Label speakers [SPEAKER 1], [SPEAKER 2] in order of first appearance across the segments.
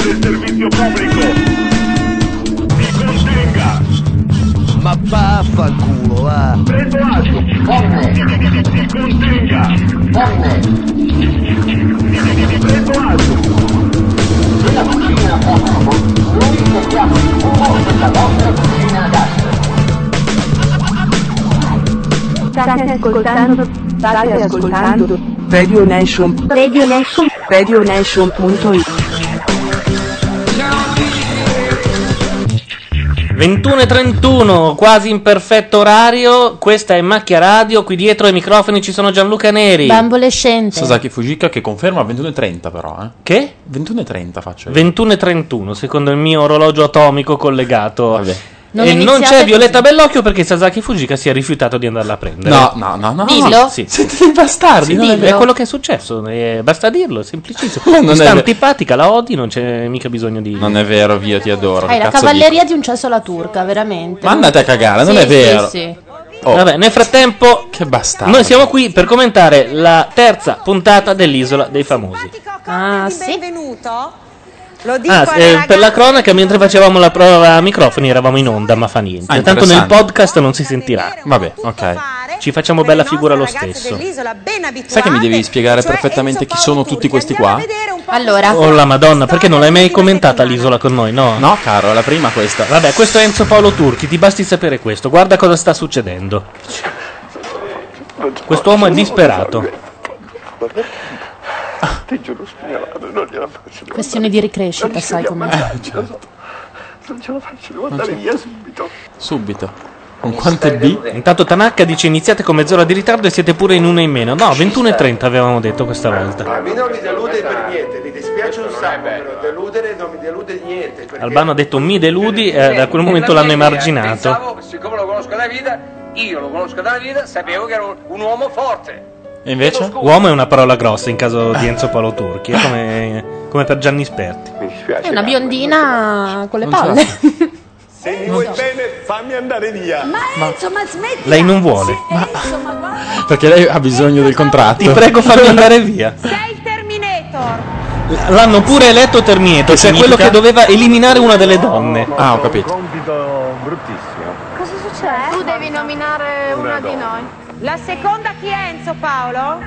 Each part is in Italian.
[SPEAKER 1] spazio pubblico. Mi contenga.
[SPEAKER 2] Ma vaffanculo, va.
[SPEAKER 1] Prendo agio. Forte. Mi contenga. Forte. Prendo agio.
[SPEAKER 3] Nella cucina Cosmo noi cerchiamo il fumo della vostra cucina a gas.
[SPEAKER 4] State ascoltando, state ascoltando
[SPEAKER 5] Radio Nation,
[SPEAKER 4] Radio Nation,
[SPEAKER 5] Radio Nation.it
[SPEAKER 6] 21.31, quasi in perfetto orario. Questa è Macchia Radio. Qui dietro ai microfoni ci sono Gianluca Neri.
[SPEAKER 7] Bambolescente.
[SPEAKER 8] Sasaki Fujika che conferma 21.30 però, eh.
[SPEAKER 6] Che?
[SPEAKER 8] 21.30 faccio io.
[SPEAKER 6] 21.31, secondo il mio orologio atomico collegato.
[SPEAKER 7] Non
[SPEAKER 6] e non
[SPEAKER 7] iniziate
[SPEAKER 6] c'è
[SPEAKER 7] così.
[SPEAKER 6] Violetta Bellocchio perché Sasaki Fujika si è rifiutato di andarla a prendere.
[SPEAKER 8] No, no, no, no.
[SPEAKER 7] Dillo.
[SPEAKER 6] Sì.
[SPEAKER 8] Siete dei bastardi,
[SPEAKER 6] Sì,
[SPEAKER 8] non
[SPEAKER 6] è
[SPEAKER 8] vero.
[SPEAKER 6] quello che è successo, eh, basta dirlo, è semplicissimo.
[SPEAKER 8] Ma non
[SPEAKER 6] Mi
[SPEAKER 8] è
[SPEAKER 6] sta
[SPEAKER 8] vero.
[SPEAKER 6] antipatica, la odi, non c'è mica bisogno di.
[SPEAKER 8] Non è vero, via, ti adoro.
[SPEAKER 7] Hai
[SPEAKER 8] che
[SPEAKER 7] la
[SPEAKER 8] cazzo
[SPEAKER 7] cavalleria di un cesso alla turca, veramente.
[SPEAKER 8] dico? Ma andate a cagare, non
[SPEAKER 7] Sì,
[SPEAKER 8] è vero.
[SPEAKER 7] Sì, sì.
[SPEAKER 8] Oh,
[SPEAKER 6] Vabbè, nel frattempo,
[SPEAKER 8] che bastardo.
[SPEAKER 6] noi siamo qui per commentare la terza puntata dell'Isola dei Famosi.
[SPEAKER 7] Ah, sì?
[SPEAKER 9] benvenuto. Lo dico
[SPEAKER 6] Ah,
[SPEAKER 9] alle
[SPEAKER 6] eh,
[SPEAKER 9] ragazze-
[SPEAKER 6] per la cronaca, mentre facevamo la prova a microfoni eravamo in onda, ma fa niente.
[SPEAKER 8] Ah,
[SPEAKER 6] Tanto nel
[SPEAKER 8] interessante.
[SPEAKER 6] podcast non si sentirà.
[SPEAKER 8] Vabbè,
[SPEAKER 9] tutto
[SPEAKER 8] ok.
[SPEAKER 9] fare
[SPEAKER 6] Ci facciamo
[SPEAKER 9] per le
[SPEAKER 6] bella
[SPEAKER 9] nostre
[SPEAKER 6] figura lo
[SPEAKER 9] ragazze
[SPEAKER 6] stesso.
[SPEAKER 9] dell'isola ben abituate,
[SPEAKER 8] Sai che mi devi spiegare
[SPEAKER 9] cioè
[SPEAKER 8] perfettamente
[SPEAKER 9] Enzo
[SPEAKER 8] chi
[SPEAKER 9] Paolo
[SPEAKER 8] sono
[SPEAKER 9] Turchi.
[SPEAKER 8] tutti questi
[SPEAKER 9] Andiamo
[SPEAKER 8] qua?
[SPEAKER 9] a vedere un po'
[SPEAKER 7] Allora.
[SPEAKER 9] cosa
[SPEAKER 6] Oh la madonna, perché non l'hai mai
[SPEAKER 9] di questa
[SPEAKER 6] commentata
[SPEAKER 9] settimana.
[SPEAKER 6] l'isola con noi? No.
[SPEAKER 8] No, caro, è la prima questa.
[SPEAKER 6] Vabbè, questo è Enzo Paolo Turchi, ti basti sapere questo. Guarda cosa sta succedendo. Quest'uomo è disperato.
[SPEAKER 10] Ti giuro spiegalato, non gliela faccio più.
[SPEAKER 7] Questione di ricrescita, sai com'è.
[SPEAKER 10] Non ce la faccio, devo andare via subito.
[SPEAKER 8] Subito. Con quante B?
[SPEAKER 6] Intanto Tanaka dice iniziate con mezz'ora di ritardo e siete pure in una in meno. No, 21.30 avevamo detto questa volta.
[SPEAKER 11] A me non Ah, mi delude per niente, mi dispiace un sacco, però deludere non mi delude niente. perché-
[SPEAKER 6] Albano ha detto mi deludi e Eh,
[SPEAKER 3] Eh,
[SPEAKER 6] da quel momento l'hanno emarginato.
[SPEAKER 3] siccome lo conosco da vita, io lo conosco da vita, sapevo che era un uomo forte.
[SPEAKER 8] E invece?
[SPEAKER 6] Uomo è una parola grossa in caso di Enzo Paolo Turchi, è come, come per Gianni Sperti.
[SPEAKER 10] Mi dispiace.
[SPEAKER 7] È una biondina con le
[SPEAKER 8] Non ce la
[SPEAKER 7] palle.
[SPEAKER 10] Se mi vuoi bene, fammi andare via.
[SPEAKER 9] Ma insomma smetti
[SPEAKER 6] Lei non vuole.
[SPEAKER 8] Perché lei ha bisogno del contratto.
[SPEAKER 6] Ti prego fammi andare via.
[SPEAKER 9] Sei il Terminator
[SPEAKER 6] L'hanno pure eletto Terminator,
[SPEAKER 8] Che
[SPEAKER 6] cioè quello
[SPEAKER 8] significa?
[SPEAKER 6] che doveva eliminare una delle donne.
[SPEAKER 8] Ah, ho capito.
[SPEAKER 11] compito bruttissimo.
[SPEAKER 9] Cosa succede? Tu devi nominare
[SPEAKER 11] una di
[SPEAKER 9] noi La seconda chi è Enzo Paolo?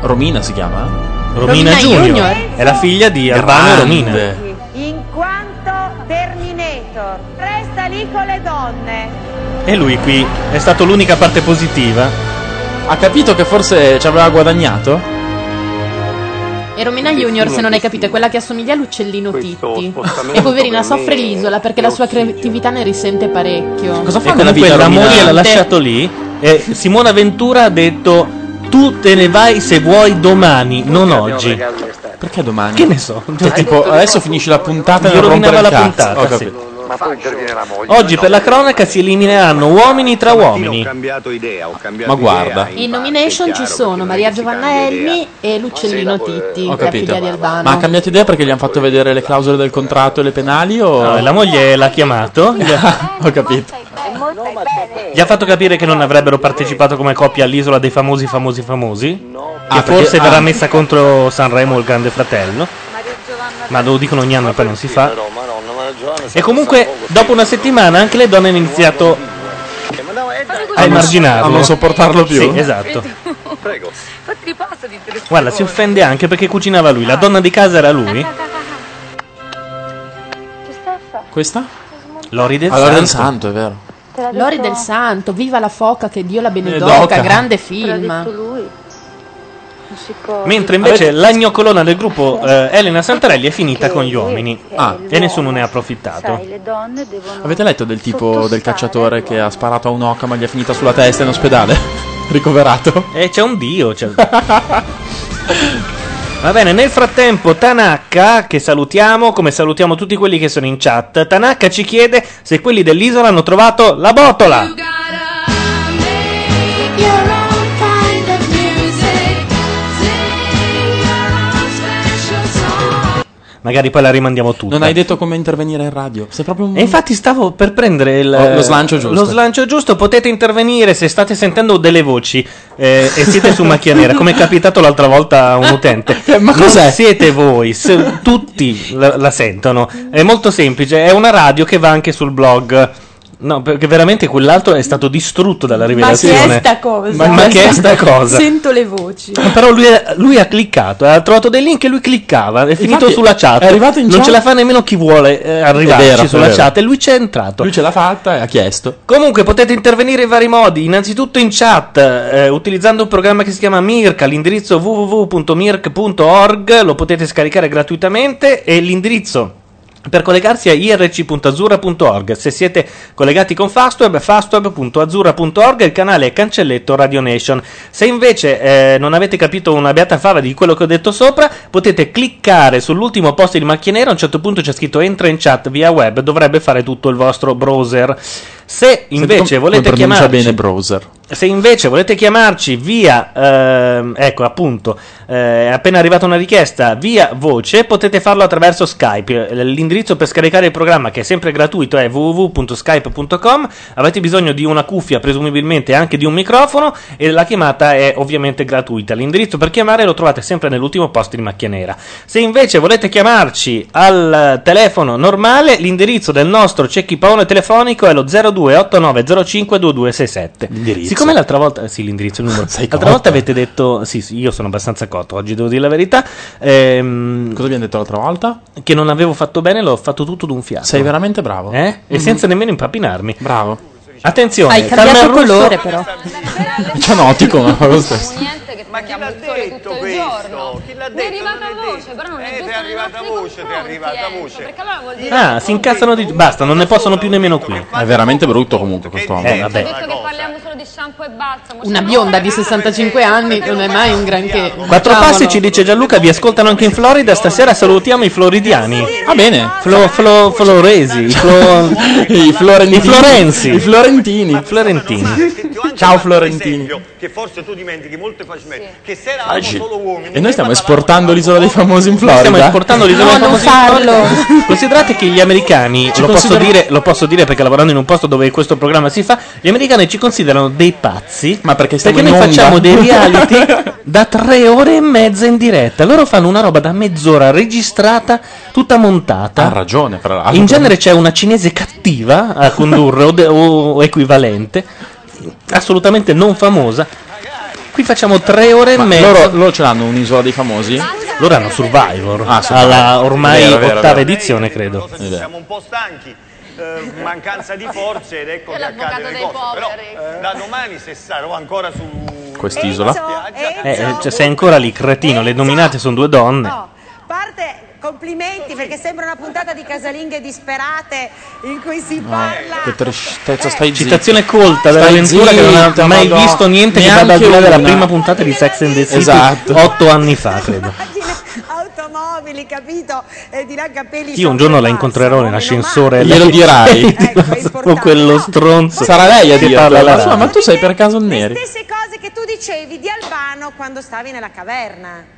[SPEAKER 8] Romina si chiama?
[SPEAKER 6] Romina
[SPEAKER 7] Romina
[SPEAKER 6] Junior
[SPEAKER 7] Junior.
[SPEAKER 6] è la figlia di Albano e Romina.
[SPEAKER 8] Grande.
[SPEAKER 9] In quanto Terminator Resta lì con le donne
[SPEAKER 6] E lui qui è stato l'unica parte positiva.
[SPEAKER 8] Ha capito che forse ci aveva guadagnato?
[SPEAKER 7] E Romina Junior, se non hai capito, è quella che assomiglia all'uccellino
[SPEAKER 10] Questo
[SPEAKER 7] Titti.
[SPEAKER 10] spostamento
[SPEAKER 7] E poverina
[SPEAKER 10] per
[SPEAKER 7] soffre
[SPEAKER 10] me
[SPEAKER 7] l'isola perché la sua
[SPEAKER 10] è un figlio.
[SPEAKER 7] creatività ne risente parecchio.
[SPEAKER 8] Cosa
[SPEAKER 6] E
[SPEAKER 8] fa nella
[SPEAKER 6] comunque
[SPEAKER 8] vita
[SPEAKER 6] la
[SPEAKER 8] Romina?
[SPEAKER 6] moglie l'ha
[SPEAKER 7] Niente.
[SPEAKER 6] lasciato lì e Simona Ventura ha detto tu te ne vai se vuoi domani, non oggi.
[SPEAKER 8] Perché domani?
[SPEAKER 6] Che ne so.
[SPEAKER 8] Cioè, tipo, adesso finisci la puntata e
[SPEAKER 6] Gli
[SPEAKER 8] non rompere
[SPEAKER 6] rovinava
[SPEAKER 8] il
[SPEAKER 6] la
[SPEAKER 8] cazzo.
[SPEAKER 6] puntata,
[SPEAKER 8] Ho
[SPEAKER 6] sì.
[SPEAKER 8] capito.
[SPEAKER 10] Ma poi interviene la moglie.
[SPEAKER 6] Oggi per la cronaca si elimineranno uomini tra uomini.
[SPEAKER 11] cambiato idea, ho cambiato
[SPEAKER 8] Ma guarda.
[SPEAKER 11] in
[SPEAKER 7] In
[SPEAKER 11] parte,
[SPEAKER 7] nomination
[SPEAKER 11] è
[SPEAKER 7] ci
[SPEAKER 11] chiaro,
[SPEAKER 7] sono
[SPEAKER 11] perché
[SPEAKER 7] Maria
[SPEAKER 11] non si
[SPEAKER 7] Giovanna
[SPEAKER 11] cambia
[SPEAKER 7] Elmi
[SPEAKER 11] idea.
[SPEAKER 7] e l'uccellino Titti,
[SPEAKER 8] Ho
[SPEAKER 7] la
[SPEAKER 8] capito.
[SPEAKER 7] figlia di Albano.
[SPEAKER 8] Ma ha cambiato idea perché gli hanno fatto vedere le clausole del contratto e le penali o...
[SPEAKER 6] No, e la moglie l'ha chiamato, gli ha,
[SPEAKER 7] Eh,
[SPEAKER 8] Ho capito.
[SPEAKER 6] gli ha fatto capire che non avrebbero partecipato come coppia all'isola dei famosi famosi famosi. che
[SPEAKER 8] Ah,
[SPEAKER 6] forse
[SPEAKER 8] perché-
[SPEAKER 6] verrà
[SPEAKER 8] ah.
[SPEAKER 6] messa contro Sanremo il Grande Fratello. Ma lo dicono ogni anno e poi non si fa. E comunque, dopo una settimana, anche le donne hanno iniziato a
[SPEAKER 8] A non
[SPEAKER 6] emarginarlo.
[SPEAKER 8] sopportarlo più.
[SPEAKER 6] Sì, esatto.
[SPEAKER 11] Prego.
[SPEAKER 6] Guarda, si offende anche perché cucinava lui. La donna di casa era lui,
[SPEAKER 8] Questa?
[SPEAKER 6] Lori del
[SPEAKER 8] Allora del
[SPEAKER 6] Santo.
[SPEAKER 8] santo, è vero.
[SPEAKER 7] Lori del Santo, viva la foca, che
[SPEAKER 6] Eh,
[SPEAKER 7] Dio la
[SPEAKER 8] Benedoca.
[SPEAKER 7] benedoca, grande film.
[SPEAKER 4] lui. Non si può.
[SPEAKER 6] Mentre invece la gnoccolona del gruppo eh, Elena Santarelli è finita con gli uomini.
[SPEAKER 8] Ah.
[SPEAKER 6] E nessuno ne ha approfittato.
[SPEAKER 4] le donne devono
[SPEAKER 8] Avete letto del tipo del cacciatore che ha sparato a un'oca ma gli è finita sulla testa in ospedale? Ricoverato?
[SPEAKER 6] E c'è un dio. C'è... Va bene, nel frattempo Tanaka, che salutiamo, come salutiamo tutti quelli che sono in chat, Tanaka ci chiede se quelli dell'isola hanno trovato la botola. Magari poi la rimandiamo tutta.
[SPEAKER 8] Non hai detto come intervenire in radio. Sei proprio un.
[SPEAKER 6] E infatti stavo per prendere il- eh,
[SPEAKER 8] Oh, lo slancio giusto.
[SPEAKER 6] Lo slancio giusto, potete intervenire se state sentendo delle voci eh, e siete su macchia nera, come è capitato l'altra volta a un utente.
[SPEAKER 8] ma
[SPEAKER 6] Non
[SPEAKER 8] cos'è?
[SPEAKER 6] siete voi, se- tutti la, la sentono. È molto semplice, è una radio che va anche sul blog. No, perché veramente quell'altro è stato distrutto dalla
[SPEAKER 12] Ma che
[SPEAKER 6] rivelazione.
[SPEAKER 12] è sta cosa?
[SPEAKER 6] Ma, ma che è sta cosa?
[SPEAKER 12] Sento le voci.
[SPEAKER 6] Ah, Però lui, lui ha cliccato, ha trovato dei link e lui cliccava, è finito
[SPEAKER 8] Infatti,
[SPEAKER 6] sulla chat.
[SPEAKER 8] è arrivato in
[SPEAKER 6] non
[SPEAKER 8] chat.
[SPEAKER 6] ce la fa nemmeno chi vuole eh, arrivarci
[SPEAKER 8] È vero, è
[SPEAKER 6] sulla
[SPEAKER 8] vero.
[SPEAKER 6] chat e lui c'è entrato.
[SPEAKER 8] Lui ce l'ha fatta e ha chiesto.
[SPEAKER 6] Comunque potete intervenire in vari modi, innanzitutto in chat, eh, utilizzando un programma che si chiama Mirk, all'indirizzo www.mirk.org, lo potete scaricare gratuitamente e l'indirizzo per collegarsi è irc.azzurra.org. Se siete collegati con Fastweb, fastweb.azzurra.org, il canale è cancelletto Radio Nation. Se invece eh, non avete capito una beata fava di quello che ho detto sopra, potete cliccare sull'ultimo post di macchia nera. A un certo punto c'è scritto entra in chat via web, dovrebbe fare tutto il vostro browser. Se
[SPEAKER 8] Senti
[SPEAKER 6] invece
[SPEAKER 8] com-
[SPEAKER 6] volete
[SPEAKER 8] come pronuncia
[SPEAKER 6] chiamarci
[SPEAKER 8] bene browser.
[SPEAKER 6] se invece volete chiamarci via, ehm, ecco appunto, eh, è appena arrivata una richiesta via voce, potete farlo attraverso Skype. Eh, L'indirizzo per scaricare il programma, che è sempre gratuito, è www.skype.com. Avete bisogno di una cuffia, presumibilmente anche di un microfono, e la chiamata è ovviamente gratuita. L'indirizzo per chiamare lo trovate sempre nell'ultimo post di macchia nera. Se invece volete chiamarci al telefono normale, l'indirizzo del nostro cecchi paone telefonico è lo 0289052267. Siccome l'altra volta, sì, l'indirizzo, il numero. l'altra volta avete detto, sì, sì, io sono abbastanza cotto oggi, devo dire la verità. Cosa
[SPEAKER 8] abbiamo detto l'altra volta?
[SPEAKER 6] Che non avevo fatto bene, l'ho fatto tutto d'un fiato.
[SPEAKER 8] Sei veramente bravo.
[SPEAKER 6] Eh? E
[SPEAKER 8] Mhm.
[SPEAKER 6] senza nemmeno impapinarmi.
[SPEAKER 8] Bravo.
[SPEAKER 6] Attenzione,
[SPEAKER 12] Hai cambiato
[SPEAKER 6] Carmen Russo-
[SPEAKER 12] colore, però.
[SPEAKER 8] Cianotico, ma fa lo stesso.
[SPEAKER 13] Ma chi l'ha detto questo? Chi l'ha detto? Mi è arrivata voce, però non è giusto. Eh, ti è arrivata voce, ti è arrivata voce. Perché allora vuol dire
[SPEAKER 6] Ah, si incazzano di. Basta, non ne possono più nemmeno qui.
[SPEAKER 8] È veramente brutto comunque quest'uomo.
[SPEAKER 6] Eh, vabbè.
[SPEAKER 13] detto che parliamo solo di shampoo e balsamo.
[SPEAKER 14] Una bionda di 65 anni non è mai un granché.
[SPEAKER 6] Quattro
[SPEAKER 14] Cavolo.
[SPEAKER 6] passi ci dice Gianluca, vi ascoltano anche in Florida, stasera salutiamo i floridiani.
[SPEAKER 8] Ah bene.
[SPEAKER 6] Flo, flo, floresi, i flo-
[SPEAKER 8] I florentini.
[SPEAKER 6] I florenzi.
[SPEAKER 8] I florentini.
[SPEAKER 6] Florentini.
[SPEAKER 8] Ciao Florentini.
[SPEAKER 6] Ah,
[SPEAKER 15] che forse tu dimentichi molto facilmente che se eravamo
[SPEAKER 8] Facile.
[SPEAKER 15] solo uomini
[SPEAKER 8] E noi stiamo esportando l'isola dei famosi in Florida.
[SPEAKER 6] Stiamo esportando l'isola
[SPEAKER 4] Ah,
[SPEAKER 8] No, non
[SPEAKER 6] famosa in Florida. Considerate che gli americani, lo posso,
[SPEAKER 8] considerano-
[SPEAKER 6] dire, lo posso dire perché lavorando in un posto dove questo programma si fa, gli americani ci considerano dei pazzi. Ma perché,
[SPEAKER 8] stiamo
[SPEAKER 6] noi
[SPEAKER 8] in onda.
[SPEAKER 6] facciamo dei reality da tre ore e mezza in diretta. Loro fanno una roba da mezz'ora registrata, tutta montata.
[SPEAKER 8] Ha ragione, fra l'altro. Cioè,
[SPEAKER 6] In genere c'è una cinese cattiva a condurre o, de- o equivalente, assolutamente non famosa. Qui facciamo tre ore
[SPEAKER 8] Ma
[SPEAKER 6] e mezza.
[SPEAKER 8] loro, loro ce l'hanno un'isola dei famosi? Ah,
[SPEAKER 6] Loro hanno Survivor. alla ormai ottava edizione, credo.
[SPEAKER 15] siamo un po' stanchi eh, mancanza di forze ed ecco che accade le cose però eh, da domani se sarò ancora su
[SPEAKER 6] Quest'isola. Eh, eh, cioè, sei ancora lì, cretino. Le nominate sono due donne.
[SPEAKER 4] Parte complimenti perché sembra una puntata di casalinghe disperate in cui si
[SPEAKER 8] Ah,
[SPEAKER 4] parla.
[SPEAKER 8] che tristezza, stai zitto.
[SPEAKER 6] Citazione colta dell'avventura
[SPEAKER 8] Stai
[SPEAKER 6] che non
[SPEAKER 8] zitta,
[SPEAKER 6] ha mai
[SPEAKER 8] Madonna.
[SPEAKER 6] visto niente che
[SPEAKER 8] Neanche
[SPEAKER 6] vada al di là della
[SPEAKER 8] una.
[SPEAKER 6] prima puntata di Sex and the City
[SPEAKER 8] Esatto.
[SPEAKER 6] otto anni fa, credo.
[SPEAKER 4] Automobili, capito? E di là capelli Ecco,
[SPEAKER 6] Io un giorno la incontrerò nell'ascensore.
[SPEAKER 8] Glielo
[SPEAKER 6] lei-
[SPEAKER 8] dirai.
[SPEAKER 6] e dirò proprio quello stronzo.
[SPEAKER 8] Sarà lei a
[SPEAKER 6] che
[SPEAKER 8] dirtelo.
[SPEAKER 6] parla alla
[SPEAKER 8] Ma,
[SPEAKER 6] radio.
[SPEAKER 8] ma tu sei per caso
[SPEAKER 4] Le
[SPEAKER 8] neri?
[SPEAKER 4] stesse cose che tu dicevi di Albano quando stavi nella caverna.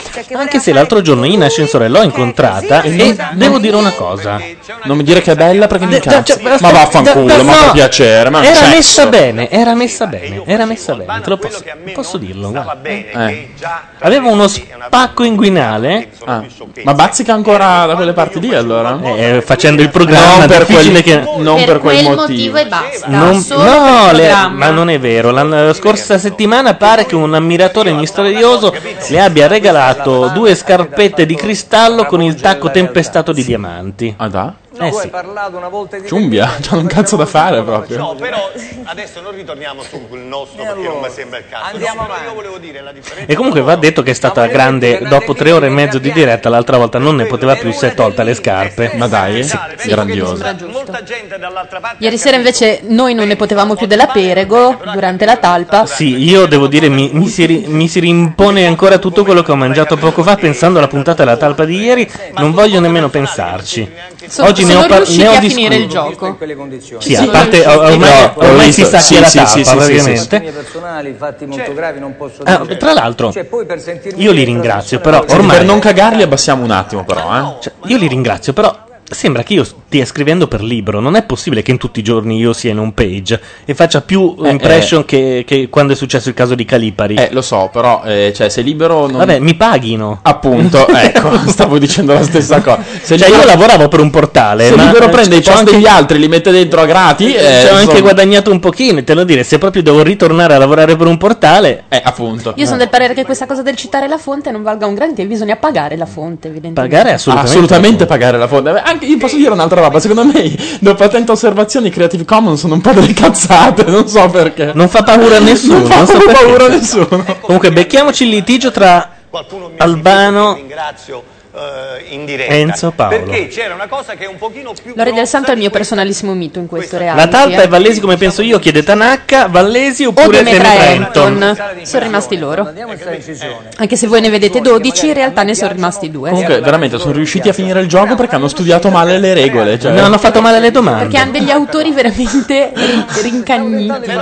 [SPEAKER 4] Cioè che
[SPEAKER 6] Anche se l'altro giorno in ascensore l'ho incontrata e devo dire una cosa.
[SPEAKER 8] Non mi dire che è bella perché mi
[SPEAKER 6] Da- cioè,
[SPEAKER 8] incazzo.
[SPEAKER 6] da-
[SPEAKER 8] ma vaffanculo,
[SPEAKER 6] da- da-
[SPEAKER 8] ma
[SPEAKER 6] no.
[SPEAKER 8] per piacere. Ma cioè,
[SPEAKER 6] era
[SPEAKER 8] sesso.
[SPEAKER 6] messa bene, era messa bene, era messa bene, te lo posso, posso dirlo. guarda.
[SPEAKER 8] Eh.
[SPEAKER 6] Aveva uno spacco inguinale.
[SPEAKER 8] Ah. Ma bazzica ancora da quelle parti lì allora?
[SPEAKER 6] Eh, facendo il programma,
[SPEAKER 8] non per
[SPEAKER 6] difficile
[SPEAKER 8] quel,
[SPEAKER 6] che-
[SPEAKER 8] non per, quel motivo.
[SPEAKER 14] e basta.
[SPEAKER 6] Non-
[SPEAKER 14] Solo
[SPEAKER 6] no,
[SPEAKER 14] per il
[SPEAKER 6] le-
[SPEAKER 14] programma.
[SPEAKER 6] ma non è vero. La, la scorsa settimana pare che un ammiratore misterioso le abbia regalato due scarpette di cristallo con il tacco tempestato di diamanti.
[SPEAKER 8] Ah, da?
[SPEAKER 6] Eh sì.
[SPEAKER 8] Ciumbia, c'ha un cazzo da fare proprio.
[SPEAKER 15] No, però adesso non ritorniamo su quel nostro perché non mi sembra il caso. Andiamo avanti. Io volevo dire la differenza.
[SPEAKER 6] E comunque va detto che è stata grande, dopo tre ore e mezzo di diretta, l'altra volta non ne poteva più, si è tolta le scarpe.
[SPEAKER 8] Ma dai, grandioso.
[SPEAKER 14] Ieri sera invece noi non ne potevamo più della Perego durante la talpa.
[SPEAKER 6] Sì, io devo dire, mi, mi si, ri- mi si rimpone ancora tutto quello che ho mangiato poco fa pensando alla puntata della talpa di ieri, non voglio nemmeno pensarci.
[SPEAKER 14] So-
[SPEAKER 6] Oggi ne ho,
[SPEAKER 7] non
[SPEAKER 6] par-
[SPEAKER 7] riuscite
[SPEAKER 6] ne ho
[SPEAKER 7] a
[SPEAKER 6] discusso.
[SPEAKER 7] finire il gioco.
[SPEAKER 6] Sì,
[SPEAKER 7] Se
[SPEAKER 6] a
[SPEAKER 7] non
[SPEAKER 6] parte
[SPEAKER 7] riuscite-
[SPEAKER 6] ormai,
[SPEAKER 3] No,
[SPEAKER 6] ormai
[SPEAKER 3] ho
[SPEAKER 6] si
[SPEAKER 3] visto.
[SPEAKER 6] sa chi è la
[SPEAKER 3] Sì, sì,
[SPEAKER 6] tappa,
[SPEAKER 3] sì, sì,
[SPEAKER 6] praticamente.
[SPEAKER 3] Questioni personali, fatti molto gravi, non posso
[SPEAKER 6] Ah,
[SPEAKER 3] dire.
[SPEAKER 6] tra l'altro,
[SPEAKER 3] Cioè, poi per sentirmi
[SPEAKER 6] Io li ringrazio, però
[SPEAKER 8] Senti,
[SPEAKER 6] ormai
[SPEAKER 8] per non
[SPEAKER 6] cagarli abbassiamo un attimo però, eh. io li ringrazio, però sembra che io stia scrivendo per libro, non è possibile che in tutti i giorni io sia in un page e faccia più
[SPEAKER 8] Eh,
[SPEAKER 6] impression Che, che quando è successo il caso di Calipari.
[SPEAKER 8] Eh, lo so, però, eh, cioè, se libero non...
[SPEAKER 6] Vabbè, mi paghino.
[SPEAKER 8] Appunto, ecco, stavo dicendo la stessa cosa. Se
[SPEAKER 6] Cioè, io lavoravo per un portale,
[SPEAKER 8] Se
[SPEAKER 6] ma
[SPEAKER 8] libero
[SPEAKER 6] eh,
[SPEAKER 8] prende i
[SPEAKER 6] c'ho
[SPEAKER 8] post
[SPEAKER 6] anche-
[SPEAKER 8] degli altri, li mette dentro a eh, gratis.
[SPEAKER 6] Ci ho anche guadagnato un pochino, te lo dire, se proprio devo ritornare a lavorare per un portale...
[SPEAKER 8] Eh, appunto.
[SPEAKER 7] Io sono del parere che questa cosa del citare la fonte non valga un granché, bisogna pagare la fonte, evidentemente.
[SPEAKER 8] Pagare assolutamente. pagare la fonte. Beh, Anche io posso dire un'altra roba. Secondo me, dopo attente osservazioni, Creative Commons sono un po' delle cazzate. Non so perché.
[SPEAKER 6] Non fa paura a nessuno.
[SPEAKER 8] Non fa
[SPEAKER 6] so perché.
[SPEAKER 8] paura a nessuno.
[SPEAKER 6] Comunque, becchiamoci il litigio tra Albano
[SPEAKER 1] Ringrazio eh, in diretta.
[SPEAKER 6] Enzo Paolo.
[SPEAKER 1] Perché c'era una cosa che è un pochino più
[SPEAKER 7] Lore del Santo è il mio personalissimo mito in questo reality.
[SPEAKER 6] La talpa
[SPEAKER 7] eh.
[SPEAKER 6] è Vallesi come penso io, chiede Tanacca, Vallesi oppure
[SPEAKER 7] Demetra
[SPEAKER 6] Demetra Anton.
[SPEAKER 7] Anton. Sono rimasti loro. Eh,
[SPEAKER 3] incisione.
[SPEAKER 7] Anche se voi ne vedete 12, in realtà ne sono rimasti due.
[SPEAKER 8] Comunque, veramente, sono riusciti a finire il gioco perché hanno studiato male le regole. Cioè.
[SPEAKER 6] Non hanno fatto male le domande.
[SPEAKER 7] Perché hanno degli autori veramente rin- rincagniti.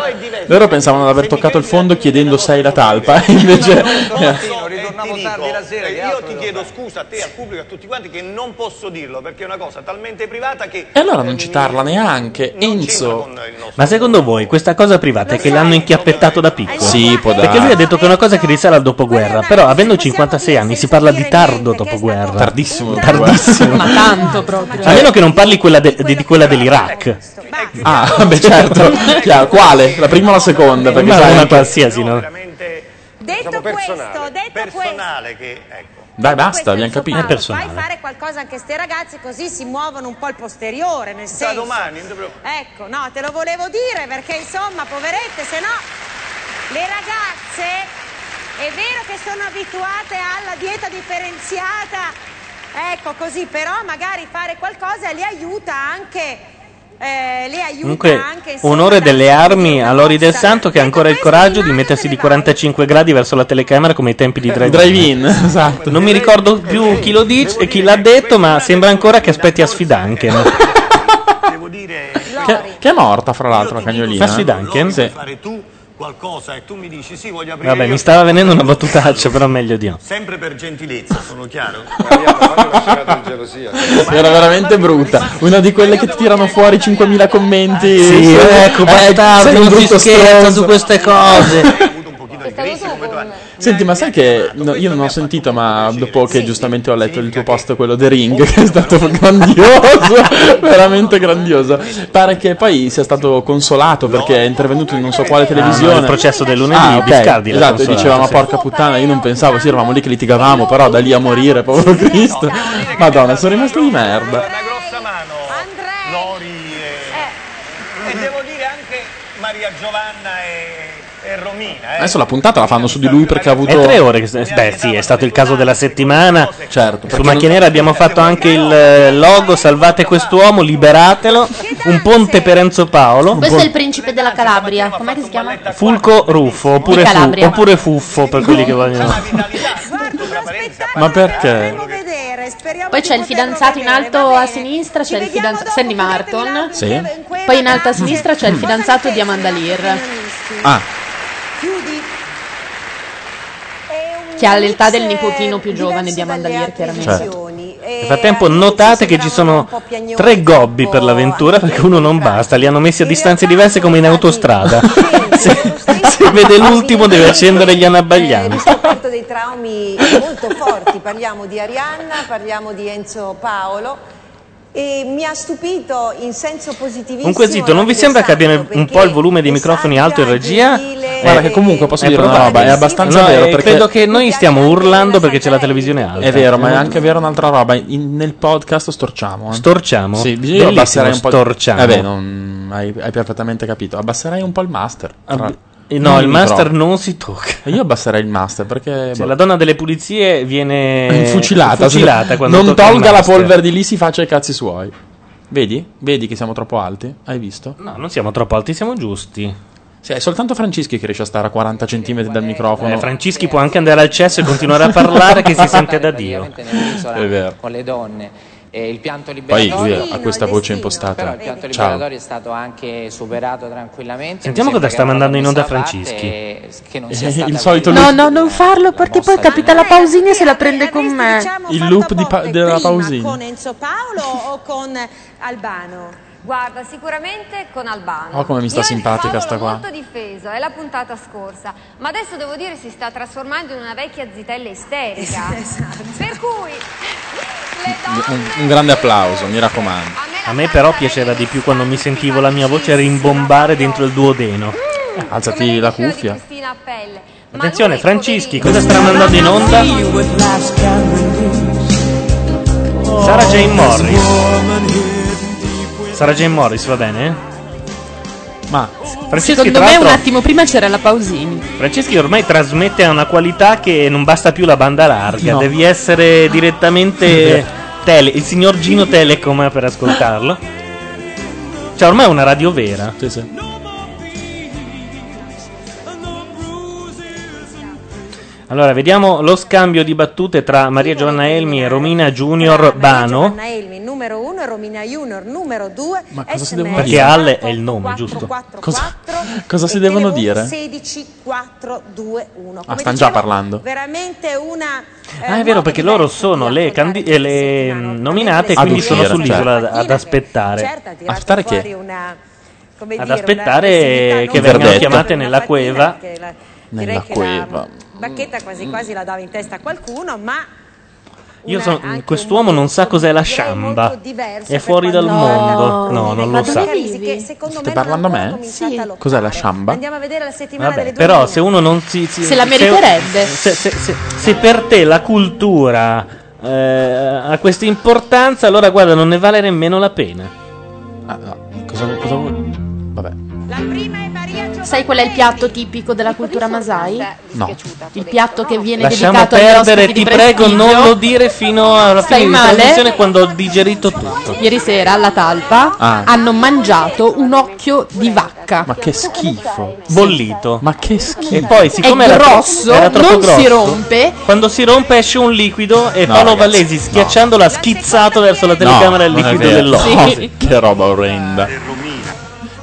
[SPEAKER 8] Loro pensavano di aver toccato il fondo chiedendo sei la talpa. e Invece.
[SPEAKER 1] Ti dico, eh, io ti chiedo scusa a te, al pubblico, a tutti quanti che non posso dirlo perché è una cosa talmente privata che
[SPEAKER 8] E allora non citarla neanche, Enzo.
[SPEAKER 6] Ma secondo voi questa cosa privata è che l'hanno inchiappettato da piccolo?
[SPEAKER 8] Sì, può
[SPEAKER 6] Perché
[SPEAKER 8] dare.
[SPEAKER 6] lui ha detto che è una cosa che risale al dopoguerra, però avendo 56 anni si parla di tardo dopoguerra.
[SPEAKER 8] Tardissimo. cioè
[SPEAKER 6] Tardissimo.
[SPEAKER 7] Ma tanto proprio.
[SPEAKER 6] A meno che non parli quella de- di di quella dell'Iraq.
[SPEAKER 8] Ah, beh, certo. Chiaro, quale? La prima o la seconda? Perché
[SPEAKER 6] Ma
[SPEAKER 8] sai
[SPEAKER 6] una
[SPEAKER 8] anche-
[SPEAKER 6] qualsiasi, no?
[SPEAKER 9] Detto questo, detto
[SPEAKER 1] diciamo, personale che ecco.
[SPEAKER 8] Dai, basta, abbiamo capito.
[SPEAKER 9] Paolo, fai fare qualcosa anche a ste ragazzi così si muovono un po' il posteriore, nel senso.
[SPEAKER 1] domani, non ti preoccupare.
[SPEAKER 9] Ecco, no, te lo volevo dire perché insomma, poverette, se no le ragazze è vero che sono abituate alla dieta differenziata. Ecco, così però magari fare qualcosa le aiuta anche eh, le aiuta
[SPEAKER 6] Comunque,
[SPEAKER 9] anche insomma,
[SPEAKER 6] onore
[SPEAKER 9] da-
[SPEAKER 6] delle armi a Lori del Santo che ha ancora il coraggio di mettersi di 45 gradi verso la telecamera come ai tempi di Drive,
[SPEAKER 8] Eh, Drive-in, esatto.
[SPEAKER 6] Non mi ricordo più chi lo dice e chi l'ha detto, ma sembra ancora che aspetti a Sfidanken.
[SPEAKER 8] Che, che è morta, fra l'altro, la cagnolina.
[SPEAKER 6] Fa Sfidanken?
[SPEAKER 8] Sì.
[SPEAKER 1] fare tu qualcosa e tu mi dici sì, voglio aprire
[SPEAKER 6] Vabbè,
[SPEAKER 1] io".
[SPEAKER 6] mi stava venendo una battutaccia, però meglio di no.
[SPEAKER 1] sempre per gentilezza, sono chiaro.
[SPEAKER 8] Era veramente brutta. Una di quelle che ti tirano fuori 5.000 commenti. Eh,
[SPEAKER 6] Sì, ecco, bastardi,
[SPEAKER 8] sei un
[SPEAKER 6] non si
[SPEAKER 8] brutto
[SPEAKER 6] scherza
[SPEAKER 8] stronzo.
[SPEAKER 6] su queste cose.
[SPEAKER 8] Senti, ma sai che no, io non ho sentito, ma dopo che giustamente ho letto il tuo post, quello The
[SPEAKER 6] Oh,
[SPEAKER 8] Ring, che è stato grandioso, veramente grandioso. Pare che poi sia stato consolato perché è intervenuto in non so quale televisione.
[SPEAKER 6] il processo del lunedì,
[SPEAKER 8] Ah, ok,
[SPEAKER 6] Biscardi l'ha
[SPEAKER 8] Esatto, e
[SPEAKER 6] consolato,
[SPEAKER 8] diceva, ma
[SPEAKER 6] sì.
[SPEAKER 8] porca puttana, io non pensavo, sì, eravamo lì che litigavamo, però da lì a morire, povero Cristo. Madonna, sono rimasto di merda.
[SPEAKER 4] Eh.
[SPEAKER 1] E devo dire anche Maria Giovanna e, e Romina.
[SPEAKER 8] Adesso la puntata la fanno su di lui perché ha avuto...
[SPEAKER 6] È tre ore che... Beh, sì, è stato il caso della settimana.
[SPEAKER 8] Certo.
[SPEAKER 6] Su Macchinera abbiamo fatto anche il eh, logo Salvate quest'uomo, liberatelo. Un ponte per Enzo Paolo.
[SPEAKER 7] Cioè, Questo è il principe della Calabria. Com'è che si chiama?
[SPEAKER 6] Fulco Ruffo, oppure,
[SPEAKER 7] Di
[SPEAKER 6] fu-
[SPEAKER 7] Calabria.
[SPEAKER 6] oppure Fuffo per quelli che vogliono.
[SPEAKER 8] Ma perché?
[SPEAKER 7] Poi c'è il fidanzato in alto a sinistra, c'è il fidanzato Sandy Martin.
[SPEAKER 8] Sì.
[SPEAKER 7] Poi in alto a sinistra c'è il fidanzato di Amanda Lear,
[SPEAKER 8] Ah,
[SPEAKER 9] Chiudi.
[SPEAKER 7] che ha l'età del nipotino più giovane di Amanda Lear, chiaramente.
[SPEAKER 6] Certo. Nel frattempo notate che ci sono tre gobbi per l'avventura perché uno non basta, li hanno messi a distanze diverse come in autostrada. se, se vede l'ultimo Eh, deve accendere gli anabbaglianti.
[SPEAKER 9] sofferto dei traumi molto forti, parliamo di Arianna, parliamo di Enzo Paolo e mi ha stupito in senso positivissimo.
[SPEAKER 6] Comunque zitto, non vi sembra che abbiano un po' il volume dei microfoni alto in regia?
[SPEAKER 8] Guarda che comunque posso dire una roba, è abbastanza
[SPEAKER 6] No,
[SPEAKER 8] vero
[SPEAKER 6] eh,
[SPEAKER 8] perché-
[SPEAKER 6] Credo che noi stiamo urlando perché c'è la televisione alta.
[SPEAKER 8] È vero, ma è anche vero un'altra roba. In- nel podcast storciamo. eh.
[SPEAKER 6] Storciamo?
[SPEAKER 8] Sì, io
[SPEAKER 6] Bellissimo,
[SPEAKER 8] abbasserei un po'. il-
[SPEAKER 6] storciamo.
[SPEAKER 8] Vabbè, non- hai, hai perfettamente capito. Abbasserei un po' il master.
[SPEAKER 6] Ab- eh, no, il master non si tocca.
[SPEAKER 8] Io abbasserei il master perché. boh,
[SPEAKER 6] Cioè, la donna delle pulizie viene
[SPEAKER 8] fucilata.
[SPEAKER 6] fucilata
[SPEAKER 8] se-
[SPEAKER 6] quando
[SPEAKER 8] non
[SPEAKER 6] tocca il
[SPEAKER 8] tolga la
[SPEAKER 6] master.
[SPEAKER 8] polvere di lì, si faccia i cazzi suoi. Vedi? Vedi che siamo troppo alti? Hai visto?
[SPEAKER 6] No, non siamo troppo alti, siamo giusti.
[SPEAKER 8] Sì, è soltanto Francischi che riesce a stare a 40 cm dal microfono.
[SPEAKER 6] Eh, Francischi può anche andare al cesso e continuare a parlare che si sente da Dio.
[SPEAKER 3] È vero. Con le donne.
[SPEAKER 10] eh, il pianto
[SPEAKER 8] Poi
[SPEAKER 10] liberatorio.
[SPEAKER 8] lui ha- ha questa voce
[SPEAKER 10] Però
[SPEAKER 8] impostata.
[SPEAKER 10] il pianto
[SPEAKER 8] Ciao.
[SPEAKER 10] liberatorio è stato anche superato tranquillamente.
[SPEAKER 6] Sentiamo
[SPEAKER 10] Mi
[SPEAKER 6] cosa
[SPEAKER 10] sembra
[SPEAKER 6] sta
[SPEAKER 10] che
[SPEAKER 6] mandando in onda
[SPEAKER 10] non l'hanno messa a
[SPEAKER 6] Franceschi.
[SPEAKER 10] parte, eh, Che non sia stata
[SPEAKER 8] Il solito
[SPEAKER 7] No,
[SPEAKER 8] loop,
[SPEAKER 7] no, non farlo perché poi capita la pausina e se la prende con me.
[SPEAKER 8] il loop di pa- della pausina.
[SPEAKER 4] Con Enzo Paolo o con Albano?
[SPEAKER 16] Guarda, sicuramente con Albano.
[SPEAKER 8] Oh, come mi sta
[SPEAKER 16] Io il
[SPEAKER 8] simpatica
[SPEAKER 16] Paolo
[SPEAKER 8] sta
[SPEAKER 16] l'ho
[SPEAKER 8] qua.
[SPEAKER 16] molto difeso, è la puntata scorsa, ma adesso devo dire si sta trasformando in una vecchia zitella isterica.
[SPEAKER 4] Esatto.
[SPEAKER 16] Per cui
[SPEAKER 8] Un, un grande applauso, mi raccomando.
[SPEAKER 6] A me però piaceva di più quando mi sentivo la mia voce rimbombare dentro il duodeno.
[SPEAKER 8] Alzati la cuffia.
[SPEAKER 16] Cristina a pelle.
[SPEAKER 6] Attenzione, Francischi, cosa sta mandando in onda? Sarah Jane Morris. Sarah Jane Morris, va bene? Ma Franceschi,
[SPEAKER 14] Secondo
[SPEAKER 6] tra
[SPEAKER 14] me un
[SPEAKER 6] l'altro,
[SPEAKER 14] attimo prima c'era la Pausini.
[SPEAKER 6] Franceschi ormai trasmette a una qualità che non basta più la banda larga,
[SPEAKER 14] No.
[SPEAKER 6] devi essere direttamente tele, il signor Gino Telecom per ascoltarlo. Cioè, ormai è una radio vera. Sì, sì. Allora, vediamo lo scambio di battute tra Maria Giovanna Elmi e Romina Junior Bano.
[SPEAKER 4] Anna Elmi numero 1 e Romina Junior numero 2.
[SPEAKER 8] Ma cosa si devono
[SPEAKER 6] Perché
[SPEAKER 8] dire?
[SPEAKER 6] Alle è il nome, giusto?
[SPEAKER 8] Cosa, cosa si devono dire?
[SPEAKER 4] 16 4 2 1.
[SPEAKER 8] Ah, stanno già parlando.
[SPEAKER 4] diciamo, Veramente una
[SPEAKER 6] Ah, è vero, perché loro sono le, candi- eh, le, mm, nominate e
[SPEAKER 8] Ad
[SPEAKER 6] quindi
[SPEAKER 8] uscire,
[SPEAKER 6] sono sull'isola ad-
[SPEAKER 4] Certo,
[SPEAKER 6] ad
[SPEAKER 4] certa
[SPEAKER 6] aspettare.
[SPEAKER 4] tirata fuori una come
[SPEAKER 6] Ad
[SPEAKER 4] dire,
[SPEAKER 6] aspettare
[SPEAKER 4] una
[SPEAKER 6] che
[SPEAKER 8] possibilità
[SPEAKER 6] vengano
[SPEAKER 8] non
[SPEAKER 6] chiamate
[SPEAKER 8] proprio
[SPEAKER 6] nella cueva.
[SPEAKER 4] che la
[SPEAKER 6] Nella
[SPEAKER 4] che
[SPEAKER 6] cueva.
[SPEAKER 4] bacchetta
[SPEAKER 8] Mm.
[SPEAKER 4] quasi quasi la dava in testa a qualcuno, ma
[SPEAKER 6] Io so, quest'uomo non sa cos'è la sciamba.
[SPEAKER 4] diverso
[SPEAKER 6] È fuori dal mondo. No, non lo sa.
[SPEAKER 4] che secondo me
[SPEAKER 8] Stai parlando a me? Cos'è la sciamba?
[SPEAKER 4] andiamo a vedere la settimana
[SPEAKER 6] Vabbè,
[SPEAKER 4] delle due
[SPEAKER 6] però se uno non si, si-
[SPEAKER 14] Se la meriterebbe.
[SPEAKER 6] Se, se- se- se per te la cultura eh, ha questa importanza, allora guarda, non ne vale nemmeno la pena.
[SPEAKER 8] Ah, Cosa, cosa vuoi? Vabbè.
[SPEAKER 14] Sai qual è il piatto tipico della cultura Masai?
[SPEAKER 8] No.
[SPEAKER 14] Il piatto che viene
[SPEAKER 6] Lasciamo
[SPEAKER 14] dedicato agli
[SPEAKER 6] perdere,
[SPEAKER 14] ospiti
[SPEAKER 6] ti
[SPEAKER 14] di
[SPEAKER 6] prego,
[SPEAKER 14] prestigio.
[SPEAKER 6] non lo dire fino alla
[SPEAKER 14] Stai
[SPEAKER 6] fine della
[SPEAKER 14] male?
[SPEAKER 6] trasmissione quando ho digerito tutto.
[SPEAKER 14] Ieri sera alla talpa
[SPEAKER 6] Ah.
[SPEAKER 14] hanno mangiato un occhio di vacca.
[SPEAKER 6] Ma che schifo. Bollito.
[SPEAKER 8] Ma che schifo.
[SPEAKER 6] E poi, siccome
[SPEAKER 14] È
[SPEAKER 6] era tro-
[SPEAKER 14] grosso,
[SPEAKER 6] era troppo
[SPEAKER 14] non si
[SPEAKER 6] grosso,
[SPEAKER 14] rompe.
[SPEAKER 6] Quando si rompe esce un liquido e
[SPEAKER 8] No,
[SPEAKER 6] Paolo
[SPEAKER 8] ragazzi,
[SPEAKER 6] Vallesi schiacciandolo ha schizzato verso la telecamera il
[SPEAKER 8] non è
[SPEAKER 6] liquido
[SPEAKER 8] vero.
[SPEAKER 6] dell'occhio.
[SPEAKER 8] Sì. Che roba orrenda.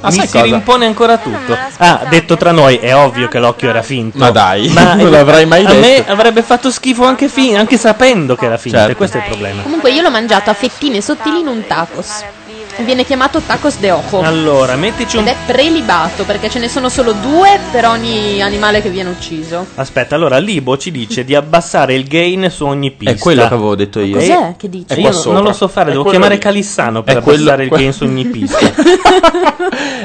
[SPEAKER 8] Ah,
[SPEAKER 6] Mi
[SPEAKER 8] sai
[SPEAKER 6] si
[SPEAKER 8] cosa?
[SPEAKER 6] rimpone ancora tutto. Ah, detto tra noi, è ovvio che l'occhio era finto.
[SPEAKER 8] Ma dai, non l'avrei mai
[SPEAKER 6] a me
[SPEAKER 8] detto.
[SPEAKER 6] avrebbe fatto schifo anche, fin- anche sapendo che era finto.
[SPEAKER 8] Certo.
[SPEAKER 6] E questo è il problema.
[SPEAKER 14] Comunque io l'ho mangiato a fettine sottili in un tacos. Viene chiamato tacos de ojo.
[SPEAKER 6] Allora, mettici
[SPEAKER 14] Ed
[SPEAKER 6] un.
[SPEAKER 14] è prelibato perché ce ne sono solo due per ogni animale che viene ucciso.
[SPEAKER 6] Aspetta, allora Libo ci dice di abbassare il gain su ogni pista.
[SPEAKER 8] È quello che avevo detto io.
[SPEAKER 14] Cos'è che dici?
[SPEAKER 8] È qua
[SPEAKER 6] Io
[SPEAKER 8] sopra.
[SPEAKER 6] non lo so fare,
[SPEAKER 8] È
[SPEAKER 6] devo
[SPEAKER 8] quello
[SPEAKER 6] chiamare
[SPEAKER 8] lì.
[SPEAKER 6] Calissano per
[SPEAKER 8] È quello-
[SPEAKER 6] abbassare il
[SPEAKER 8] que-
[SPEAKER 6] gain su ogni pista.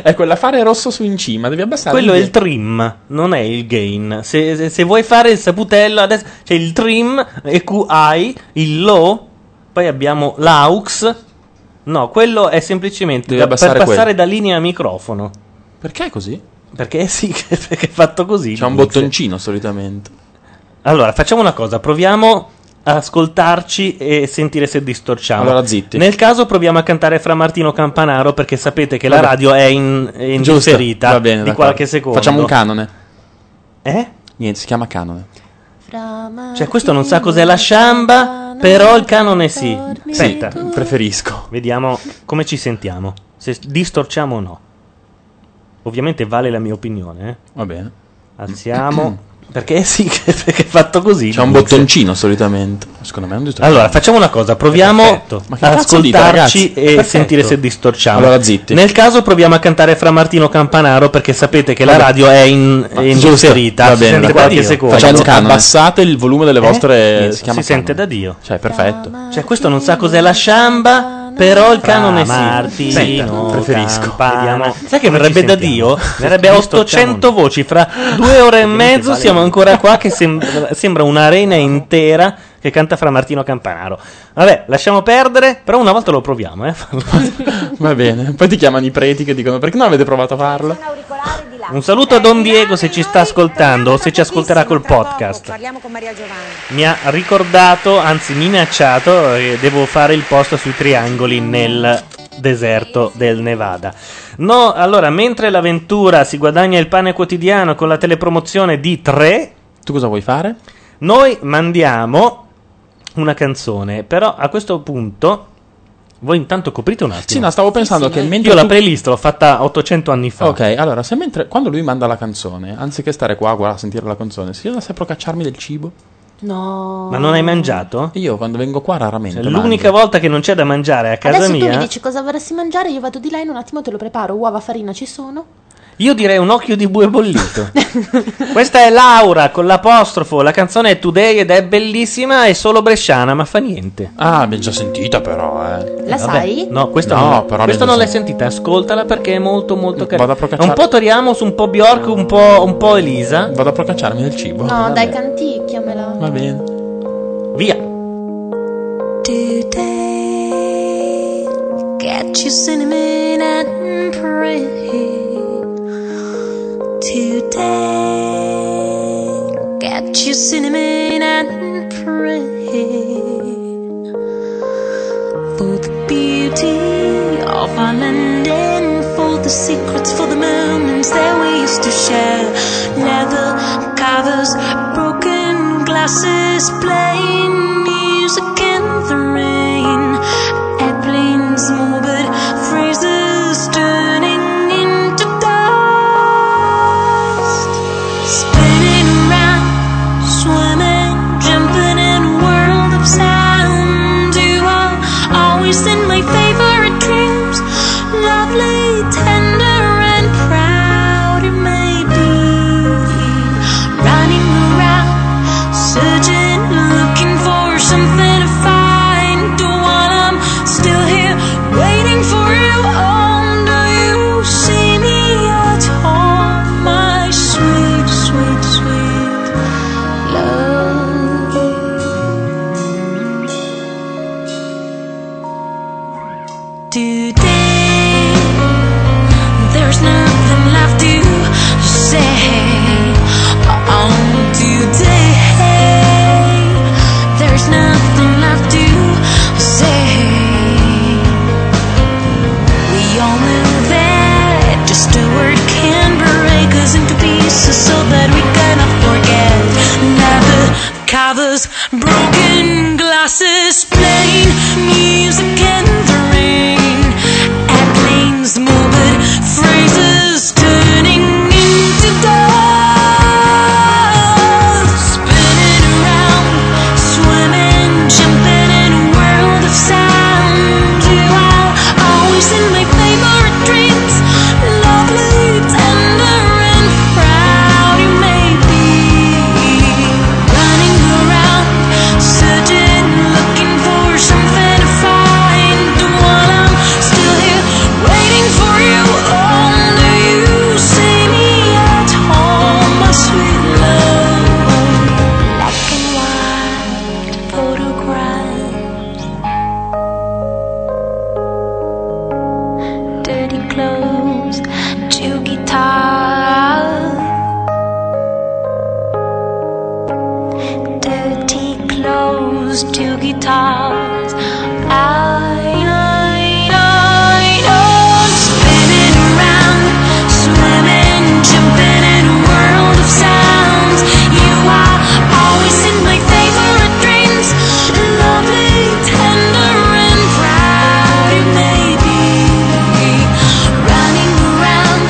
[SPEAKER 8] È quell'affare rosso su in cima, devi abbassare.
[SPEAKER 6] Quello è il trim, non è il gain. Se, se- se vuoi fare il saputello, adesso c'è il trim, EQI, il low, poi abbiamo l'aux. No, quello è semplicemente
[SPEAKER 8] Devi
[SPEAKER 6] da- per
[SPEAKER 8] abbassare
[SPEAKER 6] passare
[SPEAKER 8] quello.
[SPEAKER 6] da linea a microfono.
[SPEAKER 8] Perché è così?
[SPEAKER 6] Perché sì, perché è fatto così.
[SPEAKER 8] C'è un
[SPEAKER 6] Mix.
[SPEAKER 8] bottoncino solitamente.
[SPEAKER 6] Allora, facciamo una cosa, proviamo ad ascoltarci e sentire se distorciamo.
[SPEAKER 8] Allora, zitti.
[SPEAKER 6] Nel caso proviamo a cantare fra Martino Campanaro perché sapete che la
[SPEAKER 8] Vabbè.
[SPEAKER 6] radio è in, è in
[SPEAKER 8] Giusto,
[SPEAKER 6] differita
[SPEAKER 8] va bene,
[SPEAKER 6] di
[SPEAKER 8] d'accordo.
[SPEAKER 6] qualche secondo.
[SPEAKER 8] Facciamo un canone.
[SPEAKER 6] Eh?
[SPEAKER 8] Niente, si chiama canone.
[SPEAKER 6] Cioè, questo non sa cos'è la sciamba, però il canone sì. Aspetta,
[SPEAKER 8] preferisco.
[SPEAKER 6] Vediamo come ci sentiamo, se s- distorciamo o no. Ovviamente vale la mia opinione, eh.
[SPEAKER 8] Va bene.
[SPEAKER 6] Alziamo perché sì, perché è fatto così.
[SPEAKER 8] C'è un
[SPEAKER 6] Mix.
[SPEAKER 8] bottoncino solitamente. Secondo me non distorce.
[SPEAKER 6] Allora, facciamo una cosa, proviamo ad ascoltarci e sentire se distorciamo.
[SPEAKER 8] Allora, zitti.
[SPEAKER 6] Nel caso proviamo a cantare fra Martino Campanaro perché sapete che la
[SPEAKER 8] Vabbè.
[SPEAKER 6] radio è in, è in
[SPEAKER 8] Giusto,
[SPEAKER 6] differita,
[SPEAKER 8] va
[SPEAKER 6] si
[SPEAKER 8] bene,
[SPEAKER 6] sente
[SPEAKER 8] d'accordo.
[SPEAKER 6] qualche secondo.
[SPEAKER 8] Facciamo un canone. Abbassate il volume delle
[SPEAKER 6] Eh?
[SPEAKER 8] vostre-
[SPEAKER 6] Yes,
[SPEAKER 8] si chiama
[SPEAKER 6] si sente da Dio.
[SPEAKER 8] Cioè, perfetto.
[SPEAKER 6] Cioè, questo non sa cos'è la sciamba, però il canone sì.
[SPEAKER 8] Martino
[SPEAKER 6] Senta, preferisco. Vediamo. Sai che
[SPEAKER 8] Come
[SPEAKER 6] verrebbe
[SPEAKER 8] ci
[SPEAKER 6] da
[SPEAKER 8] sentiamo?
[SPEAKER 6] Dio? Verrebbe a
[SPEAKER 8] Distorciamo.
[SPEAKER 6] 800 voci fra due ore e mezzo
[SPEAKER 8] vale.
[SPEAKER 6] siamo ancora qua che sembra, sembra un'arena intera che canta fra Martino Campanaro. Vabbè, lasciamo perdere, però una volta lo proviamo, eh.
[SPEAKER 8] Va bene. Poi ti chiamano i preti che dicono perché non avete provato a farlo.
[SPEAKER 6] Un saluto a Don Diego se ci sta ascoltando o se ci ascolterà col podcast.
[SPEAKER 4] parliamo con Maria Giovanna.
[SPEAKER 6] Mi ha ricordato, anzi minacciato, che devo fare il posto sui triangoli nel deserto del Nevada. No, allora, mentre l'avventura si guadagna il pane quotidiano con la telepromozione di 3,
[SPEAKER 8] tu cosa vuoi fare?
[SPEAKER 6] Noi mandiamo una canzone, però a questo punto Voi intanto coprite un attimo.
[SPEAKER 8] Sì, no, stavo pensando che mentre
[SPEAKER 6] Io la
[SPEAKER 8] tu-
[SPEAKER 6] playlist l'ho fatta 800 anni fa.
[SPEAKER 8] Ok, allora, se mentre, quando lui manda la canzone, anziché stare qua a guarda- a sentire la canzone, se io andassi a procacciarmi del cibo,
[SPEAKER 7] No.
[SPEAKER 6] Ma non hai mangiato?
[SPEAKER 8] Io quando vengo qua raramente.
[SPEAKER 6] Cioè, l'unica volta che non c'è da mangiare a casa
[SPEAKER 7] Adesso
[SPEAKER 6] mia.
[SPEAKER 7] tu mi dici cosa vorresti mangiare, io vado di là in un attimo te lo preparo. Uova, farina ci sono.
[SPEAKER 6] Io direi un occhio di bue bollito. Questa è Laura con l'apostrofo. La canzone è Today ed è bellissima. È solo bresciana, ma fa niente.
[SPEAKER 8] Ah, l'abbiamo già sentita, però. Eh.
[SPEAKER 7] La sai?
[SPEAKER 6] No, questa
[SPEAKER 8] No,
[SPEAKER 6] no.
[SPEAKER 8] però
[SPEAKER 6] questa
[SPEAKER 8] abbiamo
[SPEAKER 6] non l'hai sentita. Ascoltala perché è molto, molto
[SPEAKER 8] Vado
[SPEAKER 6] carina.
[SPEAKER 8] a
[SPEAKER 6] È
[SPEAKER 8] procacciarmi.
[SPEAKER 6] un po' Toriamos, un po' Bjork, un po', un po' Elisa.
[SPEAKER 8] Vado a procacciarmi del cibo.
[SPEAKER 7] No, dai, canticchiamela.
[SPEAKER 8] Va bene.
[SPEAKER 6] Via.
[SPEAKER 1] Today, get your cinnamon and pray. Today, get your cinnamon and pray for the beauty of our land and for the secrets, for the moments that we used to share. Leather covers, broken glasses, playing music in the rain. Airplanes, morbid phrases turning into dust. Spinning around, swimming, jumping in a world of sound. You are always in my favorite dreams, lovely, tender, and proud. It may be running around, searching, looking for something to find. While I'm still here, waiting for you. Oh, do you see me at home, my sweet, sweet, sweet love? Today, there's nothing left to say. On today, there's nothing left to say. We all knew that just a word can break us into pieces so that we cannot forget. Never covers, broken glasses, playing music in the rain. Airplanes moving, phrases turning into dust. Spinning around, swimming, jumping in a world of sound. You are always in my favorite dreams, lovely, tender, and proud. You may be running around, searching, looking for something to find. While I'm still here, waiting for you. Oh, do you see me at home, my sweet love? Black and white photograph. dirty clothes, two guitars, dirty clothes, two guitars. I, I, I, I, spinning around, swimming, jumping in a world of sounds. You are always in my favorite dreams, lovely, tender, and proud. You may be running around,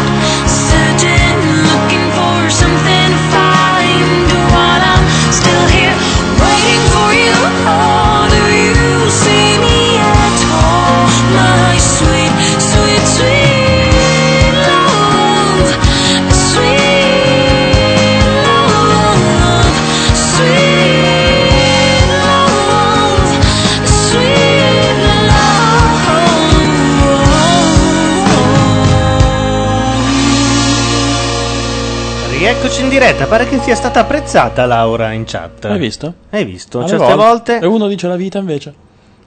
[SPEAKER 1] searching, looking for something to find. While I'm still here, waiting for you. Oh, do you see me at all, my sweet, sweet, sweet love, sweet love, sweet love, sweet
[SPEAKER 6] Rieccoci in diretta. Pare che sia stata apprezzata Laura in chat.
[SPEAKER 8] Hai visto?
[SPEAKER 6] Hai visto?
[SPEAKER 8] Alle
[SPEAKER 6] Certe
[SPEAKER 8] volte.
[SPEAKER 6] volte.
[SPEAKER 8] E uno dice la vita invece.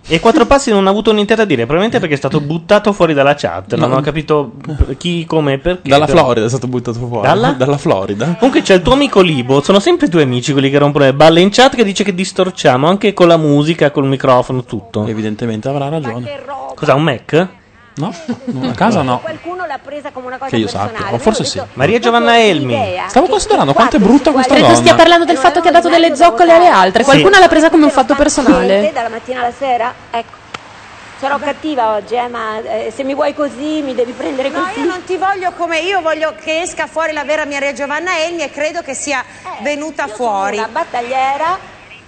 [SPEAKER 8] Eh.
[SPEAKER 6] E quattro passi non ha avuto niente da dire, probabilmente perché è stato buttato fuori dalla chat. Non
[SPEAKER 8] No. Eh.
[SPEAKER 6] ho capito p- chi, come e perché.
[SPEAKER 8] Dalla
[SPEAKER 6] però-
[SPEAKER 8] Florida è stato buttato fuori.
[SPEAKER 6] Dalla?
[SPEAKER 8] Florida.
[SPEAKER 6] Comunque c'è il tuo amico Libo. Sono sempre due amici quelli che rompono le balle in chat che dice che distorciamo anche con la musica, col microfono, tutto.
[SPEAKER 8] Evidentemente avrà ragione.
[SPEAKER 6] Cos'ha un Mac?
[SPEAKER 8] No, a casa no.
[SPEAKER 4] Qualcuno l'ha presa come una cosa
[SPEAKER 8] Che io sappia. O forse sì.
[SPEAKER 6] Maria Giovanna Elmi.
[SPEAKER 4] idea
[SPEAKER 8] Stavo considerando quanto è brutta questa
[SPEAKER 14] Credo stia
[SPEAKER 8] donna.
[SPEAKER 14] parlando del fatto che ha dato delle zoccole alle altre.
[SPEAKER 8] Sì.
[SPEAKER 14] Qualcuno l'ha presa come un fatto
[SPEAKER 4] Niente,
[SPEAKER 14] personale.
[SPEAKER 4] dalla mattina alla sera, ecco.
[SPEAKER 1] Sarò cattiva oggi, eh, ma eh, se mi vuoi così mi devi prendere
[SPEAKER 9] No,
[SPEAKER 1] così.
[SPEAKER 9] io non ti voglio come io, voglio che esca fuori la vera Maria Giovanna Elmi e credo che sia venuta fuori.
[SPEAKER 1] Eh, Una battagliera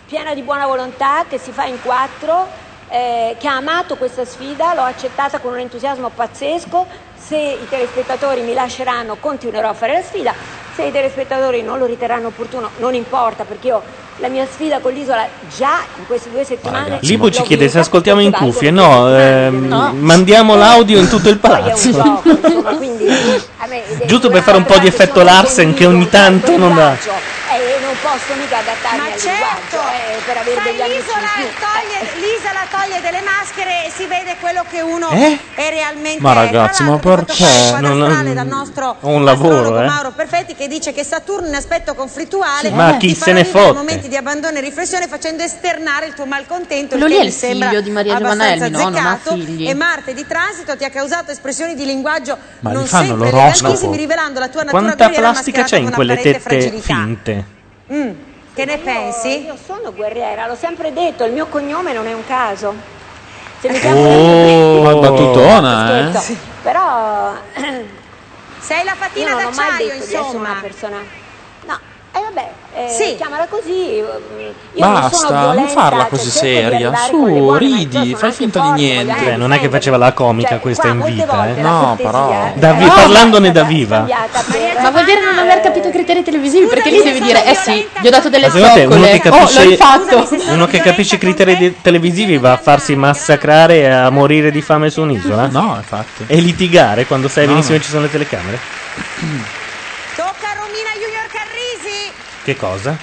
[SPEAKER 1] piena di buona volontà che si fa in quattro, eh, che ha amato questa sfida, l'ho accettata con un entusiasmo pazzesco. Se i telespettatori mi lasceranno continuerò a fare la sfida, se i telespettatori non lo riterranno opportuno non importa perché io la mia sfida con l'isola già in queste due settimane...
[SPEAKER 6] Libu ci
[SPEAKER 1] l'ho
[SPEAKER 6] chiede se ascoltiamo in
[SPEAKER 1] Portogallo,
[SPEAKER 6] cuffie. No, ehm, mandiamo l'audio in tutto il palazzo. Giusto per fare un po' di effetto Larsen che ogni tanto non dà.
[SPEAKER 1] Eh, e non posso mica adattarmi al linguaggio eh, per avere degli amici
[SPEAKER 9] L'isola certo! toglie, l'isola toglie delle maschere e si vede quello che uno
[SPEAKER 6] Eh?
[SPEAKER 9] è realmente.
[SPEAKER 6] Ma ragazzi, ma perché? Non ho ho un lavoro, eh.
[SPEAKER 9] Mauro Perfetti che dice che Saturno è un aspetto conflittuale
[SPEAKER 6] Sì, ma
[SPEAKER 9] ti
[SPEAKER 6] chi
[SPEAKER 9] fa
[SPEAKER 6] se ne
[SPEAKER 9] vivere
[SPEAKER 6] fotte?
[SPEAKER 9] momenti di abbandono e riflessione facendo esternare il tuo malcontento
[SPEAKER 7] Quello
[SPEAKER 9] il
[SPEAKER 7] lì
[SPEAKER 9] che
[SPEAKER 7] è
[SPEAKER 9] mi
[SPEAKER 7] il
[SPEAKER 9] sembra
[SPEAKER 7] figlio di Maria Giovanna
[SPEAKER 9] abbastanza
[SPEAKER 7] Elmi, no? Non ha
[SPEAKER 9] azzeccato.
[SPEAKER 7] figli.
[SPEAKER 9] e Marte di transito ti ha causato espressioni di linguaggio
[SPEAKER 6] Ma gli
[SPEAKER 9] non
[SPEAKER 6] fanno
[SPEAKER 9] sempre
[SPEAKER 6] l'oroscopo?
[SPEAKER 9] elegantissimi rivelando la tua natura
[SPEAKER 6] Quanta
[SPEAKER 9] guerriera
[SPEAKER 6] plastica c'è
[SPEAKER 9] mascherata
[SPEAKER 6] in
[SPEAKER 9] da
[SPEAKER 6] quelle
[SPEAKER 9] un'apparente
[SPEAKER 6] tette
[SPEAKER 9] fragilità.
[SPEAKER 6] finte?
[SPEAKER 9] Mm, Che ne pensi?
[SPEAKER 1] Io sono guerriera, l'ho sempre detto, il mio cognome non è un caso. Se mi chiamo
[SPEAKER 8] Oh, ma battutona,
[SPEAKER 1] Scherzo,
[SPEAKER 8] eh?
[SPEAKER 1] Però
[SPEAKER 9] sei la fatina
[SPEAKER 1] io non ho mai
[SPEAKER 9] d'acciaio,
[SPEAKER 1] detto di essere
[SPEAKER 9] insomma.
[SPEAKER 1] una persona. No, e vabbè, eh, chiamala così. Io non sono
[SPEAKER 8] Basta, non
[SPEAKER 1] violenta,
[SPEAKER 8] farla così
[SPEAKER 1] cioè, cerco
[SPEAKER 8] seria.
[SPEAKER 1] di arrivare con le
[SPEAKER 8] Su,
[SPEAKER 1] buone
[SPEAKER 8] ridi, fai finta di niente.
[SPEAKER 6] Cioè, non è che faceva la
[SPEAKER 1] Cioè,
[SPEAKER 6] comica questa in vita, eh.
[SPEAKER 8] No, però.
[SPEAKER 6] Da vi- parlandone da viva.
[SPEAKER 7] Ma vuol dire non aver capito i criteri televisivi? Perché lì devi dire, eh sì, gli ho dato delle
[SPEAKER 6] Ma secondo te uno
[SPEAKER 7] zoccole.
[SPEAKER 6] che
[SPEAKER 7] Oh, l'ho
[SPEAKER 6] capisce,
[SPEAKER 7] rifatto.
[SPEAKER 6] uno che capisce i criteri de- televisivi va a farsi massacrare e a morire di fame su un'isola? No, infatti. E litigare quando sai
[SPEAKER 8] No,
[SPEAKER 6] benissimo
[SPEAKER 8] no.
[SPEAKER 6] che ci sono le telecamere?
[SPEAKER 9] Tocca a Romina Junior Carrisi.
[SPEAKER 6] Che cosa?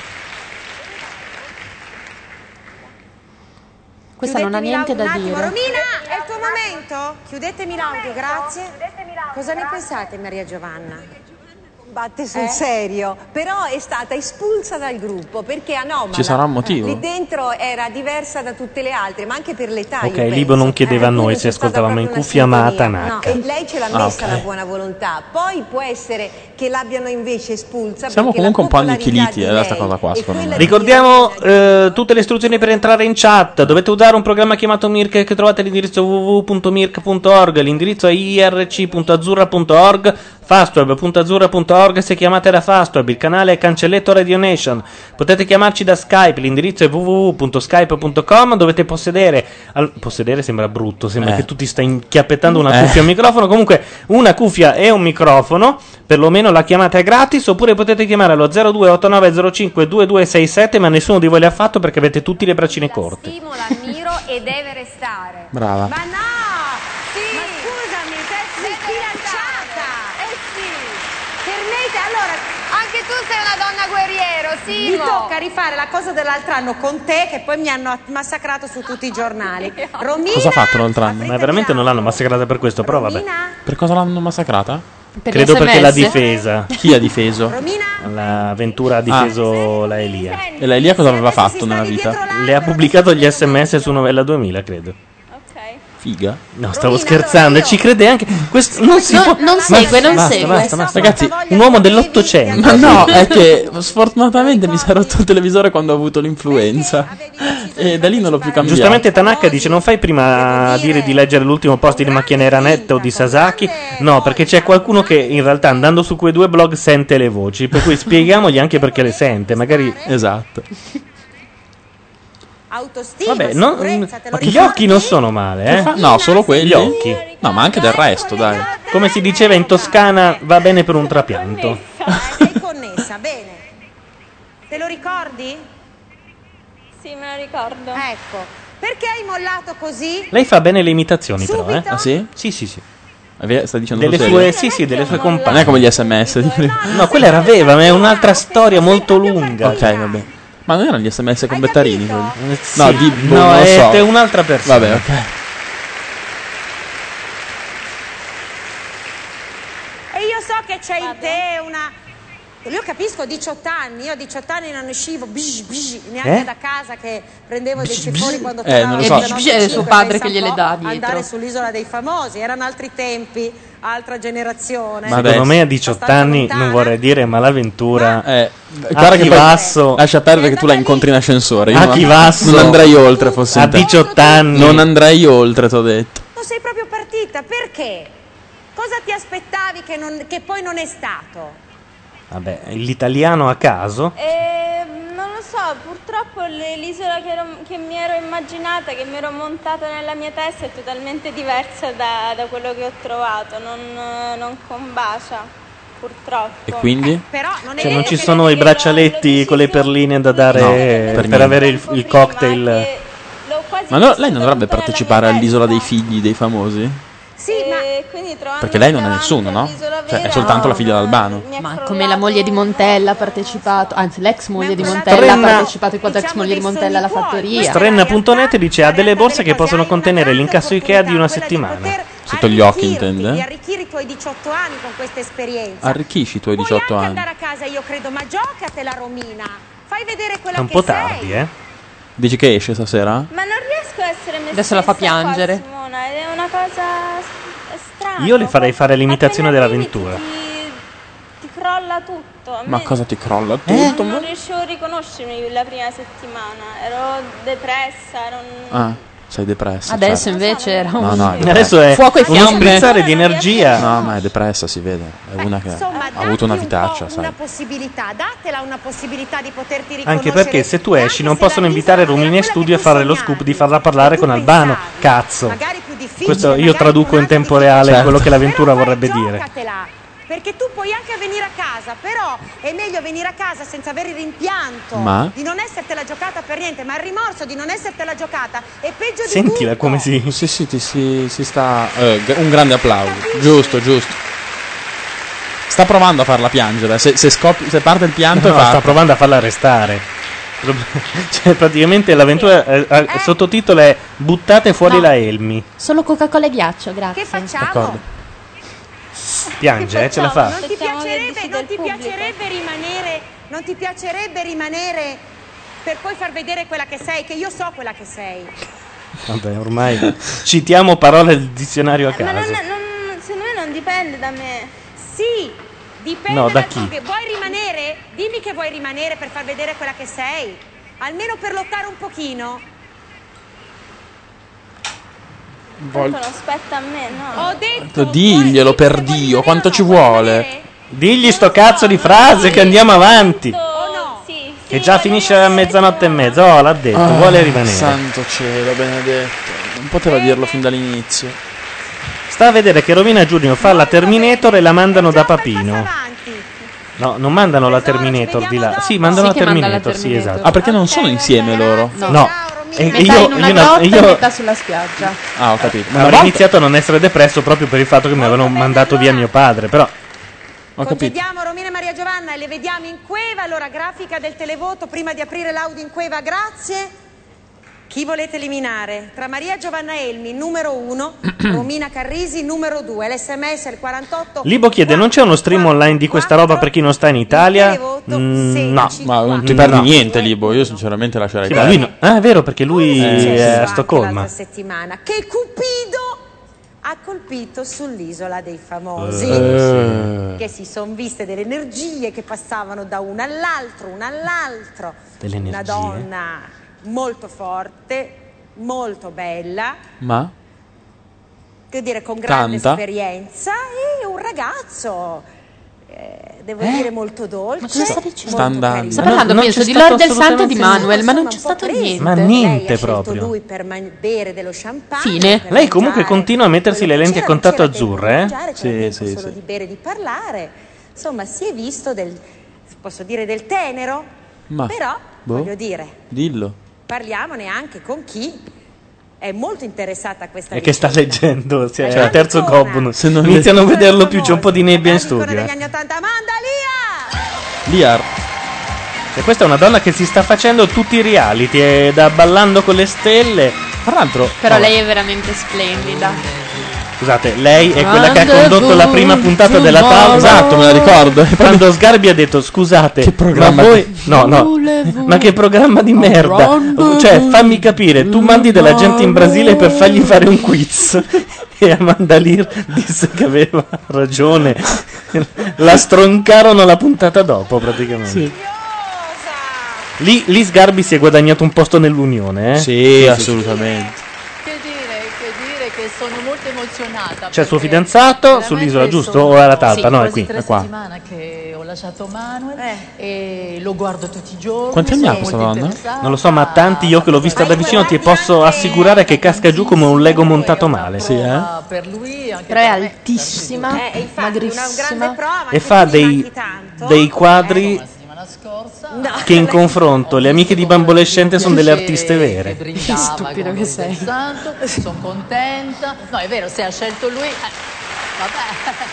[SPEAKER 7] Questa non ha niente da dire.
[SPEAKER 9] Romina, è il tuo momento. Chiudetemi l'audio, grazie. Cosa ne pensate, Maria Giovanna? Eh?
[SPEAKER 4] Batte sul serio, però è stata espulsa dal gruppo perché anomala.
[SPEAKER 6] Ci sarà un motivo?
[SPEAKER 4] Lì dentro era diversa da tutte le altre, ma anche per l'età.
[SPEAKER 6] Ok,
[SPEAKER 4] io
[SPEAKER 6] Libo
[SPEAKER 4] penso. Eh,
[SPEAKER 6] non chiedeva a noi
[SPEAKER 4] quindi
[SPEAKER 6] se
[SPEAKER 4] c'è stata
[SPEAKER 6] ascoltavamo in
[SPEAKER 4] proprio una
[SPEAKER 6] cuffia, ma a
[SPEAKER 4] sintonia.
[SPEAKER 6] Tanaka.
[SPEAKER 4] No, e lei ce l'ha
[SPEAKER 6] Ah,
[SPEAKER 4] messa
[SPEAKER 6] ok.
[SPEAKER 4] la buona volontà. Poi può essere che l'abbiano invece espulsa.
[SPEAKER 8] Siamo
[SPEAKER 4] Cioè, perché
[SPEAKER 8] comunque
[SPEAKER 4] la
[SPEAKER 8] un po'
[SPEAKER 4] popolarità
[SPEAKER 8] annichiliti,
[SPEAKER 4] di
[SPEAKER 8] eh, da sta
[SPEAKER 4] lei
[SPEAKER 8] cosa qua,
[SPEAKER 4] e
[SPEAKER 8] secondo me.
[SPEAKER 6] Ricordiamo eh, tutte le istruzioni per entrare in chat. Dovete usare un programma chiamato Mirk che trovate all'indirizzo www.mirk.org. L'indirizzo è irc.azzurra.org, fastweb.azzurra.org se chiamate da Fastweb. Il canale è Cancelletto Radio Nation. Potete chiamarci da Skype. L'indirizzo è www.skype.com. Dovete possedere. al- possedere sembra brutto, sembra
[SPEAKER 8] Eh.
[SPEAKER 6] che tu ti stai inchiappettando una
[SPEAKER 8] Eh.
[SPEAKER 6] cuffia e un microfono. Comunque, una cuffia e un microfono. Perlomeno la chiamata è gratis. Oppure potete chiamare allo 0289052267. Ma nessuno di voi l'ha fatto perché avete tutti le braccine corte.
[SPEAKER 16] Stimo, l'ammiro e deve restare.
[SPEAKER 6] Brava.
[SPEAKER 16] Ma no! Sì! Ma scusami, sei sbilanciata! Eh sì! Per me, te- allora, anche tu sei una donna guerriero,
[SPEAKER 9] Mi
[SPEAKER 16] Simo!
[SPEAKER 9] tocca rifare la cosa dell'altro anno con te che poi mi hanno massacrato su tutti i giornali. Romina,
[SPEAKER 6] Cosa ha fatto l'altro anno? Ma veramente non l'hanno massacrata per questo, però vabbè.
[SPEAKER 8] Per cosa l'hanno massacrata?
[SPEAKER 6] Credo perché l'ha difesa.
[SPEAKER 8] Chi ha difeso?
[SPEAKER 6] La Ventura ha difeso la Elia.
[SPEAKER 8] E la Elia cosa aveva fatto nella vita?
[SPEAKER 6] Le ha pubblicato gli sms su Novella 2000, credo.
[SPEAKER 8] Figa.
[SPEAKER 6] No, stavo scherzando, ci crede anche. Questo non si
[SPEAKER 7] Non-
[SPEAKER 6] può.
[SPEAKER 7] non segue, non
[SPEAKER 6] basta,
[SPEAKER 7] segue.
[SPEAKER 6] Basta, basta.
[SPEAKER 8] Ragazzi,
[SPEAKER 6] un uomo dell'Ottocento.
[SPEAKER 8] Ma no, è che sfortunatamente mi si è rotto il televisore quando ho avuto l'influenza. E da lì non l'ho più cambiato.
[SPEAKER 6] Giustamente Tanaka dice non fai prima a dire di leggere l'ultimo post di Macchina Nera Net o di Sasaki No, perché c'è qualcuno che in realtà andando su quei due blog sente le voci Per cui spieghiamogli anche perché le sente, magari Esatto
[SPEAKER 9] autostima,
[SPEAKER 6] Vabbè, non-
[SPEAKER 9] sicurezza, te lo
[SPEAKER 6] gli occhi non sono male,
[SPEAKER 8] Che fa-
[SPEAKER 6] eh
[SPEAKER 8] no, solo quelli.
[SPEAKER 6] Gli occhi
[SPEAKER 8] No, ma anche del resto, dai.
[SPEAKER 6] Come si diceva in Toscana va bene per un trapianto
[SPEAKER 9] sei connessa, bene. Te lo ricordi? Sì, me lo ricordo. Ecco, perché hai mollato così?
[SPEAKER 6] Lei fa bene le imitazioni però, eh
[SPEAKER 8] Ah, sì?
[SPEAKER 6] Sì, sì, sì
[SPEAKER 8] Sta dicendo
[SPEAKER 6] Delle
[SPEAKER 8] sul
[SPEAKER 6] sue,
[SPEAKER 8] serio?
[SPEAKER 6] sì, sì, delle sue
[SPEAKER 8] Non è
[SPEAKER 6] compagne
[SPEAKER 8] come gli sms. di prima.
[SPEAKER 6] No, quella era Veva, ma è un'altra storia molto lunga
[SPEAKER 8] Ok, vabbè. Ma non erano gli sms con Bettarini quelli?
[SPEAKER 6] sì.
[SPEAKER 8] No, di boh,
[SPEAKER 6] No,
[SPEAKER 8] non lo
[SPEAKER 6] è-
[SPEAKER 8] so.
[SPEAKER 6] è un'altra persona.
[SPEAKER 8] Vabbè, ok.
[SPEAKER 9] E io so che c'è in te una... Io capisco, 18 anni, io a 18 anni non uscivo bish, bish, neanche
[SPEAKER 8] Eh?
[SPEAKER 9] da casa che prendevo dei
[SPEAKER 8] Bish,
[SPEAKER 9] cifoni
[SPEAKER 8] bish.
[SPEAKER 9] quando
[SPEAKER 8] Eh, non lo so.
[SPEAKER 9] dalle
[SPEAKER 8] E bish, bish è
[SPEAKER 9] nostre
[SPEAKER 8] suo
[SPEAKER 9] cinque,
[SPEAKER 7] padre
[SPEAKER 9] pensa
[SPEAKER 7] che
[SPEAKER 9] un
[SPEAKER 7] gliele
[SPEAKER 9] po',
[SPEAKER 7] dà dietro.
[SPEAKER 9] Andare sull'isola dei famosi, erano altri tempi, altra generazione.
[SPEAKER 6] Ma secondo me a 18 anni non vorrei dire, ma l'avventura
[SPEAKER 8] eh,
[SPEAKER 6] a
[SPEAKER 8] guarda che poi-
[SPEAKER 6] Chivasso
[SPEAKER 8] Lascia perdere che tu la incontri in ascensore. io
[SPEAKER 6] A
[SPEAKER 8] non-
[SPEAKER 6] chi vasso?
[SPEAKER 8] Non andrei oltre, fossi
[SPEAKER 6] A
[SPEAKER 8] in te.
[SPEAKER 6] 18 anni.
[SPEAKER 8] Non andrei oltre, t'ho detto.
[SPEAKER 9] Non sei proprio partita, perché? Cosa ti aspettavi che, non- che poi non è stato?
[SPEAKER 6] Vabbè, l'italiano a caso.
[SPEAKER 1] Ehm, non lo so, purtroppo l- l'isola che, ero- che mi ero immaginata, che mi ero montata nella mia testa è totalmente diversa da, da quello che ho trovato, non, eh, non combacia, purtroppo.
[SPEAKER 6] E quindi?
[SPEAKER 9] Però non
[SPEAKER 6] Cioè, non ci sono i braccialetti con le perline da dare
[SPEAKER 8] No, per
[SPEAKER 6] per,
[SPEAKER 8] niente.
[SPEAKER 6] avere il, il cocktail.
[SPEAKER 8] Ma no, lei non dovrebbe partecipare all'isola dei figli dei famosi?
[SPEAKER 1] Sì,
[SPEAKER 9] Eh,
[SPEAKER 1] ma quindi trovando
[SPEAKER 8] Perché lei non è nessuno, no? Cioè, è soltanto la figlia d'Albano.
[SPEAKER 7] Ma come la moglie di Montella ha partecipato, anzi l'ex moglie di Montella
[SPEAKER 6] Strenna-
[SPEAKER 7] ha partecipato, quando ex moglie di Montella alla fattoria.
[SPEAKER 6] Strenna.net dice ha delle borse che possono contenere l'incasso Ikea di una settimana.
[SPEAKER 8] Sotto gli occhi, intende?
[SPEAKER 9] Arricchire i tuoi 18 anni con questa esperienza.
[SPEAKER 8] Arricchisci i tuoi 18
[SPEAKER 9] Puoi anche
[SPEAKER 8] anni.
[SPEAKER 9] andare a casa, io credo, ma giocatela Romina. Fai vedere quella
[SPEAKER 8] È un
[SPEAKER 9] che
[SPEAKER 8] po'
[SPEAKER 9] sei.
[SPEAKER 8] tardi, eh. Dici che esce stasera?
[SPEAKER 1] Ma non riesco a essere me
[SPEAKER 7] Adesso la fa
[SPEAKER 1] stessa qua,
[SPEAKER 7] piangere.
[SPEAKER 1] Simona, ed è una cosa s- strana.
[SPEAKER 6] Io le farei fare l'imitazione dell'avventura.
[SPEAKER 1] Ti crolla tutto. A
[SPEAKER 8] Ma
[SPEAKER 1] me-
[SPEAKER 8] cosa ti crolla?
[SPEAKER 9] Eh?
[SPEAKER 6] Eh?
[SPEAKER 1] Non-
[SPEAKER 8] Tutto?
[SPEAKER 1] Non riuscivo a riconoscermi la prima settimana, ero depressa, non...
[SPEAKER 8] Ah, sei depressa.
[SPEAKER 7] Adesso
[SPEAKER 8] certo.
[SPEAKER 7] invece era un
[SPEAKER 8] No, no, depressa.
[SPEAKER 6] Adesso è
[SPEAKER 7] fuoco e
[SPEAKER 6] uno
[SPEAKER 7] fiamme.
[SPEAKER 6] sprizzare di energia.
[SPEAKER 8] No, ma è depressa, si vede. È una che
[SPEAKER 9] insomma,
[SPEAKER 8] ha avuto una vitaccia,
[SPEAKER 9] Una
[SPEAKER 8] sai.
[SPEAKER 9] possibilità, datela una possibilità di poterti riconoscere.
[SPEAKER 6] Anche perché se tu esci non possono invitare Rumini in studio a fare lo scoop di farla parlare con Albano. Cazzo. Questo io traduco in tempo reale
[SPEAKER 8] Certo.
[SPEAKER 6] quello che l'avventura vorrebbe dire.
[SPEAKER 9] Giocatela. Perché tu puoi anche venire a casa, però è meglio venire a casa senza avere il rimpianto
[SPEAKER 6] Ma?
[SPEAKER 9] di non essertela giocata per niente, ma il rimorso di non essertela giocata è peggio di tutto.
[SPEAKER 8] Sentila come si. Sì, sì, ti, si, si sta. eh, g- un grande applauso. Giusto, giusto. Sta provando a farla piangere. Se, se, scoppi- se parte il pianto,
[SPEAKER 6] No,
[SPEAKER 8] fa.
[SPEAKER 6] sta provando a farla restare. Cioè, praticamente l'avventura eh, eh, il sottotitolo è Buttate fuori
[SPEAKER 17] No.
[SPEAKER 6] la Elmi.
[SPEAKER 17] Solo Coca-Cola e ghiaccio, grazie. Che
[SPEAKER 6] D'accordo. Piange, eh, ce la fa.
[SPEAKER 9] Non ti piacerebbe, non ti piacerebbe rimanere, non ti piacerebbe rimanere per poi far vedere quella che sei, che io so quella che sei.
[SPEAKER 6] Vabbè, ormai citiamo parole del dizionario a caso.
[SPEAKER 9] non, secondo me non dipende da me. Sì, dipende
[SPEAKER 6] No, da
[SPEAKER 9] da tu
[SPEAKER 6] chi?
[SPEAKER 9] che vuoi rimanere. Dimmi che vuoi rimanere per far vedere quella che sei. Almeno per lottare un pochino.
[SPEAKER 1] Tanto non spetta a me, no?
[SPEAKER 9] Ho detto
[SPEAKER 8] Diglielo per Dio, quanto ci vuole.
[SPEAKER 6] Digli sto cazzo di frase che andiamo
[SPEAKER 7] Oh,
[SPEAKER 6] avanti. Che già finisce a mezzanotte e mezza. Oh, l'ha detto,
[SPEAKER 8] Ah,
[SPEAKER 6] vuole rimanere.
[SPEAKER 8] Santo cielo, benedetto. Non poteva
[SPEAKER 9] Eh.
[SPEAKER 8] dirlo fin dall'inizio.
[SPEAKER 6] Sta a vedere che Romina Junior fa la Terminator e la mandano da Papino. No, non mandano la
[SPEAKER 7] Esatto,
[SPEAKER 6] Terminator di là. Sì, mandano
[SPEAKER 8] Sì
[SPEAKER 6] la
[SPEAKER 8] che manda la
[SPEAKER 6] Terminator, sì,
[SPEAKER 8] Terminator.
[SPEAKER 6] esatto.
[SPEAKER 8] Ah, perché non sono insieme loro?
[SPEAKER 6] No. E
[SPEAKER 7] Metà
[SPEAKER 6] Ecco, io,
[SPEAKER 7] in una
[SPEAKER 6] io no-
[SPEAKER 7] grotta
[SPEAKER 6] io
[SPEAKER 7] e metà sulla spiaggia.
[SPEAKER 8] Ah, ho capito. Ma
[SPEAKER 6] avrei
[SPEAKER 8] guarda-
[SPEAKER 6] iniziato a non essere depresso proprio per il fatto che mi avevano mandato via mio padre, però...
[SPEAKER 8] Ho
[SPEAKER 9] Vediamo Romina e Maria Giovanna e le vediamo in Cueva. Allora, grafica del televoto prima di aprire l'audio in Cueva, grazie. Chi volete eliminare? Tra Maria Giovanna Elmi, numero 1, Romina Carrisi, numero 2. L'SMS è il 48.
[SPEAKER 6] Libo chiede, non c'è uno stream online di questa roba per chi non sta in Italia? Mm, no.
[SPEAKER 8] Ma non ti perdi
[SPEAKER 6] No.
[SPEAKER 8] niente, Libo. Io, sinceramente, lascerei
[SPEAKER 6] Sì, ma lui no- Ah, è vero, perché lui
[SPEAKER 8] Eh, sì, sì,
[SPEAKER 6] è
[SPEAKER 8] sì.
[SPEAKER 6] a Stoccolma.
[SPEAKER 9] L'altra settimana che Cupido ha colpito sull'isola dei famosi
[SPEAKER 6] Eh, sì.
[SPEAKER 9] che si sono viste delle energie che passavano da uno all'altro, uno all'altro.
[SPEAKER 6] Delle
[SPEAKER 9] Una
[SPEAKER 6] energie?
[SPEAKER 9] donna molto forte, molto bella,
[SPEAKER 8] Ma?
[SPEAKER 9] devo dire con grande
[SPEAKER 8] Tanta?
[SPEAKER 9] esperienza e un ragazzo eh, devo dire molto dolce.
[SPEAKER 7] cosa sta
[SPEAKER 9] dicendo?
[SPEAKER 8] Sta andando.
[SPEAKER 7] Sta parlando,
[SPEAKER 8] Non c'è
[SPEAKER 7] penso, di
[SPEAKER 8] stato
[SPEAKER 7] Lord del Santo e
[SPEAKER 8] assolutamente
[SPEAKER 7] di
[SPEAKER 8] niente.
[SPEAKER 7] Manuel, ma non c'è stato niente.
[SPEAKER 6] Ma niente proprio.
[SPEAKER 9] lui per man- bere dello champagne.
[SPEAKER 6] Fine.
[SPEAKER 9] per
[SPEAKER 6] Lei comunque
[SPEAKER 9] mangiare.
[SPEAKER 6] continua a mettersi le lenti a contatto azzurre,
[SPEAKER 9] mangiare,
[SPEAKER 6] eh?
[SPEAKER 9] c'era tempo solo di bere e di parlare. Insomma, si è visto del posso dire del tenero,
[SPEAKER 8] Ma.
[SPEAKER 9] però
[SPEAKER 8] boh,
[SPEAKER 9] voglio dire,
[SPEAKER 8] Dillo.
[SPEAKER 9] parliamone anche con chi è molto interessata a questa
[SPEAKER 6] E che sta
[SPEAKER 9] vicenda.
[SPEAKER 6] leggendo, cioè,
[SPEAKER 9] Ma
[SPEAKER 6] è il terzo
[SPEAKER 8] Certo.
[SPEAKER 6] Gobbun. Inizia a non vederlo più, c'è un po' di nebbia in studio.
[SPEAKER 9] degli
[SPEAKER 6] eh.
[SPEAKER 9] anni 80 Amanda
[SPEAKER 8] Liar.
[SPEAKER 6] E questa è una donna che si sta facendo tutti i reality, è da ballando con le stelle. Tra l'altro,
[SPEAKER 7] Però
[SPEAKER 6] no,
[SPEAKER 7] lei è veramente splendida.
[SPEAKER 6] scusate, lei è quella che ha condotto la prima
[SPEAKER 7] Rendezvous
[SPEAKER 6] puntata della
[SPEAKER 7] tomorrow.
[SPEAKER 6] Tausa.
[SPEAKER 7] Esatto, me la
[SPEAKER 6] ricordo. Quando Sgarbi ha detto: Scusate, che
[SPEAKER 8] programma
[SPEAKER 6] ma voi. No, no. Ma che programma di merda! Cioè, fammi capire, tu mandi della gente in Brasile per fargli fare un quiz. e Amanda Lear disse che aveva ragione. La stroncarono la puntata dopo, praticamente. Lì, lì Sgarbi si è guadagnato un posto nell'Unione, eh?
[SPEAKER 8] Sì, assolutamente.
[SPEAKER 18] Che dire, che dire che sono molto emozionata.
[SPEAKER 6] C'è il suo
[SPEAKER 18] perché
[SPEAKER 6] fidanzato
[SPEAKER 18] veramente
[SPEAKER 6] sull'isola, giusto?
[SPEAKER 18] sono-
[SPEAKER 6] O è alla talpa?
[SPEAKER 18] Sì,
[SPEAKER 6] no, è
[SPEAKER 18] quasi
[SPEAKER 6] qui.
[SPEAKER 18] tre
[SPEAKER 6] È qua.
[SPEAKER 18] settimane che ho lasciato Manuel e lo guardo tutti i giorni.
[SPEAKER 6] Quanti anni
[SPEAKER 18] sono
[SPEAKER 6] ha questa
[SPEAKER 18] molto
[SPEAKER 6] donna?
[SPEAKER 18] interessata.
[SPEAKER 6] Non lo so, ma tanti io che l'ho vista da vicino ti posso assicurare che casca giù come un Lego montato male. Sì, eh?
[SPEAKER 18] Per lui anche
[SPEAKER 7] Però è
[SPEAKER 9] Eh,
[SPEAKER 7] altissima,
[SPEAKER 18] magrissima.
[SPEAKER 6] E fa dei, dei quadri che in confronto le amiche di Bambolescente sono delle artiste vere.
[SPEAKER 18] Che stupido che sei. sono contenta. No, è vero, se ha scelto lui... eh, vabbè. Eh,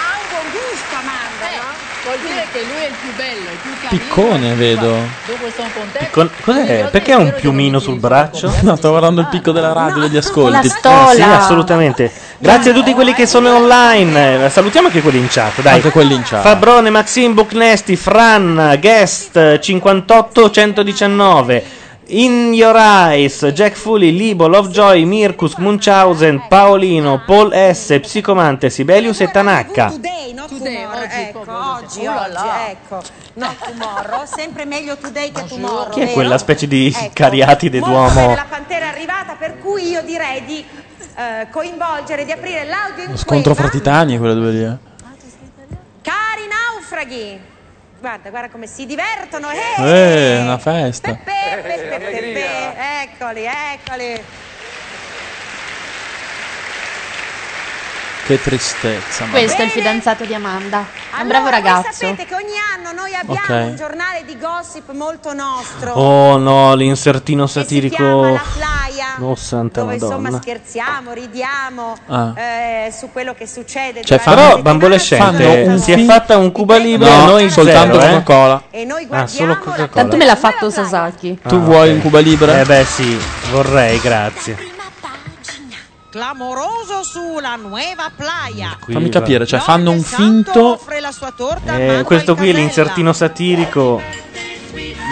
[SPEAKER 9] Ha un buon gusto, Amanda, no?
[SPEAKER 18] Vuol dire che lui è il più bello, il più carino.
[SPEAKER 8] Piccone, vedo.
[SPEAKER 18] Dopo sono contenta.
[SPEAKER 6] Con- cos'è? Perché ha un piumino sul braccio? Ah.
[SPEAKER 8] No, sto guardando il picco della radio degli
[SPEAKER 6] Eh,
[SPEAKER 8] ascolti.
[SPEAKER 6] sì, assolutamente. Grazie a tutti quelli che sono online. Eh, Salutiamo anche quelli in chat, dai.
[SPEAKER 8] Anche quelli in chat.
[SPEAKER 6] Fabrone, Maxim, Bucnesti, Fran, Guest, 58, 119. In Your Eyes, Jack Fully, Libo, Lovejoy, Mirkus, Munchausen, Paolino, Paul S, Psicomante, Sibelius e Tanaka.
[SPEAKER 9] Today, no tomorrow. ecco, oggi,
[SPEAKER 18] Oh là
[SPEAKER 9] oggi,
[SPEAKER 18] là.
[SPEAKER 9] ecco. No tomorrow, sempre meglio today che tomorrow.
[SPEAKER 6] Chi è
[SPEAKER 9] vero?
[SPEAKER 6] quella specie di
[SPEAKER 9] Ecco,
[SPEAKER 6] cariatide
[SPEAKER 9] molto
[SPEAKER 6] d'uomo?
[SPEAKER 9] bene La pantera è arrivata, per cui io direi di eh, coinvolgere, di aprire l'audio in
[SPEAKER 8] Lo scontro fra
[SPEAKER 9] quella.
[SPEAKER 8] titani, quello dove eh. dire.
[SPEAKER 9] Cari naufraghi, guarda, guarda come si divertono. Eh,
[SPEAKER 8] Eh, una festa.
[SPEAKER 9] pe, pe, pe, pe, pe. Eccoli, eccoli.
[SPEAKER 8] Che tristezza. ma-
[SPEAKER 19] Questo è il fidanzato di Amanda. È un bravo ragazzo.
[SPEAKER 6] Ah,
[SPEAKER 9] Sapete che ogni anno noi abbiamo
[SPEAKER 6] Ok.
[SPEAKER 9] un giornale di gossip molto nostro.
[SPEAKER 6] Oh no, l'insertino satirico. Oh santa
[SPEAKER 9] Dove insomma
[SPEAKER 6] madonna.
[SPEAKER 9] scherziamo, ridiamo
[SPEAKER 6] Ah.
[SPEAKER 9] eh, su quello che succede.
[SPEAKER 6] Cioè,
[SPEAKER 9] durante
[SPEAKER 6] però
[SPEAKER 9] la
[SPEAKER 6] Bambolescente
[SPEAKER 8] Fanno un
[SPEAKER 6] si è
[SPEAKER 8] film-
[SPEAKER 6] fatta un Cuba Libre
[SPEAKER 8] No,
[SPEAKER 6] noi
[SPEAKER 8] soltanto
[SPEAKER 6] zero, eh.
[SPEAKER 8] Coca-Cola.
[SPEAKER 9] E noi
[SPEAKER 6] Ah, solo Coca-Cola.
[SPEAKER 7] Tanto me l'ha fatto Sasaki.
[SPEAKER 1] Ah.
[SPEAKER 8] Tu vuoi un Cuba Libre?
[SPEAKER 6] Ah, Eh beh sì, vorrei, grazie.
[SPEAKER 9] Clamoroso sulla nuova playa.
[SPEAKER 8] Fammi capire, cioè fanno un finto.
[SPEAKER 9] Offre la sua torta. a
[SPEAKER 6] Eh,
[SPEAKER 9] Manuel
[SPEAKER 6] questo qui è
[SPEAKER 9] Casella.
[SPEAKER 6] l'insertino satirico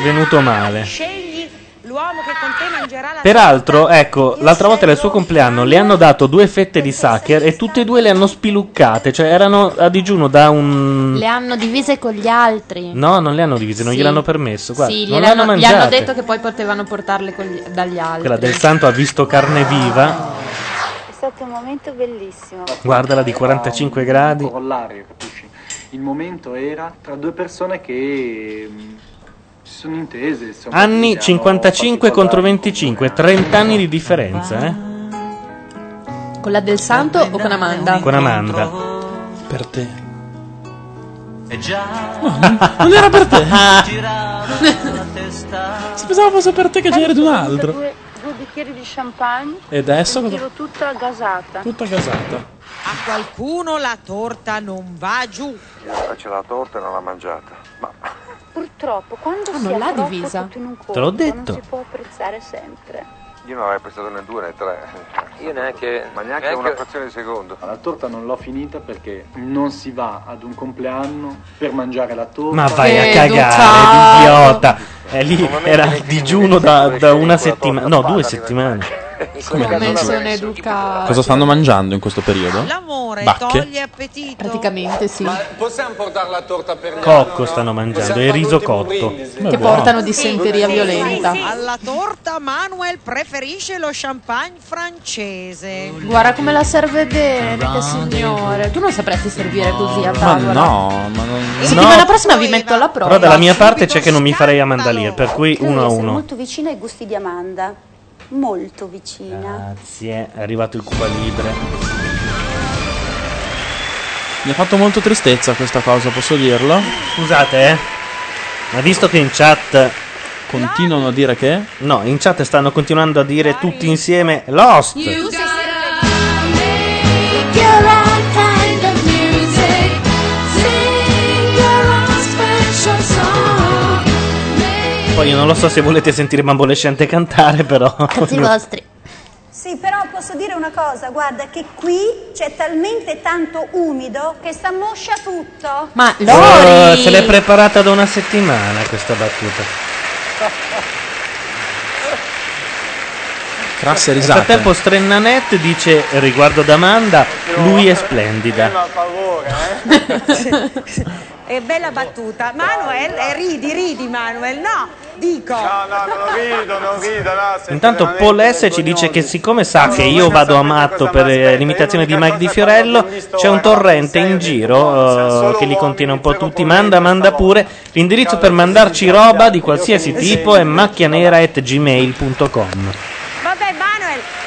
[SPEAKER 6] venuto male.
[SPEAKER 9] Scegli l'uomo che con te mangerà la
[SPEAKER 6] Peraltro, ecco, l'altra volta era il suo compleanno, le hanno dato due fette di sacher e tutte e due le hanno spiluccate, cioè erano a digiuno da un...
[SPEAKER 19] Le hanno divise con gli altri.
[SPEAKER 6] No, non le hanno divise, non
[SPEAKER 19] Sì.
[SPEAKER 6] gliel'hanno permesso, guarda,
[SPEAKER 19] sì,
[SPEAKER 6] non le hanno
[SPEAKER 19] gliel'hanno- gli hanno
[SPEAKER 6] mangiate.
[SPEAKER 19] detto che poi potevano portarle con gli- dagli altri.
[SPEAKER 6] Quella del santo ha visto carne viva,
[SPEAKER 1] È stato un momento bellissimo.
[SPEAKER 6] guardala di 45 gradi.
[SPEAKER 20] corollario, capisci? Il momento era tra due persone che mh, si sono intese, insomma,
[SPEAKER 6] Anni
[SPEAKER 20] quindi hanno
[SPEAKER 6] 55 contro 25, 30 anni di differenza, eh?
[SPEAKER 7] Con la del santo o con Amanda?
[SPEAKER 6] Con Amanda. Per te.
[SPEAKER 8] Non era per te.
[SPEAKER 1] Si
[SPEAKER 8] pensava Ah. fosse per te che c'era di un altro.
[SPEAKER 1] Due, due bicchieri di champagne.
[SPEAKER 8] E adesso
[SPEAKER 1] Mi
[SPEAKER 8] cosa-
[SPEAKER 1] sentivo tutta gasata.
[SPEAKER 8] Tutta
[SPEAKER 6] Esatto.
[SPEAKER 8] casata.
[SPEAKER 9] A qualcuno la torta non va giù.
[SPEAKER 11] Faceva la torta e non l'ha mangiata. Ma
[SPEAKER 1] Purtroppo, quando
[SPEAKER 7] Ah,
[SPEAKER 1] si
[SPEAKER 7] non
[SPEAKER 1] è
[SPEAKER 7] l'ha
[SPEAKER 1] troppo
[SPEAKER 7] divisa.
[SPEAKER 1] tutto in un
[SPEAKER 11] Te l'ho
[SPEAKER 1] colpo,
[SPEAKER 11] detto.
[SPEAKER 1] Non si può apprezzare sempre.
[SPEAKER 11] io non avrei pensato né due né tre. Io neanche. Ma neanche,
[SPEAKER 20] neanche-
[SPEAKER 11] una frazione di secondo.
[SPEAKER 20] La torta non l'ho finita perché non si va ad un compleanno per mangiare la torta.
[SPEAKER 6] Ma vai
[SPEAKER 7] Eh,
[SPEAKER 6] a cagare, idiota! E lì era a digiuno da, da una settimana, no, due settimane.
[SPEAKER 7] Come sono educata.
[SPEAKER 8] Cosa stanno mangiando in questo periodo?
[SPEAKER 7] L'amore
[SPEAKER 8] Bacche?
[SPEAKER 7] appetito. Praticamente sì.
[SPEAKER 21] Possiamo portare la torta per
[SPEAKER 6] Cocco stanno mangiando, e riso cotto.
[SPEAKER 7] Che portano dissenteria violenta.
[SPEAKER 9] Alla torta Manuel preferisce lo champagne francese.
[SPEAKER 7] Guarda come la serve bene, che signore. Tu non sapresti servire così a
[SPEAKER 8] Ma
[SPEAKER 7] tavola.
[SPEAKER 8] no, ma non.
[SPEAKER 7] Settimana prossima vi metto alla prova.
[SPEAKER 6] Però dalla mia parte c'è che non mi farei a mandalire, per cui
[SPEAKER 16] Cioè,
[SPEAKER 1] Credo di
[SPEAKER 6] uno a
[SPEAKER 1] essere
[SPEAKER 6] uno.
[SPEAKER 1] molto vicina ai gusti di Amanda. Molto vicina.
[SPEAKER 6] Grazie, è arrivato il Cuba Libre.
[SPEAKER 8] Mi ha fatto molto tristezza questa cosa, posso dirlo?
[SPEAKER 6] Scusate, eh. Ma visto che in chat.
[SPEAKER 8] Continuano a dire che?
[SPEAKER 6] No, in chat stanno continuando a dire tutti insieme Lost. Poi io non lo so se volete sentire Bambolescente cantare, però.
[SPEAKER 1] vostri. Sì, però posso dire una cosa, guarda che qui c'è talmente tanto umido che sta moscia tutto.
[SPEAKER 7] Ma
[SPEAKER 18] Eh,
[SPEAKER 6] Oh, ce l'hai preparata da una settimana questa battuta.
[SPEAKER 8] Crasse
[SPEAKER 6] Nel
[SPEAKER 8] risate.
[SPEAKER 6] frattempo Strennanette dice riguardo ad Amanda, lui è splendida.
[SPEAKER 4] È bella battuta. Manuel, eh, ridi, ridi Manuel, no, dico. No, no, non rido, non rido, no.
[SPEAKER 6] Intanto Paul S ci dice che siccome sa che io vado a matto per eh, l'imitazione di Mike Di Fiorello, c'è un torrente in giro eh, che li contiene un po' tutti, manda, manda pure. L'indirizzo per mandarci roba di qualsiasi tipo è macchianera.gmail.com.
[SPEAKER 4] Vabbè, Manuel,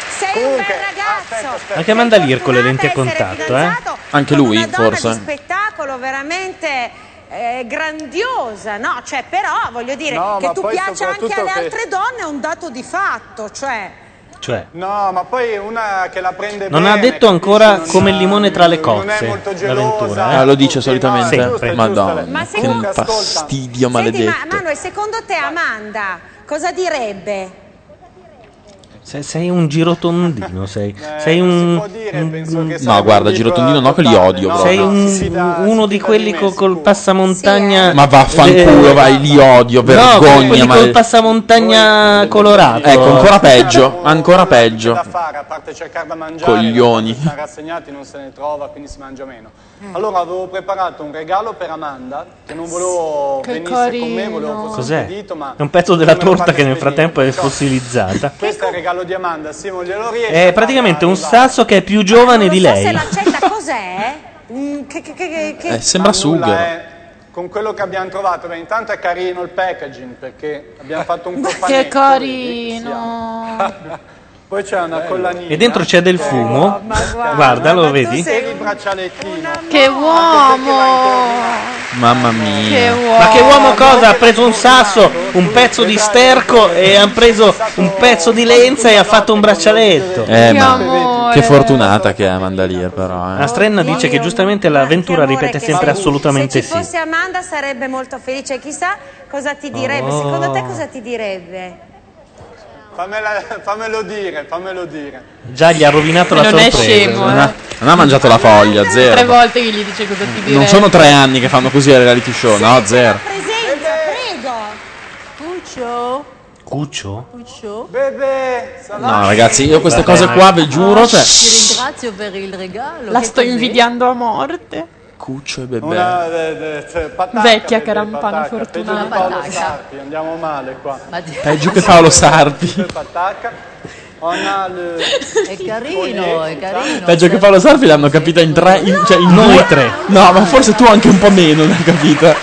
[SPEAKER 4] sei un bel ragazzo.
[SPEAKER 6] Anche Amanda Lear con le lenti a contatto, eh?
[SPEAKER 8] Anche lui,
[SPEAKER 4] Di
[SPEAKER 8] forse.
[SPEAKER 4] spettacolo veramente eh, grandiosa, no? Cioè, però voglio dire
[SPEAKER 20] No,
[SPEAKER 4] che
[SPEAKER 20] ma
[SPEAKER 4] tu
[SPEAKER 20] poi
[SPEAKER 4] piaccia anche
[SPEAKER 20] soprattutto
[SPEAKER 4] alle
[SPEAKER 20] che-
[SPEAKER 4] altre donne è un dato di fatto, cioè.
[SPEAKER 6] Cioè,
[SPEAKER 20] No, ma poi una che la prende
[SPEAKER 6] non
[SPEAKER 20] bene.
[SPEAKER 6] ha detto ancora come il limone tra le cozze. L'avventura. eh?
[SPEAKER 8] Ah, lo dice solitamente.
[SPEAKER 6] Sempre.
[SPEAKER 8] Madonna,
[SPEAKER 4] Ma
[SPEAKER 8] che
[SPEAKER 4] secondo-
[SPEAKER 8] fastidio
[SPEAKER 4] Senti,
[SPEAKER 8] maledetto.
[SPEAKER 4] ma Manuel, secondo te Amanda cosa direbbe?
[SPEAKER 6] Se- sei un girotondino, sei, sei un, un-
[SPEAKER 8] No, guarda, girotondino eh, no che li odio proprio.
[SPEAKER 6] sei un- uno di quelli co- col passamontagna
[SPEAKER 8] Ma vaffanculo,
[SPEAKER 6] Eh,
[SPEAKER 8] vai, li odio,
[SPEAKER 6] no, quelli
[SPEAKER 8] vergogna. ma-
[SPEAKER 6] col Cioè, passamontagna colorato
[SPEAKER 8] Ecco, ancora peggio, ancora peggio. Coglioni.
[SPEAKER 20] Stanno rassegnati, non se ne trova, quindi si mangia meno.
[SPEAKER 4] Mm.
[SPEAKER 20] Allora avevo preparato un regalo per Amanda, che non volevo
[SPEAKER 15] Che
[SPEAKER 20] venisse con me,
[SPEAKER 15] carino.
[SPEAKER 20] volevo fosse
[SPEAKER 6] Cos'è?
[SPEAKER 20] spedito, ma...
[SPEAKER 6] È un pezzo della
[SPEAKER 20] non me lo
[SPEAKER 6] torta
[SPEAKER 20] fate
[SPEAKER 6] che nel
[SPEAKER 20] spedire.
[SPEAKER 6] frattempo è
[SPEAKER 20] Ciao.
[SPEAKER 6] fossilizzata.
[SPEAKER 20] Questo è il regalo di Amanda, Simo glielo riesce.
[SPEAKER 6] È praticamente un sasso che è più giovane di
[SPEAKER 4] Se
[SPEAKER 6] lei.
[SPEAKER 4] l'accetta cos'è? Mm, che, che- che- che-
[SPEAKER 20] Ma nulla, eh. Con quello che abbiamo trovato, beh, intanto è carino il packaging perché abbiamo fatto un cofanetto.
[SPEAKER 18] Che carino.
[SPEAKER 20] Poi c'è una collanina.
[SPEAKER 6] E dentro c'è del fumo. Guarda, lo vedi?
[SPEAKER 20] E il braccialettino. Ah,
[SPEAKER 18] Che uomo.
[SPEAKER 6] Mamma mia.
[SPEAKER 18] Che uomo.
[SPEAKER 6] Ma che uomo cosa? Ha preso un sasso, un pezzo di sterco e hanno preso un pezzo di lenza e ha fatto un braccialetto.
[SPEAKER 8] Eh,
[SPEAKER 18] Che
[SPEAKER 8] ma
[SPEAKER 18] amore.
[SPEAKER 8] che fortunata che è Amanda Lear, però. eh.
[SPEAKER 6] La strenna dice che giustamente l'avventura ripete sempre assolutamente
[SPEAKER 4] Se
[SPEAKER 6] sì.
[SPEAKER 4] fosse Amanda sarebbe molto felice, chissà cosa ti direbbe.
[SPEAKER 6] Oh.
[SPEAKER 4] Secondo te cosa ti direbbe?
[SPEAKER 20] Fammela- fammelo dire, fammelo dire.
[SPEAKER 6] Già gli ha rovinato la
[SPEAKER 18] Non è
[SPEAKER 6] sorpresa. eh.
[SPEAKER 18] scemo, eh.
[SPEAKER 8] Non ha, non ha mangiato la foglia,
[SPEAKER 18] Tre
[SPEAKER 8] zero.
[SPEAKER 18] volte che gli dice cosa ti direi.
[SPEAKER 8] Non sono tre anni che fanno così al reality show, no, zero.
[SPEAKER 18] Eh,
[SPEAKER 4] Presenza, prego.
[SPEAKER 18] Cuccio.
[SPEAKER 6] Cuccio?
[SPEAKER 18] Cuccio.
[SPEAKER 20] Bebe.
[SPEAKER 8] No, ragazzi, io queste cose qua ve giuro, cioè.
[SPEAKER 18] Ah, Ti ringrazio per il regalo.
[SPEAKER 14] La
[SPEAKER 18] Che
[SPEAKER 14] sto
[SPEAKER 18] cos'è?
[SPEAKER 14] invidiando a morte.
[SPEAKER 8] Cuccio e bebè.
[SPEAKER 20] Una, eh, eh, cioè, patacca,
[SPEAKER 14] Vecchia
[SPEAKER 20] bebe,
[SPEAKER 14] carampana
[SPEAKER 20] patacca.
[SPEAKER 14] fortunata.
[SPEAKER 20] Peggio di Paolo
[SPEAKER 14] Patacca.
[SPEAKER 20] Sarpi, andiamo male qua.
[SPEAKER 8] Peggio che Paolo Sarpi.
[SPEAKER 20] Patacca. Ona le-
[SPEAKER 18] È carino, è carino.
[SPEAKER 8] Peggio che Paolo Sarpi l'hanno capita in tre. in- cioè, in
[SPEAKER 6] Noi
[SPEAKER 8] due.
[SPEAKER 6] tre.
[SPEAKER 8] No, ma forse tu anche un po' meno l'hai capita.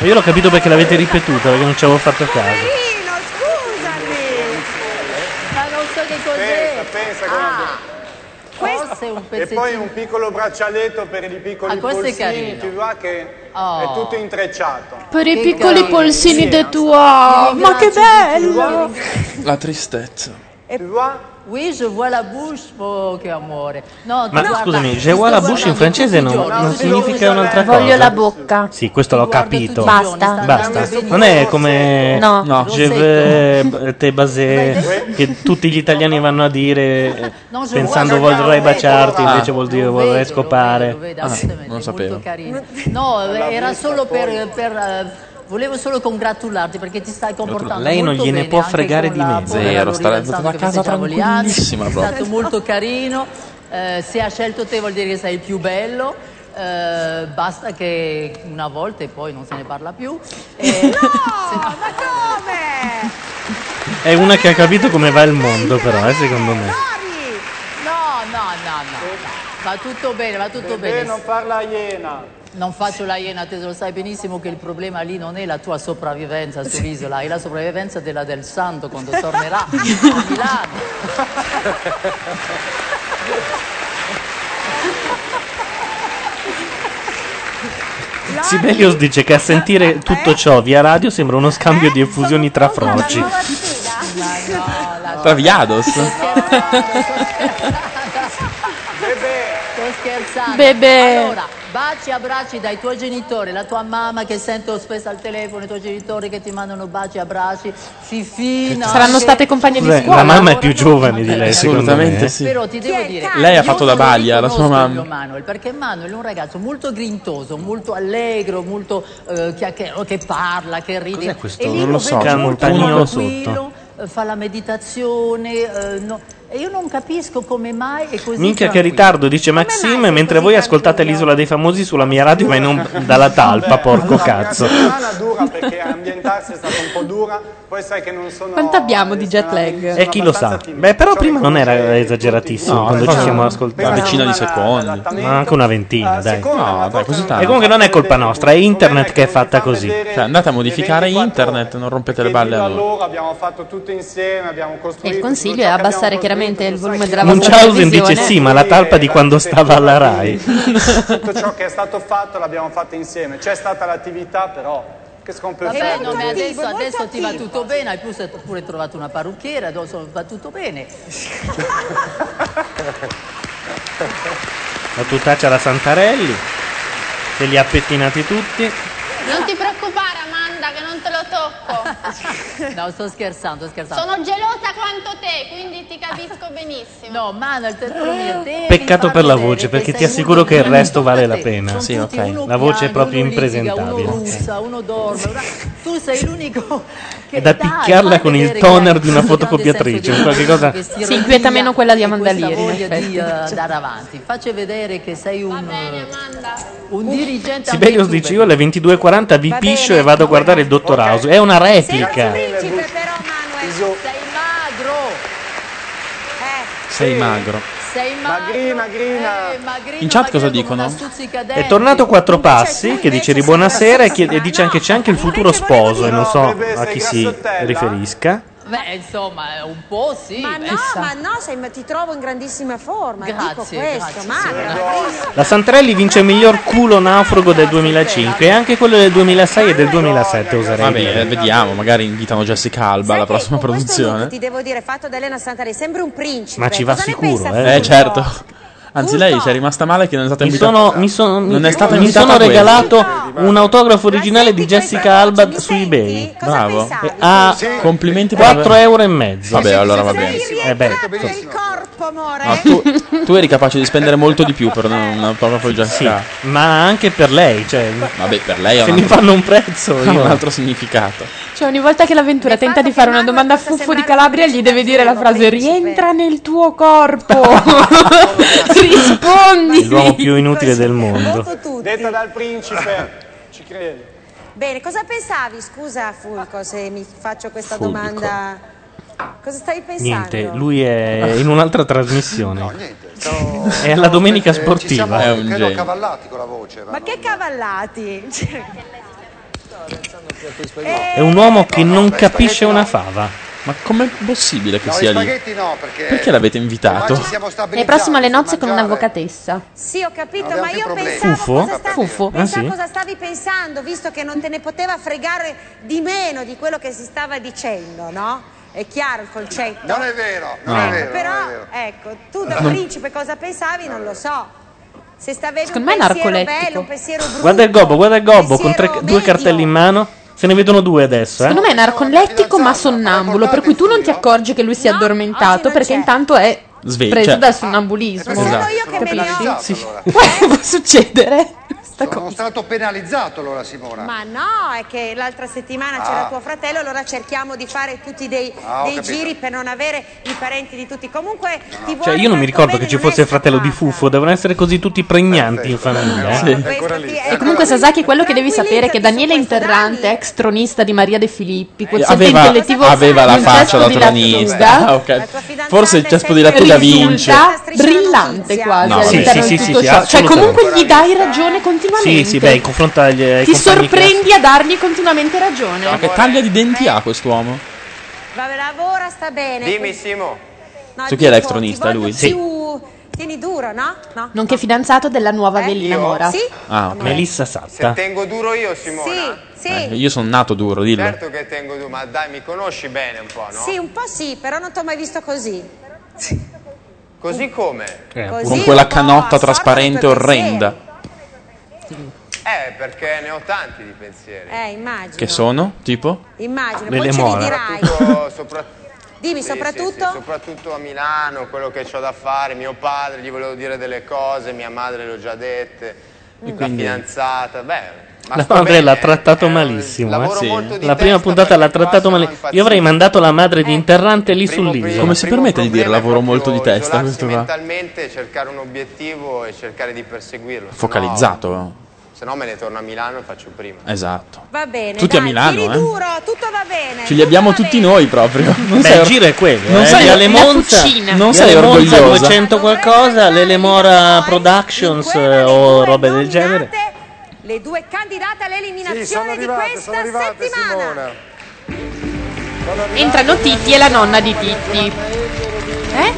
[SPEAKER 6] Io l'ho capito perché l'avete ripetuta, perché non ci avevo fatto caso.
[SPEAKER 18] Ma non so che cos'è.
[SPEAKER 20] Pensa
[SPEAKER 18] Ah, Questo è un
[SPEAKER 20] E
[SPEAKER 18] pezzettino.
[SPEAKER 20] poi un piccolo braccialetto per i piccoli
[SPEAKER 18] Ah, questo è
[SPEAKER 20] polsini,
[SPEAKER 18] carino. Oh.
[SPEAKER 20] ti va che è tutto intrecciato.
[SPEAKER 7] Per i
[SPEAKER 20] Che
[SPEAKER 7] piccoli
[SPEAKER 20] carino.
[SPEAKER 7] polsini
[SPEAKER 20] Sì,
[SPEAKER 7] de
[SPEAKER 20] no?
[SPEAKER 7] tua. Ma che bello!
[SPEAKER 8] La tristezza.
[SPEAKER 18] Oui, je vois la bouche. Oh, che amore. No,
[SPEAKER 6] Ma
[SPEAKER 18] tu guarda,
[SPEAKER 6] scusami,
[SPEAKER 18] ti
[SPEAKER 6] je
[SPEAKER 18] sto
[SPEAKER 6] vois la bouche in
[SPEAKER 18] guardando
[SPEAKER 6] francese
[SPEAKER 18] tutti i
[SPEAKER 6] non,
[SPEAKER 18] giorni,
[SPEAKER 6] non
[SPEAKER 18] tutti i
[SPEAKER 6] significa
[SPEAKER 18] giorni.
[SPEAKER 6] un'altra cosa.
[SPEAKER 7] Voglio la bocca.
[SPEAKER 6] Sì, questo l'ho capito.
[SPEAKER 7] Basta.
[SPEAKER 6] Basta. Non è come
[SPEAKER 7] No.
[SPEAKER 18] No.
[SPEAKER 6] Je veux te baser che tutti gli italiani vanno a dire eh,
[SPEAKER 18] No, je
[SPEAKER 6] pensando
[SPEAKER 18] vois-
[SPEAKER 6] vorrei
[SPEAKER 18] lo vedo,
[SPEAKER 6] baciarti,
[SPEAKER 8] ah.
[SPEAKER 6] invece vuol dire vorrei
[SPEAKER 18] Lo
[SPEAKER 6] scopare.
[SPEAKER 18] vedi,
[SPEAKER 8] Ah,
[SPEAKER 18] assolutamente,
[SPEAKER 8] non lo
[SPEAKER 18] molto
[SPEAKER 8] sapevo.
[SPEAKER 18] carino. No, eh, era solo per... per, eh, Volevo solo congratularti perché ti stai comportando
[SPEAKER 6] Lei non
[SPEAKER 18] molto
[SPEAKER 6] gliene
[SPEAKER 18] bene,
[SPEAKER 6] può
[SPEAKER 18] anche
[SPEAKER 6] fregare
[SPEAKER 18] con
[SPEAKER 6] di
[SPEAKER 18] la
[SPEAKER 6] me.
[SPEAKER 18] povera
[SPEAKER 8] Zero,
[SPEAKER 18] Lolita
[SPEAKER 8] sta- è
[SPEAKER 18] Santo
[SPEAKER 8] andata
[SPEAKER 18] che
[SPEAKER 8] a casa
[SPEAKER 18] festeggiavo gli anni.
[SPEAKER 8] tranquillissima proprio.
[SPEAKER 18] È stato molto carino, eh, se ha scelto te vuol dire che sei il più bello, eh, basta che una volta e poi non se ne parla più. Eh,
[SPEAKER 6] È una che ha capito come va il mondo però, eh, secondo me.
[SPEAKER 18] No, no, no, no. Va tutto bene, va tutto
[SPEAKER 20] Bebè,
[SPEAKER 18] bene.
[SPEAKER 20] non parla iena.
[SPEAKER 18] Non faccio la iena, te lo sai benissimo che il problema lì non è la tua sopravvivenza sull'isola, è la sopravvivenza della del santo quando tornerà a Milano.
[SPEAKER 6] Sibelius dice che a sentire tutto ciò via radio sembra uno scambio di effusioni tra froci.
[SPEAKER 8] Traviados.
[SPEAKER 18] Sto scherzando.
[SPEAKER 7] Bebè.
[SPEAKER 18] Allora, baci e abbracci dai tuoi genitori, la tua mamma che sento spesso al telefono, i tuoi genitori che ti mandano baci e abbracci, Fifina.
[SPEAKER 7] Saranno
[SPEAKER 18] che-
[SPEAKER 7] state compagne di
[SPEAKER 6] Cos'è?
[SPEAKER 7] scuola.
[SPEAKER 6] La mamma è più giovane di lei, secondo me.
[SPEAKER 8] Assolutamente sì.
[SPEAKER 18] Però ti devo dire,
[SPEAKER 8] Lei ha
[SPEAKER 18] io
[SPEAKER 8] fatto da
[SPEAKER 18] non
[SPEAKER 8] balia, la sua
[SPEAKER 18] riconosco il
[SPEAKER 8] mamma.
[SPEAKER 18] mio Manuel, perché Manuel è un ragazzo molto grintoso, molto allegro, molto eh, chiacchierò, che parla, che ride.
[SPEAKER 8] Cos'è questo?
[SPEAKER 18] E lì
[SPEAKER 8] Non lo
[SPEAKER 18] lo
[SPEAKER 8] so.
[SPEAKER 18] vedo
[SPEAKER 8] C'è un
[SPEAKER 18] molto
[SPEAKER 8] montagnolo
[SPEAKER 18] tranquillo,
[SPEAKER 8] sotto.
[SPEAKER 18] eh, fa la meditazione. eh, no. E io non capisco come mai è così.
[SPEAKER 6] Minchia che
[SPEAKER 18] tranquilla.
[SPEAKER 6] ritardo, dice Maxim, mentre voi ascoltate l'isola dei famosi sulla mia radio ma in onda dalla talpa, porco cazzo.
[SPEAKER 22] settimana dura perché ambientarsi è stata un po' dura, poi sai che non sono...
[SPEAKER 14] Quanto abbiamo di jet
[SPEAKER 18] Eh,
[SPEAKER 14] lag?
[SPEAKER 6] E chi lo sa? Beh, però prima non
[SPEAKER 18] Cioè,
[SPEAKER 6] era esageratissimo
[SPEAKER 8] No,
[SPEAKER 6] quando ci
[SPEAKER 8] infatti
[SPEAKER 6] siamo
[SPEAKER 8] no.
[SPEAKER 6] ascoltati.
[SPEAKER 8] Una decina di secondi.
[SPEAKER 6] Ma anche una ventina, dai.
[SPEAKER 8] No, dai, così tanto.
[SPEAKER 6] E comunque non è colpa nostra, è internet che è fatta così.
[SPEAKER 8] Cioè, andate a modificare internet, non rompete le balle a noi.
[SPEAKER 22] Allora abbiamo fatto tutto insieme, abbiamo
[SPEAKER 14] E
[SPEAKER 22] costruito...
[SPEAKER 14] il consiglio è abbassare chiaramente il volume della vostra
[SPEAKER 6] Munchausen dice
[SPEAKER 14] televisione.
[SPEAKER 6] sì, ma la talpa di quando stava alla Rai.
[SPEAKER 22] Tutto ciò che è stato fatto l'abbiamo fatto insieme. C'è stata l'attività però che
[SPEAKER 18] Vabbè,
[SPEAKER 22] scompensata.
[SPEAKER 18] no, ma adesso, adesso ti va tutto bene, hai pure, pure trovato una parrucchiera, adesso va tutto bene.
[SPEAKER 6] La tutaccia alla Santarelli. Se li ha pettinati tutti.
[SPEAKER 16] Non ti preoccupare, Amanda, che non te lo tocco.
[SPEAKER 18] No, sto scherzando, sto scherzando.
[SPEAKER 16] Sono gelosa quanto te, quindi ti capisco benissimo.
[SPEAKER 18] No, Mano, il telefono mio, te
[SPEAKER 6] Peccato per la voce, perché ti assicuro che il resto vale la pena. Sì, ok. La voce è proprio
[SPEAKER 18] uno
[SPEAKER 6] impresentabile.
[SPEAKER 18] russa, uno dorme, una- tu sei l'unico che
[SPEAKER 6] È da
[SPEAKER 18] dai,
[SPEAKER 6] picchiarla
[SPEAKER 18] fai
[SPEAKER 6] con il
[SPEAKER 18] vedere
[SPEAKER 6] toner di
[SPEAKER 18] che-
[SPEAKER 6] una fotocopiatrice, un qualche cosa.
[SPEAKER 18] che si
[SPEAKER 14] Si inquieta meno quella di Amanda
[SPEAKER 18] questa
[SPEAKER 14] Liri, in
[SPEAKER 18] voglia di eh,
[SPEAKER 14] effetti.
[SPEAKER 18] andare avanti. Facci vedere che sei un, uh,
[SPEAKER 6] Uh,
[SPEAKER 18] un dirigente
[SPEAKER 6] Sibelius dice io alle 22.40 vi piscio e vado a guardare il dottor House. È una replica.
[SPEAKER 4] Principe però Manuel, sei
[SPEAKER 8] Sei
[SPEAKER 4] magro.
[SPEAKER 8] magro.
[SPEAKER 18] Sei magro. Magrina, magrina. Eh, magrino,
[SPEAKER 6] In chat cosa
[SPEAKER 18] magrino,
[SPEAKER 6] dicono?
[SPEAKER 18] una stuzzicadente.
[SPEAKER 6] È tornato quattro passi che dice di buonasera e, chiede- e dice anche c'è anche il futuro sposo e non so a chi si riferisca.
[SPEAKER 18] Beh, insomma, un po' sì.
[SPEAKER 9] Ma no, ma no, sei- ma ti trovo in grandissima forma, dico
[SPEAKER 18] Grazie,
[SPEAKER 9] questo,
[SPEAKER 18] grazie,
[SPEAKER 9] magra.
[SPEAKER 6] La Santarelli vince il miglior culo naufrago del 2005 e anche quello del 2006 e del 2007 oserei
[SPEAKER 8] Vabbè,
[SPEAKER 6] dire.
[SPEAKER 8] eh, vediamo, magari invitano Jessica Alba alla prossima produzione.
[SPEAKER 9] Ti devo dire, fatto da Elena Santarelli, sembri un principe.
[SPEAKER 8] Ma ci va
[SPEAKER 9] Cosa ne
[SPEAKER 8] sicuro,
[SPEAKER 9] pensa
[SPEAKER 8] eh.
[SPEAKER 9] Fulvio?
[SPEAKER 8] certo. Anzi, lei ci è rimasta male che non è stata
[SPEAKER 6] Mi
[SPEAKER 8] invitata.
[SPEAKER 6] sono, mi sono,
[SPEAKER 8] non è stata
[SPEAKER 6] mi
[SPEAKER 8] invitata
[SPEAKER 6] sono
[SPEAKER 8] a questo.
[SPEAKER 6] regalato un autografo originale di Jessica Alba su eBay.
[SPEAKER 8] Bravo.
[SPEAKER 6] E ha
[SPEAKER 8] Complimenti per
[SPEAKER 6] 4
[SPEAKER 8] aver-
[SPEAKER 6] euro e mezzo.
[SPEAKER 8] Vabbè, allora va bene.
[SPEAKER 6] Eh beh,
[SPEAKER 8] No, tu, tu eri capace di spendere molto di più per una- un autografo di Jessica. Ah,
[SPEAKER 6] ma anche per lei. Cioè,
[SPEAKER 8] Vabbè, per lei ha
[SPEAKER 6] se
[SPEAKER 8] un
[SPEAKER 6] mi
[SPEAKER 8] altro-
[SPEAKER 6] fanno un prezzo,
[SPEAKER 8] ha
[SPEAKER 6] io-
[SPEAKER 8] un altro significato.
[SPEAKER 7] Cioè, ogni volta che l'avventura tenta di fare una domanda a Fuffo di Calabria, gli deve dire la frase: Rientra nel tuo corpo. Rispondi.
[SPEAKER 6] l'uomo più inutile del mondo.
[SPEAKER 22] Detta dal principe, ci credo.
[SPEAKER 9] Bene, cosa pensavi? Scusa Fulco se mi faccio questa
[SPEAKER 6] Fulco.
[SPEAKER 9] domanda. Cosa stavi pensando?
[SPEAKER 6] Niente, lui è in un'altra trasmissione. È alla domenica sportiva.
[SPEAKER 23] È un eh, credo cavallati con la voce. Eh,
[SPEAKER 9] Ma che cavallati! Eh,
[SPEAKER 6] È un uomo che non capisce una fava.
[SPEAKER 8] Ma com'è possibile che
[SPEAKER 23] No, gli
[SPEAKER 8] sia lì?
[SPEAKER 23] spaghetti no, perché...
[SPEAKER 8] Perché l'avete invitato?
[SPEAKER 7] È prossimo alle nozze con un'avvocatessa.
[SPEAKER 9] Sì, ho capito, ma io pensavo
[SPEAKER 8] Fufo?
[SPEAKER 9] cosa, sta-
[SPEAKER 7] Fufo.
[SPEAKER 9] pensavo
[SPEAKER 8] Ah, sì?
[SPEAKER 9] cosa stavi pensando, visto che non te ne poteva fregare di meno di quello che si stava dicendo, no? È chiaro il concetto.
[SPEAKER 23] Non è vero, non
[SPEAKER 9] Ecco,
[SPEAKER 23] è vero,
[SPEAKER 9] Però,
[SPEAKER 23] non è vero.
[SPEAKER 9] ecco, tu da
[SPEAKER 6] Non-
[SPEAKER 9] principe cosa pensavi non lo so. Se stavevi
[SPEAKER 7] Secondo me
[SPEAKER 9] un
[SPEAKER 7] è
[SPEAKER 9] pensiero
[SPEAKER 7] narcolettico.
[SPEAKER 9] bello, un pensiero brutto.
[SPEAKER 6] Guarda il gobbo, guarda il gobbo con tre- due cartelli in mano. Se ne vedono due adesso, eh.
[SPEAKER 7] Secondo me è narcolettico ma sonnambulo, per cui tu non ti accorgi che lui sia addormentato perché intanto è
[SPEAKER 6] Sveglio.
[SPEAKER 7] preso
[SPEAKER 6] Cioè-
[SPEAKER 7] da sonnambulismo.
[SPEAKER 23] Sono
[SPEAKER 7] Esatto.
[SPEAKER 23] io che me ne
[SPEAKER 7] Capisci?
[SPEAKER 23] ho-
[SPEAKER 7] Sì.
[SPEAKER 23] Allora.
[SPEAKER 7] Può- Può succedere.
[SPEAKER 23] Sono stato penalizzato allora Simona.
[SPEAKER 9] Ma no, è che l'altra settimana
[SPEAKER 23] Ah.
[SPEAKER 9] c'era tuo fratello, allora cerchiamo di fare tutti dei,
[SPEAKER 23] Ah, ho
[SPEAKER 9] dei
[SPEAKER 23] capito.
[SPEAKER 9] giri per non avere i parenti di tutti. Comunque ti
[SPEAKER 6] Cioè,
[SPEAKER 9] vuole
[SPEAKER 6] io non mi
[SPEAKER 9] tanto
[SPEAKER 6] ricordo
[SPEAKER 9] bene,
[SPEAKER 6] che ci
[SPEAKER 9] non
[SPEAKER 6] fosse il fratello di Fuffo, devono essere così tutti pregnanti in famiglia. eh.
[SPEAKER 7] E comunque Sasaki è quello che devi sapere che Daniele Interrante, ex tronista di Maria De Filippi, quel
[SPEAKER 8] Aveva,
[SPEAKER 7] collettivo
[SPEAKER 8] aveva la
[SPEAKER 7] del
[SPEAKER 8] faccia da
[SPEAKER 7] cespo di
[SPEAKER 8] tronista.
[SPEAKER 7] Lattuda,
[SPEAKER 8] Ah, ok. Forse il cespo di Lattuda vince.
[SPEAKER 7] risulta brillante quasi
[SPEAKER 8] No, vabbè,
[SPEAKER 7] all'interno
[SPEAKER 8] sì,
[SPEAKER 7] di
[SPEAKER 8] sì,
[SPEAKER 7] tutto
[SPEAKER 8] sì, sì,
[SPEAKER 7] ciò. Cioè
[SPEAKER 6] assolutamente.
[SPEAKER 7] comunque gli dai ragione continuamente.
[SPEAKER 6] Sì, sì, beh, in confronto agli, ai
[SPEAKER 7] Ti
[SPEAKER 6] compagni che-
[SPEAKER 7] sorprendi a dargli continuamente ragione.
[SPEAKER 8] Ma che taglia di denti ha quest'uomo?
[SPEAKER 9] Vabbè, lavora, sta bene.
[SPEAKER 15] Dimmi, Simo.
[SPEAKER 9] No,
[SPEAKER 8] Su chi è
[SPEAKER 9] dico,
[SPEAKER 8] elettronista lui?
[SPEAKER 9] ti più- Tieni duro, no? No.
[SPEAKER 7] Nonché fidanzato della nuova Bellina Mora.
[SPEAKER 9] Sì?
[SPEAKER 8] Ah, ok.
[SPEAKER 6] Melissa
[SPEAKER 15] Se
[SPEAKER 6] Satta.
[SPEAKER 15] tengo duro io, Simona.
[SPEAKER 9] Sì,
[SPEAKER 8] Eh, Io sono nato duro, dillo.
[SPEAKER 15] Certo che tengo duro, ma dai, mi conosci bene un po', no?
[SPEAKER 9] Sì, un po' sì, però non ti ho mai visto così.
[SPEAKER 15] Così come?
[SPEAKER 6] Eh,
[SPEAKER 9] Così
[SPEAKER 8] Eh, Con quella
[SPEAKER 9] un po'
[SPEAKER 8] canotta
[SPEAKER 9] assorto
[SPEAKER 8] trasparente
[SPEAKER 9] per
[SPEAKER 8] orrenda.
[SPEAKER 15] Eh, perché ne ho tanti di pensieri.
[SPEAKER 9] Eh, immagino.
[SPEAKER 8] Che sono? Tipo?
[SPEAKER 9] Immagino,
[SPEAKER 8] Lele
[SPEAKER 9] poi ce li
[SPEAKER 8] Mora.
[SPEAKER 9] dirai.
[SPEAKER 15] Soprattutto- sopra-
[SPEAKER 9] Dimmi,
[SPEAKER 15] sì,
[SPEAKER 9] soprattutto?
[SPEAKER 15] sì, sì, soprattutto a Milano, quello che ho da fare, mio padre, gli volevo dire delle cose, mia madre le ho già dette, la
[SPEAKER 8] quindi?
[SPEAKER 15] fidanzata, beh,
[SPEAKER 6] La madre l'ha trattato malissimo. eh.
[SPEAKER 8] eh, lavoro molto di
[SPEAKER 6] La prima puntata l'ha trattato malissimo. Io avrei mandato la madre
[SPEAKER 8] Eh,
[SPEAKER 6] di interrante lì sull'isola.
[SPEAKER 8] Come si permette di dire lavoro molto di testa questo qua?
[SPEAKER 13] mentalmente cercare un obiettivo e cercare di perseguirlo. se no-
[SPEAKER 8] Focalizzato.
[SPEAKER 13] Se no me ne torno a Milano e faccio prima.
[SPEAKER 8] Esatto.
[SPEAKER 9] Va bene,
[SPEAKER 8] Tutti a Milano, eh.
[SPEAKER 9] tutto va bene.
[SPEAKER 8] Ce li abbiamo tutti noi proprio. Non
[SPEAKER 6] Beh,
[SPEAKER 8] sei
[SPEAKER 6] il
[SPEAKER 8] or-
[SPEAKER 6] giro è quello.
[SPEAKER 8] Non
[SPEAKER 6] eh.
[SPEAKER 8] sei-
[SPEAKER 6] Viale
[SPEAKER 8] la
[SPEAKER 6] Monza,
[SPEAKER 8] cucina.
[SPEAKER 6] non
[SPEAKER 8] Viale
[SPEAKER 6] sei
[SPEAKER 8] Monza
[SPEAKER 6] orgogliosa.
[SPEAKER 8] 200
[SPEAKER 6] 200 qualcosa, l'Elemora Productions eh, o robe del genere.
[SPEAKER 9] Le due candidate all'eliminazione
[SPEAKER 23] Sì, sono
[SPEAKER 9] di
[SPEAKER 23] arrivate,
[SPEAKER 9] questa
[SPEAKER 23] sono arrivate Simona.
[SPEAKER 7] Entrano Titti e la nonna di Titti. Eh?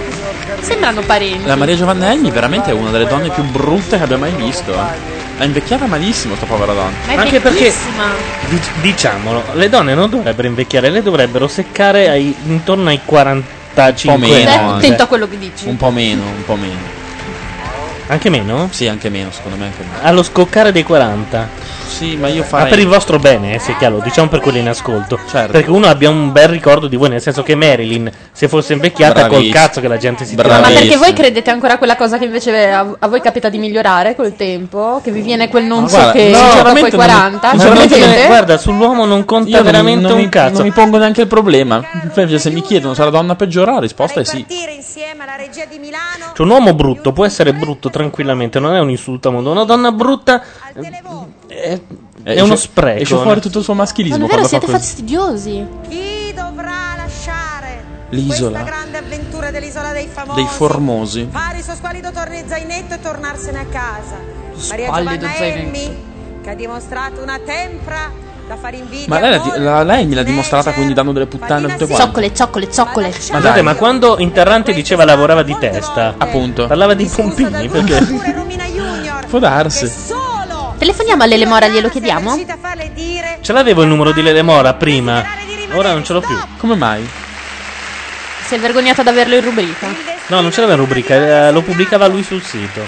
[SPEAKER 7] Sembrano parenti.
[SPEAKER 8] La Maria Giovannelli veramente è una delle donne più brutte che abbia mai visto. È invecchiata malissimo sta povera donna.
[SPEAKER 7] Ma è
[SPEAKER 6] Anche perché-
[SPEAKER 7] bellissima.
[SPEAKER 6] Dic- diciamolo, le donne non dovrebbero invecchiare, le dovrebbero seccare ai- intorno ai 45
[SPEAKER 8] Un po' meno,
[SPEAKER 6] anni.
[SPEAKER 8] eh.
[SPEAKER 14] Attento a quello che dici.
[SPEAKER 8] Un po' meno, un po' meno.
[SPEAKER 6] Anche meno?
[SPEAKER 8] Sì, anche meno, secondo me anche meno.
[SPEAKER 6] Allo scoccare dei 40.
[SPEAKER 8] Sì, ma io farei
[SPEAKER 6] Ma per il vostro bene, eh, sia chiaro, diciamo per quelli in ascolto.
[SPEAKER 8] Certo.
[SPEAKER 6] Perché uno abbia un bel ricordo di voi, nel senso che Marilyn, se fosse invecchiata, col
[SPEAKER 8] Bravissimo.
[SPEAKER 6] cazzo che la gente si
[SPEAKER 8] Bravissimo.
[SPEAKER 6] trova.
[SPEAKER 8] Ma
[SPEAKER 14] Perché voi credete ancora a quella cosa che invece a, a voi capita di migliorare col tempo? Che vi viene quel non
[SPEAKER 6] Ma
[SPEAKER 14] so
[SPEAKER 6] guarda,
[SPEAKER 8] Eh,
[SPEAKER 14] che
[SPEAKER 6] no,
[SPEAKER 14] dopo
[SPEAKER 6] veramente
[SPEAKER 14] quei
[SPEAKER 6] non mi-
[SPEAKER 14] 40?
[SPEAKER 6] ma
[SPEAKER 14] Ce lo
[SPEAKER 6] veramente non mi-
[SPEAKER 14] mettete?
[SPEAKER 6] guarda, sull'uomo non conta
[SPEAKER 8] Io non-
[SPEAKER 6] veramente
[SPEAKER 8] non
[SPEAKER 6] un
[SPEAKER 8] mi-
[SPEAKER 6] cazzo.
[SPEAKER 8] Non mi pongo neanche il problema. Cioè, se mi chiedono se la donna peggiora, la risposta è sì.
[SPEAKER 6] Cioè, un uomo brutto può essere brutto tranquillamente, non è un insulto a mondo. Una donna brutta eh, è, è
[SPEAKER 8] esce-
[SPEAKER 6] uno spreco.
[SPEAKER 8] esce fuori tutto il suo maschilismo
[SPEAKER 7] Non è vero,
[SPEAKER 8] quando
[SPEAKER 7] siete
[SPEAKER 8] fa così.
[SPEAKER 7] fastidiosi.
[SPEAKER 8] L'isola
[SPEAKER 9] avventura dell'isola dei famosi.
[SPEAKER 8] dei formosi.
[SPEAKER 9] Fare i suoi squallido torna in zainetto e tornarsene a casa. Maria
[SPEAKER 8] Squallido
[SPEAKER 9] Giovanna
[SPEAKER 8] zainetto.
[SPEAKER 9] Elmi, che ha dimostrato una tempra da fare invidia.
[SPEAKER 8] Ma lei, la di- la- lei me l'ha dimostrata quindi dando delle puttane a tutte quante.
[SPEAKER 7] ciocole, ciocole.
[SPEAKER 6] Ma guardate, ma quando Interrante diceva lavorava di testa, appunto, parlava di pompini perché
[SPEAKER 8] può darsi.
[SPEAKER 7] Telefoniamo all'Elemora, glielo chiediamo?
[SPEAKER 6] Ce l'avevo il numero di Lelemora prima, ora non ce l'ho più.
[SPEAKER 8] Come mai?
[SPEAKER 7] Si è vergognata ad averlo in rubrica.
[SPEAKER 6] No, non ce l'aveva in rubrica, eh, lo pubblicava lui sul sito.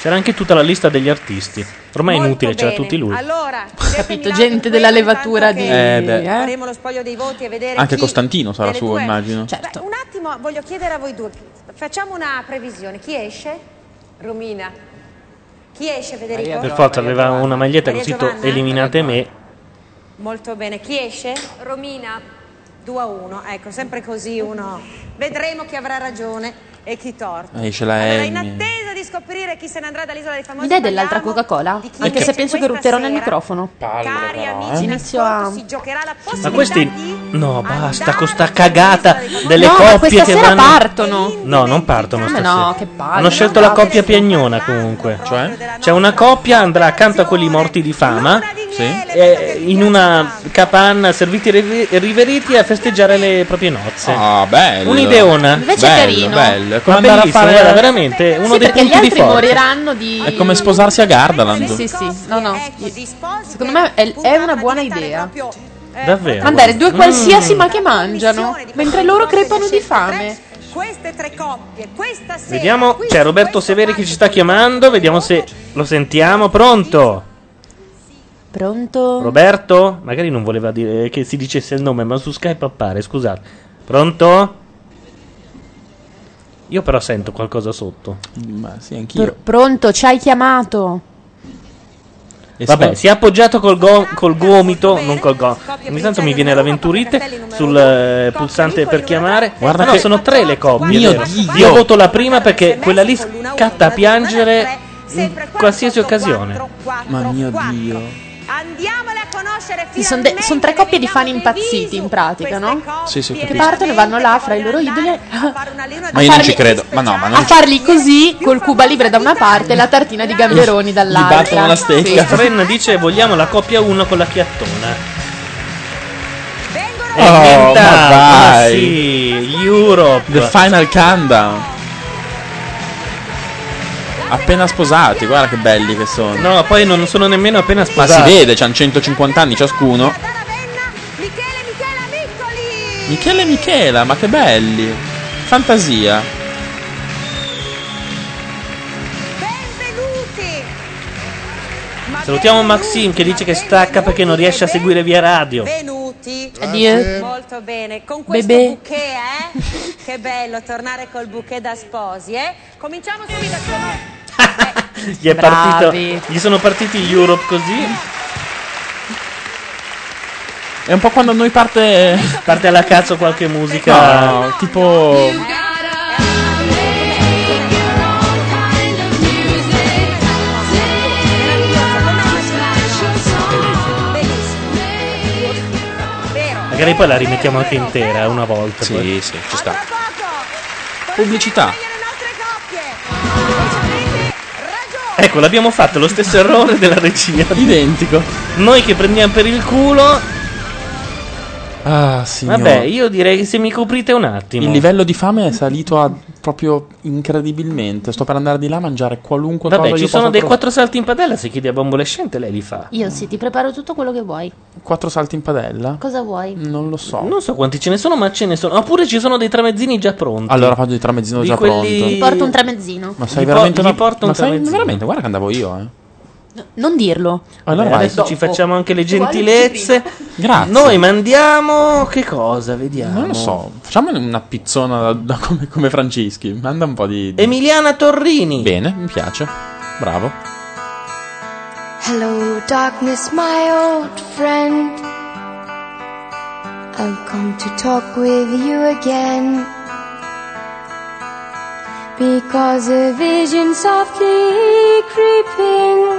[SPEAKER 6] C'era anche tutta la lista degli artisti. Ormai è inutile, c'era tutti lui.
[SPEAKER 9] Allora,
[SPEAKER 14] Capito, gente della levatura di...
[SPEAKER 6] Eh, beh.
[SPEAKER 14] eh?
[SPEAKER 9] faremo lo spoglio dei voti e vedere
[SPEAKER 8] Anche
[SPEAKER 9] chi
[SPEAKER 8] Costantino sarà
[SPEAKER 9] delle
[SPEAKER 8] suo,
[SPEAKER 9] due-
[SPEAKER 8] immagino.
[SPEAKER 14] Certo.
[SPEAKER 9] Beh, un attimo, voglio chiedere a voi due. Facciamo una previsione. Chi esce? Romina. Chi esce, Federico?
[SPEAKER 6] Per forza, aveva una maglietta con
[SPEAKER 9] Maria
[SPEAKER 6] scritto
[SPEAKER 9] Giovanna?
[SPEAKER 6] eliminate me.
[SPEAKER 9] Molto bene. Chi esce? Romina. 2 a 1. Ecco, sempre così uno. Vedremo chi avrà ragione e chi torto.
[SPEAKER 8] Esce la
[SPEAKER 9] Allora, in
[SPEAKER 8] Elmi.
[SPEAKER 9] attesa di scoprire chi se ne andrà dall'isola dei famosi.
[SPEAKER 14] Mi dai dell'altra Coca-Cola? Anche se penso che rutterò nel microfono.
[SPEAKER 9] Cari amici,
[SPEAKER 14] Inizio a...
[SPEAKER 9] si giocherà la possibilità
[SPEAKER 6] eh. Ma questi. No, basta con sta cagata delle
[SPEAKER 14] No, ma
[SPEAKER 6] coppie
[SPEAKER 14] questa
[SPEAKER 6] che
[SPEAKER 14] sera
[SPEAKER 6] vanno.
[SPEAKER 14] partono.
[SPEAKER 6] No, non partono
[SPEAKER 14] Come
[SPEAKER 6] stasera.
[SPEAKER 14] Ah, no, che palle.
[SPEAKER 6] Hanno scelto la coppia piagnona comunque. Cioè? C'è una coppia, andrà accanto a quelli morti di fama. e- in una capanna, serviti rive- riveriti a festeggiare le proprie nozze.
[SPEAKER 8] Ah, bello.
[SPEAKER 6] Un'ideona.
[SPEAKER 8] Invece è Bello, carino. bello. È come
[SPEAKER 6] Ma
[SPEAKER 8] andare a
[SPEAKER 6] bellissimo,
[SPEAKER 8] fare-
[SPEAKER 6] guarda, veramente uno
[SPEAKER 14] Sì,
[SPEAKER 6] dei
[SPEAKER 14] perché
[SPEAKER 6] punti
[SPEAKER 14] gli altri
[SPEAKER 6] di forza.
[SPEAKER 14] moriranno di...
[SPEAKER 8] È come sposarsi a Gardaland.
[SPEAKER 14] Sì, sì, sì. No, no. Secondo me è, è una buona idea.
[SPEAKER 6] Davvero.
[SPEAKER 14] Mandare due
[SPEAKER 6] Mm.
[SPEAKER 14] qualsiasi ma che mangiano, mentre loro crepano di fame.
[SPEAKER 6] Vediamo, c'è Roberto Severi che ci sta chiamando, vediamo se lo sentiamo. Pronto?
[SPEAKER 14] Pronto?
[SPEAKER 6] Roberto? Magari non voleva dire che si dicesse il nome, ma su Skype appare, scusate. Pronto? Io però sento qualcosa sotto.
[SPEAKER 8] Ma sì,
[SPEAKER 14] Pr- pronto, ci hai chiamato.
[SPEAKER 6] Vabbè, si è appoggiato col, go- col gomito, non col gomito. Ogni tanto mi viene l'avventurite sul eh, pulsante per chiamare.
[SPEAKER 8] Guarda
[SPEAKER 6] Ah, no,
[SPEAKER 8] che-
[SPEAKER 6] sono tre le coppie.
[SPEAKER 8] Mio
[SPEAKER 6] è vero.
[SPEAKER 8] Dio!
[SPEAKER 6] Io voto la prima perché quella lì scatta a piangere in qualsiasi occasione.
[SPEAKER 8] Ma mio Dio.
[SPEAKER 14] Sono tre coppie di fan impazziti in pratica, no?
[SPEAKER 8] Sì, sì,
[SPEAKER 14] Che
[SPEAKER 8] capisco.
[SPEAKER 14] partono e vanno là fra i loro idoli.
[SPEAKER 8] Ma io non ci credo. Ma no, ma non
[SPEAKER 14] A
[SPEAKER 8] ci
[SPEAKER 14] farli così, col Cuba Libre da una parte e la tartina di gamberoni dall'altra.
[SPEAKER 6] stecca. Fren dice vogliamo la coppia 1 con la chiattona. È
[SPEAKER 8] Oh,
[SPEAKER 6] inventato,
[SPEAKER 8] ma
[SPEAKER 6] ma
[SPEAKER 8] dai.
[SPEAKER 6] sì, Europe.
[SPEAKER 8] The Final Countdown. Appena sposati, guarda che belli che sono.
[SPEAKER 6] No, poi non sono nemmeno appena sposati.
[SPEAKER 8] Ma si vede, hanno 150 anni ciascuno. Michele e Michela, ma che belli. Fantasia.
[SPEAKER 6] Salutiamo Maxim che dice che stacca perché non riesce a seguire via radio.
[SPEAKER 9] Benvenuti.
[SPEAKER 7] Eh,
[SPEAKER 6] Addio.
[SPEAKER 9] Molto bene. Con questo
[SPEAKER 6] Eh, Bebè.
[SPEAKER 9] bouquet, eh? che bello tornare col bouquet da sposi, eh? Cominciamo subito a
[SPEAKER 6] Gli, è partito,
[SPEAKER 8] Bravi.
[SPEAKER 6] gli sono partiti gli Europe così.
[SPEAKER 8] È un po' quando a noi parte.
[SPEAKER 6] Parte alla cazzo qualche musica.
[SPEAKER 8] No, tipo.
[SPEAKER 6] Magari poi la rimettiamo anche intera eh, una volta. Sì,
[SPEAKER 24] sì, ci sta.
[SPEAKER 6] Pubblicità. Ecco, l'abbiamo fatto lo stesso errore della regia.
[SPEAKER 8] Identico.
[SPEAKER 6] Noi che prendiamo per il culo.
[SPEAKER 8] Ah, signor.
[SPEAKER 6] Vabbè, io direi che se mi coprite un attimo.
[SPEAKER 8] Il livello di fame è salito a- proprio incredibilmente. Sto per andare di là a mangiare qualunque
[SPEAKER 6] Vabbè,
[SPEAKER 8] cosa.
[SPEAKER 6] ci
[SPEAKER 8] io
[SPEAKER 6] sono
[SPEAKER 8] possa
[SPEAKER 6] dei
[SPEAKER 8] trovare.
[SPEAKER 6] quattro salti in padella. Se chiedi a bombolescente, lei li fa.
[SPEAKER 12] Io sì, ti preparo tutto quello che vuoi.
[SPEAKER 8] Quattro salti in padella?
[SPEAKER 12] Cosa vuoi?
[SPEAKER 8] Non lo so.
[SPEAKER 6] Non so quanti ce ne sono, ma ce ne sono. Oppure ci sono dei tramezzini già pronti.
[SPEAKER 8] Allora faccio il tramezzino
[SPEAKER 6] Di
[SPEAKER 8] già
[SPEAKER 6] quelli-
[SPEAKER 8] pronto.
[SPEAKER 12] Ti porto un tramezzino.
[SPEAKER 8] Ma sei
[SPEAKER 6] Gli
[SPEAKER 8] veramente
[SPEAKER 6] por-
[SPEAKER 8] una-
[SPEAKER 6] gli porto un
[SPEAKER 8] ma sei
[SPEAKER 6] tramezzino.
[SPEAKER 8] veramente, guarda che andavo io, eh.
[SPEAKER 12] Non dirlo.
[SPEAKER 8] Allora
[SPEAKER 6] Beh,
[SPEAKER 8] vai.
[SPEAKER 6] adesso ci
[SPEAKER 8] Dopo.
[SPEAKER 6] facciamo anche le
[SPEAKER 12] Uguale
[SPEAKER 6] gentilezze.
[SPEAKER 8] Grazie.
[SPEAKER 6] Noi mandiamo. Che cosa? Vediamo.
[SPEAKER 8] Non lo so, facciamone una pizzona da- da come, come Francischi. Manda un po' di. di-
[SPEAKER 6] Emiliana Torrini.
[SPEAKER 8] Bene, mi piace. Bravo.
[SPEAKER 25] Hello, darkness, my old friend. I've come to talk with you again. Because a vision softly creeping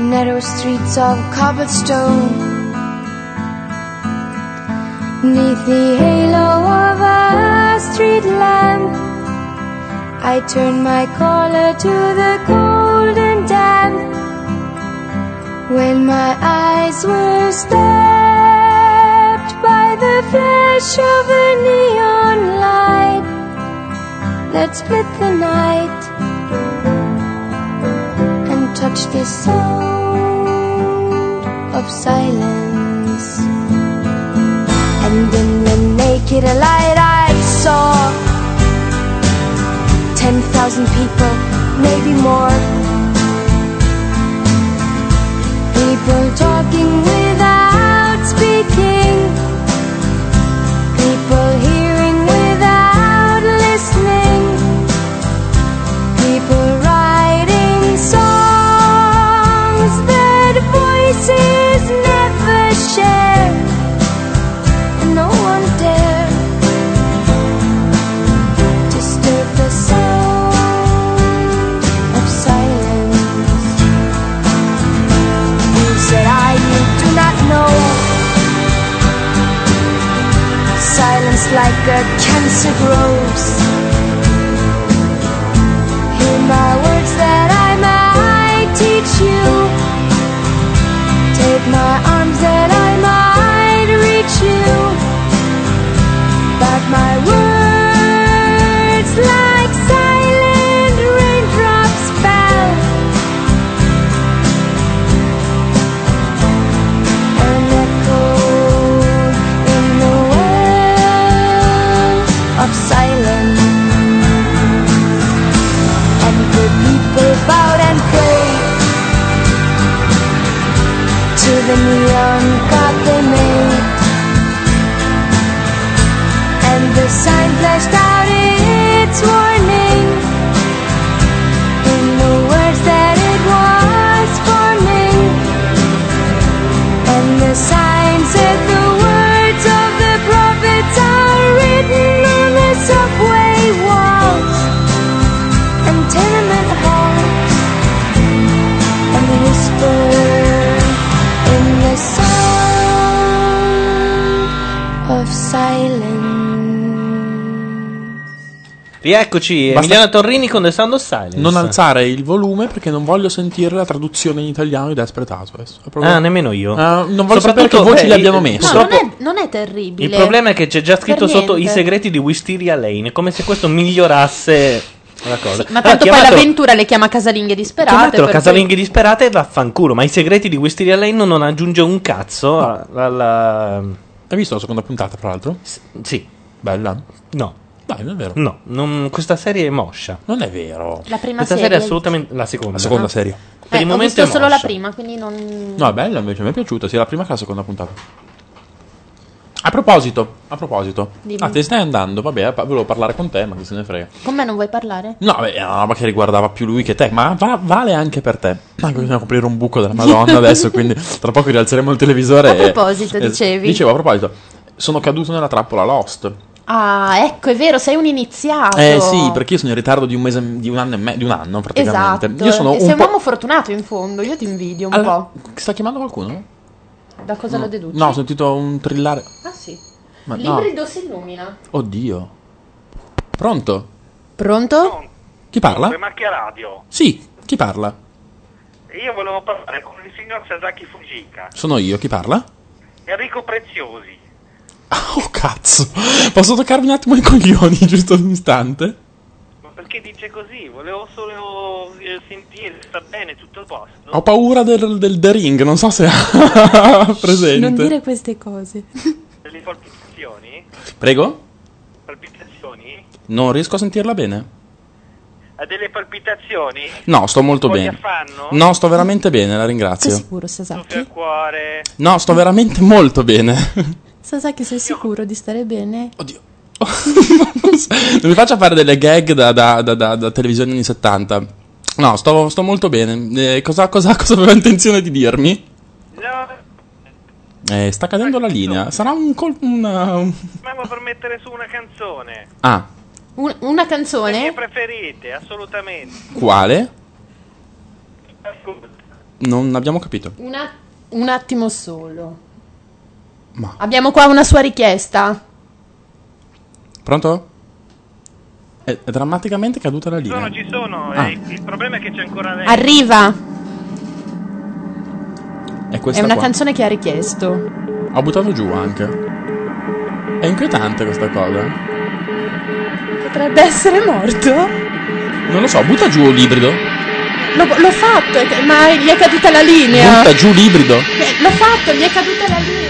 [SPEAKER 25] narrow streets of cobblestone. Neath the halo of a street lamp, I turn my collar to the cold and damp. When my eyes were stabbed by the flash of a neon light that split the night and touched the sound of silence. And in the naked light I saw ten thousand people, maybe more. People talking without speaking. People hearing without listening. People writing songs that voices never share. And no one dare disturb the sound of silence. You said I, you do not know. Silence like a cancer grows. Hear my words that I might teach you. Take my arms that I might reach you. But my words, like silent raindrops, fell. An echo in the well of silence. And the people bowed and prayed to the neon god they made. And the sign flashed out its warning in the words that it was forming. And the sign said the words of the prophets are written on the subway walls and tenement halls and whisper in the sound of silence.
[SPEAKER 6] Rieccoci,
[SPEAKER 8] Basta-
[SPEAKER 6] Emiliana Torrini con The Sound of Silence.
[SPEAKER 8] Non alzare il volume perché non voglio sentire la traduzione in italiano di Desperate Housewives. È proprio-
[SPEAKER 6] Ah, nemmeno io.
[SPEAKER 8] Ah, non voglio sapere
[SPEAKER 6] Soprattutto,
[SPEAKER 8] che voci
[SPEAKER 6] beh,
[SPEAKER 8] li abbiamo
[SPEAKER 6] il-
[SPEAKER 8] messi.
[SPEAKER 6] No,
[SPEAKER 12] non è, non è terribile.
[SPEAKER 6] Il problema è che c'è già
[SPEAKER 12] Per
[SPEAKER 6] scritto sotto i
[SPEAKER 12] niente.
[SPEAKER 6] segreti di Wisteria Lane, come se questo migliorasse la cosa. Ah,
[SPEAKER 7] ma tanto
[SPEAKER 6] Allora,
[SPEAKER 7] poi
[SPEAKER 6] chiamato-
[SPEAKER 7] l'avventura le chiama casalinghe disperate.
[SPEAKER 6] Chiamatelo
[SPEAKER 7] per cui-
[SPEAKER 6] casalinghe disperate e vaffanculo. Ma i segreti di Wisteria Lane non aggiunge un cazzo alla. Hai visto la seconda puntata, tra l'altro? sì. Bella? No. Dai, non è vero. No, non- questa serie è moscia. Non è vero.
[SPEAKER 12] La prima
[SPEAKER 6] questa
[SPEAKER 12] serie.
[SPEAKER 6] serie è assolutamente la seconda.
[SPEAKER 8] La seconda serie.
[SPEAKER 6] Per
[SPEAKER 12] Eh,
[SPEAKER 6] il
[SPEAKER 12] ho
[SPEAKER 6] momento
[SPEAKER 12] visto
[SPEAKER 6] è
[SPEAKER 12] solo
[SPEAKER 6] moscia.
[SPEAKER 12] la prima, quindi non.
[SPEAKER 8] No, è bella invece, mi è piaciuta sia la prima che la seconda puntata. A proposito, a proposito,
[SPEAKER 12] Dimmi.
[SPEAKER 8] ah, te ne stai andando, vabbè, pa- volevo parlare con te, ma chi se ne frega.
[SPEAKER 12] Con me non vuoi parlare?
[SPEAKER 8] No, beh, è una roba che riguardava più lui che te, ma va- vale anche per te. Anche bisogna coprire un buco della Madonna adesso, quindi tra poco rialzeremo il televisore.
[SPEAKER 12] A
[SPEAKER 8] e-
[SPEAKER 12] proposito,
[SPEAKER 8] e-
[SPEAKER 12] dicevi?
[SPEAKER 8] Dicevo, a proposito, sono caduto nella trappola Lost.
[SPEAKER 12] Ah, ecco, è vero, sei un iniziato.
[SPEAKER 8] eh sì, perché io sono in ritardo di un mese, di un anno e me- di un anno praticamente.
[SPEAKER 12] Esatto.
[SPEAKER 8] Io sono
[SPEAKER 12] E sei
[SPEAKER 8] un
[SPEAKER 12] un
[SPEAKER 8] po'...
[SPEAKER 12] uomo fortunato in fondo, io ti invidio un
[SPEAKER 8] Allora, Sta chiamando qualcuno?
[SPEAKER 12] po'. Da cosa lo deduci?
[SPEAKER 8] No, ho sentito un trillare.
[SPEAKER 12] Ah sì.
[SPEAKER 8] Ma no.
[SPEAKER 12] Librido si illumina.
[SPEAKER 8] Oddio. Pronto?
[SPEAKER 12] Pronto?
[SPEAKER 8] Chi parla?
[SPEAKER 24] Macchia Radio.
[SPEAKER 8] Sì, chi parla?
[SPEAKER 24] Io volevo parlare con il signor Sasaki Fujika,
[SPEAKER 8] Sono io, chi parla?
[SPEAKER 24] Enrico Preziosi.
[SPEAKER 8] Oh cazzo, posso toccarmi un attimo i coglioni giusto un istante?
[SPEAKER 24] Ma perché dice così? Volevo solo eh, sentire, sta bene, tutto a posto.
[SPEAKER 8] Ho paura del, del The Ring, non so se ha presente.
[SPEAKER 7] Non dire queste cose.
[SPEAKER 24] Le palpitazioni?
[SPEAKER 8] Prego?
[SPEAKER 24] Palpitazioni?
[SPEAKER 8] Non riesco a sentirla bene.
[SPEAKER 24] Ha eh, delle palpitazioni?
[SPEAKER 8] No, sto molto
[SPEAKER 24] Poi
[SPEAKER 8] bene.
[SPEAKER 24] affanno?
[SPEAKER 8] No, sto veramente bene, la ringrazio.
[SPEAKER 7] sicuro, Sasaki?
[SPEAKER 24] Soffio al cuore.
[SPEAKER 8] No, sto veramente molto bene.
[SPEAKER 7] Sasaki, sei sicuro di stare bene?
[SPEAKER 8] Oddio. Non mi faccia fare delle gag da, da, da, da- da televisione anni 70. No, sto, sto molto bene. Eh, cosa, cosa, cosa aveva intenzione di dirmi? Eh, sta cadendo la linea. Sarà un colpo. Una...
[SPEAKER 24] Stiamo per mettere su una canzone.
[SPEAKER 8] Ah,
[SPEAKER 12] Un- una canzone?
[SPEAKER 24] Che preferite? Assolutamente.
[SPEAKER 8] quale? Non abbiamo capito.
[SPEAKER 7] Una- un attimo solo.
[SPEAKER 8] Ma-
[SPEAKER 7] Abbiamo qua una sua richiesta.
[SPEAKER 8] Pronto? È, è drammaticamente caduta la linea.
[SPEAKER 24] Sono, ci sono.
[SPEAKER 8] Ah.
[SPEAKER 24] eh, il problema è che c'è ancora lei.
[SPEAKER 7] Arriva.
[SPEAKER 8] È questa
[SPEAKER 7] è una
[SPEAKER 8] qua.
[SPEAKER 7] canzone che ha richiesto.
[SPEAKER 8] Ho buttato giù anche. È inquietante questa cosa.
[SPEAKER 7] Potrebbe essere morto?
[SPEAKER 8] Non lo so, butta giù l'ibrido.
[SPEAKER 7] L'ho, l'ho fatto, è ca- ma gli è caduta la linea.
[SPEAKER 8] Butta giù l'ibrido.
[SPEAKER 7] Eh, L'ho fatto, gli è caduta la linea.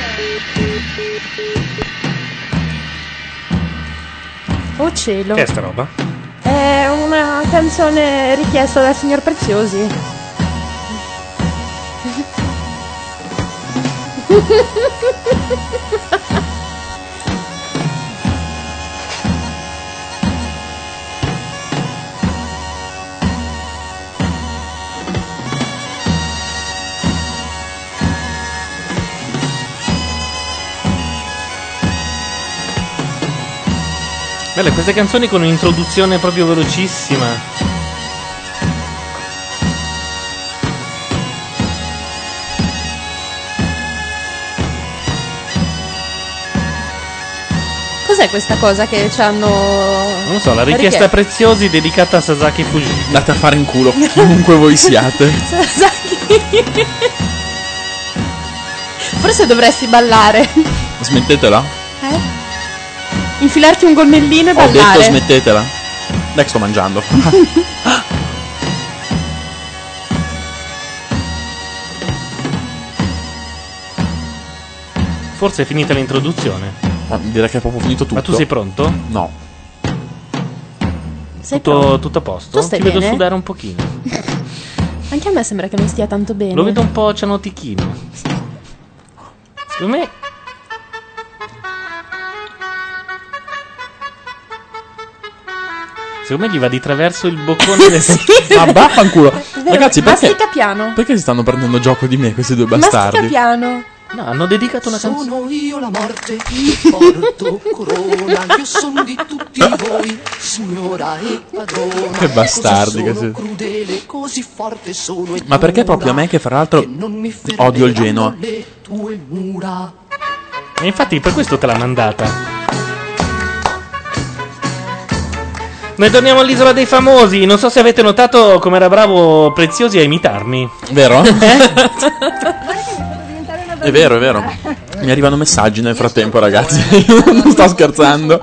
[SPEAKER 7] Oh cielo.
[SPEAKER 6] Che è sta roba?
[SPEAKER 7] È una canzone richiesta dal signor Preziosi.
[SPEAKER 6] Belle queste canzoni con un'introduzione proprio velocissima.
[SPEAKER 7] Cos'è questa cosa che ci hanno. Non
[SPEAKER 6] Non lo so, la richiesta
[SPEAKER 7] per
[SPEAKER 6] preziosi dedicata a Sasaki Fujita.
[SPEAKER 8] Andate a fare in culo chiunque voi siate.
[SPEAKER 7] Sasaki. Forse dovresti ballare.
[SPEAKER 8] Smettetela.
[SPEAKER 7] Eh? Infilarti un gonnellino e
[SPEAKER 8] Ho detto
[SPEAKER 7] ballare.
[SPEAKER 8] smettetela. Dai che sto mangiando.
[SPEAKER 6] Forse è finita l'introduzione.
[SPEAKER 8] Ma direi che è proprio finito tutto.
[SPEAKER 6] Ma tu sei pronto?
[SPEAKER 8] No.
[SPEAKER 6] Tutto, tutto a posto?
[SPEAKER 7] Tu stai
[SPEAKER 6] Ti vedo
[SPEAKER 7] bene?
[SPEAKER 6] sudare un pochino.
[SPEAKER 7] Anche a me sembra che non stia tanto bene.
[SPEAKER 6] Lo vedo un po' cianotichino. Secondo me Secondo me gli va di traverso il boccone del...
[SPEAKER 8] Ma Ah, vaffanculo. Ragazzi, perché,
[SPEAKER 7] Mastica piano.
[SPEAKER 8] perché si stanno prendendo gioco di me questi due
[SPEAKER 7] Mastica
[SPEAKER 8] bastardi?
[SPEAKER 7] piano.
[SPEAKER 6] No, hanno dedicato una canzone.
[SPEAKER 10] Sono io la morte, mi porto corona, io sono di tutti voi, signora e padrona.
[SPEAKER 8] Che bastardi che siete.
[SPEAKER 10] Crudele, così forte sono e
[SPEAKER 8] Ma perché proprio a me che fra l'altro odio il Genoa?
[SPEAKER 10] le tue mura.
[SPEAKER 6] E infatti per questo te l'ha mandata. Noi torniamo all'isola dei famosi. Non so se avete notato come era bravo Preziosi a imitarmi.
[SPEAKER 8] Vero?
[SPEAKER 6] Eh?
[SPEAKER 8] È vero, è vero. Mi arrivano messaggi nel frattempo, ragazzi. Io non sto scherzando.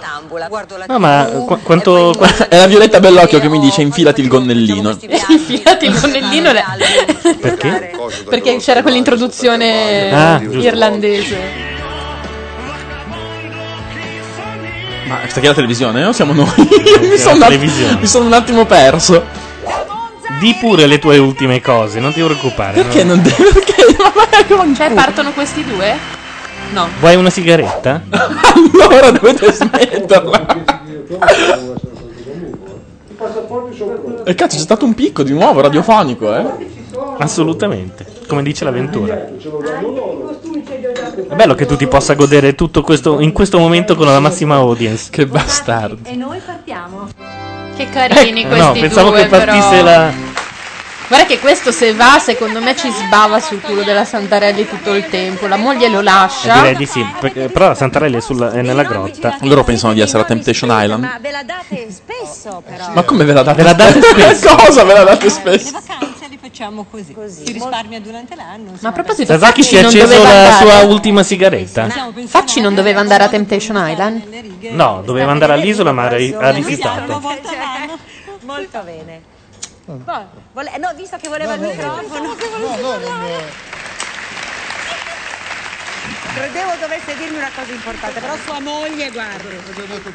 [SPEAKER 6] No, ma qu- quanto. qua-
[SPEAKER 8] È la Violetta Bellocchio che mi dice infilati il gonnellino.
[SPEAKER 7] Infilati il gonnellino le-
[SPEAKER 6] Perché?
[SPEAKER 7] perché c'era quell'introduzione
[SPEAKER 8] Ah, giusto.
[SPEAKER 7] irlandese.
[SPEAKER 8] Ma questa chi è la televisione o Eh, siamo noi? mi, sono
[SPEAKER 6] la
[SPEAKER 8] un att-
[SPEAKER 6] televisione.
[SPEAKER 8] mi sono un attimo perso.
[SPEAKER 6] Di pure le tue ultime cose, non ti preoccupare.
[SPEAKER 8] Perché non devi?
[SPEAKER 7] Cioè, partono questi due? No.
[SPEAKER 6] Vuoi una sigaretta?
[SPEAKER 8] allora dovete smetterla. E Eh, cazzo, c'è stato un picco di nuovo radiofonico, eh?
[SPEAKER 6] Assolutamente, come dice l'avventura.
[SPEAKER 1] È
[SPEAKER 6] È bello che tu ti possa godere tutto questo in questo momento con la massima audience. Che bastardo.
[SPEAKER 1] E noi partiamo.
[SPEAKER 7] Che carini
[SPEAKER 6] Eh,
[SPEAKER 7] questi
[SPEAKER 6] no, pensavo
[SPEAKER 7] due,
[SPEAKER 6] che partisse
[SPEAKER 7] però.
[SPEAKER 6] la. eh,
[SPEAKER 7] Guarda che questo se va, secondo me ci sbava sul culo della Santarelli tutto il tempo. La moglie lo
[SPEAKER 6] eh,
[SPEAKER 7] lascia.
[SPEAKER 6] direi di sì, perché- però la Santarelli è, sulla- è nella grotta.
[SPEAKER 8] Loro pensano di essere a Temptation Island.
[SPEAKER 4] Ma ve la date spesso, però.
[SPEAKER 8] Ma come ve la date?
[SPEAKER 6] Ve la date spesso?
[SPEAKER 8] Cosa ve la date spesso?
[SPEAKER 4] vacanze li facciamo così. Si risparmia durante l'anno.
[SPEAKER 7] Ma a proposito,
[SPEAKER 6] Sasaki si
[SPEAKER 7] Facci
[SPEAKER 6] è
[SPEAKER 7] non
[SPEAKER 6] acceso
[SPEAKER 7] doveva
[SPEAKER 6] la
[SPEAKER 7] andare.
[SPEAKER 6] sua ultima sigaretta.
[SPEAKER 7] Facci non doveva andare a Temptation Island?
[SPEAKER 6] No, doveva andare all'isola, ma ha ri- ha rifiutato.
[SPEAKER 4] volta l'anno. Molto bene. Boh, vole- no, visto che voleva il microfono. Credevo dovesse dirmi una cosa importante, però sua moglie, guardi,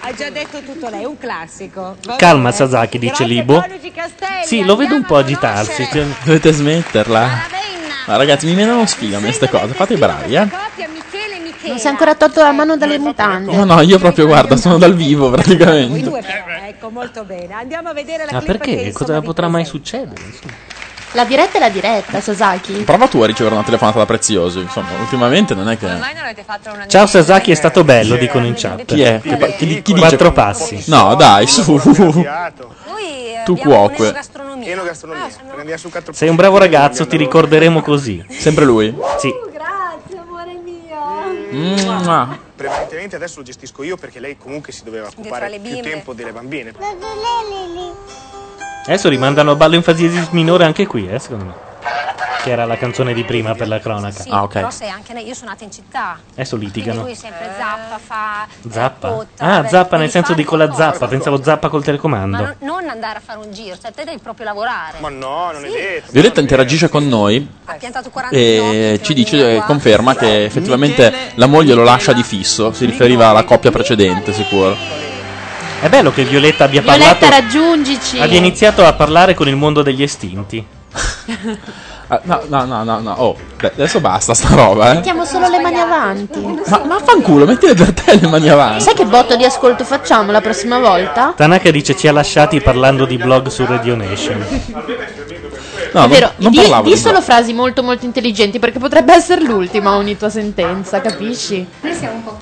[SPEAKER 4] ha già detto tutto lei, un classico. Va
[SPEAKER 6] Calma,
[SPEAKER 4] bene.
[SPEAKER 6] Sasaki, dice
[SPEAKER 4] Grazie,
[SPEAKER 6] Libo.
[SPEAKER 4] Coniugi Castelli,
[SPEAKER 6] Sì, lo vedo un po' agitarsi. cioè.
[SPEAKER 8] Dovete smetterla. Ma ragazzi, mi viene uno sfiga a me queste cose. Fate i bravi, eh.
[SPEAKER 7] Non si è ancora tolto la mano dalle mutande.
[SPEAKER 8] No, no, io proprio, guarda, sono dal vivo
[SPEAKER 4] Voi
[SPEAKER 8] praticamente.
[SPEAKER 4] due però, ecco, molto bene. Andiamo a vedere la
[SPEAKER 8] Ma
[SPEAKER 4] clip
[SPEAKER 8] perché?
[SPEAKER 4] che, insomma,
[SPEAKER 8] Cosa
[SPEAKER 4] vi
[SPEAKER 8] potrà mai
[SPEAKER 4] presento.
[SPEAKER 6] Succede, insomma.
[SPEAKER 7] La diretta è la diretta, Sasaki.
[SPEAKER 8] Prova tu a ricevere una telefonata da prezioso. Insomma, ultimamente non è che.
[SPEAKER 6] Ciao Sasaki, è stato bello, dicono in chat.
[SPEAKER 8] Chi è? Che pa- chi, chi dice?
[SPEAKER 6] Quattro passi.
[SPEAKER 8] No, dai, su. Tu cuoco.
[SPEAKER 13] Enogastronomia.
[SPEAKER 1] Ah,
[SPEAKER 13] Enogastronomia. Prendiamo su quattro
[SPEAKER 6] Sei un bravo ragazzo, ti ricorderemo così.
[SPEAKER 8] Sempre lui?
[SPEAKER 6] Sì.
[SPEAKER 1] Grazie, amore mio.
[SPEAKER 13] Prevalentemente adesso lo gestisco io perché lei comunque si doveva occupare
[SPEAKER 1] alle
[SPEAKER 13] più
[SPEAKER 1] bimbe.
[SPEAKER 13] tempo delle bambine.
[SPEAKER 6] Adesso rimandano a ballo in fasis minore anche qui, eh, secondo me. Che era la canzone di prima per la cronaca.
[SPEAKER 1] Sì, però sei anche lei. Io sono nata in città.
[SPEAKER 6] Adesso Eh,
[SPEAKER 1] Quindi
[SPEAKER 6] litigano.
[SPEAKER 1] lui sempre zappa, fa
[SPEAKER 6] Zappa.
[SPEAKER 1] Cotta,
[SPEAKER 6] Ah,
[SPEAKER 1] vabbè,
[SPEAKER 6] zappa
[SPEAKER 1] devi
[SPEAKER 6] nel senso
[SPEAKER 1] fare
[SPEAKER 6] di con la
[SPEAKER 1] qualcosa.
[SPEAKER 6] zappa. Pensavo zappa col
[SPEAKER 1] Ma
[SPEAKER 6] telecomando.
[SPEAKER 1] non, non andare a fare un giro, cioè te devi proprio lavorare. Ma
[SPEAKER 13] no, non
[SPEAKER 1] è vero.
[SPEAKER 8] Violetta interagisce con noi
[SPEAKER 1] Ha piantato 40
[SPEAKER 8] e ci dice, eh, conferma che effettivamente la moglie lo lascia di fisso. Si riferiva alla coppia precedente, sicuro.
[SPEAKER 6] È bello che Violetta abbia
[SPEAKER 7] Violetta,
[SPEAKER 6] parlato.
[SPEAKER 7] raggiungici.
[SPEAKER 6] Abbia iniziato a parlare con il mondo degli estinti.
[SPEAKER 8] Ah, no, no, no, no, no. Oh, beh, adesso basta sta roba, eh.
[SPEAKER 7] Mettiamo solo le mani avanti.
[SPEAKER 8] Ma, ma fanculo, mettile per te le mani avanti.
[SPEAKER 7] Sai che botto di ascolto facciamo la prossima volta?
[SPEAKER 6] Tanaka dice ci ha lasciati parlando di blog su Radio Nation.
[SPEAKER 8] No,
[SPEAKER 7] è vero,
[SPEAKER 6] non
[SPEAKER 7] di,
[SPEAKER 6] parlavo
[SPEAKER 7] di
[SPEAKER 6] di
[SPEAKER 7] solo frasi molto molto intelligenti perché potrebbe essere l'ultima ogni tua sentenza, capisci?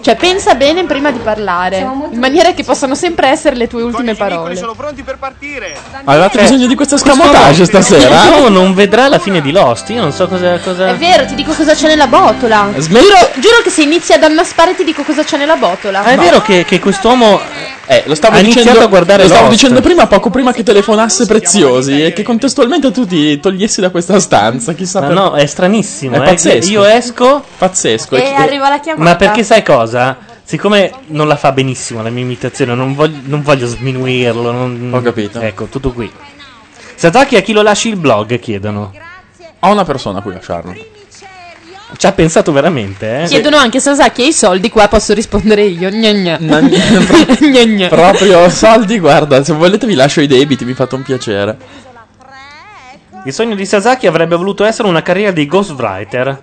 [SPEAKER 7] Cioè pensa bene prima di parlare, in maniera che possano sempre essere le tue ultime parole.
[SPEAKER 6] Cioè,
[SPEAKER 8] Avevate bisogno di questo
[SPEAKER 6] scamotage
[SPEAKER 8] stasera?
[SPEAKER 6] No, non vedrà la fine di Lost. Io non so cosa. cosa...
[SPEAKER 7] È vero, ti dico cosa c'è nella botola.
[SPEAKER 6] Eh, Smetti-
[SPEAKER 7] Giuro, giuro che se inizi ad annaspare ti dico cosa c'è nella botola.
[SPEAKER 6] Ah, è vero che, che quest'uomo.
[SPEAKER 8] Eh, lo stavo
[SPEAKER 6] ha iniziato
[SPEAKER 8] dicendo,
[SPEAKER 6] a guardare
[SPEAKER 8] lo stavo
[SPEAKER 6] Lost.
[SPEAKER 8] dicendo prima, poco prima che telefonasse Preziosi e che contestualmente tu ti togliessi da questa stanza. Chissà
[SPEAKER 6] Ma
[SPEAKER 8] per-
[SPEAKER 6] no, è stranissimo.
[SPEAKER 8] È
[SPEAKER 6] eh.
[SPEAKER 8] pazzesco.
[SPEAKER 6] Io esco.
[SPEAKER 8] Pazzesco.
[SPEAKER 7] E arriva la chiamata.
[SPEAKER 6] Ma perché sai cosa? Siccome non la fa benissimo la mia imitazione, non voglio, non voglio sminuirlo. non-
[SPEAKER 8] Ho capito.
[SPEAKER 6] Ecco, tutto qui. Sasaki a chi lo lasci il blog? Chiedono.
[SPEAKER 8] Ho una persona a cui lasciarlo.
[SPEAKER 6] Ci ha pensato veramente, eh?
[SPEAKER 7] Chiedono anche Sasaki e i soldi, qua posso rispondere io. Gna gna. Gna gna.
[SPEAKER 8] Proprio soldi, guarda, se volete vi lascio i debiti, mi fate un piacere.
[SPEAKER 6] Il sogno di Sasaki avrebbe voluto essere una carriera di ghostwriter.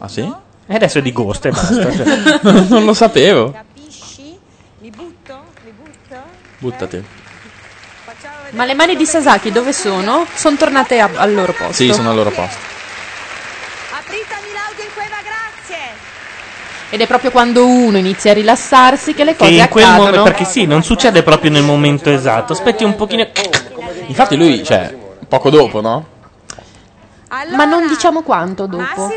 [SPEAKER 8] Ah sì?
[SPEAKER 6] E adesso è di ghost e basta. cioè.
[SPEAKER 8] non, non lo sapevo. Buttati.
[SPEAKER 6] Eh,
[SPEAKER 7] Ma le mani di Sasaki dove sono? Sono tornate a- al loro posto.
[SPEAKER 8] Sì, sono al loro posto.
[SPEAKER 7] Ed è proprio quando uno inizia a rilassarsi che le
[SPEAKER 6] Che
[SPEAKER 7] cose
[SPEAKER 6] in quel
[SPEAKER 7] accadono.
[SPEAKER 6] momento, perché sì, non succede proprio nel momento esatto. Aspetti un pochino.
[SPEAKER 8] Infatti lui, cioè, poco dopo, no?
[SPEAKER 7] Ma non diciamo quanto dopo.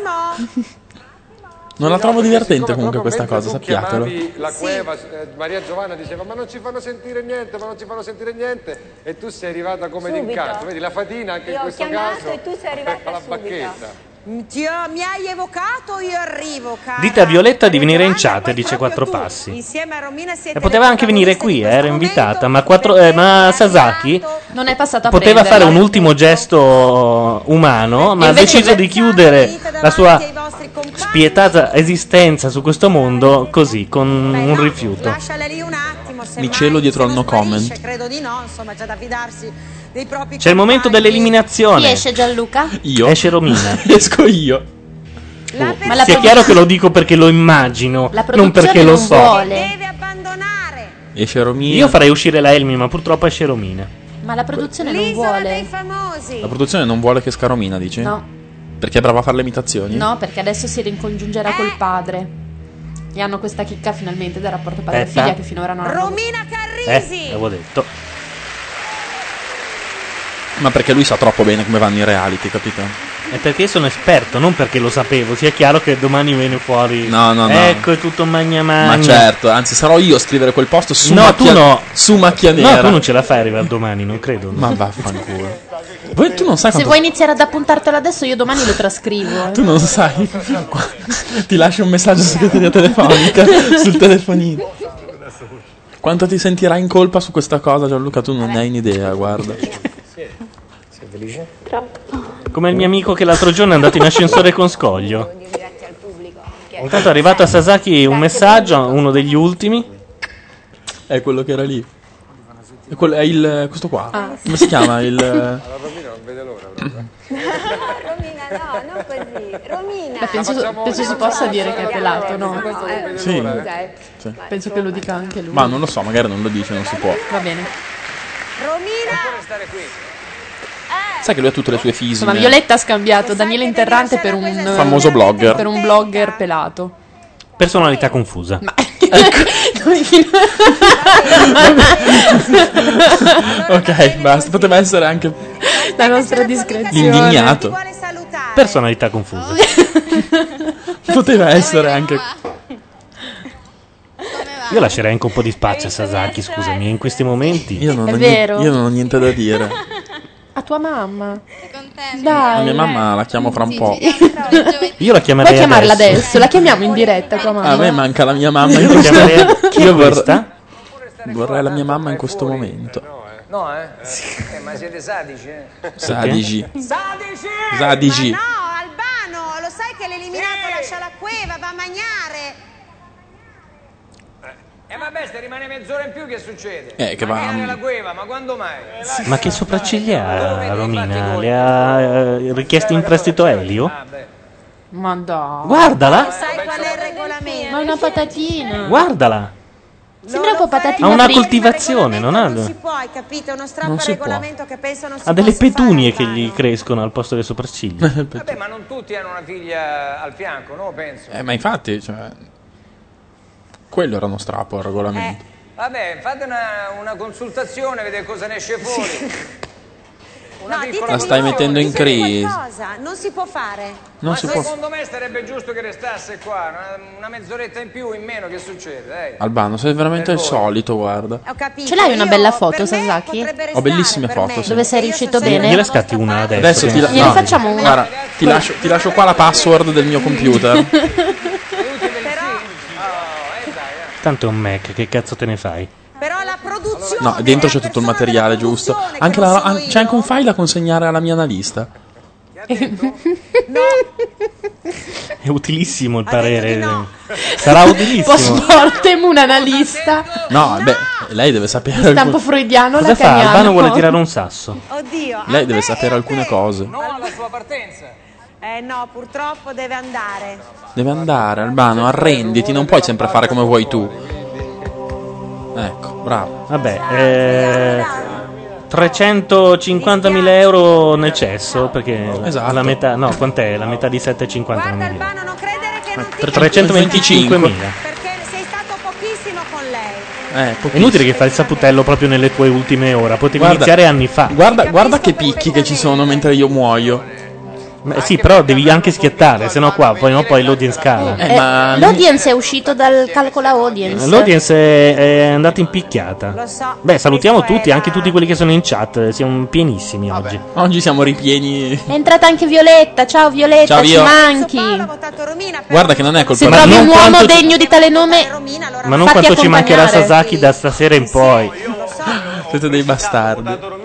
[SPEAKER 8] Non la trovo divertente comunque questa cosa, sappiatelo.
[SPEAKER 11] La cueva, eh, Maria Giovanna diceva ma non ci fanno sentire niente, ma non ci fanno sentire niente e tu sei arrivata come
[SPEAKER 1] Subito.
[SPEAKER 11] d'incanto, vedi la fatina anche
[SPEAKER 1] Io
[SPEAKER 11] in
[SPEAKER 1] ho
[SPEAKER 11] questo
[SPEAKER 1] chiamato
[SPEAKER 11] caso
[SPEAKER 1] e tu sei arrivata
[SPEAKER 11] alla
[SPEAKER 1] subito.
[SPEAKER 11] bacchetta.
[SPEAKER 9] Mm, ti ho- mi hai evocato, io arrivo, cara.
[SPEAKER 6] Dite a Violetta di venire in chat, dice Quattro Passi.
[SPEAKER 9] Insieme a Romina siete
[SPEAKER 6] E poteva anche venire qui, eh, era invitata, ma, quattro- eh, ma Sasaki
[SPEAKER 7] Non è passata a
[SPEAKER 6] poteva
[SPEAKER 7] prenderla.
[SPEAKER 6] fare un ultimo gesto umano, ma ha
[SPEAKER 7] invece
[SPEAKER 6] deciso di chiudere la sua spietata esistenza su questo mondo così, con un rifiuto.
[SPEAKER 9] Lasciala lì un attimo, se
[SPEAKER 6] Mi cielo dietro al no comment.
[SPEAKER 9] credo di no, insomma, c'è da fidarsi dei propri
[SPEAKER 6] C'è il momento
[SPEAKER 7] Chi
[SPEAKER 6] dell'eliminazione.
[SPEAKER 7] esce Gianluca?
[SPEAKER 6] Io. Esce Romina.
[SPEAKER 8] Esco io.
[SPEAKER 7] Ma
[SPEAKER 6] Sia
[SPEAKER 7] produ-
[SPEAKER 6] chiaro che lo dico perché lo immagino,
[SPEAKER 7] la
[SPEAKER 6] non
[SPEAKER 7] produzione
[SPEAKER 6] perché lo so.
[SPEAKER 7] vuole.
[SPEAKER 8] Esce Romina.
[SPEAKER 6] Io farei uscire la Elmi, ma purtroppo esce Romina.
[SPEAKER 7] Ma la produzione non vuole.
[SPEAKER 8] La produzione non vuole che esca Romina, dici?
[SPEAKER 7] No.
[SPEAKER 8] Perché è brava a fare le imitazioni?
[SPEAKER 7] No, perché adesso si rincongiungerà col padre. E hanno questa chicca finalmente del rapporto padre-figlia
[SPEAKER 6] Aspetta.
[SPEAKER 7] che finora non hanno. Romina
[SPEAKER 6] Eh, l'avevo detto.
[SPEAKER 8] Ma perché lui sa troppo bene come vanno i reality, capito?
[SPEAKER 6] È perché sono esperto, non perché lo sapevo. Sia chiaro che domani viene fuori.
[SPEAKER 8] No, no, no.
[SPEAKER 6] Ecco, è tutto magna magna.
[SPEAKER 8] Ma certo, anzi sarò io a scrivere quel posto su
[SPEAKER 6] No,
[SPEAKER 8] macchia,
[SPEAKER 6] tu no.
[SPEAKER 8] su macchia
[SPEAKER 6] No,
[SPEAKER 8] nera.
[SPEAKER 6] tu non ce la fai arrivare domani, non credo.
[SPEAKER 8] Ma vaffanculo. Poi tu non sai
[SPEAKER 7] Se
[SPEAKER 8] quanto...
[SPEAKER 7] vuoi iniziare ad appuntartelo adesso, io domani lo trascrivo. eh.
[SPEAKER 8] Tu non sai. ti lascio un messaggio segreteria telefonica sul telefonino. Quanto ti sentirai in colpa su questa cosa, Gianluca? Tu non ne hai un'idea, guarda.
[SPEAKER 6] Sei felice? Come il mio amico che l'altro giorno è andato in ascensore con scoglio. Intanto è arrivato a Sasaki un messaggio, uno degli ultimi.
[SPEAKER 8] È quello che era lì. È, quello- è il. questo qua.
[SPEAKER 1] Ah.
[SPEAKER 8] Come si chiama? Il.
[SPEAKER 11] Allora, Romina non vede l'ora. eh.
[SPEAKER 1] Romina, no, non così. Romina.
[SPEAKER 7] Beh, penso- penso si possa dire che è pelato, no?
[SPEAKER 1] eh,
[SPEAKER 8] Sì.
[SPEAKER 1] scusa, eh.
[SPEAKER 8] Sì.
[SPEAKER 7] Penso che lo dica anche lui.
[SPEAKER 8] Ma non lo so, magari non lo dice, non si può.
[SPEAKER 7] Va bene.
[SPEAKER 1] Romina. stare qui.
[SPEAKER 8] Sai che lui ha tutte le sue fisime.
[SPEAKER 7] Insomma, Violetta ha scambiato Daniele Interrante per un
[SPEAKER 8] Famoso blogger.
[SPEAKER 7] Per un blogger pelato.
[SPEAKER 6] Personalità confusa.
[SPEAKER 8] ok, basta. Poteva essere anche
[SPEAKER 7] La nostra discrezione.
[SPEAKER 8] indignato.
[SPEAKER 6] Personalità confusa.
[SPEAKER 8] Poteva essere anche.
[SPEAKER 6] Io lascerei anche un po' di spazio a Sasaki, scusami, in questi momenti.
[SPEAKER 8] Io non
[SPEAKER 7] È ho niente- vero. io
[SPEAKER 8] non ho niente da dire.
[SPEAKER 7] A tua mamma. Sei contenta? Dai.
[SPEAKER 8] La mia mamma la chiamo fra un po'.
[SPEAKER 6] Io la
[SPEAKER 8] chiamerei
[SPEAKER 7] Puoi chiamarla adesso. La chiamiamo in diretta tua mamma.
[SPEAKER 8] Ah, A me manca la mia mamma in
[SPEAKER 6] Io
[SPEAKER 8] questo
[SPEAKER 6] chiamerei-
[SPEAKER 8] momento.
[SPEAKER 6] Chi è
[SPEAKER 8] Io vorrei-
[SPEAKER 6] questa?
[SPEAKER 8] vorrei la mia mamma in questo momento.
[SPEAKER 3] No, eh? Eh, ma siete sadici, eh?
[SPEAKER 8] Sadici.
[SPEAKER 9] Sadici!
[SPEAKER 8] Sadici.
[SPEAKER 9] Ma no, Albano, lo sai che l'eliminato lascia la cueva, va a mangiare.
[SPEAKER 3] Eh, vabbè, se rimane mezz'ora in più, che succede?
[SPEAKER 6] Eh, che va-
[SPEAKER 3] Mangiare la cueva, ma quando mai?
[SPEAKER 6] Ma che sopracciglia ha Romina? Le ha eh, richieste in prestito Elio?
[SPEAKER 7] Ma dai.
[SPEAKER 6] Guardala.
[SPEAKER 9] Sai qual è il regolamento?
[SPEAKER 7] Ma è una patatina.
[SPEAKER 6] Guardala,
[SPEAKER 7] Sembra un po'
[SPEAKER 6] ha
[SPEAKER 7] patatina.
[SPEAKER 6] una
[SPEAKER 7] fritta.
[SPEAKER 6] coltivazione, non ha,
[SPEAKER 9] Poi, capito, uno
[SPEAKER 6] Non
[SPEAKER 9] strappa
[SPEAKER 6] si può.
[SPEAKER 9] regolamento che penso non si
[SPEAKER 6] ha delle
[SPEAKER 9] possa
[SPEAKER 6] petunie che gli crescono al posto delle sopracciglia.
[SPEAKER 3] Vabbè, ma non tutti hanno una figlia al fianco, no? Penso.
[SPEAKER 8] Eh, ma infatti, cioè. Quello era uno strappo al regolamento.
[SPEAKER 3] Vabbè, fate una, una consultazione, vedete cosa ne esce fuori. Una piccola
[SPEAKER 8] La stai mettendo in crisi.
[SPEAKER 9] Cosa? Non si può fare.
[SPEAKER 8] Non
[SPEAKER 3] ma
[SPEAKER 8] si può-
[SPEAKER 3] secondo me sarebbe giusto che restasse qua, una, una mezz'oretta in più, in meno, che succede? Dai.
[SPEAKER 8] Albano, sei veramente il solito, guarda.
[SPEAKER 9] Ho capito.
[SPEAKER 7] Ce l'hai una bella foto, Sasaki?
[SPEAKER 8] Ho bellissime foto. sì.
[SPEAKER 7] Dove sei riuscito bene?
[SPEAKER 6] Gliela scatti una adesso.
[SPEAKER 8] Adesso ti, la-
[SPEAKER 7] Gliene
[SPEAKER 8] no,
[SPEAKER 7] facciamo una.
[SPEAKER 8] Guarda, ti lascio, ti lascio qua la password del mio computer.
[SPEAKER 6] Tanto è un Mac, che cazzo te ne fai?
[SPEAKER 8] No, dentro c'è tutto il materiale giusto. Anche la- an- c'è anche un file da consegnare alla mia analista.
[SPEAKER 6] È utilissimo il parere. Sarà
[SPEAKER 7] Posso
[SPEAKER 6] utilissimo.
[SPEAKER 7] portem un analista.
[SPEAKER 8] No, beh, Eh, lei deve sapere.
[SPEAKER 7] Stampo
[SPEAKER 8] alcune-
[SPEAKER 7] freudiano
[SPEAKER 6] Cosa fa?
[SPEAKER 7] lacaniano.
[SPEAKER 6] Albano vuole tirare un sasso.
[SPEAKER 9] Oddio.
[SPEAKER 8] Lei deve sapere alcune cose.
[SPEAKER 9] No alla sua partenza. Eh no, purtroppo deve andare.
[SPEAKER 8] Deve andare, Albano, arrenditi, non puoi sempre fare come vuoi tu. Ecco, bravo.
[SPEAKER 6] Vabbè, eh, 350.000 euro nel cesso, perché la- la metà, no, quant'è? La metà di 750 non mi viene.
[SPEAKER 8] Per
[SPEAKER 6] 325.000.
[SPEAKER 8] Eh,
[SPEAKER 6] È inutile che fai il saputello proprio nelle tue ultime ore, potevi
[SPEAKER 8] Guarda-
[SPEAKER 6] iniziare anni fa.
[SPEAKER 8] Guarda, guarda che picchi che ci sono mentre io muoio.
[SPEAKER 6] Ma sì, però devi anche schiattare, sennò qua poi, no, poi l'audience cala.
[SPEAKER 7] Eh, l'audience è uscito dal calcola audience.
[SPEAKER 6] Eh, L'audience è, è andata in picchiata.
[SPEAKER 7] Lo so.
[SPEAKER 6] Beh, salutiamo tutti, anche tutti quelli che sono in chat. Siamo pienissimi oggi.
[SPEAKER 8] Oggi siamo ripieni.
[SPEAKER 7] È entrata anche Violetta. Ciao Violetta,
[SPEAKER 6] Ciao,
[SPEAKER 7] ci
[SPEAKER 6] Vio.
[SPEAKER 7] manchi.
[SPEAKER 8] Guarda che non è colpa
[SPEAKER 7] Se
[SPEAKER 6] Ma
[SPEAKER 7] trovi
[SPEAKER 6] non
[SPEAKER 7] un uomo
[SPEAKER 6] quanto-
[SPEAKER 7] degno di tale nome,
[SPEAKER 6] Ma non
[SPEAKER 7] fatti
[SPEAKER 6] quanto ci mancherà
[SPEAKER 7] accompagnare.
[SPEAKER 6] Sasaki da stasera in poi.
[SPEAKER 8] Siete dei bastardi.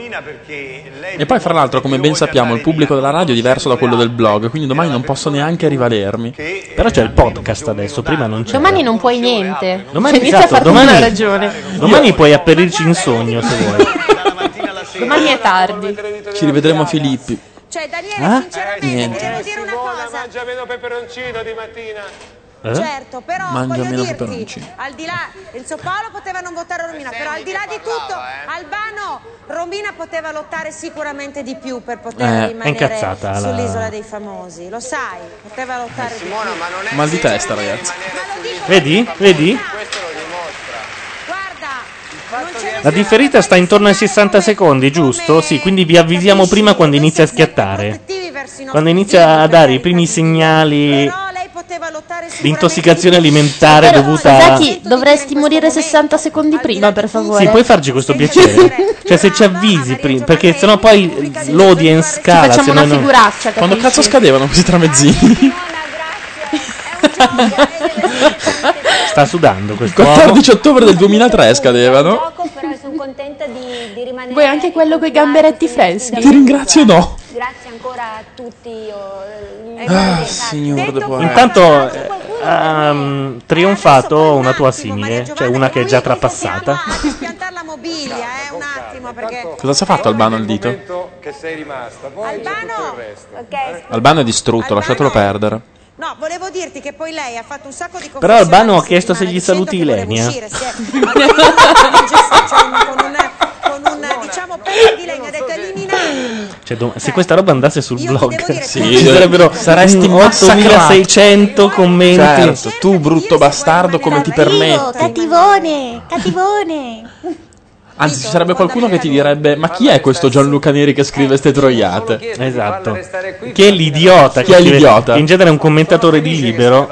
[SPEAKER 8] E poi, fra l'altro, come ben sappiamo, il pubblico della radio è diverso da quello del blog, quindi domani non posso neanche rivalermi.
[SPEAKER 6] Però c'è il podcast adesso, prima non c'era.
[SPEAKER 7] Domani non puoi niente.
[SPEAKER 6] Domani,
[SPEAKER 7] Cioè, inizia a
[SPEAKER 6] esatto,
[SPEAKER 7] farti
[SPEAKER 6] domani-
[SPEAKER 7] una ragione.
[SPEAKER 6] Domani puoi apperirci in sogno se vuoi.
[SPEAKER 7] Domani è tardi.
[SPEAKER 8] Ci rivedremo a Filippi.
[SPEAKER 9] Cioè, Daniele,
[SPEAKER 6] Ah?
[SPEAKER 7] Eh?
[SPEAKER 9] sinceramente,
[SPEAKER 8] Niente.
[SPEAKER 9] devo dire una cosa. Eh, Mangia meno peperoncino di mattina.
[SPEAKER 8] Eh?
[SPEAKER 9] Certo, però
[SPEAKER 8] Mangia
[SPEAKER 9] voglio
[SPEAKER 8] meno
[SPEAKER 9] dirti,
[SPEAKER 8] peperoncino.
[SPEAKER 9] al di là, Enzo Paolo poteva non votare Romina, però al di là di tutto, Albano, Romina poteva lottare sicuramente di più per poter
[SPEAKER 8] Eh, è
[SPEAKER 9] rimanere
[SPEAKER 8] incazzata la-
[SPEAKER 9] sull'isola dei famosi, lo sai, poteva lottare di più. Eh, ma non
[SPEAKER 8] Mal di testa, ragazzi.
[SPEAKER 6] Vedi? Vedi? La differita sta intorno ai 60 secondi, giusto? Sì, quindi vi avvisiamo prima quando inizia a schiattare. Quando inizia a dare i primi segnali di intossicazione alimentare
[SPEAKER 7] Però,
[SPEAKER 6] dovuta a...
[SPEAKER 7] Sasaki, dovresti morire 60 secondi prima, per favore.
[SPEAKER 6] Sì, puoi farci questo piacere. Cioè, se
[SPEAKER 7] Ah,
[SPEAKER 6] ci avvisi prima, perché sennò poi l'audience cala.
[SPEAKER 7] facciamo
[SPEAKER 6] se
[SPEAKER 7] una
[SPEAKER 6] noi non-
[SPEAKER 7] figuraccia,
[SPEAKER 8] Quando cazzo scadevano questi tramezzini?
[SPEAKER 6] Sta sudando
[SPEAKER 8] Il
[SPEAKER 6] questo
[SPEAKER 8] 14 ottobre del 2003 scadevano.
[SPEAKER 26] Però sono contenta di, di rimanere.
[SPEAKER 7] Vuoi anche quello con i gamberetti freschi?
[SPEAKER 8] Ti ringrazio, no.
[SPEAKER 26] Grazie ancora a tutti. Io, eh,
[SPEAKER 9] esatto.
[SPEAKER 6] Ah,
[SPEAKER 8] signor De Poeta.
[SPEAKER 6] Intanto eh, ha mm, trionfato una tua simile, cioè una che è già trapassata.
[SPEAKER 7] eh,
[SPEAKER 8] Cosa ci ha fatto Albano il dito?
[SPEAKER 11] Momento che sei rimasta, poi c'è tutto il resto.
[SPEAKER 8] Albano è distrutto, lasciatelo perdere.
[SPEAKER 9] No, volevo dirti che poi lei ha fatto un sacco di
[SPEAKER 6] Però
[SPEAKER 9] confusione.
[SPEAKER 6] Albano ha chiesto se gli saluti Ilenia.
[SPEAKER 7] diciamo,
[SPEAKER 6] Cioè, dom- se questa roba andasse sul blog,
[SPEAKER 8] Sì,
[SPEAKER 6] ci sarebbero
[SPEAKER 8] saresti
[SPEAKER 6] mm,
[SPEAKER 8] massacrato.
[SPEAKER 6] 8600 commenti.
[SPEAKER 8] Certo, tu brutto bastardo come ti permetti.
[SPEAKER 1] cattivone, cattivone.
[SPEAKER 8] Anzi, ci sarebbe qualcuno che ti direbbe: Ma chi è questo Gianluca Neri che scrive
[SPEAKER 9] Eh,
[SPEAKER 8] ste troiate?
[SPEAKER 6] Esatto. Che è l'idiota.
[SPEAKER 8] Chi è
[SPEAKER 6] scrive-
[SPEAKER 8] l'idiota?
[SPEAKER 6] che in genere è un commentatore di libero.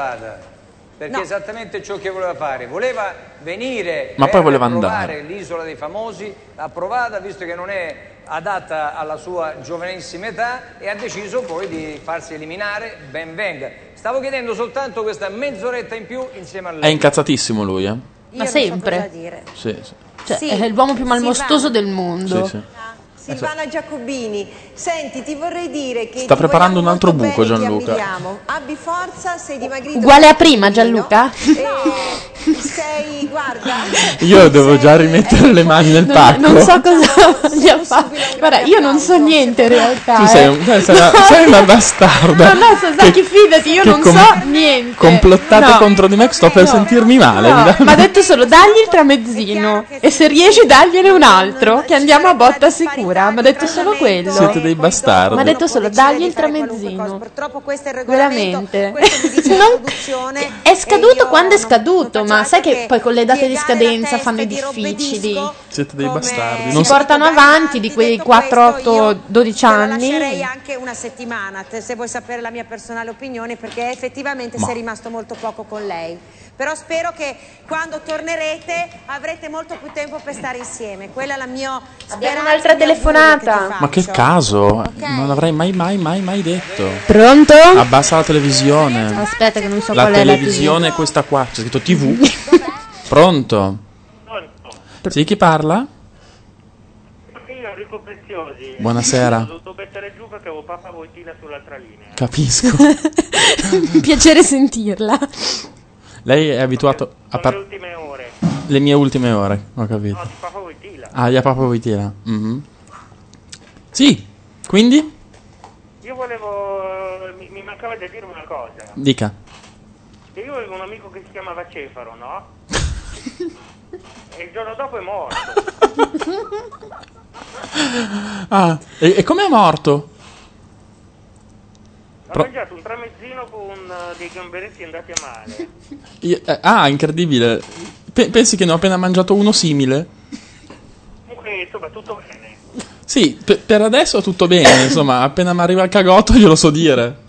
[SPEAKER 3] Perché è esattamente ciò che voleva fare. Voleva venire
[SPEAKER 6] Ma poi
[SPEAKER 3] per
[SPEAKER 6] voleva
[SPEAKER 3] provare
[SPEAKER 6] andare.
[SPEAKER 3] l'isola dei famosi, l'ha provata visto che non è adatta alla sua giovanissima età e ha deciso poi di farsi eliminare, ben venga. Stavo chiedendo soltanto questa mezz'oretta in più insieme a lei.
[SPEAKER 8] È incazzatissimo lui, eh?
[SPEAKER 7] Ma sempre.
[SPEAKER 8] Sì, sì.
[SPEAKER 7] Cioè,
[SPEAKER 9] Sì,
[SPEAKER 7] è l'uomo più malmostoso
[SPEAKER 9] Silvana.
[SPEAKER 7] del mondo.
[SPEAKER 8] Sì,
[SPEAKER 9] Ah,
[SPEAKER 8] Esatto. sì.
[SPEAKER 9] Silvana Giacobini, senti, ti vorrei dire che
[SPEAKER 8] Sta
[SPEAKER 9] ti
[SPEAKER 8] preparando un
[SPEAKER 9] vogliamo
[SPEAKER 8] altro
[SPEAKER 9] molto
[SPEAKER 8] buco,
[SPEAKER 9] bene, ti
[SPEAKER 8] Gianluca.
[SPEAKER 9] ammiriamo. Abbi forza, sei dimagrito.
[SPEAKER 7] Uguale a prima, Gianluca?
[SPEAKER 9] E sei, guarda,
[SPEAKER 8] Io devo già rimettere le mani nel pacco.
[SPEAKER 7] Non so cosa gli ha fatto. Guarda, io non so niente in realtà.
[SPEAKER 8] Tu sei, un- sei una, sei una bastarda.
[SPEAKER 7] No, no, Sasaki, fidati, io
[SPEAKER 8] che
[SPEAKER 7] non
[SPEAKER 8] com-
[SPEAKER 7] so niente.
[SPEAKER 8] Complottate
[SPEAKER 7] No.
[SPEAKER 8] contro di me, che sto per sentirmi male.
[SPEAKER 7] No, ma ha detto solo dagli il tramezzino e se riesci dagliene un altro che andiamo a botta sicura. Ma ha detto solo quello.
[SPEAKER 8] Siete dei bastardi.
[SPEAKER 7] Ma ha detto solo dagli il tramezzino.
[SPEAKER 9] purtroppo questo è il
[SPEAKER 7] Veramente. Non- È scaduto quando è scaduto, ma sai che poi con le date di scadenza fanno i difficili.
[SPEAKER 8] Siete dei bastardi.
[SPEAKER 7] Si
[SPEAKER 8] Non so-
[SPEAKER 7] portano avanti di quei 4, 8, 12 anni.
[SPEAKER 9] anche una settimana, te- se vuoi sapere la mia personale opinione, perché effettivamente
[SPEAKER 7] Ma.
[SPEAKER 9] sei rimasto molto poco con lei. Però spero che quando tornerete avrete molto più tempo per stare insieme. Quella è la mia speranza.
[SPEAKER 7] un'altra
[SPEAKER 9] il mio augurio
[SPEAKER 7] telefonata.
[SPEAKER 9] ti
[SPEAKER 8] Ma che
[SPEAKER 9] faccio.
[SPEAKER 8] caso? Non avrei mai, mai, mai, mai detto.
[SPEAKER 7] Pronto?
[SPEAKER 8] Abbassa la televisione.
[SPEAKER 7] Aspetta, che non so
[SPEAKER 8] La
[SPEAKER 7] qual
[SPEAKER 8] televisione è questa qua. C'è scritto TV. Pronto? Sì, chi parla?
[SPEAKER 27] Enrico Preziosi.
[SPEAKER 8] Buonasera.
[SPEAKER 27] Ho dovuto mettere giù perché avevo Papa Voitina sull'altra linea.
[SPEAKER 8] Capisco.
[SPEAKER 7] è la tua. Piacere sentirla.
[SPEAKER 8] Lei è abituato a parlare. Le ultime ore. Le mie ultime ore, ho capito. No, di Papa Voitila. Ah, di Papa Voitila. Mhm. Sì, quindi?
[SPEAKER 27] Io volevo. eh, Mi, mi mancava da dire una cosa.
[SPEAKER 8] Dica.
[SPEAKER 27] Che io avevo un amico che si chiamava Cefaro, no? e il giorno dopo è morto.
[SPEAKER 8] Ah, e, e com'è morto?
[SPEAKER 27] Ha
[SPEAKER 8] Pro-
[SPEAKER 27] mangiato un tramezzino con eh, dei gamberetti andati a male.
[SPEAKER 8] Io- eh, ah, incredibile. Pe- pensi che ne ho appena mangiato uno simile?
[SPEAKER 27] Comunque
[SPEAKER 24] quindi insomma tutto bene.
[SPEAKER 8] Sì, per, per adesso tutto bene, insomma, appena mi arriva il cagotto glielo so dire.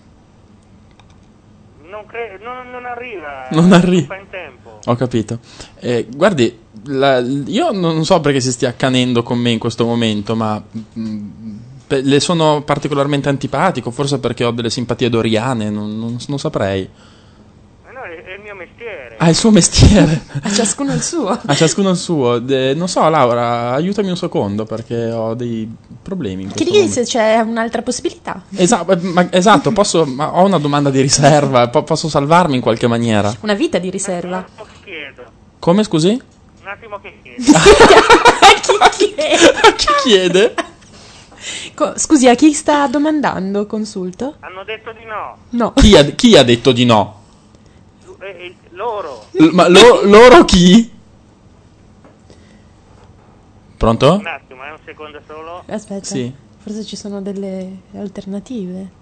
[SPEAKER 24] Non, cre- non, non arriva.
[SPEAKER 27] Eh,
[SPEAKER 8] Non arriva.
[SPEAKER 24] fa in tempo.
[SPEAKER 8] Ho capito. Eh, guardi, la- io non so perché si stia accanendo con me in questo momento, ma mm, pe- le sono particolarmente antipatico, forse perché ho delle simpatie doriane, non, non- non saprei.
[SPEAKER 24] Ma no, è, è il mio mestiere.
[SPEAKER 8] Ah, il suo mestiere.
[SPEAKER 7] A ciascuno il suo.
[SPEAKER 8] A ciascuno il suo. De- non so, Laura, aiutami un secondo perché ho dei problemi. In
[SPEAKER 7] Che
[SPEAKER 8] questo
[SPEAKER 7] dici
[SPEAKER 8] momento.
[SPEAKER 7] se c'è un'altra possibilità?
[SPEAKER 8] Esatto, ma- esatto posso, ma ho una domanda di riserva. po- posso salvarmi in qualche maniera?
[SPEAKER 7] Una vita di riserva.
[SPEAKER 8] Come, scusi?
[SPEAKER 24] Un attimo che
[SPEAKER 7] Chi chiede?
[SPEAKER 8] Chi chiede?
[SPEAKER 7] Co- scusi, a chi sta domandando consulto?
[SPEAKER 24] hanno detto di no.
[SPEAKER 7] No.
[SPEAKER 8] Chi ha, chi ha detto di no?
[SPEAKER 24] Eh, eh, loro.
[SPEAKER 8] L- ma lo- loro chi? Pronto?
[SPEAKER 24] Un attimo, è un secondo solo.
[SPEAKER 7] Aspetta.
[SPEAKER 8] Sì.
[SPEAKER 7] Forse ci sono delle alternative.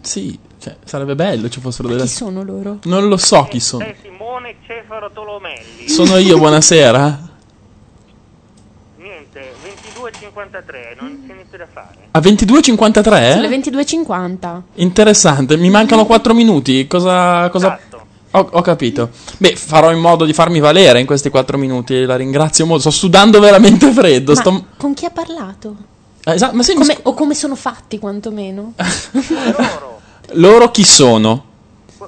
[SPEAKER 8] Sì, cioè, sarebbe bello ci fossero delle...
[SPEAKER 7] Chi sono loro?
[SPEAKER 8] Non lo so chi sono.
[SPEAKER 24] Sei Simone Cefaro Tolomelli.
[SPEAKER 8] Sono io, buonasera.
[SPEAKER 24] Niente, 22.53, non c'è niente da fare.
[SPEAKER 8] A 22.53?
[SPEAKER 7] Sono le 22.50.
[SPEAKER 8] Interessante, mi mancano 4 minuti. Cosa. cosa... Ho, ho capito. Beh, farò in modo di farmi valere in questi 4 minuti. La ringrazio molto. Sto sudando veramente freddo.
[SPEAKER 7] Ma
[SPEAKER 8] sto-
[SPEAKER 7] con chi ha parlato?
[SPEAKER 8] Eh, esatto, ma sì, mi
[SPEAKER 7] Come- o come sono fatti, quantomeno.
[SPEAKER 8] sc- Loro chi sono?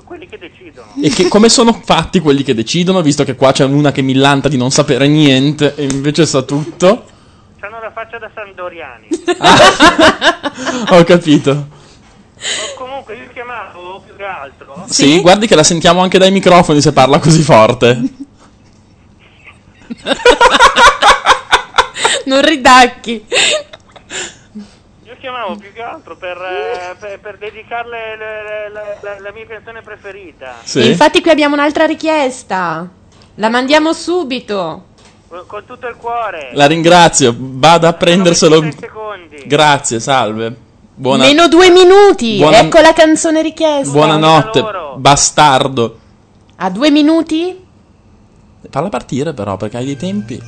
[SPEAKER 24] Quelli che decidono.
[SPEAKER 8] E che- come sono fatti quelli che decidono? Visto che qua c'è una che millanta di non sapere niente e invece sa tutto.
[SPEAKER 24] Hanno la faccia da Sandoriani.
[SPEAKER 7] Ah.
[SPEAKER 8] Ho capito.
[SPEAKER 24] O comunque io chiamavo più che altro.
[SPEAKER 8] Sì? guardi che la sentiamo anche dai microfoni se parla così forte.
[SPEAKER 7] non ridacchi.
[SPEAKER 24] Io chiamavo più che altro per, eh, per, per dedicarle le- le- la, la- la mia canzone preferita.
[SPEAKER 7] E Infatti qui abbiamo un'altra richiesta. La mandiamo subito.
[SPEAKER 24] Con tutto il cuore.
[SPEAKER 8] La ringrazio. Vada a prenderselo. Grazie, salve. Buona...
[SPEAKER 7] Meno due minuti.
[SPEAKER 8] Buona-
[SPEAKER 7] Ecco la canzone richiesta.
[SPEAKER 8] Buonanotte, bastardo.
[SPEAKER 7] A due minuti?
[SPEAKER 8] Falla partire però, perché hai dei tempi.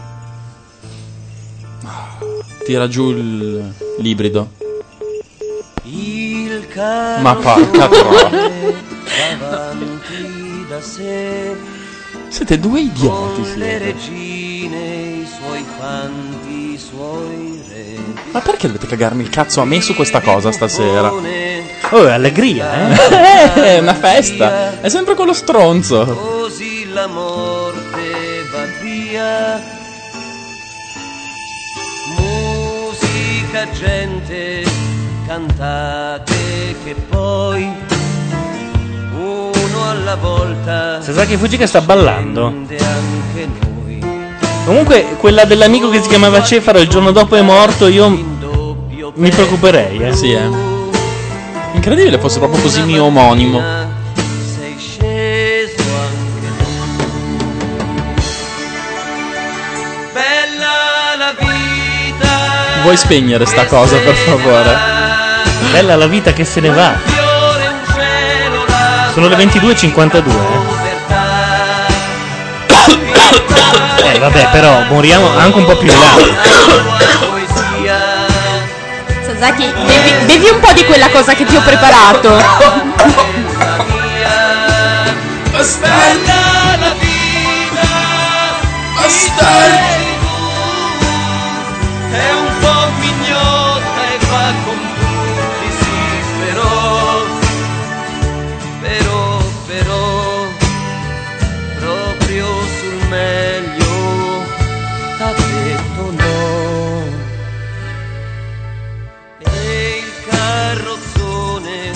[SPEAKER 8] Ah, Tira giù il librido. Ma porca troia.
[SPEAKER 10] davanti da sé
[SPEAKER 8] Siete due idioti,
[SPEAKER 10] con le
[SPEAKER 8] siete.
[SPEAKER 10] regine i suoi fanti i suoi re
[SPEAKER 8] Ma perché dovete cagarmi il cazzo a me su questa cosa stasera?
[SPEAKER 6] Oh, è allegria, eh?
[SPEAKER 8] Eh, è una festa. È sempre quello stronzo.
[SPEAKER 10] così la morte va via musica gente cantate che poi uno alla volta
[SPEAKER 6] Sasaki Fujika sta ballando.
[SPEAKER 10] prende anche noi
[SPEAKER 6] Comunque, quella dell'amico che si chiamava Cefaro il giorno dopo è morto, io mi preoccuperei, eh.
[SPEAKER 8] Sì, eh. Incredibile fosse proprio così mio omonimo.
[SPEAKER 10] sei sceso anche tu. Bella la vita,
[SPEAKER 8] Vuoi spegnere sta cosa, per favore?
[SPEAKER 6] Bella la vita che se ne va.
[SPEAKER 10] fiore, un cielo, la
[SPEAKER 6] Sono le 22.52, eh. Eh, vabbè, però, moriamo anche un po' più in là.
[SPEAKER 7] Sasaki, bevi, bevi un po' di quella cosa che ti ho preparato.
[SPEAKER 10] Bella la vita, bastardi È un po' mignotta e va con tutti, sì, però Però, però, proprio sul meglio t'ha detto no E il carrozzone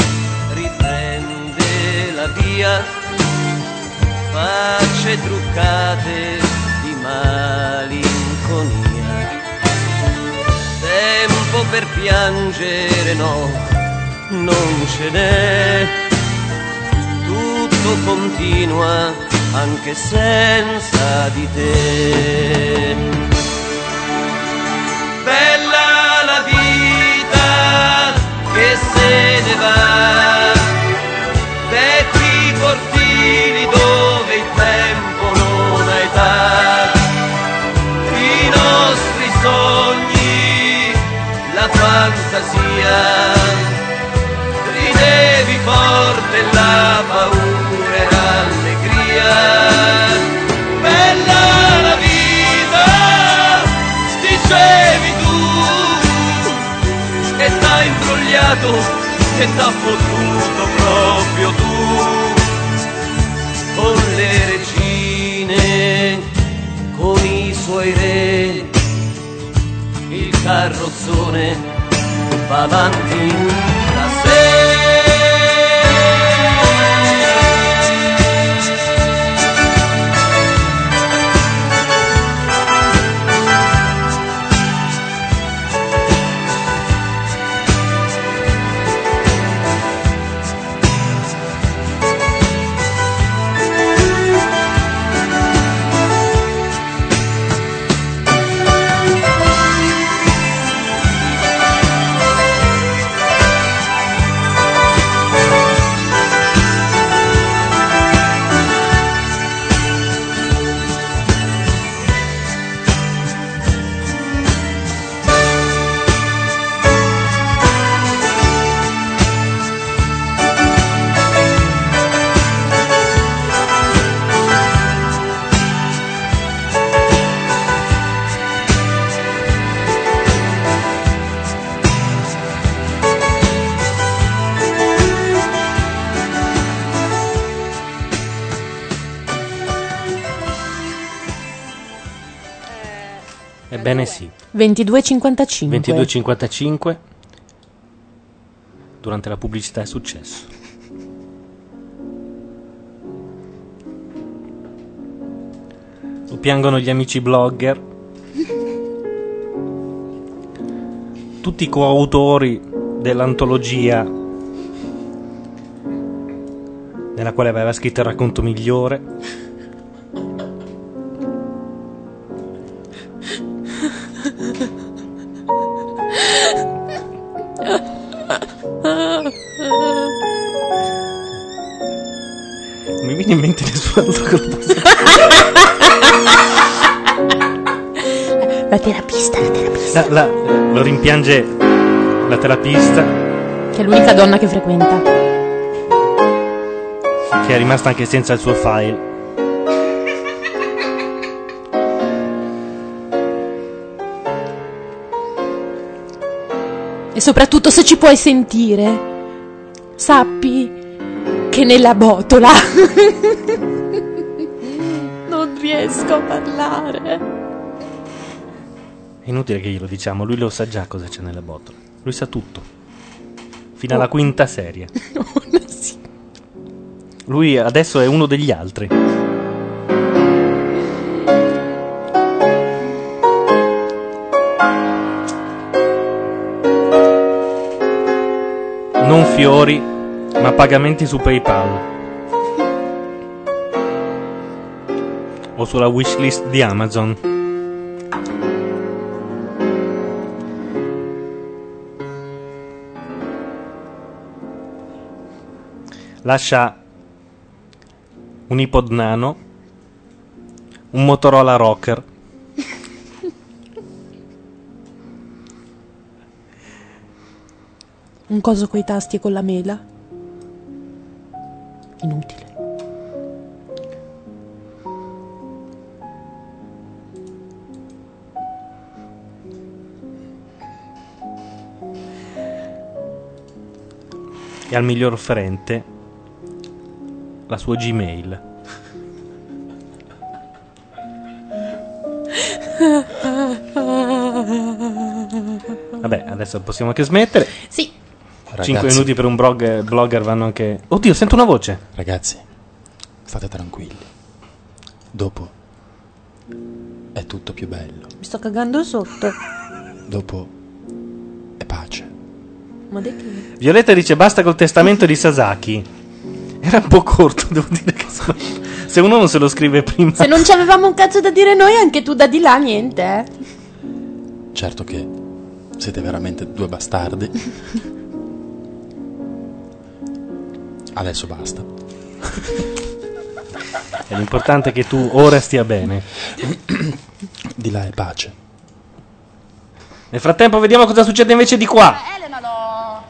[SPEAKER 10] riprende la via facce truccate di malinconia. Tempo per piangere no, non ce n'è. Tutto continua anche senza di te. Bella la vita che se ne va vecchi cortili dove il tempo non ha età, i nostri sogni. fantasia, ridevi forte la paura e l'allegria, bella la vita, dicevi tu, e t'ha imbrogliato, e t'ha fottuto proprio tu, con le regine, con i suoi re il carrozzone va avanti da sé.
[SPEAKER 6] Ebbene sì.
[SPEAKER 7] 22,55.
[SPEAKER 6] 22.55 durante la pubblicità è successo. Lo piangono gli amici blogger. Tutti i coautori dell'antologia nella quale aveva scritto il racconto migliore. Non mi viene in mente nessun altro che lo possa
[SPEAKER 1] La terapista, la terapista.
[SPEAKER 6] La- la- eh, lo rimpiange la terapista
[SPEAKER 7] Che è l'unica donna che frequenta.
[SPEAKER 6] che è rimasta anche senza il suo file.
[SPEAKER 7] E soprattutto se ci puoi sentire, sappi che nella botola non riesco a parlare.
[SPEAKER 6] È inutile che glielo diciamo, lui lo sa già cosa c'è nella botola. Lui sa tutto. Fino alla quinta serie. Lui adesso è uno degli altri. Non fiori, ma pagamenti su PayPal. O sulla wishlist di Amazon. Lascia un iPod Nano, un Motorola Rocker.
[SPEAKER 7] Un coso coi tasti e con la mela. Inutile.
[SPEAKER 6] e al miglior offerente la sua Gmail. Vabbè, adesso possiamo anche smettere.
[SPEAKER 7] Sì.
[SPEAKER 6] 5
[SPEAKER 8] Ragazzi.
[SPEAKER 6] minuti per un blog- blogger vanno anche. Oddio, sento una voce.
[SPEAKER 8] Ragazzi, state tranquilli. Dopo è tutto più bello.
[SPEAKER 7] Mi sto cagando sotto.
[SPEAKER 8] Dopo è pace.
[SPEAKER 7] Ma di che?
[SPEAKER 6] Violetta dice basta col testamento di Sasaki. Era un po' corto, devo dire che sono- se uno non se lo scrive prima.
[SPEAKER 7] Se non ci avevamo un cazzo da dire noi, anche tu da di là niente, eh.
[SPEAKER 8] Certo che siete veramente due bastardi. Adesso basta.
[SPEAKER 6] E L'importante è che tu ora stia bene.
[SPEAKER 8] Di là è pace.
[SPEAKER 6] Nel frattempo vediamo cosa succede invece di qua.
[SPEAKER 16] Elena lo...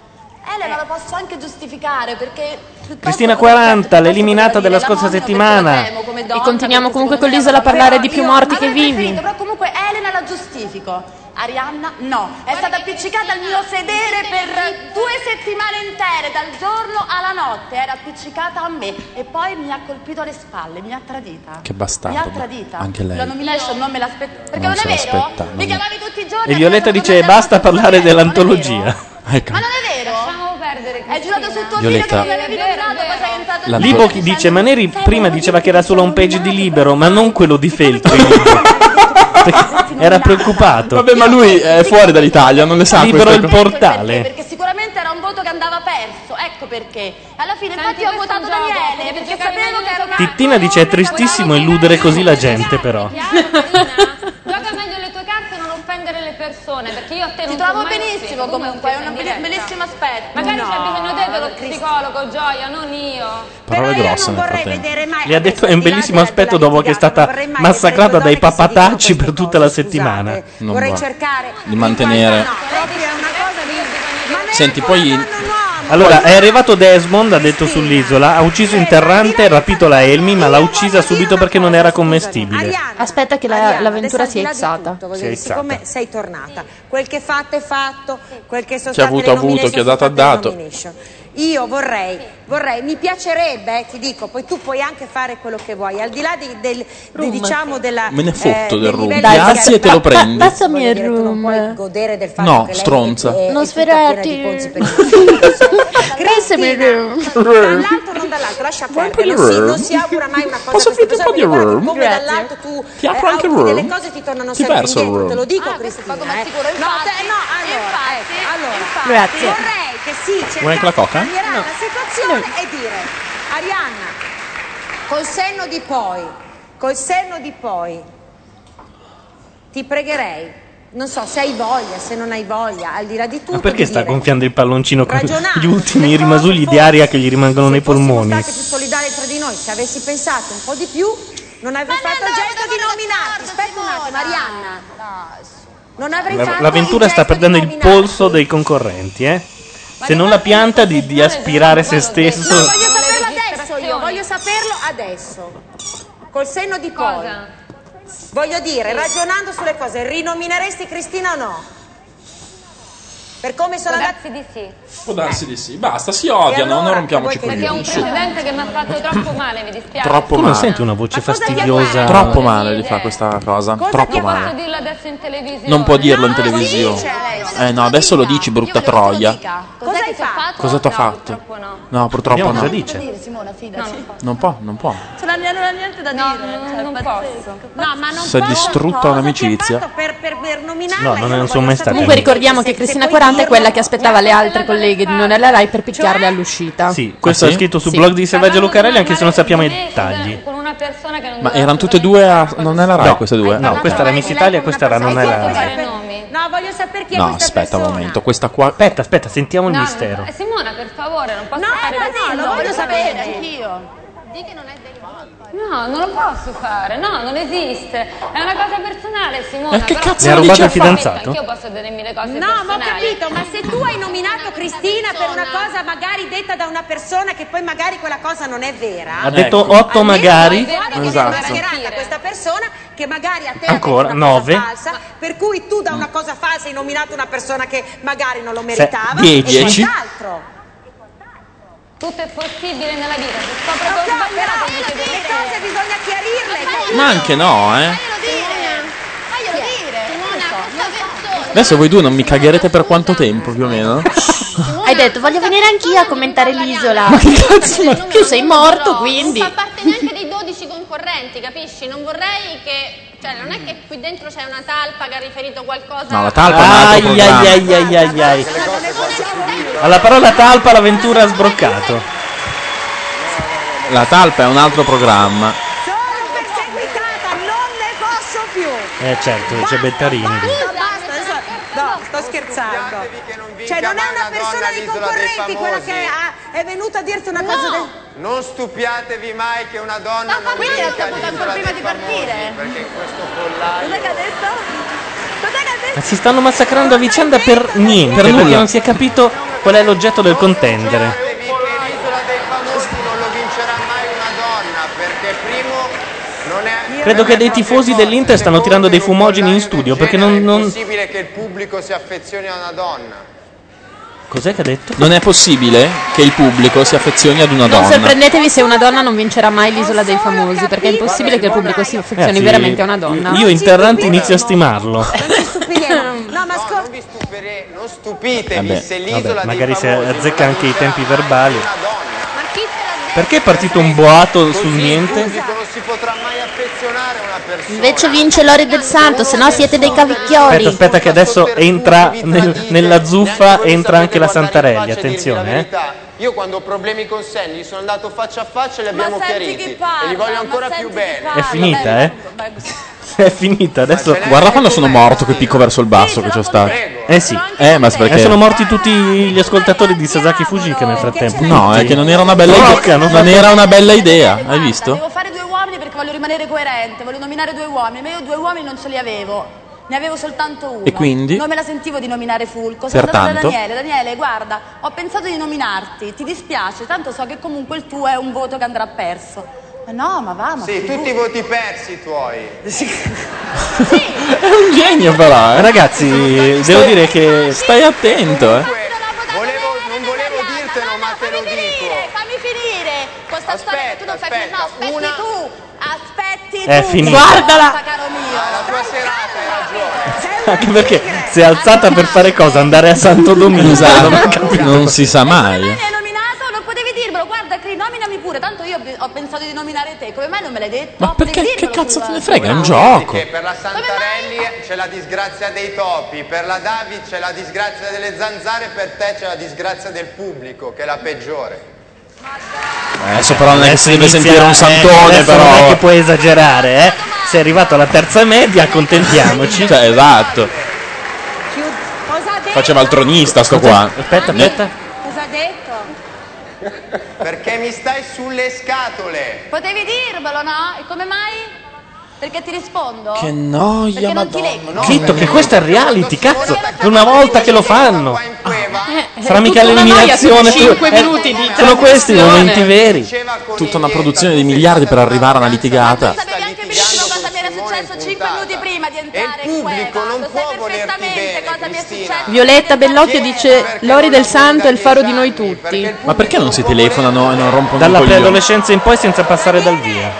[SPEAKER 16] Elena lo posso anche giustificare perché
[SPEAKER 6] Cristina 40, l'eliminata della scorsa settimana.
[SPEAKER 16] temo come
[SPEAKER 7] E
[SPEAKER 16] donna.
[SPEAKER 7] continuiamo comunque con l'isola a parlare di più morti che vivi.
[SPEAKER 16] Però comunque Elena la giustifico. Arianna no, è stata appiccicata al mio sedere per due settimane intere, dal giorno alla notte, era appiccicata a me e poi mi ha colpito alle spalle, mi ha tradita.
[SPEAKER 2] Che bastardo.
[SPEAKER 16] Mi ha tradita.
[SPEAKER 2] Anche lei.
[SPEAKER 16] La nomination non me l'aspettavo. Perché
[SPEAKER 2] Non
[SPEAKER 16] non,
[SPEAKER 2] se
[SPEAKER 16] è vero?
[SPEAKER 2] l'aspetta, non-
[SPEAKER 16] Mi chiamavi tutti i giorni.
[SPEAKER 6] E Violetta dice basta parlare dell'antologia. Ecco.
[SPEAKER 16] Ma non è vero? Lasciamo perdere È girato sul tuo
[SPEAKER 6] Violetta.
[SPEAKER 16] video che non avevi comprato, poi sei entrato
[SPEAKER 6] La Libo chi dice Maneri prima diceva che era solo un page di libero, ma non quello di Feltri. Perché era preoccupato.
[SPEAKER 8] Vabbè, ma lui è fuori dall'Italia, non le sa
[SPEAKER 6] Libero
[SPEAKER 8] queste
[SPEAKER 6] il
[SPEAKER 8] cose.
[SPEAKER 6] portale.
[SPEAKER 16] Perché sicuramente era un voto che andava perso, ecco perché. Alla fine, infatti, io ho votato
[SPEAKER 1] questo è un gioco,
[SPEAKER 16] Daniele
[SPEAKER 1] devi
[SPEAKER 16] perché
[SPEAKER 1] giocare
[SPEAKER 16] sapevo che era una.
[SPEAKER 6] Tittina dice è tristissimo illudere così la gente però.
[SPEAKER 18] Gioca meglio le tue carte e non offendere le persone, perché io a te
[SPEAKER 16] Ti
[SPEAKER 18] non
[SPEAKER 16] trovo
[SPEAKER 18] ho mai
[SPEAKER 16] benissimo
[SPEAKER 18] offeso, tu mi
[SPEAKER 16] comunque, è un
[SPEAKER 18] offendi
[SPEAKER 16] be-
[SPEAKER 18] diretta.
[SPEAKER 16] bellissimo aspetto.
[SPEAKER 18] Magari
[SPEAKER 16] No,
[SPEAKER 18] c'è bisogno te dello
[SPEAKER 16] Cristo.
[SPEAKER 18] psicologo, Gioia, non io.
[SPEAKER 6] Parole grosse nel
[SPEAKER 18] vorrei
[SPEAKER 6] frattempo.
[SPEAKER 18] vedere mai-
[SPEAKER 6] Le ha detto è un bellissimo aspetto dopo che è stata massacrata dai papatacci per tutta la settimana.
[SPEAKER 2] Non
[SPEAKER 9] Vorrei
[SPEAKER 2] va.
[SPEAKER 9] cercare
[SPEAKER 2] Di mantenere.
[SPEAKER 9] proprio è una cosa di... Ma
[SPEAKER 2] Senti, poi.
[SPEAKER 6] Allora, è arrivato Desmond, ha detto sull'isola, ha ucciso Interrante, rapito la Elmi, ma l'ha uccisa subito perché non era commestibile.
[SPEAKER 7] Aspetta che la- l'avventura si è alzata.
[SPEAKER 9] voglio
[SPEAKER 6] Si è
[SPEAKER 9] dire, siccome
[SPEAKER 6] alzata.
[SPEAKER 9] sei tornata, quel che fatto è fatto, quel che sono
[SPEAKER 8] Chi
[SPEAKER 9] state
[SPEAKER 8] ha avuto
[SPEAKER 9] le
[SPEAKER 8] ha avuto,
[SPEAKER 9] nomination
[SPEAKER 8] chi ha dato ha
[SPEAKER 9] sono state le
[SPEAKER 8] dato.
[SPEAKER 9] nomination. Io vorrei, vorrei, mi piacerebbe, eh, ti dico, poi tu puoi anche fare quello che vuoi, al di là di- del, di- diciamo della...
[SPEAKER 8] Me ne fotto
[SPEAKER 9] livello
[SPEAKER 8] del room.
[SPEAKER 9] di
[SPEAKER 8] Grazie e te lo
[SPEAKER 9] schiavitù.
[SPEAKER 8] prendi.
[SPEAKER 7] Passami il room.
[SPEAKER 9] godere del fatto
[SPEAKER 8] No,
[SPEAKER 9] che lei
[SPEAKER 8] stronza.
[SPEAKER 9] è-
[SPEAKER 7] Non
[SPEAKER 9] è tutta piena Eh, di
[SPEAKER 7] sferrarti.
[SPEAKER 9] ponzi per-
[SPEAKER 7] Passami il room.
[SPEAKER 9] dall'alto non dall'alto lascia
[SPEAKER 8] po' di
[SPEAKER 9] perdere sì, non
[SPEAKER 8] room?
[SPEAKER 9] si augura mai una cosa
[SPEAKER 8] Posso
[SPEAKER 9] per
[SPEAKER 8] offrirti
[SPEAKER 9] questa
[SPEAKER 8] un po' di
[SPEAKER 9] persona, perché
[SPEAKER 8] room?
[SPEAKER 9] come
[SPEAKER 8] Grazie.
[SPEAKER 9] dall'alto tu
[SPEAKER 8] Ti apro
[SPEAKER 9] eh,
[SPEAKER 8] anche il
[SPEAKER 9] auguri delle
[SPEAKER 8] room?
[SPEAKER 9] cose ti tornano
[SPEAKER 8] Ti
[SPEAKER 9] sempre
[SPEAKER 8] verso il
[SPEAKER 9] indietro, te lo
[SPEAKER 8] room.
[SPEAKER 7] Ah,
[SPEAKER 9] dico Cristina eh. no, te- no allora, ecco, allora
[SPEAKER 8] Grazie.
[SPEAKER 9] vorrei che si
[SPEAKER 8] Vuoi anche
[SPEAKER 9] cercasse
[SPEAKER 8] la
[SPEAKER 9] di
[SPEAKER 8] coca?
[SPEAKER 9] cambiare la situazione e dire Arianna col senno di poi col senno di poi ti pregherei non so se hai voglia se non hai voglia al di là di tutto
[SPEAKER 6] Ma perché
[SPEAKER 9] di
[SPEAKER 6] sta
[SPEAKER 9] dire,
[SPEAKER 6] gonfiando il palloncino con
[SPEAKER 9] Ragionate,
[SPEAKER 6] gli ultimi rimasugli di aria che gli rimangono nei polmoni?
[SPEAKER 9] state più solidari tra di noi, se avessi pensato un po' di più, non avrei fatto il gesto di nominarti. Aspetta un attimo, Arianna. Non avrei
[SPEAKER 6] La-
[SPEAKER 9] fatto
[SPEAKER 6] L'avventura
[SPEAKER 9] il
[SPEAKER 6] sta
[SPEAKER 9] gesto di
[SPEAKER 6] perdendo il
[SPEAKER 9] nominarti.
[SPEAKER 6] polso dei concorrenti, eh? Se non la pianta di, di aspirare se stesso.
[SPEAKER 9] No, voglio saperlo adesso io, voglio saperlo adesso. Col senno di poi. Voglio dire, ragionando sulle cose, rinomineresti Cristina o no? Per come sono andata...
[SPEAKER 18] di sì.
[SPEAKER 8] Può darsi di sì. Basta, si odiano, non rompiamoci i
[SPEAKER 18] Perché è un
[SPEAKER 8] coglioni. su.
[SPEAKER 18] precedente che mi ha fatto troppo male, mi dispiace.
[SPEAKER 8] Troppo
[SPEAKER 6] Tu non
[SPEAKER 8] male.
[SPEAKER 6] senti una voce fastidiosa?
[SPEAKER 8] Troppo male gli fa questa cosa.
[SPEAKER 18] Cosa
[SPEAKER 8] Troppo
[SPEAKER 18] ti ha fatto
[SPEAKER 8] male.
[SPEAKER 18] dirlo adesso in televisione?
[SPEAKER 8] Non può dirlo in televisione. Eh no, adesso
[SPEAKER 18] certo.
[SPEAKER 8] lo dici, brutta troia.
[SPEAKER 18] Cosa hai fatto?
[SPEAKER 8] Cosa ti ha
[SPEAKER 18] No,
[SPEAKER 8] fatto?
[SPEAKER 18] purtroppo no.
[SPEAKER 8] No, purtroppo no.
[SPEAKER 18] Simona, fidati.
[SPEAKER 8] Non può, non può.
[SPEAKER 18] non ha niente da dire. cioè, non posso. No, ma non
[SPEAKER 8] Si è distrutta un'amicizia.
[SPEAKER 6] No, non, non sono mai stata.
[SPEAKER 7] Comunque
[SPEAKER 6] lì.
[SPEAKER 7] ricordiamo che Cristina 40 è quella che aspettava le altre colleghe di Non è la Rai per picchiarle all'uscita.
[SPEAKER 6] Sì, questo
[SPEAKER 8] Ah,
[SPEAKER 6] è
[SPEAKER 8] sì?
[SPEAKER 6] scritto sul
[SPEAKER 7] Sì.
[SPEAKER 6] blog di Selvaggio Lucarelli, anche se non sappiamo i dettagli.
[SPEAKER 18] con una persona che non
[SPEAKER 8] Ma erano tutte e due a... Ah, Non è la Rai
[SPEAKER 6] No, Eh,
[SPEAKER 8] queste due?
[SPEAKER 6] no, questa era Miss Italia e questa era non è la Rai.
[SPEAKER 9] No, voglio sapere chi è
[SPEAKER 8] No,
[SPEAKER 9] questa
[SPEAKER 8] aspetta un
[SPEAKER 9] persona.
[SPEAKER 8] momento, questa qua...
[SPEAKER 6] Aspetta, aspetta, sentiamo
[SPEAKER 18] No,
[SPEAKER 6] il
[SPEAKER 18] non-
[SPEAKER 6] mistero.
[SPEAKER 18] eh, Simona, per favore, non posso
[SPEAKER 9] No,
[SPEAKER 18] fare
[SPEAKER 9] ma
[SPEAKER 18] così.
[SPEAKER 9] no, lo voglio sapere.
[SPEAKER 18] anch'io. Di che non è del No, non lo posso fare, no, non esiste. È una cosa personale, Simona.
[SPEAKER 6] Ma che
[SPEAKER 18] però-
[SPEAKER 6] cazzo Le ha lo rubato dici il a fidanzato?
[SPEAKER 18] Aspetta, Anch'io posso dire mille cose
[SPEAKER 9] No, ma ho
[SPEAKER 18] personali.
[SPEAKER 9] capito, ma se tu hai nominato Cristina per una cosa magari detta da una persona che poi magari quella cosa non è vera.
[SPEAKER 6] Ha detto otto magari.
[SPEAKER 9] Esatto. a questa persona che magari a te ha detto
[SPEAKER 6] Ancora,
[SPEAKER 9] una cosa
[SPEAKER 6] nove.
[SPEAKER 9] falsa, per cui tu da una cosa falsa hai nominato una persona che magari non lo
[SPEAKER 6] Se-
[SPEAKER 9] meritava
[SPEAKER 6] dieci.
[SPEAKER 9] e quant'altro.
[SPEAKER 18] Tutto è possibile nella vita, se scopro che ho sbagliato, mi chiedo
[SPEAKER 9] Le
[SPEAKER 18] perché.
[SPEAKER 9] cose bisogna chiarirle.
[SPEAKER 8] Ma anche no, eh.
[SPEAKER 9] Faglielo dire.
[SPEAKER 8] Adesso voi due non mi cagherete per quanto tempo, più o meno?
[SPEAKER 7] Hai detto voglio venire anch'io a commentare l'isola. Tu sei morto quindi.
[SPEAKER 18] fa parte neanche dei 12 concorrenti, capisci? Non vorrei che. Cioè, non è che qui dentro c'è una talpa che ha riferito qualcosa.
[SPEAKER 8] No, la talpa è un altro
[SPEAKER 6] Ai, ai,
[SPEAKER 8] programma.
[SPEAKER 6] ai, ai, ai, ai. Alla parola talpa l'avventura ha sbroccato.
[SPEAKER 8] La talpa è un altro programma.
[SPEAKER 9] Posso più.
[SPEAKER 6] Eh certo, c'è Bettarini.
[SPEAKER 9] Eh, Basta, basta, adesso- No, sto scherzando. Cioè, non è una persona dei concorrenti quella che ha- è venuta a dirti una cosa del...
[SPEAKER 15] Non stupiatevi mai che una donna non
[SPEAKER 9] quindi
[SPEAKER 15] vinca
[SPEAKER 9] l'ha toccato
[SPEAKER 15] l'isola
[SPEAKER 9] prima
[SPEAKER 15] dei
[SPEAKER 9] di partire?
[SPEAKER 15] famosi, Perché questo pollaio...
[SPEAKER 9] adesso?
[SPEAKER 6] Ma si stanno massacrando a vicenda per niente,
[SPEAKER 8] Per
[SPEAKER 6] perché
[SPEAKER 8] nulla.
[SPEAKER 6] non si è capito qual è l'oggetto del contendere. Credo che dei tifosi dell'Inter stanno tirando dei fumogeni in studio perché non.
[SPEAKER 22] È
[SPEAKER 6] non...
[SPEAKER 22] possibile che il pubblico si affezioni a una donna.
[SPEAKER 6] Cos'è che ha detto?
[SPEAKER 8] Non è possibile che il pubblico si affezioni ad una
[SPEAKER 7] Non
[SPEAKER 8] donna.
[SPEAKER 7] sorprendetevi se una donna non vincerà mai l'isola dei famosi, perché è impossibile che il pubblico
[SPEAKER 18] Eh,
[SPEAKER 7] si affezioni
[SPEAKER 6] Ragazzi,
[SPEAKER 7] veramente a una donna.
[SPEAKER 6] Io in Terranti inizio a stimarlo.
[SPEAKER 9] No, ma ascolta.
[SPEAKER 22] Non vi stupire, non stupitevi
[SPEAKER 6] Vabbè,
[SPEAKER 22] se l'isola
[SPEAKER 6] vabbè,
[SPEAKER 22] dei
[SPEAKER 6] magari se
[SPEAKER 22] famosi
[SPEAKER 6] azzecca anche i tempi verbali. Perché è partito un boato sul niente?
[SPEAKER 22] non si potrà mai affezionare a una persona.
[SPEAKER 12] Invece vince Lori del Santo, se no siete dei
[SPEAKER 6] Aspetta,
[SPEAKER 12] cavicchiori.
[SPEAKER 6] aspetta, che adesso entra nel- nella zuffa, entra anche la Santarelli. Attenzione, eh.
[SPEAKER 22] Io quando ho problemi con Senni sono andato faccia a faccia e li abbiamo chiariti. e li voglio ancora più bene.
[SPEAKER 6] È finita, eh? È finita adesso.
[SPEAKER 8] Guarda quando sono morto che picco verso il basso che c'ho stato.
[SPEAKER 6] Eh sì.
[SPEAKER 8] Eh, ma
[SPEAKER 6] E
[SPEAKER 8] perché?
[SPEAKER 6] sono morti tutti gli ascoltatori di Sasaki Fujika nel frattempo.
[SPEAKER 8] No, è che non era una bella idea.
[SPEAKER 6] Roccano.
[SPEAKER 8] Non era una bella idea, hai visto?
[SPEAKER 16] Devo fare due uomini perché voglio rimanere coerente, voglio nominare due uomini, ma io due uomini non ce li avevo. Ne avevo soltanto uno.
[SPEAKER 8] E quindi?
[SPEAKER 16] Non me la sentivo di nominare Fulco. Sono andata da
[SPEAKER 8] Pertanto?
[SPEAKER 16] Daniele. Daniele, guarda, ho pensato di nominarti. Ti dispiace, tanto so che comunque il tuo è un voto che andrà perso. Ma no, ma va, ma
[SPEAKER 22] Sì,
[SPEAKER 16] figurati.
[SPEAKER 22] tutti i voti persi tuoi.
[SPEAKER 8] È un genio però, eh.
[SPEAKER 6] Ragazzi, devo dire che
[SPEAKER 8] stai attento, eh.
[SPEAKER 22] Volevo, non volevo dirtelo, ma te lo dico.
[SPEAKER 18] Fammi finire con sta storia che tu non fai finire. No, aspetti tu. Aspetti
[SPEAKER 6] È
[SPEAKER 18] tu.
[SPEAKER 6] finita.
[SPEAKER 18] Guardala.
[SPEAKER 6] Anche perché si è alzata per fare cosa? Andare a Santo Domingo.
[SPEAKER 8] Esatto.
[SPEAKER 6] non ho capito.
[SPEAKER 8] Non si sa mai.
[SPEAKER 16] Hai nominato? Non potevi dirmelo. Guarda, Cri, nominami pure. Tanto io ho pensato di nominare te. Come mai non me l'hai detto?
[SPEAKER 8] Ma perché? Che cazzo te ne frega? È un
[SPEAKER 22] Bravo.
[SPEAKER 8] gioco.
[SPEAKER 22] Che per la Santarelli c'è la disgrazia dei topi, per la David c'è la disgrazia delle zanzare, per te c'è la disgrazia del pubblico, che è la peggiore.
[SPEAKER 8] Adesso però non è che si deve
[SPEAKER 6] Inizia-
[SPEAKER 8] sentire un
[SPEAKER 6] eh,
[SPEAKER 8] santone,
[SPEAKER 6] adesso Non è che
[SPEAKER 8] però.
[SPEAKER 6] puoi esagerare, eh. Sei arrivato alla terza media, accontentiamoci.
[SPEAKER 8] Cioè, esatto. Faceva il tronista sto qua.
[SPEAKER 6] Aspetta,
[SPEAKER 8] Eh,
[SPEAKER 6] aspetta.
[SPEAKER 16] Cosa ha detto?
[SPEAKER 22] Perché mi stai sulle scatole.
[SPEAKER 18] Potevi dirmelo, no? E come mai? Perché ti rispondo?
[SPEAKER 6] Che noia,
[SPEAKER 18] Perché non ti leggo.
[SPEAKER 6] Zitto, che questo è reality, cazzo. È una volta che lo fanno.
[SPEAKER 18] Eh,
[SPEAKER 6] Sarà mica
[SPEAKER 7] tutta una noia,
[SPEAKER 6] l'eliminazione.
[SPEAKER 7] sono cinque
[SPEAKER 6] eh,
[SPEAKER 7] minuti di
[SPEAKER 6] Sono questi i
[SPEAKER 7] trasmissione.
[SPEAKER 6] momenti veri.
[SPEAKER 8] Tutta una produzione di miliardi per arrivare a una litigata.
[SPEAKER 7] Violetta Bellocchio dice Lori del Santo è il faro di noi tutti.
[SPEAKER 8] Ma perché non si telefonano e non rompono
[SPEAKER 6] Dalla
[SPEAKER 8] i coglioni?
[SPEAKER 6] preadolescenza in poi senza passare dal via.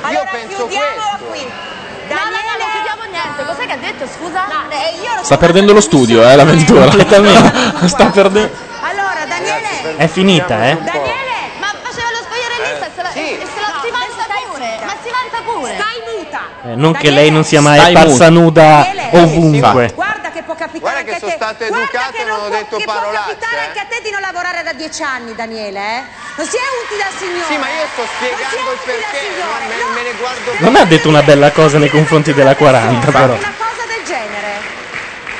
[SPEAKER 22] Allora, penso
[SPEAKER 9] chiudiamola qui.
[SPEAKER 16] No, no, no, non chiudiamo niente. Cos'è che ha detto? Scusa? No, io
[SPEAKER 8] Sta perdendo lo studio, eh, l'avventura. Completamente. Sta perdendo.
[SPEAKER 9] Allora, Daniele.
[SPEAKER 6] È finita, eh.
[SPEAKER 9] Daniele, ma faceva lo spogliarellista
[SPEAKER 18] Se la- e se la- si vanta pure. Ma si vanta pure.
[SPEAKER 9] Stai muta.
[SPEAKER 6] Eh, non che lei non sia mai
[SPEAKER 8] Stai
[SPEAKER 6] apparsa
[SPEAKER 8] muto.
[SPEAKER 6] nuda
[SPEAKER 9] Daniele.
[SPEAKER 6] ovunque.
[SPEAKER 9] Guarda che può capitare anche a te. Guarda che non, ho detto che può capitare
[SPEAKER 22] eh.
[SPEAKER 9] anche a te di non lavorare da dieci anni, Daniele, eh? Non si è utile al signore.
[SPEAKER 22] Sì, ma io sto spiegando il perché, non me, me ne guardo
[SPEAKER 6] Non ha detto una bella cosa nei confronti della 40, però.
[SPEAKER 9] Una cosa del genere.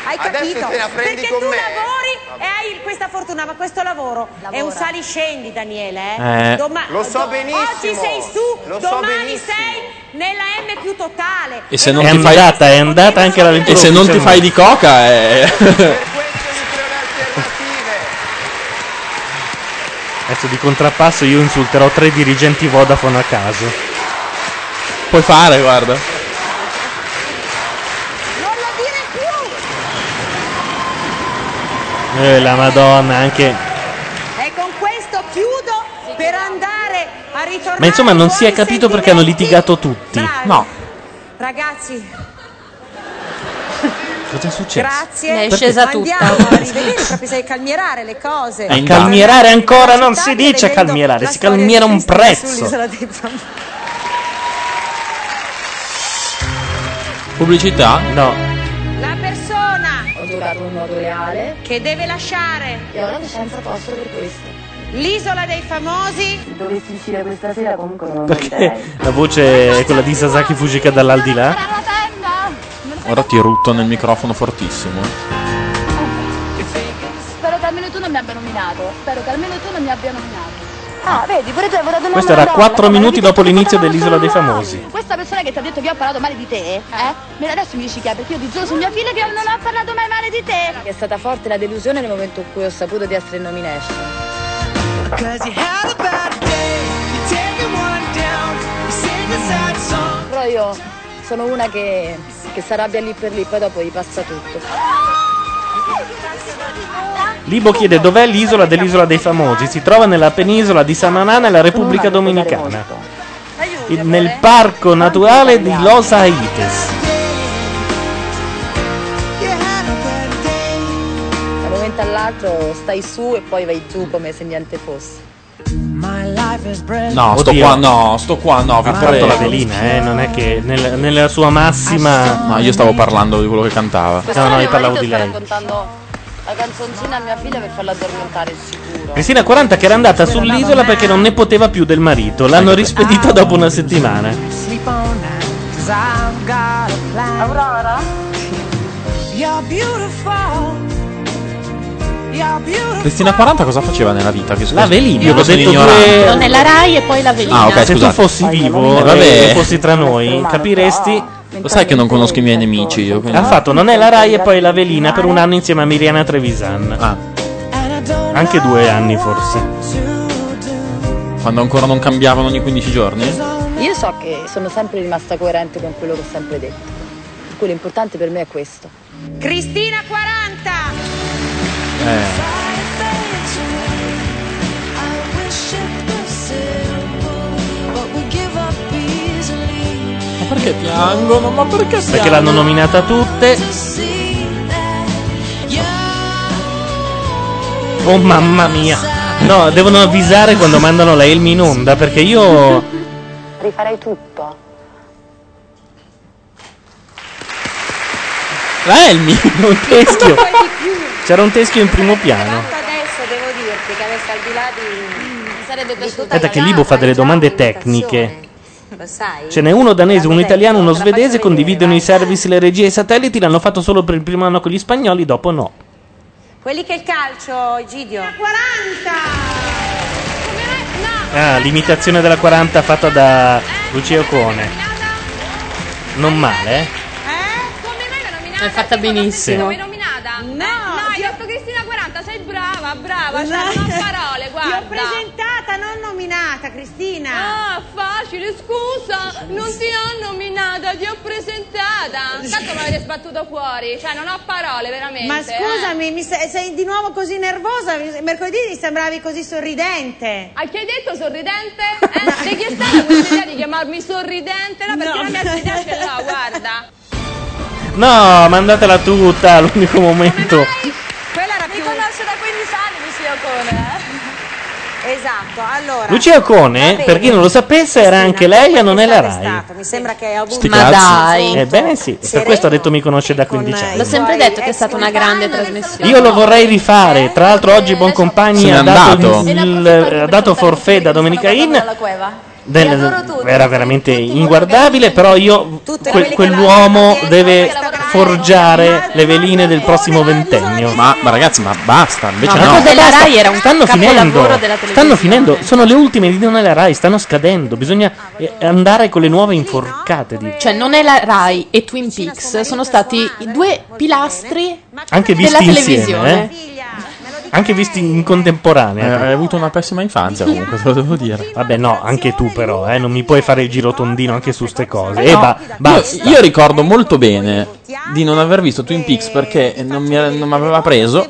[SPEAKER 9] Hai
[SPEAKER 22] Adesso
[SPEAKER 9] capito?
[SPEAKER 22] te la prendi
[SPEAKER 9] Perché
[SPEAKER 22] con
[SPEAKER 9] tu
[SPEAKER 22] me.
[SPEAKER 9] lavori e hai questa fortuna, ma questo lavoro è un saliscendi, Daniele.
[SPEAKER 22] Eh. Lo so benissimo.
[SPEAKER 9] Oggi sei su,
[SPEAKER 22] Lo so
[SPEAKER 9] domani
[SPEAKER 22] benissimo.
[SPEAKER 9] sei nella M più totale.
[SPEAKER 8] E se non
[SPEAKER 6] è
[SPEAKER 8] ti fai-
[SPEAKER 6] andata, è andata anche la lettura
[SPEAKER 8] E se non ti
[SPEAKER 6] ufficiale.
[SPEAKER 8] fai di coca eh. è.
[SPEAKER 6] Adesso di contrappasso io insulterò tre dirigenti Vodafone a caso.
[SPEAKER 8] Puoi fare, guarda.
[SPEAKER 6] Eh, la madonna, anche...
[SPEAKER 9] E con questo chiudo per andare a ritornare.
[SPEAKER 6] Ma insomma non si è capito perché hanno litigato tutti. No.
[SPEAKER 9] Ragazzi,
[SPEAKER 6] Cosa è successo?
[SPEAKER 9] grazie.
[SPEAKER 6] Perché?
[SPEAKER 9] Andiamo a rivedere, proprio sai calmierare le cose.
[SPEAKER 6] A Eh, calmierare ancora non si dice a calmierare, si calmiera un prezzo.
[SPEAKER 9] Sull'isola dei famosi.
[SPEAKER 8] Pubblicità?
[SPEAKER 6] No.
[SPEAKER 9] La persona ho giocato un modo reale che deve lasciare e ho la coscienza a posto per questo. L'isola dei famosi dovessi uscire questa sera comunque non
[SPEAKER 6] Perché la voce è quella di Sasaki Fujika dall'aldilà?
[SPEAKER 8] Ora ti rutto nel microfono fortissimo. eh.
[SPEAKER 16] Spero che almeno tu non mi abbia nominato. Spero che almeno tu non mi abbia nominato.
[SPEAKER 28] Ah, vedi, pure tu hai votato male.
[SPEAKER 6] Questo era 4 minuti dopo l'inizio dell'Isola dei Famosi.
[SPEAKER 28] Questa persona che ti ha detto che io ho parlato male di te, eh? Me la- Adesso mi dici che è perché io ti giuro su mia figlia che io non ho parlato mai male di te.
[SPEAKER 16] È stata forte la delusione nel momento in cui ho saputo di essere in nomination. Però io sono una che, che si arrabbia lì per lì, poi dopo gli passa tutto.
[SPEAKER 6] Libo chiede dov'è l'isola dell'Isola dei Famosi. Si trova nella penisola di Samanà nella Repubblica Dominicana. Il- Nel parco naturale di Los Aites.
[SPEAKER 16] Da un momento all'altro stai su e poi vai giù come se niente fosse.
[SPEAKER 8] No, sto
[SPEAKER 6] Oddio.
[SPEAKER 8] qua, no, sto qua, no, vi
[SPEAKER 6] Ha fatto
[SPEAKER 8] prego.
[SPEAKER 6] la velina, eh, non è che nel- nella sua
[SPEAKER 9] Ah,
[SPEAKER 6] massima...
[SPEAKER 8] No, io stavo parlando di quello che cantava.
[SPEAKER 6] No, no, io parlavo di lei.
[SPEAKER 16] raccontando la canzoncina a mia figlia per farla addormentare sicuro.
[SPEAKER 6] Cristina 40 che era andata sull'isola perché non ne poteva più del marito. L'hanno rispedita dopo una settimana.
[SPEAKER 1] Sleep on now, cause I've got a plan. Aurora? You're beautiful. You're beautiful.
[SPEAKER 8] Cristina 40 cosa faceva nella vita? Che
[SPEAKER 6] La velina,
[SPEAKER 8] Io
[SPEAKER 6] ho
[SPEAKER 8] sono
[SPEAKER 6] detto
[SPEAKER 8] ignorante.
[SPEAKER 6] due-
[SPEAKER 7] Nella Rai e poi la velina.
[SPEAKER 8] Ah, ok,
[SPEAKER 6] Se tu
[SPEAKER 8] scusate.
[SPEAKER 6] fossi
[SPEAKER 8] Ah,
[SPEAKER 6] vivo,
[SPEAKER 8] eh,
[SPEAKER 6] vabbè.
[SPEAKER 8] vabbè.
[SPEAKER 6] e fossi tra noi, capiresti...
[SPEAKER 8] Lo sai che non conosco i miei nemici io. quindi-
[SPEAKER 6] Ha fatto non è la Rai e poi la Velina per un anno insieme a Miriana Trevisan. Ah. Anche due anni forse.
[SPEAKER 8] Quando ancora non cambiavano ogni 15 giorni?
[SPEAKER 16] Io so che sono sempre rimasta coerente con quello che ho sempre detto. Per cui l'importante per me è questo.
[SPEAKER 29] Cristina 40.
[SPEAKER 6] Eh.
[SPEAKER 8] Ma perché piangono? Ma perché piangono?
[SPEAKER 6] Perché l'hanno nominata tutte. Oh mamma mia. No, devono avvisare quando mandano la Elmi in onda perché io...
[SPEAKER 16] Rifarei tutto.
[SPEAKER 6] La Elmi? Un teschio.
[SPEAKER 9] Poi di più.
[SPEAKER 6] C'era un teschio in primo piano.
[SPEAKER 9] Adesso devo dirti che adesso al di là di... Sarebbe piaciuta
[SPEAKER 6] Aspetta che Libo fa delle domande tecniche.
[SPEAKER 9] Lo sai?
[SPEAKER 6] Ce n'è uno danese, uno italiano, uno svedese, condividono i service, le regie e i satelliti, l'hanno fatto solo per il primo anno con gli spagnoli, dopo no.
[SPEAKER 9] Quelli che il calcio, Egidio. 40!
[SPEAKER 6] Ah, l'imitazione della 40 fatta da Lucio Cone. Non male, eh?
[SPEAKER 30] È fatta benissimo.
[SPEAKER 6] Sì.
[SPEAKER 4] nominata? No, no hai detto Cristina 40, sei brava, brava, cioè,
[SPEAKER 29] No.
[SPEAKER 4] non ho parole,
[SPEAKER 29] Ti
[SPEAKER 4] guarda.
[SPEAKER 29] ho presentata, non nominata, Cristina.
[SPEAKER 4] Ah, facile, scusa, non ti ho nominata, ti ho presentata. Tanto me l'avete sbattuto fuori, cioè non ho parole, veramente.
[SPEAKER 29] Ma
[SPEAKER 4] eh.
[SPEAKER 29] scusami, mi se- sei di nuovo così nervosa? Mercoledì mi sembravi così sorridente.
[SPEAKER 4] A chi hai detto sorridente? Eh, di chi è stata questa idea di chiamarmi sorridente? No, perché
[SPEAKER 29] No.
[SPEAKER 4] la mia sorridente ce l'ho, guarda.
[SPEAKER 6] No, mandatela tutta all'unico momento.
[SPEAKER 9] Quella era più... Mi conosce da 15 anni, Lucia
[SPEAKER 29] eh.
[SPEAKER 9] Ocone. Esatto, allora...
[SPEAKER 6] Lucia Cone, per chi non lo sapesse, era anche lei a Non è la Rai.
[SPEAKER 9] Mi sembra che ho avuto...
[SPEAKER 7] Sti Ma cazzi. dai.
[SPEAKER 6] Ebbene sì, per questo ha detto mi conosce da 15
[SPEAKER 7] L'ho
[SPEAKER 6] anni.
[SPEAKER 7] sempre detto che è stata una grande trasmissione.
[SPEAKER 6] Io lo vorrei rifare. Tra l'altro oggi Buoncompagni
[SPEAKER 8] Se n'è
[SPEAKER 6] ha dato,
[SPEAKER 8] andato.
[SPEAKER 6] il- il- ha dato forfait da Domenica In. Del- era veramente inguardabile, però io que- quell'uomo deve forgiare le veline del prossimo ventennio.
[SPEAKER 8] Ma, ma ragazzi, ma basta, invece
[SPEAKER 6] No,
[SPEAKER 8] no.
[SPEAKER 6] ma cosa della Rai
[SPEAKER 7] era un
[SPEAKER 6] Stanno
[SPEAKER 7] capolavoro
[SPEAKER 6] finendo,
[SPEAKER 7] della
[SPEAKER 6] stanno
[SPEAKER 7] televisione.
[SPEAKER 6] finendo, sono le ultime di Non è la Rai, stanno scadendo, bisogna
[SPEAKER 7] Ah,
[SPEAKER 6] eh, andare con le nuove inforcate. dice.
[SPEAKER 7] Cioè, non è la Rai e Twin Peaks sono stati i due pilastri
[SPEAKER 6] Anche
[SPEAKER 7] della
[SPEAKER 6] visti
[SPEAKER 7] televisione.
[SPEAKER 6] insieme, eh? anche visti in contemporanea.
[SPEAKER 8] Eh, Hai avuto una pessima infanzia comunque, te lo devo dire.
[SPEAKER 6] Vabbè, no, anche tu però, eh, non mi puoi fare il giro tondino anche su ste cose. Eh,
[SPEAKER 8] No,
[SPEAKER 6] ba- basta.
[SPEAKER 8] io, io ricordo molto bene di non aver visto Twin Peaks perché non mi, non mi aveva preso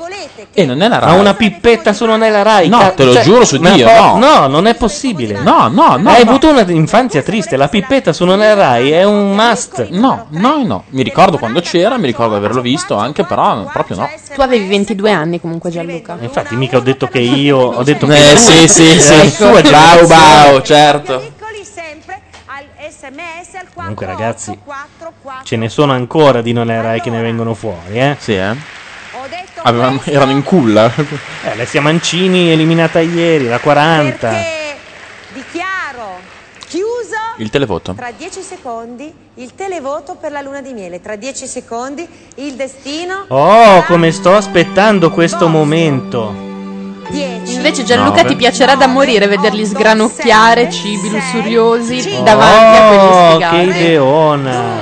[SPEAKER 8] e non è la Rai.
[SPEAKER 6] Ma una pippetta solo nella Rai.
[SPEAKER 8] No,
[SPEAKER 6] ca-
[SPEAKER 8] te lo
[SPEAKER 6] cioè,
[SPEAKER 8] giuro su
[SPEAKER 6] ma
[SPEAKER 8] Dio,
[SPEAKER 6] po-
[SPEAKER 8] no.
[SPEAKER 6] No, non è possibile.
[SPEAKER 8] No, no, no.
[SPEAKER 6] Hai
[SPEAKER 8] no.
[SPEAKER 6] avuto un'infanzia triste, la pippetta su non è Eh, Rai è un must.
[SPEAKER 8] No, no, no. Mi ricordo quando c'era, mi ricordo di averlo visto anche, però proprio no.
[SPEAKER 6] eh?
[SPEAKER 7] Tu avevi 22 anni comunque Gianluca.
[SPEAKER 6] Infatti, mica ho detto che io, ho detto che Ecco.
[SPEAKER 8] Eh,
[SPEAKER 6] tu-
[SPEAKER 8] sì, sì,
[SPEAKER 6] la
[SPEAKER 8] sì.
[SPEAKER 6] sua
[SPEAKER 8] Bau,
[SPEAKER 6] generazione-
[SPEAKER 8] bau, certo.
[SPEAKER 6] Comunque, ragazzi, ce ne sono ancora di non è Rai che ne vengono fuori, eh?
[SPEAKER 8] Sì, eh. erano in culla.
[SPEAKER 6] Alessia Mancini Eh, eliminata ieri, la 40.
[SPEAKER 9] Dichiaro chiuso
[SPEAKER 8] Il televoto.
[SPEAKER 9] tra 10 secondi il televoto per la luna di miele. Tra 10 secondi il destino
[SPEAKER 6] Oh, come sto aspettando questo momento.
[SPEAKER 9] 10.
[SPEAKER 7] Invece Gianluca ti piacerà da morire vederli sgranocchiare cibi lussuriosi davanti
[SPEAKER 6] Oh,
[SPEAKER 7] a quelli
[SPEAKER 6] che
[SPEAKER 7] sfigati.
[SPEAKER 6] ideona.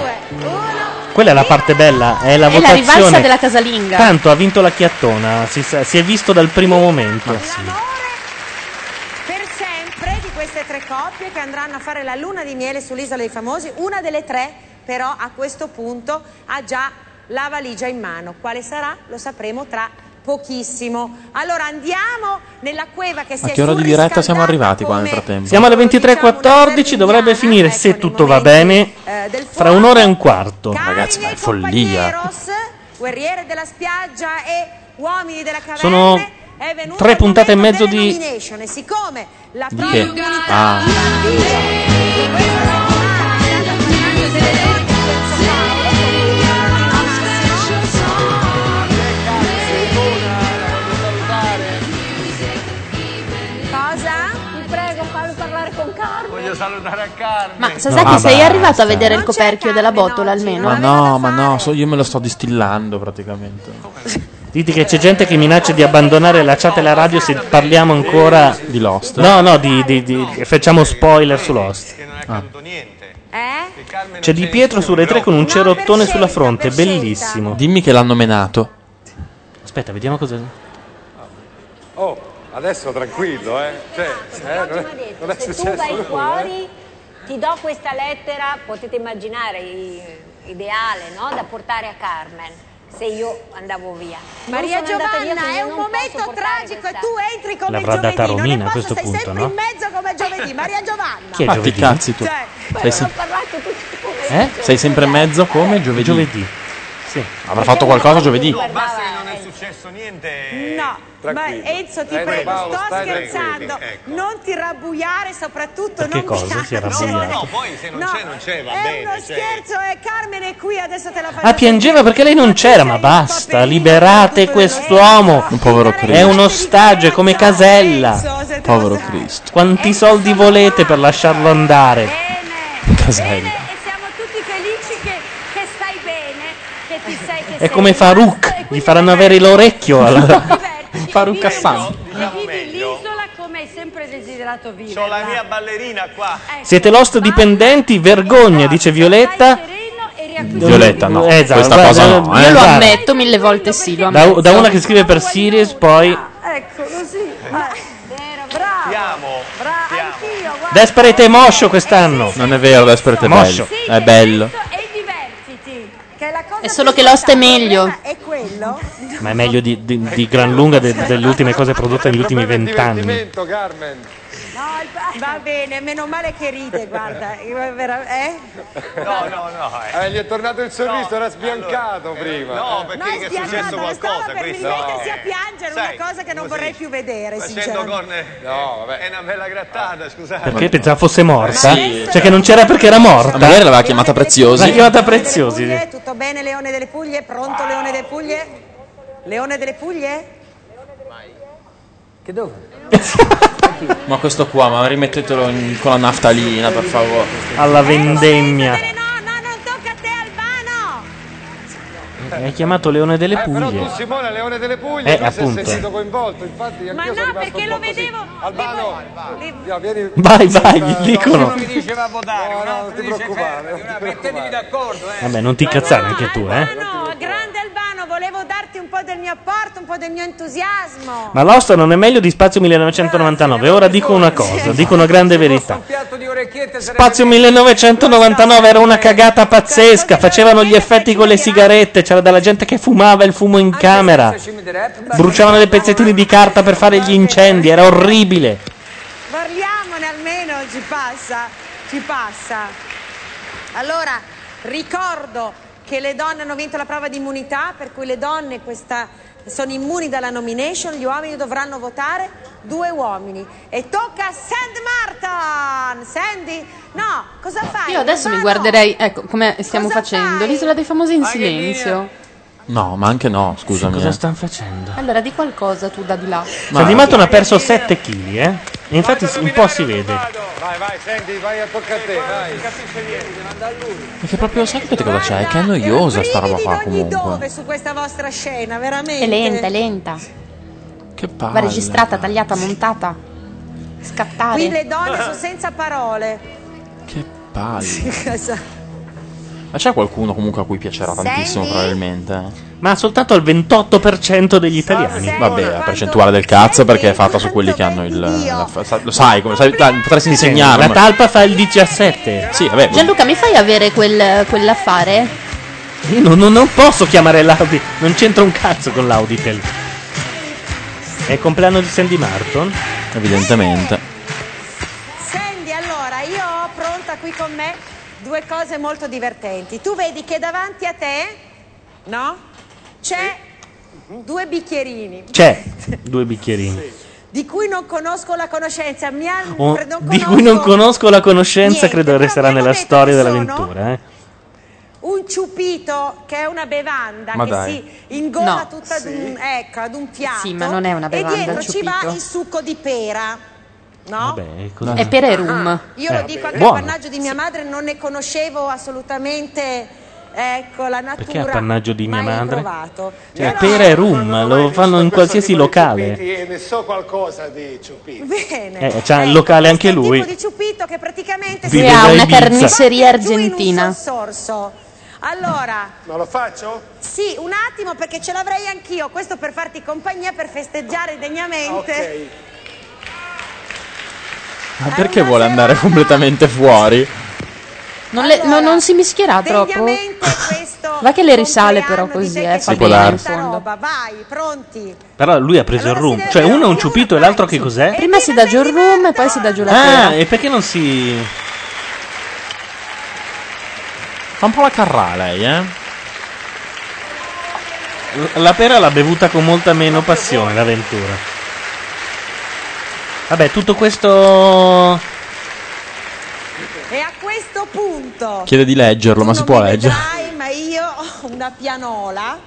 [SPEAKER 6] Quella è la parte bella, è la
[SPEAKER 7] È la
[SPEAKER 6] votazione.
[SPEAKER 7] rivalsa della casalinga.
[SPEAKER 6] Tanto ha vinto la chiattona, si, sa- si è visto dal primo momento.
[SPEAKER 9] Per sempre di queste tre coppie che andranno a fare la luna di miele sull'isola dei famosi, una delle tre però a questo punto ha già la valigia in mano. Quale sarà? Lo sapremo tra pochissimo. Allora andiamo nella cueva che si
[SPEAKER 8] A
[SPEAKER 9] è
[SPEAKER 8] che ora di diretta siamo arrivati qua nel frattempo?
[SPEAKER 6] Siamo alle
[SPEAKER 9] diciamo
[SPEAKER 6] 23.14, dovrebbe finire, se tutto va bene,
[SPEAKER 9] eh,
[SPEAKER 6] fra un'ora e un quarto.
[SPEAKER 31] Ragazzi, ma è follia.
[SPEAKER 9] Ross, guerriere della spiaggia e uomini della caverna.
[SPEAKER 6] Sono
[SPEAKER 9] È venuto
[SPEAKER 6] tre
[SPEAKER 9] il
[SPEAKER 6] puntate e
[SPEAKER 9] momento
[SPEAKER 6] mezzo
[SPEAKER 9] delle
[SPEAKER 6] di-
[SPEAKER 9] nomination e siccome la
[SPEAKER 6] Di
[SPEAKER 9] propria
[SPEAKER 6] che?
[SPEAKER 9] comunità
[SPEAKER 6] Ah.
[SPEAKER 9] di questa Cosa?
[SPEAKER 32] Ti prego, fallo parlare con Carmen.
[SPEAKER 13] Voglio salutare a Carmen.
[SPEAKER 7] Ma
[SPEAKER 8] No,
[SPEAKER 7] Sasaki,
[SPEAKER 8] vabbè.
[SPEAKER 7] sei arrivato a vedere il coperchio della botola almeno?
[SPEAKER 8] Ma no, ma no, so- io me lo sto distillando praticamente.
[SPEAKER 6] Dite che c'è gente che minaccia di abbandonare la chat e la radio se parliamo ancora
[SPEAKER 8] di Lost.
[SPEAKER 6] No, no, di, di- di- facciamo spoiler su Lost.
[SPEAKER 8] Ah.
[SPEAKER 6] C'è Di Pietro sulle tre con un cerottone sulla fronte, bellissimo.
[SPEAKER 8] Dimmi che l'hanno menato.
[SPEAKER 6] Aspetta, vediamo cosa.
[SPEAKER 11] Oh, adesso tranquillo, eh. Cioè, eh, non
[SPEAKER 1] ha
[SPEAKER 11] è, non
[SPEAKER 1] detto,
[SPEAKER 11] è
[SPEAKER 1] se tu
[SPEAKER 11] successo
[SPEAKER 1] vai
[SPEAKER 11] nulla, eh.
[SPEAKER 1] fuori ti do questa lettera, potete immaginare, i- ideale, no? Da portare a Carmen, se io andavo via. Non
[SPEAKER 9] Maria
[SPEAKER 1] sono andata via,
[SPEAKER 9] Giovanna,
[SPEAKER 1] quindi
[SPEAKER 9] è un
[SPEAKER 1] non posso
[SPEAKER 9] momento
[SPEAKER 1] portare
[SPEAKER 9] tragico e
[SPEAKER 1] questa-
[SPEAKER 9] tu entri come
[SPEAKER 6] L'avrà
[SPEAKER 9] giovedì,
[SPEAKER 6] data
[SPEAKER 9] non
[SPEAKER 6] Romina
[SPEAKER 9] è
[SPEAKER 6] a
[SPEAKER 9] posto,
[SPEAKER 6] questo
[SPEAKER 9] sei
[SPEAKER 6] punto,
[SPEAKER 9] sempre
[SPEAKER 6] no?
[SPEAKER 9] in mezzo come giovedì, Maria Giovanna.
[SPEAKER 6] Chi è
[SPEAKER 8] Ah,
[SPEAKER 6] giovedì?
[SPEAKER 8] ti cazzi tu.
[SPEAKER 9] Cioè,
[SPEAKER 8] Sei,
[SPEAKER 1] Non
[SPEAKER 8] se-
[SPEAKER 1] parlate tutti i pomeriggi.
[SPEAKER 8] eh? Sei sempre in mezzo come giovedì.
[SPEAKER 6] Giovedì. Sì.
[SPEAKER 8] Avrà fatto qualcosa giovedì.
[SPEAKER 13] No, basta che non è successo niente.
[SPEAKER 9] No, ma Enzo ti
[SPEAKER 13] Eh,
[SPEAKER 9] prego,
[SPEAKER 13] Paolo,
[SPEAKER 9] sto
[SPEAKER 13] stai
[SPEAKER 9] scherzando,
[SPEAKER 13] tranquillo. Ecco.
[SPEAKER 9] non ti rabbuiare soprattutto
[SPEAKER 6] Perché
[SPEAKER 9] non
[SPEAKER 6] cosa
[SPEAKER 9] mi
[SPEAKER 6] si arrabbia?
[SPEAKER 13] No, no, poi se non
[SPEAKER 9] No,
[SPEAKER 13] c'è, non c'è, va
[SPEAKER 9] è
[SPEAKER 13] bene.
[SPEAKER 9] uno
[SPEAKER 13] cioè.
[SPEAKER 9] scherzo e Carmen è qui, adesso te la faccio
[SPEAKER 6] Ah, piangeva perché lei non c'era, ma basta, liberate quest'uomo.
[SPEAKER 8] Povero
[SPEAKER 6] È un ostaggio, è come Casella.
[SPEAKER 8] Povero Cristo.
[SPEAKER 6] Quanti soldi volete per lasciarlo andare?
[SPEAKER 8] Casella.
[SPEAKER 1] Tutti felici che, che stai bene, che ti sei che
[SPEAKER 6] È
[SPEAKER 1] sei
[SPEAKER 6] come
[SPEAKER 1] rimasto e
[SPEAKER 6] Farouk, gli
[SPEAKER 1] quindi
[SPEAKER 6] faranno avere l'orecchio. alla-
[SPEAKER 1] Farouk
[SPEAKER 6] Hassan.
[SPEAKER 1] E vivi l'isola come hai sempre desiderato vivere.
[SPEAKER 13] diciamo C'ho la mia ballerina qua.
[SPEAKER 6] Siete lost dipendenti? Vergogna, dice Violetta.
[SPEAKER 8] Violetta, no,
[SPEAKER 6] Eh, esatto,
[SPEAKER 8] questa
[SPEAKER 6] guarda,
[SPEAKER 8] cosa no,
[SPEAKER 6] io
[SPEAKER 8] eh.
[SPEAKER 7] Lo
[SPEAKER 6] Guarda.
[SPEAKER 7] ammetto mille volte sì, lo
[SPEAKER 6] Da,
[SPEAKER 7] ammetto.
[SPEAKER 6] da una che scrive per Sirius, poi
[SPEAKER 1] Ecco, così.
[SPEAKER 13] Eh,
[SPEAKER 9] Bravo.
[SPEAKER 1] Bravo.
[SPEAKER 6] Desperate Moscio quest'anno.
[SPEAKER 8] Non è vero, Desperate è bello.
[SPEAKER 6] Moscio.
[SPEAKER 8] È bello.
[SPEAKER 7] È solo che l'oste è meglio.
[SPEAKER 9] è quello.
[SPEAKER 6] Ma è meglio di, di- di gran lunga de- delle ultime cose prodotte negli ultimi vent'anni.
[SPEAKER 11] Divertimento, Carmen.
[SPEAKER 9] No, il- va bene, meno male che ride, guarda. io vera- Eh?
[SPEAKER 13] No, no, no. eh.
[SPEAKER 11] Eh, gli è tornato il sorriso, era sbiancato prima.
[SPEAKER 13] No,
[SPEAKER 11] Eh.
[SPEAKER 13] perché è successo qualcosa questo?
[SPEAKER 9] Mettersi a piacere
[SPEAKER 13] eh, Sai,
[SPEAKER 9] una cosa che non vorrei più vedere,
[SPEAKER 13] Facendo
[SPEAKER 9] sinceramente.
[SPEAKER 13] con... No, vabbè. È una bella grattata, scusate.
[SPEAKER 6] Perché pensava fosse morta?
[SPEAKER 8] Sì.
[SPEAKER 6] Cioè che non c'era perché era morta.
[SPEAKER 8] Magari l'aveva chiamata Preziosi.
[SPEAKER 6] L'ha chiamata Preziosi. sì.
[SPEAKER 9] Puglie, tutto bene Leone delle Puglie? Pronto Leone delle Puglie? Leone delle Puglie?
[SPEAKER 33] Che dove?
[SPEAKER 8] Ma questo qua, ma rimettetelo in- con la naftalina, per favore.
[SPEAKER 6] Alla vendemmia. Hai chiamato Leone delle
[SPEAKER 11] Eh, però tu
[SPEAKER 6] Puglie.
[SPEAKER 11] Simone Leone delle Puglie
[SPEAKER 6] Eh,
[SPEAKER 11] non si è
[SPEAKER 6] appunto.
[SPEAKER 11] sentito coinvolto, infatti anch'io
[SPEAKER 9] Ma
[SPEAKER 11] sono
[SPEAKER 9] no,
[SPEAKER 11] rimasto
[SPEAKER 9] perché
[SPEAKER 11] un
[SPEAKER 9] lo
[SPEAKER 11] po' così.
[SPEAKER 9] vedevo.
[SPEAKER 11] Albano, via, vieni.
[SPEAKER 6] Vai, vai, gli dicono.
[SPEAKER 11] mi dice va a votare, no, no, non ti preoccupare. Mettetevi d'accordo, eh.
[SPEAKER 6] Vabbè, non ti incazzare anche tu, eh.
[SPEAKER 9] No, grande Albano, volevo darti un po' del mio apporto, un po' del mio entusiasmo.
[SPEAKER 6] Ma l'osta non è meglio di Spazio 1999. Ora dico una cosa, dico una grande verità. Spazio 1999 era
[SPEAKER 9] Eh,
[SPEAKER 6] una cagata pazzesca, facevano gli effetti con le sigarette, c'era della gente che fumava il fumo in camera, bruciavano dei pezzettini di carta per fare gli incendi, era orribile.
[SPEAKER 9] Parliamone almeno, ci passa, ci passa. Allora, ricordo che le donne hanno vinto la prova di immunità, per cui le donne questa- sono immuni dalla nomination, gli uomini dovranno votare due uomini. E tocca a Sand Martin! Sandy, no, cosa fai?
[SPEAKER 7] Io adesso mi guarderei, ecco, come stiamo facendo, l'isola dei famosi in silenzio.
[SPEAKER 8] No, ma anche no, scusami.
[SPEAKER 6] cosa
[SPEAKER 8] eh.
[SPEAKER 6] stanno facendo?
[SPEAKER 7] Allora, di qualcosa tu da di là.
[SPEAKER 6] Cioè, Di Matton ha perso 7 kg, eh? E infatti un po' si vede.
[SPEAKER 11] Vai, vai, senti, vai, tocca a te, vai.
[SPEAKER 8] Perché proprio sapete cosa c'è? È che è noiosa sta roba qua comunque.
[SPEAKER 9] Dove su questa vostra scena, veramente?
[SPEAKER 7] È lenta, è lenta.
[SPEAKER 8] Che palle.
[SPEAKER 12] Va registrata, tagliata, montata. Scattare.
[SPEAKER 9] Qui le donne sono senza parole.
[SPEAKER 8] Che palle.
[SPEAKER 9] Cosa?
[SPEAKER 8] Ma c'è qualcuno comunque a cui piacerà tantissimo
[SPEAKER 9] Sandy?
[SPEAKER 8] probabilmente. eh?
[SPEAKER 6] Ma soltanto al 28% degli italiani.
[SPEAKER 8] Vabbè, la percentuale del cazzo perché è fatta su quelli che hanno il... la fa- sa- lo sai, come sai, dai, potresti insegnarlo.
[SPEAKER 6] La talpa fa il 17.
[SPEAKER 8] Sì, vabbè.
[SPEAKER 12] Gianluca, mi fai avere quel, quell'affare?
[SPEAKER 6] Io non, non- non posso chiamare l'Audi. Non c'entra un cazzo con l'Auditel. È il compleanno di Sandy Martin?
[SPEAKER 8] Evidentemente.
[SPEAKER 9] Sandy, allora io ho pronta qui con me due cose molto divertenti. Tu vedi che davanti a te, no? C'è Mhm. due bicchierini
[SPEAKER 6] C'è. Due bicchierini.
[SPEAKER 9] di cui non conosco la conoscenza, mi hanno
[SPEAKER 6] Oh,
[SPEAKER 9] pre- non
[SPEAKER 6] di
[SPEAKER 9] conosco
[SPEAKER 6] cui non conosco la conoscenza, credo resterà nella storia dell'avventura. Eh.
[SPEAKER 9] un ciupito che è una bevanda
[SPEAKER 6] Ma
[SPEAKER 9] che
[SPEAKER 6] dai.
[SPEAKER 9] si ingola
[SPEAKER 12] No.
[SPEAKER 9] tutta ad un, ecco, ad un piatto.
[SPEAKER 12] Sì, ma non è una bevanda,
[SPEAKER 9] E dietro
[SPEAKER 12] il
[SPEAKER 9] ci va
[SPEAKER 12] ciupito.
[SPEAKER 9] il succo di pera. No?
[SPEAKER 6] Beh,
[SPEAKER 12] È per e rum.
[SPEAKER 9] Io lo dico anche
[SPEAKER 6] Eh,
[SPEAKER 9] a
[SPEAKER 6] Buono.
[SPEAKER 9] appannaggio di mia madre, non ne conoscevo assolutamente ecco, la natura.
[SPEAKER 6] Perché appannaggio di mia
[SPEAKER 9] mai
[SPEAKER 6] madre?
[SPEAKER 9] provato.
[SPEAKER 6] Cioè, pera e rum, lo fanno in qualsiasi locale.
[SPEAKER 11] E eh, ne so qualcosa di ciupiti.
[SPEAKER 9] Bene.
[SPEAKER 6] Eh, c'ha il locale anche lui.
[SPEAKER 9] di ciupito che praticamente
[SPEAKER 6] Vive da
[SPEAKER 12] ha una
[SPEAKER 6] Ibiza.
[SPEAKER 12] carniceria argentina.
[SPEAKER 9] sorso. Allora,
[SPEAKER 11] non lo faccio?
[SPEAKER 9] Sì, un attimo perché ce l'avrei anch'io, questo per farti compagnia per festeggiare degnamente.
[SPEAKER 8] Ma perché vuole andare completamente fuori?
[SPEAKER 12] Non, le- no, non si mischierà troppo. Va che le risale però così, eh, fa
[SPEAKER 6] Si può
[SPEAKER 12] bene,
[SPEAKER 6] dare.
[SPEAKER 12] in fondo.
[SPEAKER 6] Però lui ha preso il rum. Cioè, uno è un ciupito e l'altro che cos'è?
[SPEAKER 12] Prima si dà giù il rum e poi si dà giù la
[SPEAKER 6] Ah,
[SPEAKER 12] pera.
[SPEAKER 8] eh.
[SPEAKER 6] e perché non si.
[SPEAKER 8] Fa un po' la carrà lei, eh?
[SPEAKER 6] La pera l'ha bevuta con molta meno passione, l'avventura. Vabbè, tutto questo.
[SPEAKER 9] E a questo punto
[SPEAKER 8] Chiede di leggerlo, ma si può leggere.
[SPEAKER 9] vedrai, ma io ho una pianola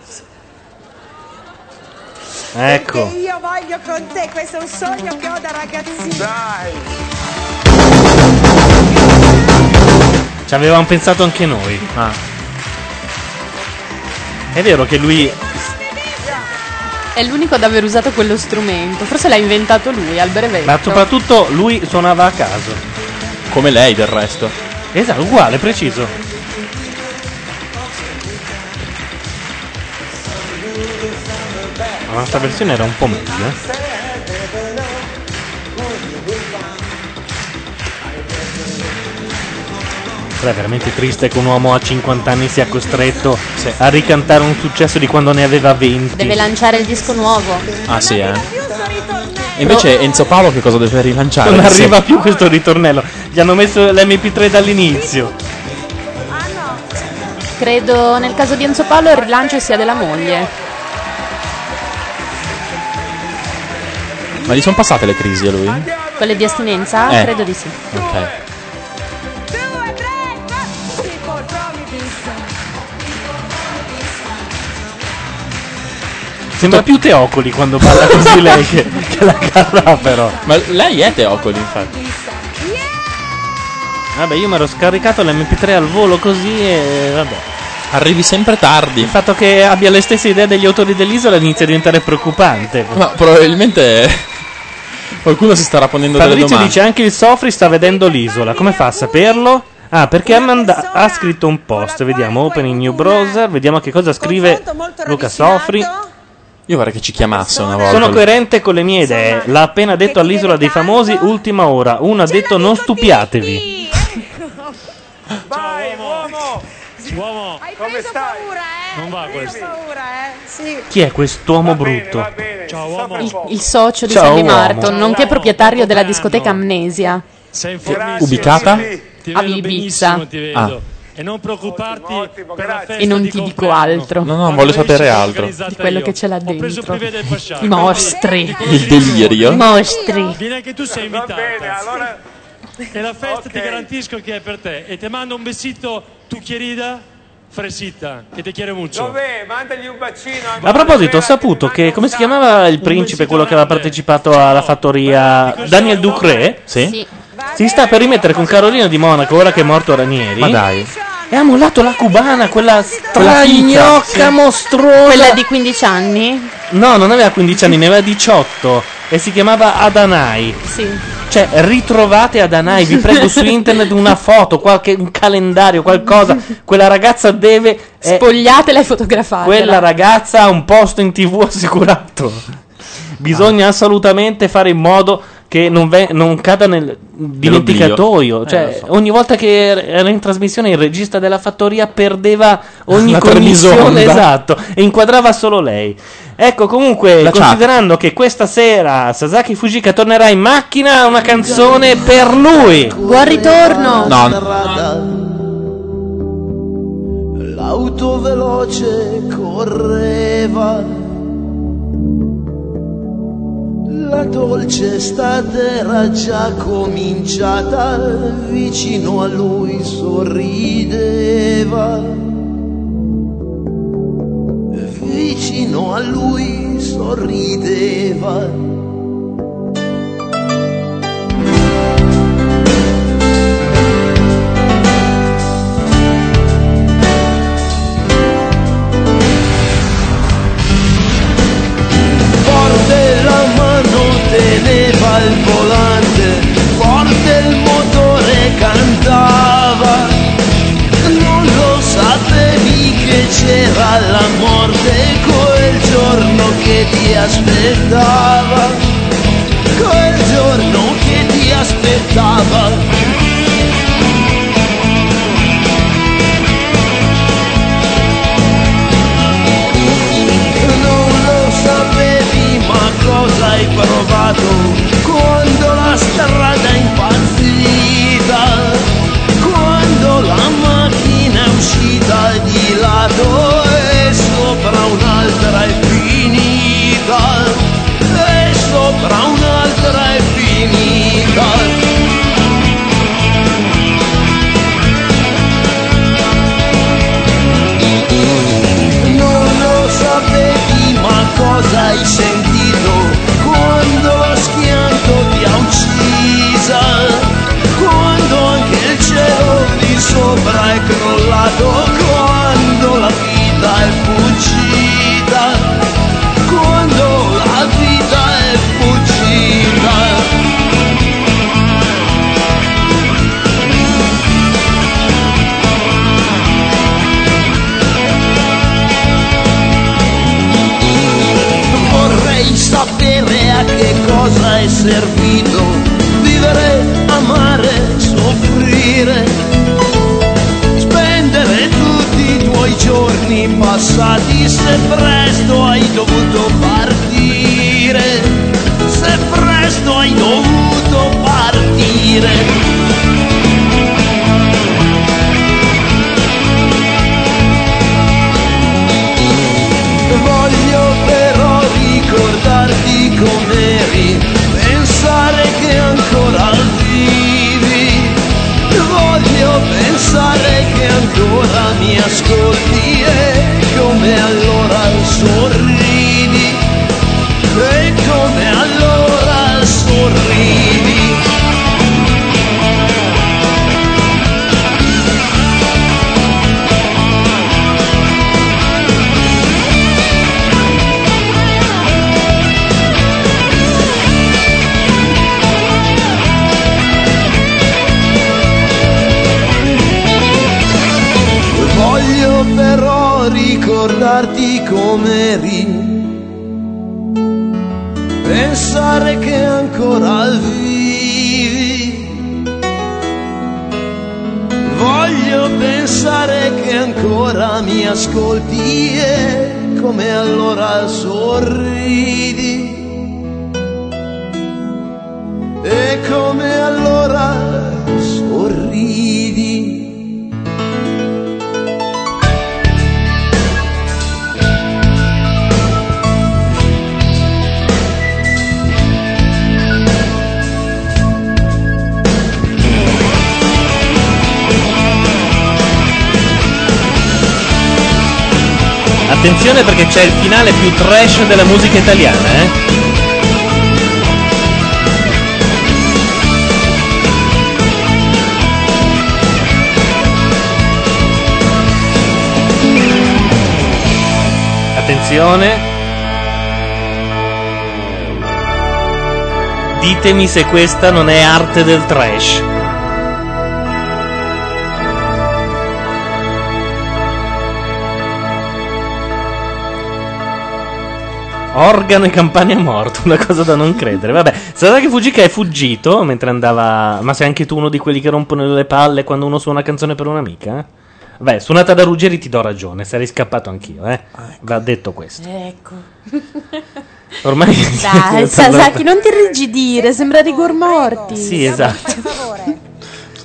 [SPEAKER 6] Ecco.
[SPEAKER 9] che io voglio con te, questo è un sogno che ho da ragazzina.
[SPEAKER 6] Ci avevamo pensato anche noi. È vero che lui.
[SPEAKER 7] È l'unico ad aver usato quello strumento. Forse l'ha inventato lui al brevetto.
[SPEAKER 6] Ma soprattutto lui suonava a caso.
[SPEAKER 8] Come lei del resto.
[SPEAKER 6] Esatto, uguale, preciso. La nostra versione era un po' meglio. eh. Però È veramente triste che un uomo a 50 anni sia costretto a ricantare un successo di quando ne aveva 20.
[SPEAKER 12] Deve lanciare il disco nuovo.
[SPEAKER 8] Ah sì, eh. E invece Enzo Paolo che cosa deve rilanciare?
[SPEAKER 6] Non
[SPEAKER 8] Sì.
[SPEAKER 6] arriva più questo ritornello. Gli hanno messo l'MP3 dall'inizio.
[SPEAKER 12] Credo nel caso di Enzo Paolo il rilancio sia della moglie.
[SPEAKER 8] Ma gli sono passate le crisi a lui?
[SPEAKER 12] Quelle di astinenza?
[SPEAKER 8] Eh.
[SPEAKER 12] Ah, Credo di sì.
[SPEAKER 8] Ok.
[SPEAKER 6] Sembra più Teocoli quando parla così lei che, che la carrà però.
[SPEAKER 8] Ma lei è Teocoli infatti.
[SPEAKER 6] Vabbè, io mi ero scaricato l'MP3 al volo così e vabbè.
[SPEAKER 8] Arrivi sempre tardi.
[SPEAKER 6] Il fatto che abbia le stesse idee degli autori dell'isola inizia a diventare preoccupante.
[SPEAKER 8] Ma probabilmente qualcuno si starà ponendo delle
[SPEAKER 6] Fabrizio
[SPEAKER 8] domande.
[SPEAKER 6] dice anche il Sofri sta vedendo l'isola. Come fa a saperlo? Ah, perché Amanda ha scritto un post. Vediamo, open in new browser. Vediamo che cosa scrive Luca Sofri.
[SPEAKER 8] Io vorrei che ci chiamasse una volta.
[SPEAKER 6] Sono coerente con le mie idee. L'ha appena detto all'isola dei famosi, ultima ora. Uno ha detto non stupiatevi.
[SPEAKER 24] Vai, uomo! Uomo!
[SPEAKER 9] Hai preso paura, eh?
[SPEAKER 24] Non va
[SPEAKER 9] Hai preso paura, eh? Sì.
[SPEAKER 6] Chi è quest'uomo brutto?
[SPEAKER 24] Ciao uomo.
[SPEAKER 12] Il, il socio di
[SPEAKER 6] Ciao,
[SPEAKER 12] Sandy
[SPEAKER 6] uomo.
[SPEAKER 12] Martin, nonché proprietario della discoteca Amnesia.
[SPEAKER 24] Sei
[SPEAKER 8] ubicata?
[SPEAKER 24] Ti
[SPEAKER 12] A
[SPEAKER 24] vedo
[SPEAKER 12] Ibiza.
[SPEAKER 24] benissimo, ti vedo.
[SPEAKER 8] Ah.
[SPEAKER 24] E non preoccuparti per la festa
[SPEAKER 12] E non
[SPEAKER 24] di
[SPEAKER 12] ti dico altro.
[SPEAKER 8] No, no, voglio sapere altro.
[SPEAKER 12] Di quello che ce l'ha dentro.
[SPEAKER 24] Pasciano.
[SPEAKER 12] I mostri.
[SPEAKER 8] Il delirio.
[SPEAKER 12] Mostri.
[SPEAKER 24] Vieni anche tu sei invitata. E la festa ti garantisco che è per te. E ti mando un besito tu chierida fresita. Che ti chiede mucho.
[SPEAKER 11] Vabbè, mandagli un bacino anche
[SPEAKER 6] A proposito, ho saputo che come si chiamava il principe, quello che aveva partecipato alla fattoria Daniel Ducré?
[SPEAKER 8] Sì.
[SPEAKER 6] Si sta per rimettere con Carolina di Monaco ora che è morto Ranieri.
[SPEAKER 8] Ma dai.
[SPEAKER 6] E ha mollato la cubana, quella
[SPEAKER 12] Quella
[SPEAKER 6] stragnocca
[SPEAKER 12] fitta.
[SPEAKER 6] mostruosa.
[SPEAKER 12] Quella di 15 anni?
[SPEAKER 6] No, non aveva 15 anni, ne aveva 18 e si chiamava Adanai.
[SPEAKER 7] Sì.
[SPEAKER 6] Cioè, ritrovate Adanai, vi prego su internet una foto, qualche, un calendario, qualcosa. Quella ragazza deve. è-
[SPEAKER 7] Spogliatela e fotografatela.
[SPEAKER 6] quella ragazza ha un posto in tv assicurato.
[SPEAKER 8] Ah.
[SPEAKER 6] Bisogna assolutamente fare in modo che non, ve- non cada nel dimenticatoio.
[SPEAKER 8] Eh,
[SPEAKER 6] Cioè,
[SPEAKER 8] lo so.
[SPEAKER 6] ogni volta che er- era in trasmissione, il regista della fattoria perdeva ogni
[SPEAKER 8] La
[SPEAKER 6] connessione
[SPEAKER 8] tornisonda.
[SPEAKER 6] esatto e inquadrava solo lei. Ecco, comunque,
[SPEAKER 8] La chat.
[SPEAKER 6] considerando che questa sera Sasaki Fujika tornerà in macchina, una canzone per lui.
[SPEAKER 7] Buon ritorno!
[SPEAKER 14] strada. L'auto veloce correva, la dolce estate era già cominciata, vicino a lui sorrideva, vicino a lui sorrideva.
[SPEAKER 2] Forte la mano teneva il volante, forte il motore cantava. Non lo sapevi che c'era la morte quel giorno che ti aspettava. Quel giorno che ti aspettava. Non lo sapevi ma cosa hai provato quando la strada è impazzita, quando la macchina è uscita di lato e sopra un'altra è finita, e sopra un'altra è finita. Non lo sapevi ma cosa hai sentito quando lo schianto ti ha uccisa, quando anche il cielo di sopra è crollato, quando la vita è fuggita, quando la vita è fuggita. Vorrei sapere a che cosa è servito vivere, amare, soffrire, spendere tutti i tuoi giorni passati se presto hai dovuto partire, se presto hai dovuto partire. Voglio però ricordarti com'eri, pensare che ancora vivi. Voglio pensare che ancora mi ascolti e come allora sorridi. E come allora sorridi. Voglio però ricordarti com'eri, pensare che ancora vivi. Voglio pensare che ancora mi ascolti e come allora sorridi. E come allora sorridi.
[SPEAKER 6] Attenzione perché c'è il finale più trash della musica italiana, eh. Attenzione. Ditemi se questa non è arte del trash. Organo e Campania è morto, una cosa da non credere. Vabbè, sarà che Fujika è fuggito mentre andava. Ma sei anche tu uno di quelli che rompono le palle quando uno suona una canzone per un'amica? Beh, suonata da Ruggeri ti do ragione, sarei scappato anch'io, eh. Va detto questo.
[SPEAKER 7] Ecco.
[SPEAKER 6] Ormai
[SPEAKER 7] Dai, Sasaki, non ti irrigidire, sembra rigor mortis.
[SPEAKER 6] Sì, esatto.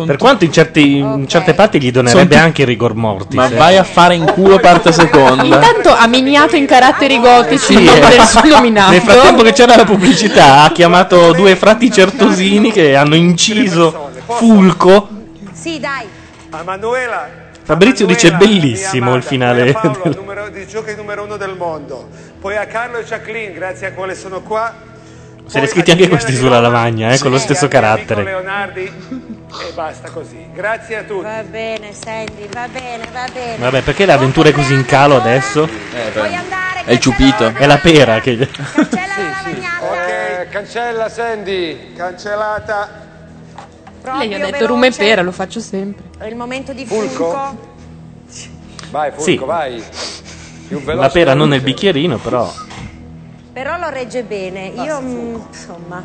[SPEAKER 6] per quanto in, certi- in certe parti gli donerebbe
[SPEAKER 8] Sono tu-
[SPEAKER 6] anche il rigor mortis.
[SPEAKER 8] Ma
[SPEAKER 6] eh.
[SPEAKER 8] vai a fare in culo parte seconda.
[SPEAKER 7] Intanto ha miniato in caratteri gotici il nome
[SPEAKER 6] eh.
[SPEAKER 7] del suo nominato.
[SPEAKER 6] Nel frattempo che c'era la pubblicità, ha chiamato due frati certosini che hanno inciso Fulco.
[SPEAKER 9] Sì, dai.
[SPEAKER 34] A Manuela,
[SPEAKER 6] Fabrizio dice bellissimo il finale. del-
[SPEAKER 34] numero di giochi numero uno del mondo. Poi a Carlo e Jacqueline, grazie a quale sono qua.
[SPEAKER 6] Se ne scritti anche questi sulla lavagna, eh, con lo stesso carattere.
[SPEAKER 34] Leonardi e basta così. Grazie a tutti.
[SPEAKER 9] Va bene, Sandy, va bene, va bene.
[SPEAKER 6] Vabbè, perché le avventure così in calo adesso?
[SPEAKER 9] Andare,
[SPEAKER 6] Eh, È il ciupito. È la pera che.
[SPEAKER 34] Ok, cancella Sandy, cancellata.
[SPEAKER 7] Lei ha detto
[SPEAKER 9] veloce.
[SPEAKER 7] rume e pera, lo faccio sempre.
[SPEAKER 9] è il momento di
[SPEAKER 34] Fulco?
[SPEAKER 9] Fulco.
[SPEAKER 34] Vai, Fulco,
[SPEAKER 6] Sì.
[SPEAKER 34] vai. Più veloce
[SPEAKER 6] La pera
[SPEAKER 34] veloce.
[SPEAKER 6] non nel bicchierino, però.
[SPEAKER 9] Però lo regge bene. Io, mh, insomma,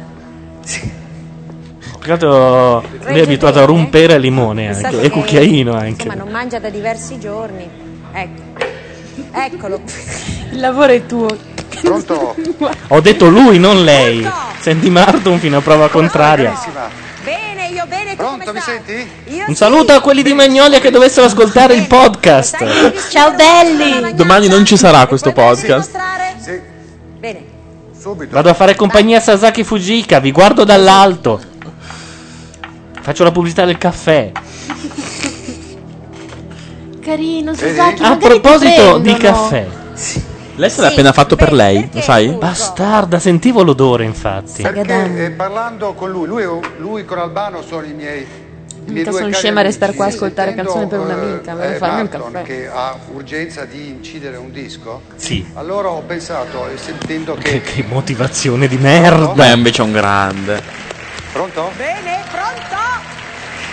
[SPEAKER 6] Eh, Tra l'altro lui è abituato a rompere e limone
[SPEAKER 9] Pensate
[SPEAKER 6] anche, e
[SPEAKER 9] che-
[SPEAKER 6] cucchiaino
[SPEAKER 9] Esatto. insomma,
[SPEAKER 6] anche.
[SPEAKER 9] non mangia da diversi giorni. Ecco. Eccolo.
[SPEAKER 7] Il lavoro è tuo.
[SPEAKER 34] Pronto?
[SPEAKER 6] Ho detto lui, non lei. Senti Marton fino a prova contraria.
[SPEAKER 9] Bene, io bene, tu Pronto, mi senti? Io
[SPEAKER 6] Un saluto a quelli di Magnolia che dovessero ascoltare il podcast.
[SPEAKER 9] Ciao belli.
[SPEAKER 8] Domani non ci sarà questo podcast.
[SPEAKER 9] Bene.
[SPEAKER 34] Subito.
[SPEAKER 6] Vado a fare compagnia a Sasaki Fujika, vi guardo dall'alto. Faccio la pubblicità del caffè.
[SPEAKER 7] Carino,
[SPEAKER 6] Vedi?
[SPEAKER 7] Sasaki.
[SPEAKER 6] A
[SPEAKER 7] magari ti
[SPEAKER 6] proposito di
[SPEAKER 7] prendono.
[SPEAKER 6] caffè.
[SPEAKER 8] Lei se l'ha appena fatto per lei, lo sai?
[SPEAKER 6] Bastarda, sentivo l'odore infatti.
[SPEAKER 11] Perché eh, parlando con lui, lui, lui con Albano sono i miei. i miei
[SPEAKER 7] Mica
[SPEAKER 11] due
[SPEAKER 7] sono
[SPEAKER 11] cari
[SPEAKER 7] scema a
[SPEAKER 11] amici.
[SPEAKER 7] restare qua a ascoltare
[SPEAKER 11] Sentendo,
[SPEAKER 7] canzoni per un'amica, voglio farmi un
[SPEAKER 11] Barton,
[SPEAKER 7] caffè.
[SPEAKER 11] che ha urgenza di incidere un disco.
[SPEAKER 6] Sì.
[SPEAKER 11] Allora ho pensato, e sentendo che.
[SPEAKER 6] Che, che motivazione di merda.
[SPEAKER 8] Beh, invece è un grande.
[SPEAKER 11] Pronto?
[SPEAKER 9] Bene, pronto?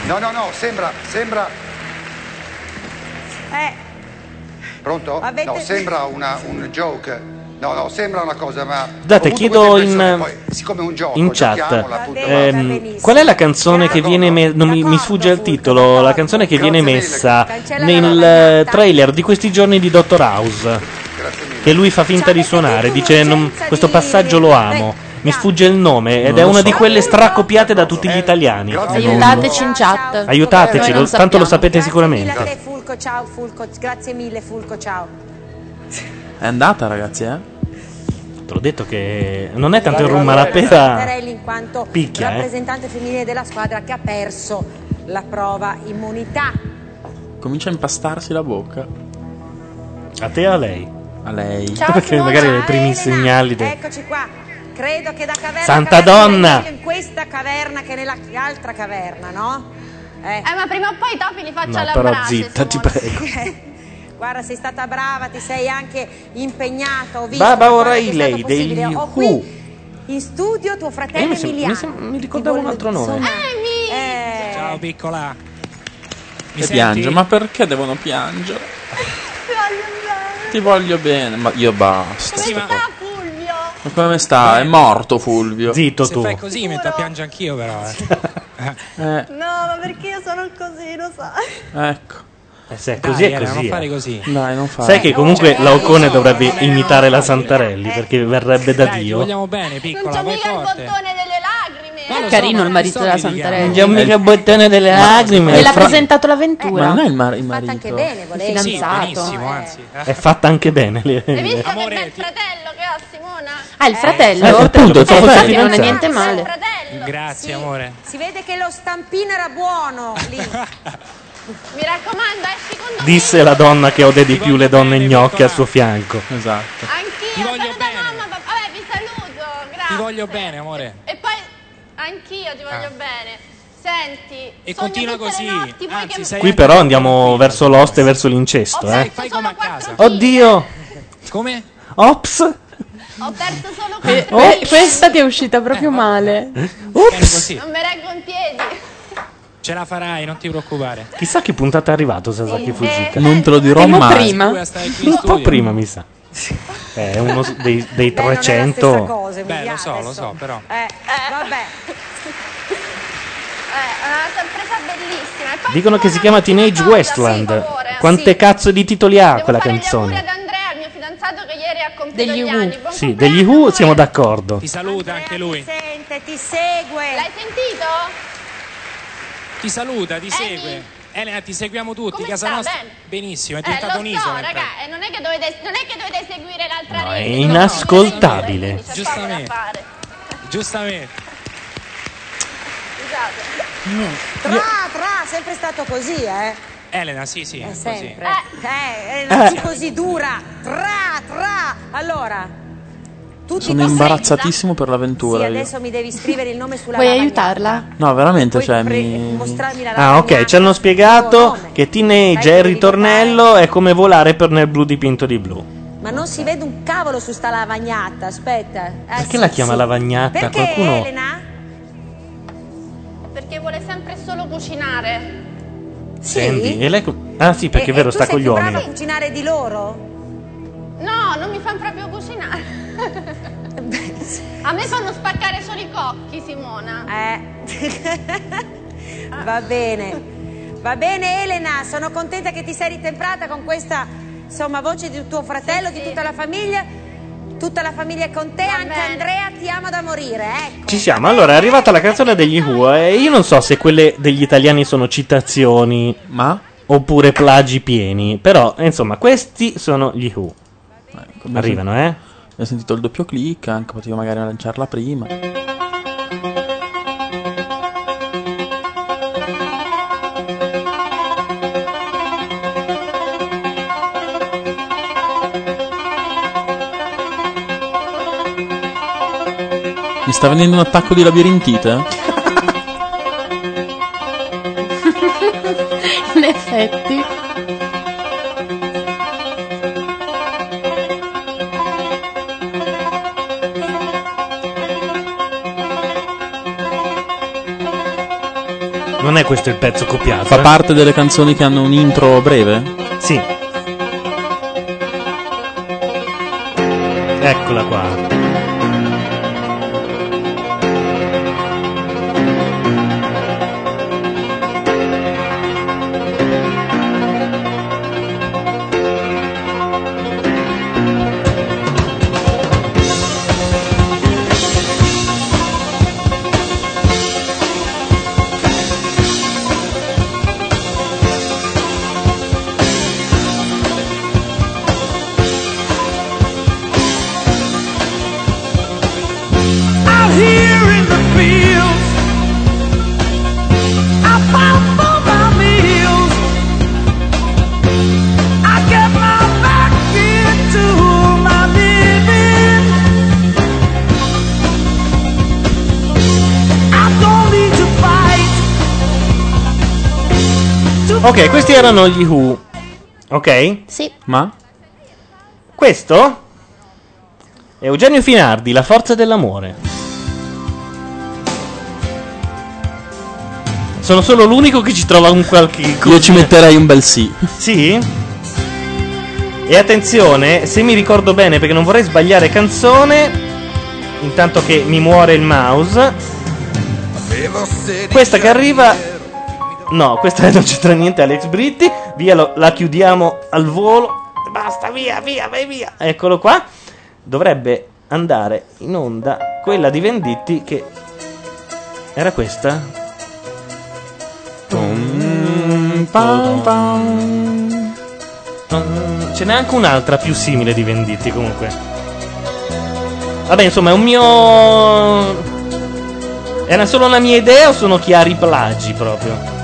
[SPEAKER 11] No, no, no, sembra, sembra.
[SPEAKER 9] Eh.
[SPEAKER 11] Pronto?
[SPEAKER 9] Avete-
[SPEAKER 11] No, sembra una, un joke. No, no, sembra una cosa, ma.
[SPEAKER 6] Scusate,
[SPEAKER 11] ho avuto
[SPEAKER 6] chiedo
[SPEAKER 11] queste persone,
[SPEAKER 6] in,
[SPEAKER 11] poi, siccome è un gioco,
[SPEAKER 6] in chat.
[SPEAKER 11] giochiamola, appunto,
[SPEAKER 6] ehm,
[SPEAKER 11] ma-
[SPEAKER 6] qual è la canzone che viene messa? Non mi, mi sfugge il titolo. La canzone che viene messa nel eh, trailer di questi giorni di Dottor House. Che lui fa finta di suonare. Dice: "Non- Questo passaggio lo amo. Mi sfugge il nome. Ed
[SPEAKER 8] Non
[SPEAKER 6] è
[SPEAKER 8] lo
[SPEAKER 6] una
[SPEAKER 8] so.
[SPEAKER 6] di quelle stracopiate da tutti gli
[SPEAKER 11] Eh,
[SPEAKER 6] italiani.
[SPEAKER 7] Aiutateci in chat.
[SPEAKER 6] Aiutateci,
[SPEAKER 7] Noi
[SPEAKER 6] lo-
[SPEAKER 7] non
[SPEAKER 6] tanto lo
[SPEAKER 7] sappiamo.
[SPEAKER 6] sapete
[SPEAKER 9] Grazie mille a
[SPEAKER 6] sicuramente.
[SPEAKER 9] te, Fulco, ciao Fulco, grazie mille Fulco, ciao.
[SPEAKER 8] È andata, ragazzi, eh?
[SPEAKER 6] Te l'ho detto che non è tanto il
[SPEAKER 9] Allora,
[SPEAKER 6] rum, ma la pera.
[SPEAKER 9] Mattarelli in quanto
[SPEAKER 6] picchia, eh.
[SPEAKER 9] rappresentante femminile della squadra che ha perso la prova immunità.
[SPEAKER 8] Comincia a impastarsi la bocca.
[SPEAKER 6] A te o a lei?
[SPEAKER 8] A lei.
[SPEAKER 9] Ciao,
[SPEAKER 6] Perché
[SPEAKER 9] Simona,
[SPEAKER 6] magari
[SPEAKER 9] ciao,
[SPEAKER 6] i primi
[SPEAKER 9] Elena.
[SPEAKER 6] segnali. del-
[SPEAKER 9] Eccoci qua. Credo che da caverna a
[SPEAKER 6] Santa
[SPEAKER 9] caverna sia
[SPEAKER 6] donna!
[SPEAKER 9] meglio in questa caverna che nell'altra caverna, no? Eh,
[SPEAKER 35] ma prima o poi i topi li faccio
[SPEAKER 6] No,
[SPEAKER 35] alla
[SPEAKER 6] però
[SPEAKER 35] brace,
[SPEAKER 6] zitta, ti
[SPEAKER 35] Simona.
[SPEAKER 6] prego.
[SPEAKER 9] Eh, Guarda, sei stata brava, ti sei anche impegnata, ho visto.
[SPEAKER 6] Baba
[SPEAKER 9] per quanto
[SPEAKER 6] O'Reilly
[SPEAKER 9] è stato
[SPEAKER 6] degli
[SPEAKER 9] possibile. Ho
[SPEAKER 6] Who.
[SPEAKER 9] qui in studio tuo
[SPEAKER 6] Eh,
[SPEAKER 9] fratello
[SPEAKER 6] mi sem-
[SPEAKER 9] Emiliano.
[SPEAKER 6] mi sem- mi ricordavo
[SPEAKER 9] Ti
[SPEAKER 6] un altro
[SPEAKER 9] volevo-
[SPEAKER 8] nome.
[SPEAKER 9] insomma, eh,
[SPEAKER 3] Ciao piccola. Mi
[SPEAKER 8] e
[SPEAKER 3] senti?
[SPEAKER 8] piange, ma perché devono piangere? Ti voglio bene, ma io basta.
[SPEAKER 3] Sì, ma-
[SPEAKER 8] Ma come sta? È morto Fulvio.
[SPEAKER 6] Zitto
[SPEAKER 3] Se fai così mi metto a piangere anch'io però. eh.
[SPEAKER 8] Eh,
[SPEAKER 3] Dai,
[SPEAKER 1] ma perché io sono così, lo sai.
[SPEAKER 8] ecco.
[SPEAKER 6] Eh, se- così è
[SPEAKER 3] Elena,
[SPEAKER 6] così.
[SPEAKER 3] non
[SPEAKER 6] eh.
[SPEAKER 3] fare così.
[SPEAKER 8] Dai, non Eh, fare.
[SPEAKER 6] Sai che comunque Laucone dovrebbe imitare la
[SPEAKER 8] eh,
[SPEAKER 6] Santarelli perché verrebbe da
[SPEAKER 3] Ti
[SPEAKER 6] Dio.
[SPEAKER 3] vogliamo bene, piccola, vai forte.
[SPEAKER 7] È carino il marito della Santarelli.
[SPEAKER 8] Eh,
[SPEAKER 6] Andiamo mica il bottone delle lacrime.
[SPEAKER 7] Me l'ha
[SPEAKER 6] è fra-
[SPEAKER 7] presentato l'avventura.
[SPEAKER 8] Ma non è il, mar- il
[SPEAKER 7] Fatta
[SPEAKER 8] marito.
[SPEAKER 7] anche bene, volevi. Il fidanzato.
[SPEAKER 3] anzi.
[SPEAKER 6] È fatta anche bene. le-
[SPEAKER 1] Hai visto
[SPEAKER 8] Eh,
[SPEAKER 6] le-
[SPEAKER 1] che bel fratello che ha Simona?
[SPEAKER 7] Ah, il fratello?
[SPEAKER 6] Eh, appunto, il
[SPEAKER 7] Pensavo
[SPEAKER 6] fratello.
[SPEAKER 7] che Cioè, non è
[SPEAKER 6] Fidanzato.
[SPEAKER 7] niente male.
[SPEAKER 3] Grazie, amore.
[SPEAKER 9] Si vede che lo stampino era buono lì.
[SPEAKER 1] Mi raccomando, esci con noi.
[SPEAKER 6] Disse la donna che ode di più le donne gnocche al suo fianco.
[SPEAKER 8] Esatto.
[SPEAKER 1] Anch'io, sono da mamma, papà. Vabbè, vi saluto, grazie.
[SPEAKER 3] Ti voglio bene, amore.
[SPEAKER 1] E poi anch'io ti voglio
[SPEAKER 3] Ah.
[SPEAKER 1] bene. Senti,
[SPEAKER 3] E
[SPEAKER 1] sogno
[SPEAKER 3] continua
[SPEAKER 1] tutte le
[SPEAKER 3] così.
[SPEAKER 9] Ah,
[SPEAKER 1] notti, poi che-
[SPEAKER 3] Anzi, sei
[SPEAKER 6] Qui però andiamo verso l'oste e verso l'incesto, eh.
[SPEAKER 3] Fai come a casa.
[SPEAKER 6] Oddio!
[SPEAKER 3] Come?
[SPEAKER 6] Ops!
[SPEAKER 25] Ho perso solo
[SPEAKER 7] Eh,
[SPEAKER 25] quattro
[SPEAKER 7] eh,
[SPEAKER 25] miglia.
[SPEAKER 7] questa ti è uscita
[SPEAKER 3] Eh,
[SPEAKER 7] proprio male.
[SPEAKER 6] Ups.
[SPEAKER 25] Non mi reggo in piedi.
[SPEAKER 36] Ce la farai, non ti preoccupare.
[SPEAKER 6] Chissà che puntata è arrivato
[SPEAKER 25] Eh,
[SPEAKER 6] Sasaki Fujita.
[SPEAKER 8] Non te lo dirò
[SPEAKER 6] Un po'
[SPEAKER 8] mai.
[SPEAKER 6] prima.
[SPEAKER 36] Quella stai qui in
[SPEAKER 6] Un po'
[SPEAKER 36] studio.
[SPEAKER 6] prima, mi sa. Eh, È uno s- dei, dei 300.
[SPEAKER 9] cosa,
[SPEAKER 36] Beh,
[SPEAKER 9] Emiliano,
[SPEAKER 36] lo so, lo so, però.
[SPEAKER 9] Eh, vabbè.
[SPEAKER 25] Eh, è una sorpresa bellissima. E poi
[SPEAKER 6] Dicono che si chiama Teenage Westland. Quante cazzo di titoli ha quella canzone?
[SPEAKER 25] ad Andrea, il mio fidanzato che ieri ha compiuto
[SPEAKER 7] Degli
[SPEAKER 25] gli
[SPEAKER 7] Who.
[SPEAKER 25] anni. Buon
[SPEAKER 6] Sì, degli Who siamo d'accordo.
[SPEAKER 36] Ti saluta anche lui.
[SPEAKER 9] Sente, ti segue.
[SPEAKER 25] L'hai sentito?
[SPEAKER 36] Ti saluta, ti segue. Elena, ti seguiamo tutti.
[SPEAKER 25] Come
[SPEAKER 36] casa
[SPEAKER 25] sta?
[SPEAKER 36] nostra.
[SPEAKER 25] Bene?
[SPEAKER 36] Benissimo, è
[SPEAKER 25] Eh,
[SPEAKER 36] diventata
[SPEAKER 25] lo so,
[SPEAKER 36] un'isola. in pratica.
[SPEAKER 25] raga, eh, non, è che dovete, non è che dovete seguire l'altra
[SPEAKER 6] No, è
[SPEAKER 25] rete.
[SPEAKER 6] inascoltabile.
[SPEAKER 25] C'è poco da
[SPEAKER 36] Giustamente.
[SPEAKER 25] fare.
[SPEAKER 36] Giustamente.
[SPEAKER 25] Scusate.
[SPEAKER 9] Esatto. Tra, tra, sempre stato così, eh.
[SPEAKER 36] Elena, sì, sì.
[SPEAKER 9] Eh,
[SPEAKER 36] così.
[SPEAKER 9] sempre. Eh, eh, non
[SPEAKER 8] Eh.
[SPEAKER 9] più così dura. Tra, tra. Allora, tutti
[SPEAKER 8] Sono
[SPEAKER 9] possono-
[SPEAKER 8] imbarazzatissimo per
[SPEAKER 9] Sì,
[SPEAKER 8] l'avventura. io.
[SPEAKER 9] adesso mi devi scrivere il nome sulla
[SPEAKER 7] Vuoi
[SPEAKER 9] lavagna.
[SPEAKER 7] aiutarla?
[SPEAKER 8] No, veramente, cioè, mi-
[SPEAKER 9] Mostrarmi la
[SPEAKER 6] Ah, ok, ci hanno spiegato che Teenage è il ritornello, è come volare per nel blu dipinto di blu.
[SPEAKER 9] Ma non si vede un cavolo su sta lavagnata, aspetta. Eh,
[SPEAKER 6] Perché
[SPEAKER 9] sì,
[SPEAKER 6] la chiama
[SPEAKER 9] sì.
[SPEAKER 6] lavagnata?
[SPEAKER 9] Perché
[SPEAKER 6] Qualcuno-
[SPEAKER 9] Elena?
[SPEAKER 25] Perché vuole sempre solo cucinare.
[SPEAKER 6] Senti, e lei co- Ah, sì, perché
[SPEAKER 9] E-
[SPEAKER 6] è vero,
[SPEAKER 9] e tu
[SPEAKER 6] sta
[SPEAKER 9] sei
[SPEAKER 6] con gli
[SPEAKER 9] più brava
[SPEAKER 6] uomini.
[SPEAKER 9] a cucinare di loro?
[SPEAKER 25] No, non mi fanno proprio cucinare. A me fanno spaccare solo i cocchi, Simona.
[SPEAKER 9] Eh. Va bene. Va bene Elena, sono contenta che ti sei ritemprata con questa insomma voce di tuo fratello, di tutta la famiglia. Tutta la famiglia è con te, anche Andrea ti ama da morire, ecco.
[SPEAKER 6] Ci siamo, allora è arrivata la canzone degli Who e io non so se quelle degli italiani sono citazioni oppure plagi pieni, però insomma questi sono gli Who.
[SPEAKER 8] Abbiamo
[SPEAKER 6] Arrivano,
[SPEAKER 8] sen-
[SPEAKER 6] eh?
[SPEAKER 8] Abbiamo sentito il doppio clic, anche potevo magari lanciarla prima. Mi sta venendo un attacco di labirintite?
[SPEAKER 7] In effetti.
[SPEAKER 6] Non è questo il pezzo copiato.
[SPEAKER 8] Fa
[SPEAKER 6] eh?
[SPEAKER 8] parte delle canzoni che hanno un intro breve?
[SPEAKER 6] Sì. Eccola qua.
[SPEAKER 10] Out here in the fields, I fight for my meals. I get my back into my living. I don't need to fight.
[SPEAKER 6] Ok, questi erano gli Who. Ok?
[SPEAKER 7] Sì.
[SPEAKER 8] Ma?
[SPEAKER 6] Questo è Eugenio Finardi, La forza dell'amore. Sono solo l'unico che ci trova un qualche
[SPEAKER 8] Io ci metterei un bel sì.
[SPEAKER 6] Sì? E attenzione, se mi ricordo bene, perché non vorrei sbagliare canzone, intanto che mi muore il mouse. Questa che arriva... No, questa non c'entra niente Alex Britti. Via, lo- la chiudiamo al volo. Basta, via, via, vai via. Eccolo qua. Dovrebbe andare in onda quella di Venditti che... Era questa? Ce n'è anche un'altra più simile di Venditti comunque. Vabbè, insomma, è un mio... Era solo una mia idea o sono chiari plagi proprio?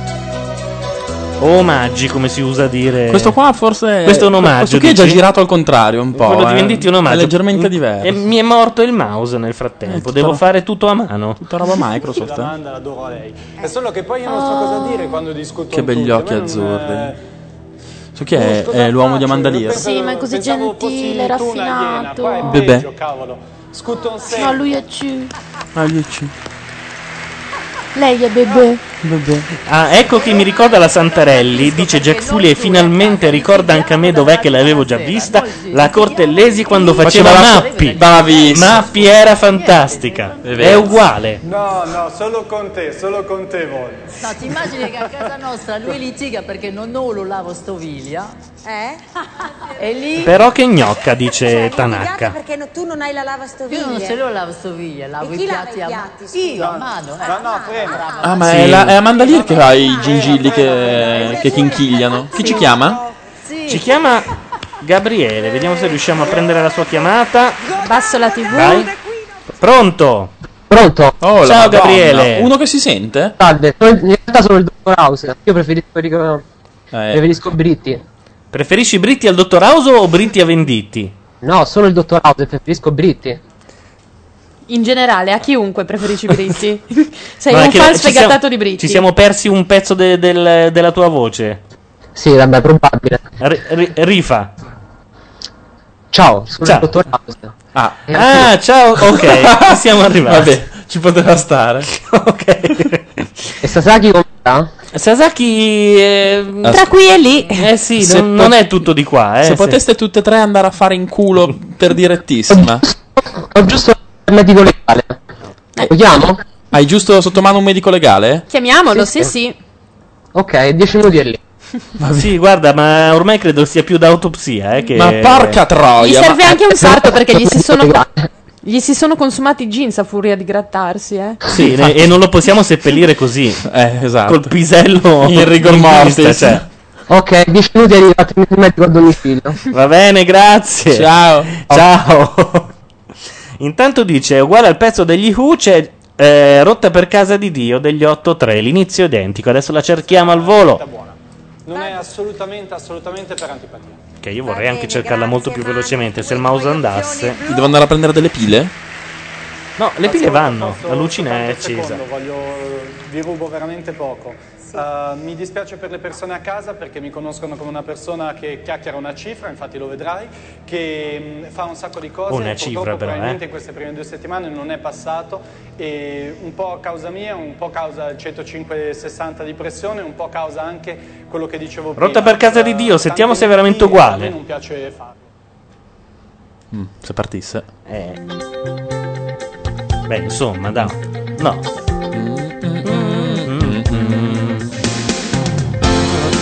[SPEAKER 6] O omaggi, come si usa dire.
[SPEAKER 8] Questo qua forse.
[SPEAKER 6] Questo è un omaggio.
[SPEAKER 8] Eh, Questo qui è già
[SPEAKER 6] dici?
[SPEAKER 8] girato al contrario un po'.
[SPEAKER 6] Quello di
[SPEAKER 8] eh.
[SPEAKER 6] Venditti è un omaggio.
[SPEAKER 8] È leggermente
[SPEAKER 6] Mm,
[SPEAKER 8] diverso. Eh,
[SPEAKER 6] E mi è morto il mouse nel frattempo. Devo
[SPEAKER 8] ro-
[SPEAKER 6] fare tutto a mano. Tutta
[SPEAKER 8] roba Microsoft, eh.
[SPEAKER 22] L'Amanda l'adoro a lei. È solo che poi io non so cosa dire quando discuto.
[SPEAKER 8] Che
[SPEAKER 22] con
[SPEAKER 8] begli
[SPEAKER 22] tutti.
[SPEAKER 8] occhi
[SPEAKER 22] A me non,
[SPEAKER 8] azzurri.
[SPEAKER 22] eh,
[SPEAKER 8] So chi è, è l'uomo di Amanda Lear?
[SPEAKER 37] Sì, ma è così gentile, raffinato.
[SPEAKER 8] Bebè.
[SPEAKER 20] cavolo. Scuton
[SPEAKER 37] No, lui è C.
[SPEAKER 8] Ah, gli ucci-
[SPEAKER 37] Lei è bebè.
[SPEAKER 8] Bebè.
[SPEAKER 6] Ah, ecco che mi ricorda la Santarelli, dice Jack Fully e finalmente ricorda anche a me dov'è che l'avevo già vista, la Cortellesi quando faceva,
[SPEAKER 8] Faceva la-
[SPEAKER 6] Mappi.
[SPEAKER 8] Bravissimo.
[SPEAKER 6] Mappi era fantastica,
[SPEAKER 8] È
[SPEAKER 6] è,
[SPEAKER 8] vero.
[SPEAKER 6] uguale.
[SPEAKER 20] No, no, solo con te, solo con te voglio.
[SPEAKER 18] No, ti immagini che a casa nostra lui litiga perché nonnolo lavo stoviglia.
[SPEAKER 38] Eh?
[SPEAKER 18] E lì.
[SPEAKER 6] Però che gnocca, dice Tanaka.
[SPEAKER 38] Perché no- tu non hai la lavastoviglie.
[SPEAKER 18] Io non ce l'ho la stoviglia, lavo
[SPEAKER 38] E
[SPEAKER 18] i
[SPEAKER 38] chi lava
[SPEAKER 18] piatti
[SPEAKER 38] i
[SPEAKER 18] a
[SPEAKER 38] piatti? scusa?
[SPEAKER 18] Io a mano. eh.
[SPEAKER 8] Ah, ma è,
[SPEAKER 6] Sì.
[SPEAKER 8] la, è Amanda Lear che ha
[SPEAKER 6] Eh,
[SPEAKER 8] i gingilli che, che chinchigliano. Chi ci chiama?
[SPEAKER 6] Ci chiama Gabriele, vediamo se riusciamo a prendere la sua chiamata.
[SPEAKER 37] Basso la tv.
[SPEAKER 6] Vai. Pronto?
[SPEAKER 39] Pronto?
[SPEAKER 8] Oh, la
[SPEAKER 6] Ciao,
[SPEAKER 8] Madonna.
[SPEAKER 6] Gabriele.
[SPEAKER 8] Uno che si sente?
[SPEAKER 39] Salve, sono- in realtà sono il dottor House. Io preferisco,
[SPEAKER 8] Eh.
[SPEAKER 39] ric- preferisco Britti.
[SPEAKER 6] Preferisci Britti al dottor House o Britti a Venditti?
[SPEAKER 39] No, sono il dottor House, preferisco Britti.
[SPEAKER 7] In generale, a chiunque preferisci Britti? Sei
[SPEAKER 6] No, è
[SPEAKER 7] un
[SPEAKER 6] che
[SPEAKER 7] fan
[SPEAKER 6] ci siamo-
[SPEAKER 7] sfegatato di Britti.
[SPEAKER 6] Ci siamo persi un pezzo de- del- della tua voce.
[SPEAKER 39] Sì, vabbè, probabile.
[SPEAKER 6] Ri- ri- rifa.
[SPEAKER 39] Ciao, sono
[SPEAKER 6] Ciao.
[SPEAKER 39] il dottor House. Eh,
[SPEAKER 8] Ah,
[SPEAKER 6] Ah, ciao, ok, ci siamo arrivati.
[SPEAKER 8] Vabbè, ci poteva stare.
[SPEAKER 39] E Sasaki come sta?
[SPEAKER 6] Sasaki eh,
[SPEAKER 8] Tra
[SPEAKER 7] qui e lì.
[SPEAKER 6] Eh sì,
[SPEAKER 8] Ah, Se Ah,
[SPEAKER 6] non, non
[SPEAKER 8] pot-
[SPEAKER 6] è tutto di qua, eh.
[SPEAKER 8] Se
[SPEAKER 6] sì.
[SPEAKER 8] poteste tutte e tre andare a fare in culo per direttissima.
[SPEAKER 39] Ho giusto il medico legale.
[SPEAKER 7] Eh.
[SPEAKER 39] Vogliamo?
[SPEAKER 8] Hai giusto sotto mano un medico legale?
[SPEAKER 7] Chiamiamolo, sì, sì.
[SPEAKER 39] Ok, 10 minuti è lì.
[SPEAKER 6] Sì, guarda, ma ormai credo sia più da autopsia, eh, che-
[SPEAKER 8] Ma porca troia,
[SPEAKER 7] Gli serve anche un sarto perché gli si sono. Gli si sono consumati i jeans a furia di grattarsi, eh.
[SPEAKER 6] Sì, ne- e non lo possiamo seppellire così.
[SPEAKER 8] Eh, esatto.
[SPEAKER 6] Col pisello
[SPEAKER 8] Il rigor
[SPEAKER 6] in
[SPEAKER 8] mortis.
[SPEAKER 6] vista, cioè.
[SPEAKER 39] Ok, 10 minuti è arrivato il medico a domicilio.
[SPEAKER 6] Va bene, grazie.
[SPEAKER 8] Ciao.
[SPEAKER 6] Ciao. Intanto dice, uguale al pezzo degli Who c'è eh, Rotta per casa di Dio degli 8-3, l'inizio è identico. Adesso la cerchiamo al volo.
[SPEAKER 20] Non è assolutamente, assolutamente per antipatia.
[SPEAKER 6] Che io vorrei anche cercarla molto più velocemente se il mouse andasse.
[SPEAKER 8] Devo andare a prendere delle pile?
[SPEAKER 6] No, le pile vanno, la lucina è accesa.
[SPEAKER 20] Secondo, voglio, vi rubo veramente poco. Eh, mi dispiace per le persone a casa perché mi conoscono come una persona che chiacchiera una cifra, infatti lo vedrai, che mh, fa un sacco di cose.
[SPEAKER 6] Oh,
[SPEAKER 20] e
[SPEAKER 6] una
[SPEAKER 20] purtroppo
[SPEAKER 6] cifra, però,
[SPEAKER 20] probabilmente
[SPEAKER 6] eh.
[SPEAKER 20] in queste prime due settimane non è passato e un po' a causa mia, un po' a causa del 105-60 di pressione, un po' a causa anche quello che dicevo prima. Eh,
[SPEAKER 6] Rotta per casa di Dio, sentiamo se è veramente
[SPEAKER 20] A me
[SPEAKER 6] uguale.
[SPEAKER 20] non piace farlo.
[SPEAKER 8] Mm, se partisse.
[SPEAKER 6] Eh. Beh, insomma, dai. No. Mm,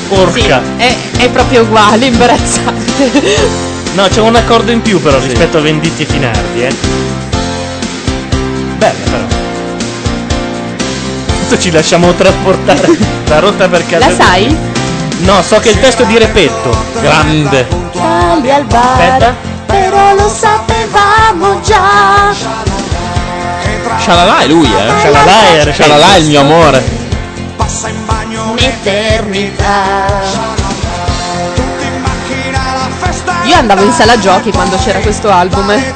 [SPEAKER 6] Porca.
[SPEAKER 7] È, è proprio uguale, imbarazzante.
[SPEAKER 6] No, c'è un accordo in più però rispetto a Venditti e Finardi, eh. Bella però. Adesso ci lasciamo trasportare la rotta per casa.
[SPEAKER 7] La
[SPEAKER 6] di-
[SPEAKER 7] sai?
[SPEAKER 6] No, so che il testo è di Repetto. Grande.
[SPEAKER 1] Sali al bar,
[SPEAKER 6] Aspetta.
[SPEAKER 1] però lo sapevamo già.
[SPEAKER 8] Shalala è lui, eh.
[SPEAKER 6] Shalala è Repetto.
[SPEAKER 8] Shalala è il mio amore.
[SPEAKER 1] Passa in bagno un'eternità.
[SPEAKER 7] Io andavo in sala giochi quando c'era questo album. eh.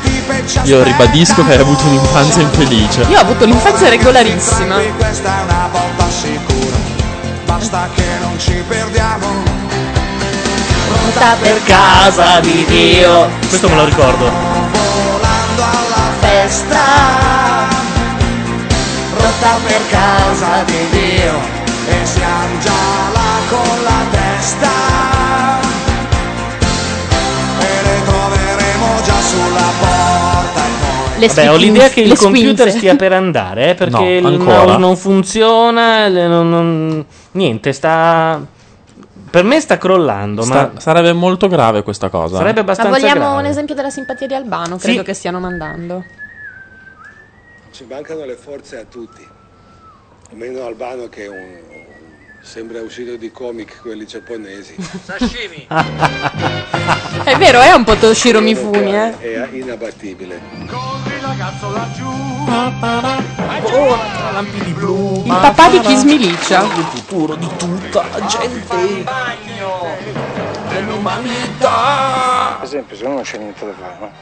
[SPEAKER 7] Io
[SPEAKER 8] Io ribadisco che hai avuto un'infanzia infelice.
[SPEAKER 7] ho avuto un'infanzia regolarissima.
[SPEAKER 1] Questa è una botta sicura. Basta che non ci perdiamo. Rotta per
[SPEAKER 6] Casa di Dio. Questo me lo ricordo.
[SPEAKER 1] festa. Rotta per casa di Dio. E siamo già là con la testa. E le troveremo già sulla porta.
[SPEAKER 6] Vabbè, ho l'idea che il computer stia per andare, eh,
[SPEAKER 8] No,
[SPEAKER 6] perché il
[SPEAKER 8] ancora.
[SPEAKER 6] mouse non funziona, le- non- non- niente, sta... Per me sta crollando,
[SPEAKER 8] Sta-
[SPEAKER 6] ma
[SPEAKER 8] Sarebbe molto grave questa cosa.
[SPEAKER 6] sarebbe
[SPEAKER 7] Ma
[SPEAKER 6] abbastanza
[SPEAKER 7] vogliamo
[SPEAKER 6] grave.
[SPEAKER 7] un esempio della simpatia di Albano?
[SPEAKER 6] Sì.
[SPEAKER 7] Credo che stiano mandando.
[SPEAKER 11] Ci mancano le forze a tutti, meno Albano che è un, sembra uscito di comic quelli giapponesi. Sashimi!
[SPEAKER 7] È vero, è un po' Toshiro Mifune, eh.
[SPEAKER 11] È inabattibile.
[SPEAKER 7] Il papà di chi smilicia. Il
[SPEAKER 1] futuro di tutta la gente. bagno dell'umanità.
[SPEAKER 11] Ad esempio, secondo me non c'è niente da fare, no?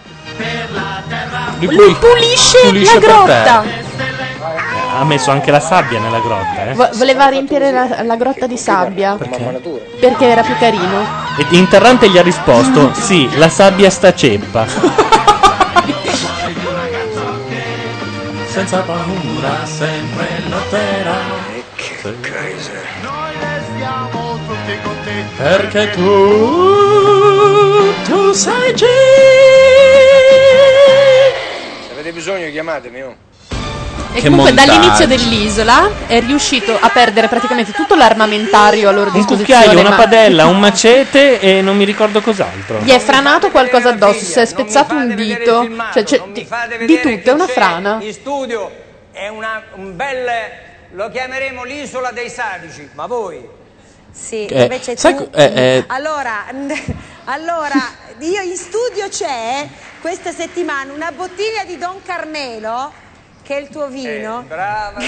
[SPEAKER 7] Lui pulisce,
[SPEAKER 6] pulisce
[SPEAKER 7] la
[SPEAKER 6] per
[SPEAKER 7] grotta.
[SPEAKER 6] Ha messo anche la sabbia nella grotta, eh.
[SPEAKER 7] Vo- voleva riempire la, la grotta di sabbia.
[SPEAKER 6] Perché?
[SPEAKER 7] Perché era più carino.
[SPEAKER 6] E Interrante gli ha risposto: Sì, la sabbia sta ceppa.
[SPEAKER 8] Senza paura, sempre lotterà. Perché tu, tu sei G.
[SPEAKER 3] Se avete bisogno chiamatemi, oh.
[SPEAKER 7] E
[SPEAKER 8] Che
[SPEAKER 7] comunque
[SPEAKER 8] montaggio.
[SPEAKER 7] dall'inizio dell'isola è riuscito a perdere praticamente tutto l'armamentario a loro
[SPEAKER 6] Un
[SPEAKER 7] disposizione.
[SPEAKER 6] cucchiaio, una
[SPEAKER 7] ma
[SPEAKER 6] padella, un macete e non mi ricordo cos'altro.
[SPEAKER 7] Gli è franato qualcosa addosso, si è spezzato un dito, cioè, c'è di, di tutto, è una frana.
[SPEAKER 3] In studio è una, un bel. lo chiameremo l'isola dei sadici, ma voi?
[SPEAKER 9] Sì,
[SPEAKER 8] Eh,
[SPEAKER 9] invece
[SPEAKER 8] sai
[SPEAKER 9] tu...
[SPEAKER 8] co- eh, eh.
[SPEAKER 9] Allora, allora, io in studio c'è questa settimana una bottiglia di Don Carmelo, che è il tuo vino.
[SPEAKER 3] brava,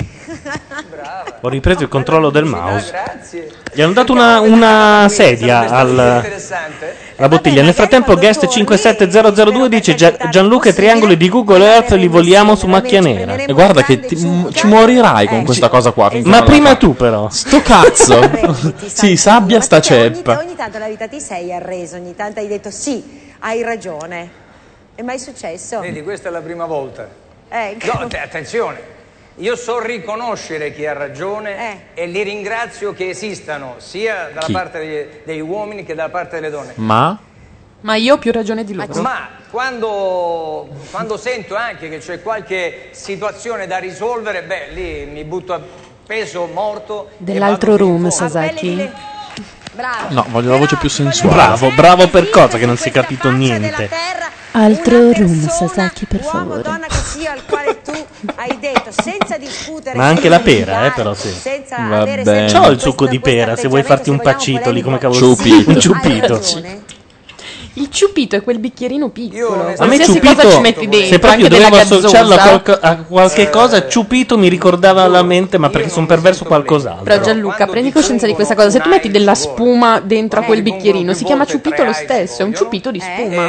[SPEAKER 6] Ho ripreso il controllo del mouse.
[SPEAKER 3] grazie.
[SPEAKER 6] Gli hanno dato una, una sedia al,
[SPEAKER 3] Interessante.
[SPEAKER 6] alla bottiglia. Nel frattempo, guest 57002 dice Gia- Gianluca e triangoli di Google Earth li vogliamo su macchia nera. E guarda che ci morirai con questa cosa qua. Ma prima tu, però.
[SPEAKER 8] Sto cazzo. sì, sabbia sta ceppa.
[SPEAKER 9] Ogni tanto la vita ti sei arreso, ogni tanto hai detto sì, hai ragione. È mai successo?
[SPEAKER 3] Vedi, questa è la prima volta.
[SPEAKER 9] Ecco.
[SPEAKER 3] No, te- attenzione. Io so riconoscere chi ha ragione e li ringrazio che esistano sia dalla
[SPEAKER 8] Chi?
[SPEAKER 3] parte degli, degli uomini che dalla parte delle donne.
[SPEAKER 6] Ah?
[SPEAKER 8] Ma?
[SPEAKER 7] Ma io ho più ragione di loro.
[SPEAKER 3] Ma quando, quando sento anche che c'è qualche situazione da risolvere, beh, lì mi butto a peso morto.
[SPEAKER 7] Dell'altro room, Sasaki.
[SPEAKER 6] No, voglio la voce più sensuale. Bravo, bravo per cosa che non si è capito niente.
[SPEAKER 7] Altro room, Sasaki, per favore.
[SPEAKER 9] Donna che sia al quale tu hai detto senza discutere.
[SPEAKER 6] Ma anche la
[SPEAKER 9] senza
[SPEAKER 6] pera, eh,
[SPEAKER 9] rivali,
[SPEAKER 6] però sì.
[SPEAKER 9] Senza avere
[SPEAKER 6] Vabbè. C'ho il succo di pera se vuoi farti un pacito lì come cavolo
[SPEAKER 8] Ciupito.
[SPEAKER 6] Un ciupito.
[SPEAKER 7] Il ciupito è quel bicchierino piccolo.
[SPEAKER 6] A me
[SPEAKER 7] Qualsiasi cosa ci metti
[SPEAKER 6] Ciupito,
[SPEAKER 7] dentro,
[SPEAKER 6] se proprio
[SPEAKER 7] anche della
[SPEAKER 6] dovevo associarlo a,
[SPEAKER 7] gazzosa.
[SPEAKER 6] qualco- a
[SPEAKER 9] Eh,
[SPEAKER 6] qualche cosa, Ciupito mi ricordava alla mente, ma perché sono perverso
[SPEAKER 7] Però
[SPEAKER 6] qualcos'altro.
[SPEAKER 7] Gianluca, prendi coscienza di questa cosa. Se tu metti della spuma dentro a quel bicchierino, si chiama ciupito lo stesso, è un ciupito
[SPEAKER 6] Eh,
[SPEAKER 7] di spuma.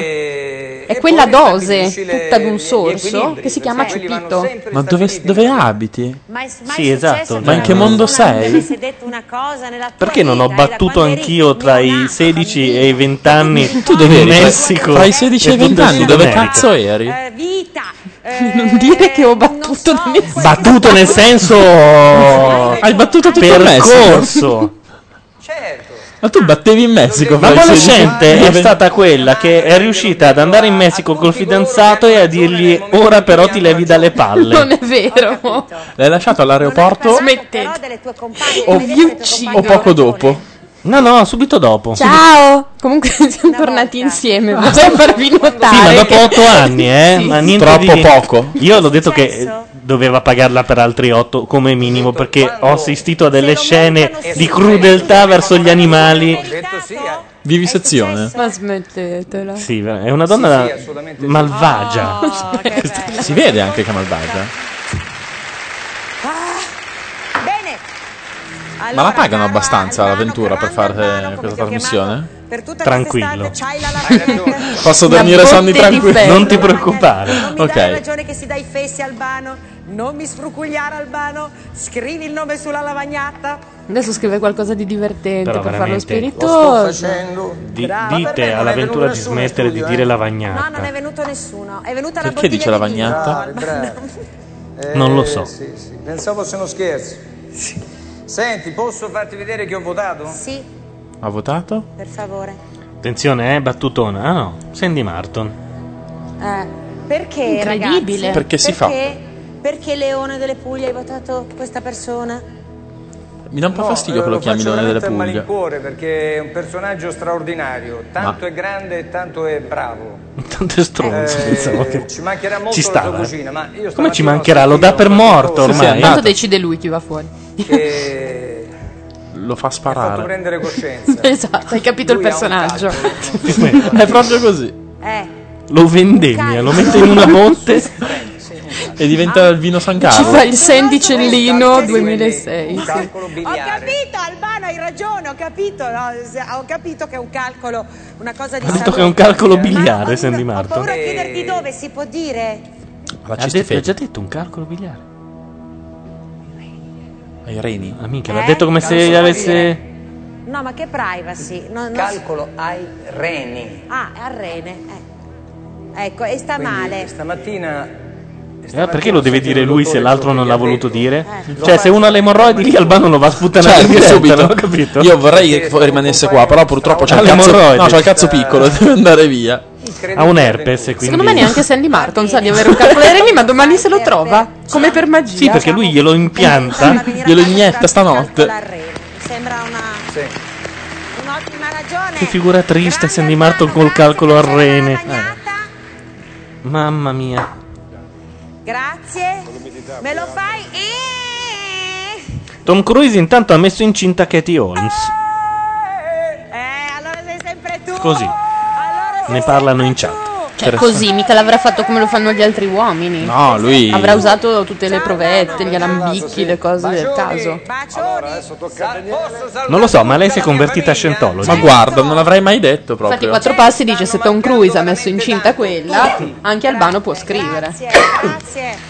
[SPEAKER 7] È quella dose tutta ad un sorso che si
[SPEAKER 6] Eh,
[SPEAKER 7] chiama ciupito.
[SPEAKER 8] Ma dove, dove abiti?
[SPEAKER 9] Ma è mai
[SPEAKER 6] Sì, esatto.
[SPEAKER 9] successo
[SPEAKER 8] Ma in che mondo
[SPEAKER 9] che mi
[SPEAKER 8] sei?
[SPEAKER 9] avesse detto una cosa nella tua
[SPEAKER 6] Perché non ho
[SPEAKER 9] vita, eh, da
[SPEAKER 6] battuto
[SPEAKER 9] quando eri
[SPEAKER 6] anch'io tra i 16 e i 20 anni
[SPEAKER 8] Tu dove
[SPEAKER 6] in
[SPEAKER 8] eri? Tra-
[SPEAKER 6] Messico?
[SPEAKER 8] tra i 16 e i 20 anni,
[SPEAKER 6] Sud
[SPEAKER 8] dove
[SPEAKER 6] America.
[SPEAKER 8] cazzo eri?
[SPEAKER 7] Non dire
[SPEAKER 6] Eh,
[SPEAKER 7] che ho battuto da me.
[SPEAKER 6] Battuto nel senso Eh,
[SPEAKER 8] Oh.
[SPEAKER 6] Hai
[SPEAKER 8] battuto tutto il Messico?
[SPEAKER 6] percorso.
[SPEAKER 8] Ma tu battevi in Messico? fra i
[SPEAKER 6] L'adolescente
[SPEAKER 8] 16 e
[SPEAKER 6] è
[SPEAKER 8] i 20
[SPEAKER 6] stata quella che è riuscita ad andare in Messico col fidanzato e a dirgli ora però ti levi dalle palle.
[SPEAKER 7] Non è vero.
[SPEAKER 8] L'hai lasciato all'aeroporto?
[SPEAKER 7] Smettete.
[SPEAKER 8] O,
[SPEAKER 7] Vi uccido.
[SPEAKER 8] o poco dopo?
[SPEAKER 6] No, no, subito dopo.
[SPEAKER 7] Ciao! Comunque siamo tornati insieme, vorrei farvi notare.
[SPEAKER 6] Sì, ma dopo
[SPEAKER 7] che-
[SPEAKER 6] 8 anni, eh? Ma niente
[SPEAKER 8] Troppo
[SPEAKER 6] di-
[SPEAKER 8] poco.
[SPEAKER 6] Io l'ho detto che eh, doveva pagarla per altri 8 come minimo perché ho assistito a delle scene di crudeltà verso gli animali. Vivisezione.
[SPEAKER 7] Ma smettetela.
[SPEAKER 6] Sì, ver- è una donna
[SPEAKER 7] Sì, sì, assolutamente sì.
[SPEAKER 1] Ah.
[SPEAKER 6] malvagia.
[SPEAKER 7] Oh, che bello.
[SPEAKER 8] Si vede anche che è malvagia. Ma la pagano abbastanza l'avventura per fare questa trasmissione?
[SPEAKER 6] Tranquillo.
[SPEAKER 8] Posso dormire sonni tranquilli?
[SPEAKER 6] Non ti preoccupare.
[SPEAKER 9] Hai
[SPEAKER 8] Ok.
[SPEAKER 9] ragione che si dai fessi Albano. Non mi sfrucugliare Albano. Scrivi il nome sulla lavagnata.
[SPEAKER 7] Adesso scrive qualcosa di divertente
[SPEAKER 6] Però
[SPEAKER 7] per farlo
[SPEAKER 6] veramente, lo
[SPEAKER 7] spiritoso.
[SPEAKER 6] Di- dite all'avventura di smettere di dire lavagnata.
[SPEAKER 9] Non è venuto nessuno. È venuta la
[SPEAKER 6] Perché dice
[SPEAKER 3] Ah,
[SPEAKER 6] lavagnata? Non lo so.
[SPEAKER 3] Eh, Pensavo fosse uno scherzo. Senti, posso farti vedere che ho votato? Sì,
[SPEAKER 6] Ha votato?
[SPEAKER 9] per favore.
[SPEAKER 6] Attenzione, eh, battutona. Ah no, Sandy Martin.
[SPEAKER 9] Eh, perché
[SPEAKER 6] Incredibile.
[SPEAKER 9] ragazzi?
[SPEAKER 6] Perché si fa.
[SPEAKER 9] Perché- Perché Leone delle Puglie hai votato questa persona?
[SPEAKER 8] Mi dà un po'
[SPEAKER 3] No,
[SPEAKER 8] fastidio che
[SPEAKER 3] eh,
[SPEAKER 8] lo
[SPEAKER 3] lo
[SPEAKER 8] chiami
[SPEAKER 3] faccio
[SPEAKER 8] Leone delle
[SPEAKER 3] veramente a
[SPEAKER 8] Puglie.
[SPEAKER 3] malincuore perché è un personaggio straordinario. Tanto è grande e tanto è bravo.
[SPEAKER 6] Tanto è stronzo.
[SPEAKER 3] Eh,
[SPEAKER 6] pensavo che-
[SPEAKER 3] Ci mancherà molto
[SPEAKER 6] Ci
[SPEAKER 3] la
[SPEAKER 6] stava,
[SPEAKER 3] sua
[SPEAKER 6] eh.
[SPEAKER 3] cucina, ma io
[SPEAKER 6] Come ci
[SPEAKER 3] stamattina ho
[SPEAKER 6] mancherà? Lo dà per morto
[SPEAKER 8] Sì, sì, è
[SPEAKER 6] ormai.
[SPEAKER 8] andato.
[SPEAKER 7] Tanto decide lui chi va fuori.
[SPEAKER 3] che
[SPEAKER 8] Lo fa
[SPEAKER 3] fatto
[SPEAKER 8] sparare.
[SPEAKER 3] prendere coscienza.
[SPEAKER 7] esatto, hai capito il personaggio.
[SPEAKER 8] È proprio così.
[SPEAKER 9] Eh.
[SPEAKER 6] Lo vendemmia, lo mette in una botte
[SPEAKER 8] e diventa il vino San
[SPEAKER 7] Ci fa
[SPEAKER 8] Carlo.
[SPEAKER 7] il sendicellino 2006.
[SPEAKER 9] Capito, Albano, hai ragione, ho capito. no, se- ho capito che è un calcolo, una cosa di
[SPEAKER 6] Ha detto
[SPEAKER 9] salute.
[SPEAKER 6] che è un calcolo
[SPEAKER 9] Ma
[SPEAKER 6] biliare, Sandy
[SPEAKER 9] ho paura a
[SPEAKER 3] Eh.
[SPEAKER 6] Martin.
[SPEAKER 9] chiederti dove si può dire.
[SPEAKER 6] Ha detto, ha già detto un calcolo biliare. Ai reni. Amica, l'ha detto come se
[SPEAKER 9] Eh, Non so
[SPEAKER 6] avesse.
[SPEAKER 9] No, ma che privacy? No, no-
[SPEAKER 3] Calcolo ai reni.
[SPEAKER 9] Ah, è al rene. eh. Ecco, e sta
[SPEAKER 3] Quindi
[SPEAKER 9] male.
[SPEAKER 3] Stamattina
[SPEAKER 6] Eh, perché lo deve dire lui se l'altro non l'ha voluto dire?
[SPEAKER 9] Eh.
[SPEAKER 6] Cioè, se uno ha le emorroidi lì, Albano lo va a sputtare
[SPEAKER 8] Cioè,
[SPEAKER 6] diretta,
[SPEAKER 8] subito.
[SPEAKER 6] non ho capito.
[SPEAKER 8] Io vorrei che fo- rimanesse qua, però purtroppo c'è
[SPEAKER 6] Ha
[SPEAKER 8] il
[SPEAKER 6] le
[SPEAKER 8] cazzo,
[SPEAKER 6] emorroidi.
[SPEAKER 8] no, c'ha il cazzo
[SPEAKER 9] Eh.
[SPEAKER 8] piccolo, deve andare via.
[SPEAKER 6] Ha un herpes, quindi.
[SPEAKER 7] Secondo me neanche Sandy Martin sa di avere un calcolo ai reni, ma domani se lo trova. Come per magia.
[SPEAKER 6] Sì, perché lui glielo impianta.
[SPEAKER 8] Glielo inietta stanotte.
[SPEAKER 9] Sembra una. Un'ottima ragione.
[SPEAKER 6] Che figura triste Sandy Martin col calcolo al rene. Mamma mia.
[SPEAKER 9] Grazie. Me lo fai? Eh,
[SPEAKER 6] Tom Cruise intanto ha messo incinta Katie Holmes.
[SPEAKER 9] allora sei sempre tu.
[SPEAKER 6] Così. Ne parlano in chat.
[SPEAKER 7] Cioè, così, mica l'avrà fatto come lo fanno gli altri uomini.
[SPEAKER 8] No, lui-
[SPEAKER 7] Avrà usato tutte le provette, gli alambicchi, le cose del caso.
[SPEAKER 6] Non lo so, ma lei si è convertita a Scientology.
[SPEAKER 8] Ma guarda, non l'avrei mai detto
[SPEAKER 7] Infatti,
[SPEAKER 8] proprio.
[SPEAKER 7] quattro passi dice: Se Tom Cruise ha messo incinta quella, anche Albano può scrivere.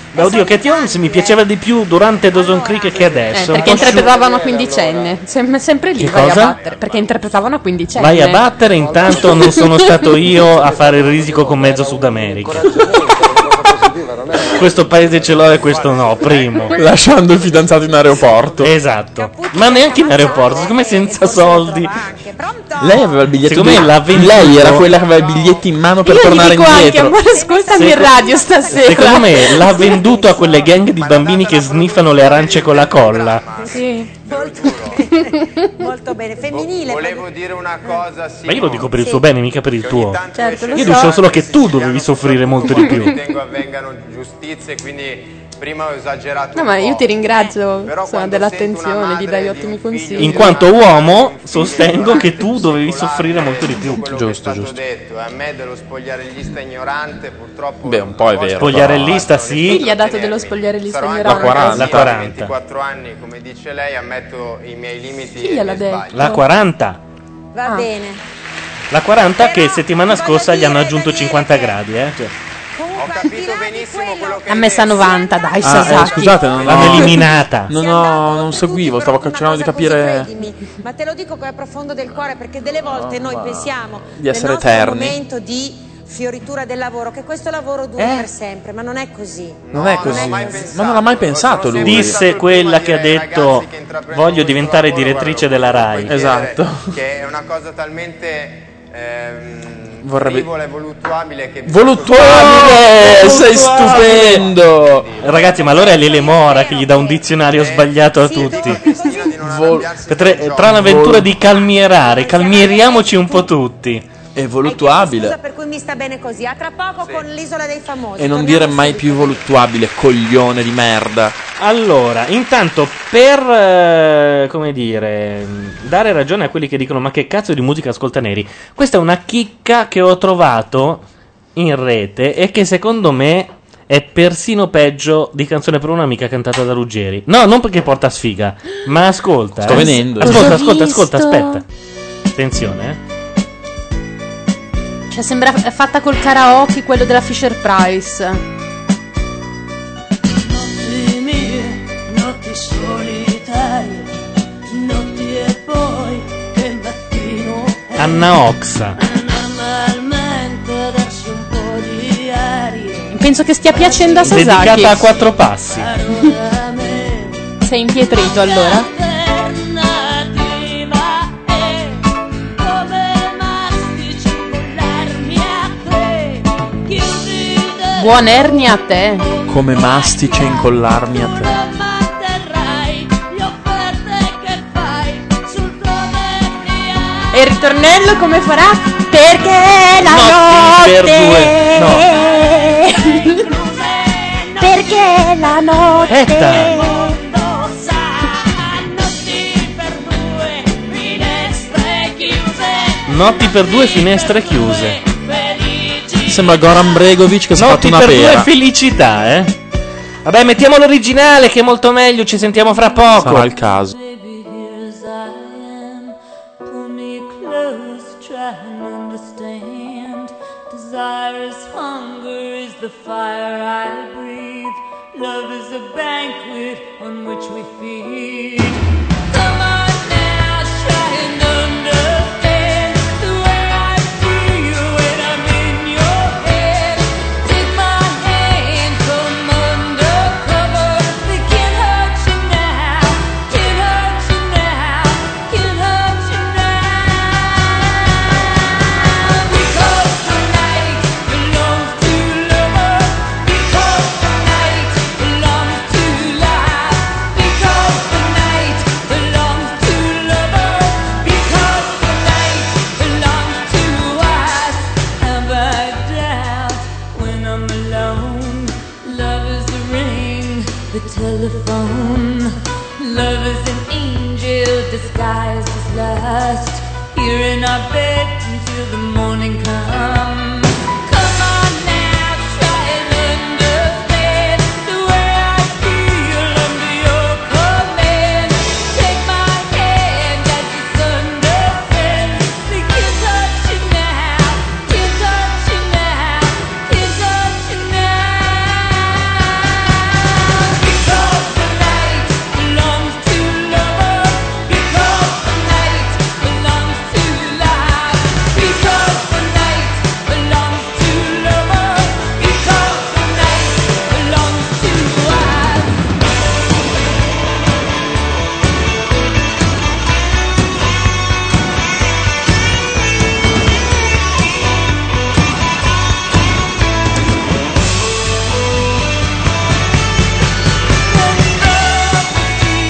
[SPEAKER 6] Beh, oddio, Katie Holmes mi piaceva di più durante Dawson Creek che
[SPEAKER 7] Eh,
[SPEAKER 6] adesso. un
[SPEAKER 7] perché
[SPEAKER 6] po' sciu-
[SPEAKER 7] interpretavano a quindicenne. Sem- sempre lì
[SPEAKER 6] Che
[SPEAKER 7] vai
[SPEAKER 6] cosa?
[SPEAKER 7] a battere. Perché interpretavano a quindicenne.
[SPEAKER 6] Vai a battere, intanto non sono stato io a fare il risico con mezzo Sud America. Questo paese ce l'ho e questo no, primo.
[SPEAKER 8] Lasciando il fidanzato in aeroporto.
[SPEAKER 6] Esatto. Ma neanche in aeroporto, siccome senza soldi.
[SPEAKER 8] Lei aveva il biglietto
[SPEAKER 6] Secondo me
[SPEAKER 8] in-
[SPEAKER 6] l'ha venduto-
[SPEAKER 8] Lei era quella che aveva i biglietti in mano per
[SPEAKER 7] Io gli
[SPEAKER 8] tornare
[SPEAKER 7] dico anche,
[SPEAKER 8] indietro.
[SPEAKER 7] amore, ascoltami in
[SPEAKER 6] Secondo-
[SPEAKER 7] radio stasera.
[SPEAKER 6] Secondo me l'ha venduto a quelle gang di bambini che sniffano le arance con la colla.
[SPEAKER 7] Sì.
[SPEAKER 9] Molto bene. Femminile. Eh. Volevo dire una cosa.
[SPEAKER 6] Ma io lo dico per il suo bene, mica per il tuo.
[SPEAKER 9] Certo, lo
[SPEAKER 6] Io
[SPEAKER 9] so.
[SPEAKER 6] dicevo solo che tu dovevi soffrire molto di più.
[SPEAKER 13] ritengo avvengano giustizie, quindi prima ho esagerato.
[SPEAKER 7] No,
[SPEAKER 13] un
[SPEAKER 7] ma
[SPEAKER 13] po'.
[SPEAKER 7] io ti ringrazio insomma, dell'attenzione, gli dai ottimi consigli.
[SPEAKER 6] In quanto uomo, sostengo che tu dovevi soffrire molto di più. Giusto,
[SPEAKER 13] Ho detto, eh, a me dello spogliarellista ignorante purtroppo
[SPEAKER 8] Beh, un po' è vero. eh.
[SPEAKER 6] Spogliarellista,
[SPEAKER 7] Chi
[SPEAKER 6] sì.
[SPEAKER 7] gli ha dato dello spogliarellista
[SPEAKER 13] sarò anche
[SPEAKER 7] ignorante?
[SPEAKER 6] La 40.
[SPEAKER 13] 24 anni, come dice lei, ammetto i miei limiti
[SPEAKER 7] Chi
[SPEAKER 13] e
[SPEAKER 7] gliel'ha
[SPEAKER 13] le sbaglio.
[SPEAKER 7] detto? Ah.
[SPEAKER 6] La 40.
[SPEAKER 9] Va bene.
[SPEAKER 6] La 40 che settimana scorsa gli hanno aggiunto 50 gradi, eh. cioè.
[SPEAKER 13] Ho capito benissimo quello che
[SPEAKER 7] Ha messa 90, dai,
[SPEAKER 8] Ah, eh,
[SPEAKER 7] Sasaki.
[SPEAKER 6] ecco.
[SPEAKER 8] scusate, non
[SPEAKER 6] L'hanno
[SPEAKER 8] ho-
[SPEAKER 6] eliminata.
[SPEAKER 8] Non, ho, non seguivo, stavo cercando di capire.
[SPEAKER 9] Credimi, ma te lo dico come profondo del cuore perché delle volte noi
[SPEAKER 8] ma-
[SPEAKER 9] pensiamo
[SPEAKER 8] di essere
[SPEAKER 9] nel nostro
[SPEAKER 8] eterni.
[SPEAKER 9] momento di fioritura del lavoro che questo lavoro
[SPEAKER 8] Eh.
[SPEAKER 9] duri per sempre, ma non è così.
[SPEAKER 8] Non è così. Ma non l'ha mai pensato lui.
[SPEAKER 6] Disse quella che ha detto voglio diventare direttrice della RAI.
[SPEAKER 8] Esatto.
[SPEAKER 13] che è una cosa talmente ehm,
[SPEAKER 8] Vorrebbe-
[SPEAKER 13] frivola e voluttuabile che
[SPEAKER 8] Voluttuabile! Sei stupendo!
[SPEAKER 6] Ragazzi, ma allora è Lele Mora che gli dà un dizionario sbagliato a tutti. Tra, tra l'avventura di calmierare, calmieriamoci un po' tutti.
[SPEAKER 8] È
[SPEAKER 9] Scusa
[SPEAKER 8] voluttuabile.
[SPEAKER 9] per cui mi sta bene così. A tra poco con l'isola dei famosi.
[SPEAKER 8] E non
[SPEAKER 9] Torniamo
[SPEAKER 8] dire mai più voluttuabile, coglione di merda.
[SPEAKER 6] Allora, intanto per eh, come dire, dare ragione a quelli che dicono "Ma che cazzo di musica ascolta Neri?". Questa è una chicca che ho trovato in rete e che secondo me è persino peggio di canzone per un'amica cantata da Ruggeri. No, non perché porta sfiga, ma ascolta.
[SPEAKER 8] Sto
[SPEAKER 6] eh.
[SPEAKER 8] venendo.
[SPEAKER 6] Ascolta,
[SPEAKER 8] L'ho
[SPEAKER 6] ascolta,
[SPEAKER 7] visto.
[SPEAKER 6] ascolta, aspetta. Attenzione, eh.
[SPEAKER 7] Cioè, sembra f- fatta col karaoke, quello della Fisher Price.
[SPEAKER 15] Notti mie, notti solitarie, notti e poi che il mattino è.
[SPEAKER 6] Anna Oxa.
[SPEAKER 15] Normalmente adesso un po' di aria.
[SPEAKER 7] Penso che stia piacendo a Sasaki.
[SPEAKER 6] Dedicata a quattro passi.
[SPEAKER 7] Sei impietrito
[SPEAKER 15] Alternativa
[SPEAKER 7] allora?
[SPEAKER 15] è come mastici collarmi a te. Chiudi de-
[SPEAKER 7] Buona ernia a te.
[SPEAKER 8] Come mastice incollarmi a te.
[SPEAKER 15] manterrai le offerte che fai sul
[SPEAKER 7] E il ritornello come farà? Perché la
[SPEAKER 15] Notti
[SPEAKER 7] notte.
[SPEAKER 15] per due,
[SPEAKER 7] Perché la
[SPEAKER 8] Eh,
[SPEAKER 7] notte.
[SPEAKER 15] mondo sa notti per due finestre chiuse
[SPEAKER 6] Notti per due finestre chiuse.
[SPEAKER 8] Sembra Goran Bregovic che si è fatto
[SPEAKER 6] Notti
[SPEAKER 8] una
[SPEAKER 6] per due
[SPEAKER 8] pera.
[SPEAKER 6] felicità, eh. Vabbè, mettiamo l'originale che è molto meglio, ci sentiamo fra poco.
[SPEAKER 8] Sarà il caso.
[SPEAKER 15] Here's I am, pull me close, try and understand. Desire is hunger, is the fire I breathe. Love is a banquet on which we feed. Come on now, try and
[SPEAKER 1] the telephone. Love is an angel disguised as lust. Here in our bed until the morning comes. Come on now, try and understand the way I feel under your command. Take my hand as a son friends. We can touch it now, can touch it now, can touch it now. Because the night belongs to love. Because the night belongs to life. Because the night belongs to love. Because the night belongs to us.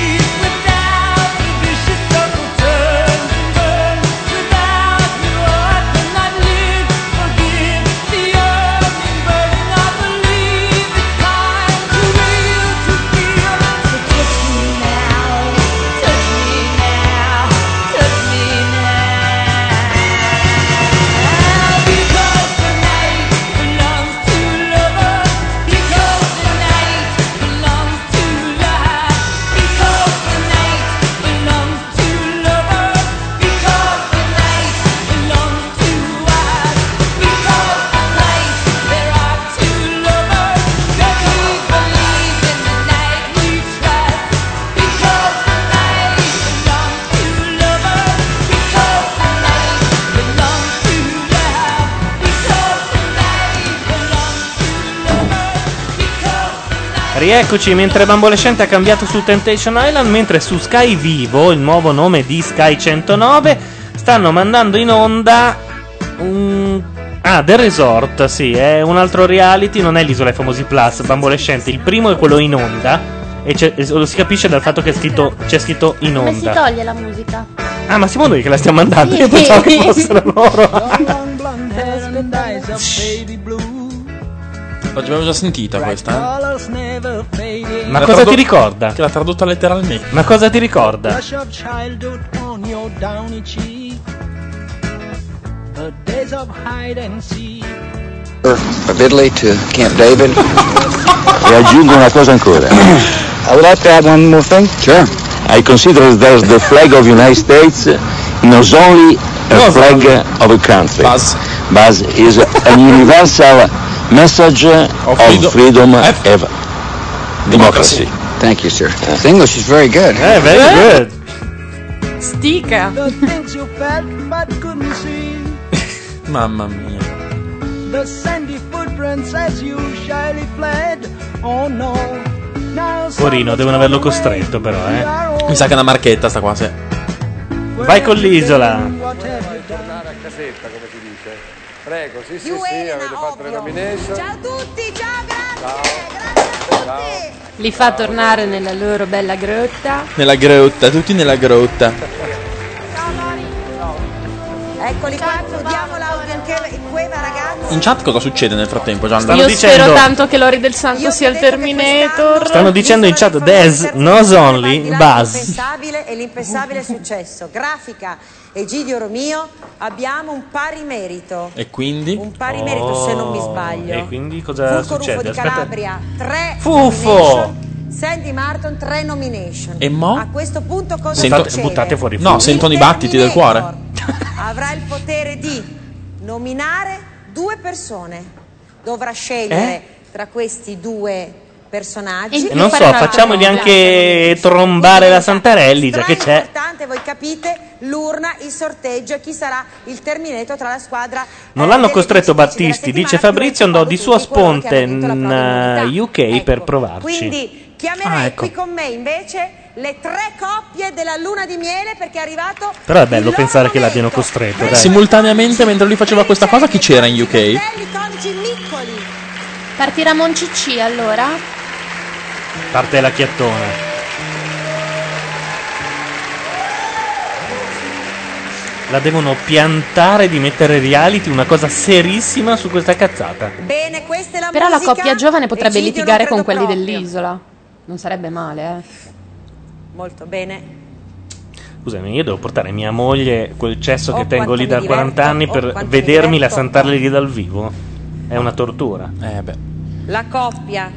[SPEAKER 1] Without the vicious circle turns and burns. Without you, I cannot live. Forgive the yearning burden. I believe it's time to real to feel. So touch me now, touch me now, touch me now. Because the night belongs to lover. Because the night belongs to life. Because the night belongs to lover. Because the night belongs to us. Because the night there are two lovers. That we believe in the night we trust. Because the night belongs to lover. Because the night belongs to love. Because the night belongs to lover. Because
[SPEAKER 6] Rieccoci, mentre Bambolescente ha cambiato su Temptation Island, mentre su Sky Vivo, il nuovo nome di Sky 109, stanno mandando in onda un... Ah, The Resort, sì, è un altro reality, non è l'isola ai famosi Plus, Bambolescente, il primo è quello in onda e, c'è- e lo si capisce dal fatto che è scritto, c'è scritto in
[SPEAKER 40] Come si
[SPEAKER 6] onda.
[SPEAKER 40] toglie la musica?
[SPEAKER 6] Ah, ma siamo noi che la stiamo mandando, io
[SPEAKER 40] Sì.
[SPEAKER 6] pensavo che fossero loro.
[SPEAKER 8] L'abbiamo già sentita questa. eh?
[SPEAKER 6] Ma
[SPEAKER 8] L'ha
[SPEAKER 6] cosa ti
[SPEAKER 8] tradu-
[SPEAKER 6] ricorda?
[SPEAKER 8] Che l'ha tradotta letteralmente.
[SPEAKER 6] Ma cosa ti ricorda?
[SPEAKER 2] Blush of childhood on your downy cheek. The days of hide and seek.
[SPEAKER 41] da Ridley to Camp David. e aggiungo una cosa ancora. I would like to add one more thing. Sure. I consider there's the flag of United States not only a flag of a country, but is an universal message of freedom- Eh. freedom, of democracy. Eh. Thank you, sir. This English is very good.
[SPEAKER 6] Yeah,
[SPEAKER 41] Eh, very
[SPEAKER 6] good.
[SPEAKER 2] Stica. The things you felt but couldn't see.
[SPEAKER 8] Mamma mia.
[SPEAKER 2] The sandy footprints as you shyly fled. Oh no. Now
[SPEAKER 6] Porino, devono averlo costretto però, eh.
[SPEAKER 8] Mi sa che è una marchetta sta qua, sì.
[SPEAKER 6] Vai con l'isola.
[SPEAKER 2] what have you done?
[SPEAKER 11] Tornare a casetta, come si dice. Prego, sì, sì, sì, avete fatto le nomination. Ciao a tutti, ciao, grazie, grazie a tutti.
[SPEAKER 42] Li fa tornare nella loro bella grotta.
[SPEAKER 8] Nella grotta, tutti nella grotta.
[SPEAKER 9] Eccoli qua, chiudiamo l'audio in que- in cueva, ragazzi.
[SPEAKER 8] In chat cosa succede nel frattempo, Gianni?
[SPEAKER 7] Io spero tanto che Lori del Santo sia il Terminator.
[SPEAKER 6] Stanno dicendo in chat Des, Nos Only, Buzz.
[SPEAKER 9] L'impensabile e l'impensabile è successo. Grafica Egidio Romio, abbiamo un pari merito.
[SPEAKER 8] E quindi?
[SPEAKER 9] Un pari merito, se non mi sbaglio.
[SPEAKER 6] E quindi cosa
[SPEAKER 9] Fulco Ruffo
[SPEAKER 6] succede?
[SPEAKER 9] di
[SPEAKER 6] Aspetta.
[SPEAKER 9] Calabria, tre
[SPEAKER 6] Fuffo!
[SPEAKER 9] nomination. Sandy Martin, tre nomination.
[SPEAKER 8] E mo?
[SPEAKER 9] A questo punto cosa
[SPEAKER 8] Sento-
[SPEAKER 9] succede?
[SPEAKER 8] No, sentono i battiti del cuore.
[SPEAKER 9] Avrà il potere di nominare due persone. Dovrà scegliere
[SPEAKER 6] Eh?
[SPEAKER 9] tra questi due personaggi.
[SPEAKER 6] E non so, facciamoli anche trombare la Santarelli, già che c'è.
[SPEAKER 9] Importante, voi capite, l'urna, il sorteggio e chi sarà il terminator tra la squadra.
[SPEAKER 6] Non l'hanno costretto Battisti, dice Fabrizio, andò di sua sponte in eh, UK per provarci.
[SPEAKER 9] Ecco. Quindi chiamerei
[SPEAKER 6] Ah, ecco.
[SPEAKER 9] qui con me invece le tre coppie della luna di miele perché è arrivato
[SPEAKER 6] Però è bello pensare che l'abbiano costretto, dai.
[SPEAKER 8] Simultaneamente mentre lui faceva questa cosa, chi c'era in UK?
[SPEAKER 9] i conici Miccoli.
[SPEAKER 40] Partirà Moncicci allora?
[SPEAKER 6] Parte la chiattona. La devono piantare di mettere reality, una cosa serissima su questa cazzata.
[SPEAKER 9] Bene, questa è la
[SPEAKER 7] Però la
[SPEAKER 9] musica.
[SPEAKER 7] coppia giovane potrebbe
[SPEAKER 9] Egidio
[SPEAKER 7] litigare
[SPEAKER 9] non
[SPEAKER 7] con
[SPEAKER 9] credo
[SPEAKER 7] quelli
[SPEAKER 9] proprio.
[SPEAKER 7] dell'isola. Non sarebbe male, eh.
[SPEAKER 9] Molto bene.
[SPEAKER 6] Scusami, io devo portare mia moglie quel cesso che tengo lì da
[SPEAKER 9] quanto
[SPEAKER 6] 40
[SPEAKER 9] mi diverto,
[SPEAKER 6] anni
[SPEAKER 9] oh,
[SPEAKER 6] per
[SPEAKER 9] quanto mi
[SPEAKER 6] vedermi la
[SPEAKER 9] diverto.
[SPEAKER 6] santarli lì dal vivo. È una tortura. Eh beh.
[SPEAKER 9] La coppia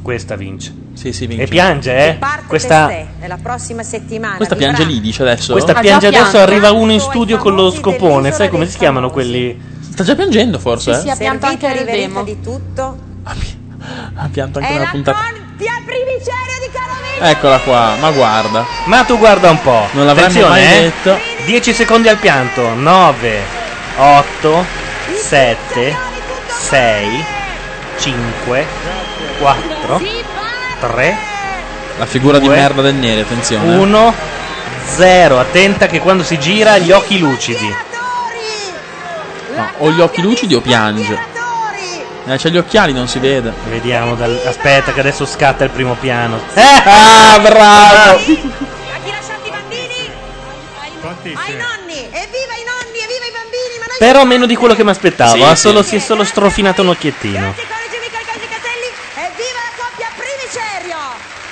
[SPEAKER 6] Questa vince. Sì, sì, vince. E piange, eh?
[SPEAKER 9] parte
[SPEAKER 6] Questa,
[SPEAKER 9] per sé nella prossima settimana.
[SPEAKER 6] questa
[SPEAKER 9] vivrà
[SPEAKER 6] piange lì, dice adesso. Questa
[SPEAKER 9] Ah, già
[SPEAKER 6] piange adesso,
[SPEAKER 9] piange.
[SPEAKER 6] arriva uno in studio con lo scopone. Sai come si chiamano quelli? Sta già piangendo, forse? eh?
[SPEAKER 9] Sì, sì, ha pianto anche il demo. di tutto.
[SPEAKER 8] Ha pianto anche
[SPEAKER 9] È
[SPEAKER 8] una
[SPEAKER 9] la
[SPEAKER 8] puntata.
[SPEAKER 9] coppia primiceria di Carovino.
[SPEAKER 8] Eccola qua, ma guarda.
[SPEAKER 6] Ma tu guarda un po'.
[SPEAKER 8] Non l'avremmo
[SPEAKER 6] Attenzione,
[SPEAKER 8] mai
[SPEAKER 6] eh.
[SPEAKER 8] detto.
[SPEAKER 6] 10 secondi al pianto. 9, 8, 7, 6, 5, 4, 3,
[SPEAKER 8] La figura di merda del nere, attenzione. eh.
[SPEAKER 6] 1, 0. Attenta che quando si gira ha gli occhi lucidi.
[SPEAKER 8] No, o gli occhi lucidi o piange.
[SPEAKER 6] Eh, c'ha gli occhiali, non si vede. Vediamo, dal- aspetta che adesso scatta il primo piano. Eh,
[SPEAKER 8] ah, bravo!
[SPEAKER 9] Ai nonni, evviva i nonni, evviva i bambini, ma noi
[SPEAKER 6] Però meno di quello che mi aspettavo.
[SPEAKER 8] Sì,
[SPEAKER 6] ha
[SPEAKER 8] sì.
[SPEAKER 6] solo- si è solo strofinato un occhiettino.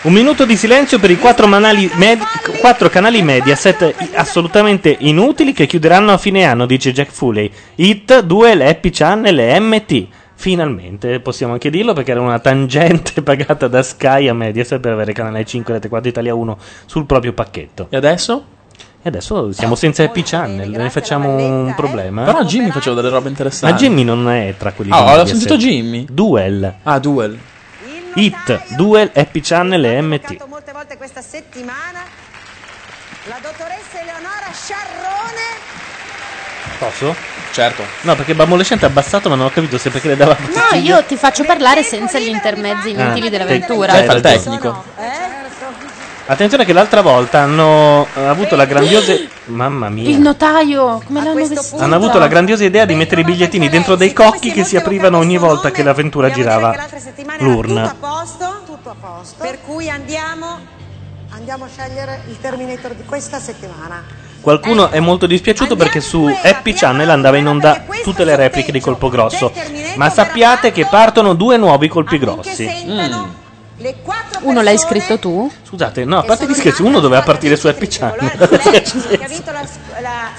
[SPEAKER 6] Un minuto di silenzio per i quattro, manali med- quattro canali Mediaset i- assolutamente inutili che chiuderanno a fine anno, dice Jack Foley. Hit, 2, le Happy Channel, le MT. Finalmente, possiamo anche dirlo perché era una tangente pagata da Sky a Mediaset per avere canale 5 Rete 4 Italia 1 sul proprio pacchetto. E adesso? E Eh, adesso siamo senza Happy Channel, ne facciamo un problema.
[SPEAKER 8] Però a Jimmy faceva delle robe interessanti.
[SPEAKER 6] Ma Jimmy non è tra quelli
[SPEAKER 8] Ah,
[SPEAKER 6] di
[SPEAKER 8] ho
[SPEAKER 6] Mediaset.
[SPEAKER 8] sentito Jimmy.
[SPEAKER 6] Duel. Ah, Duel. Hit, Duel, Happy Channel e MT.
[SPEAKER 9] molte volte questa settimana la dottoressa Eleonora Sciarrone
[SPEAKER 6] Posso? Certo. No, perché Bambolescente ha abbassato, ma non ho capito se perché le dava
[SPEAKER 12] No, io ti faccio parlare senza gli intermezzi inutili
[SPEAKER 6] Ah,
[SPEAKER 12] della Cioè,
[SPEAKER 6] te-
[SPEAKER 12] vettura.
[SPEAKER 6] dai, fa il tecnico.
[SPEAKER 12] Eh?
[SPEAKER 6] Attenzione che l'altra volta hanno eh, avuto la grandiosa mamma
[SPEAKER 7] Il
[SPEAKER 6] mia.
[SPEAKER 7] notaio, come l'hanno vestito?
[SPEAKER 6] Hanno avuto la grandiosa idea di mettere i bigliettini dentro dei cocchi che si aprivano ogni volta che l'avventura girava l'urna.
[SPEAKER 9] posto? Tutto a posto. Per cui andiamo andiamo a scegliere il Terminator di questa settimana.
[SPEAKER 6] Qualcuno è molto dispiaciuto perché su Happy Channel andava in onda tutte le repliche di Colpo Grosso. Ma sappiate che partono due nuovi colpi grossi. Mm,
[SPEAKER 7] Uno l'hai scritto tu?
[SPEAKER 6] Scusate, no, a parte gli scherzi, uno doveva partire su Happy Channel.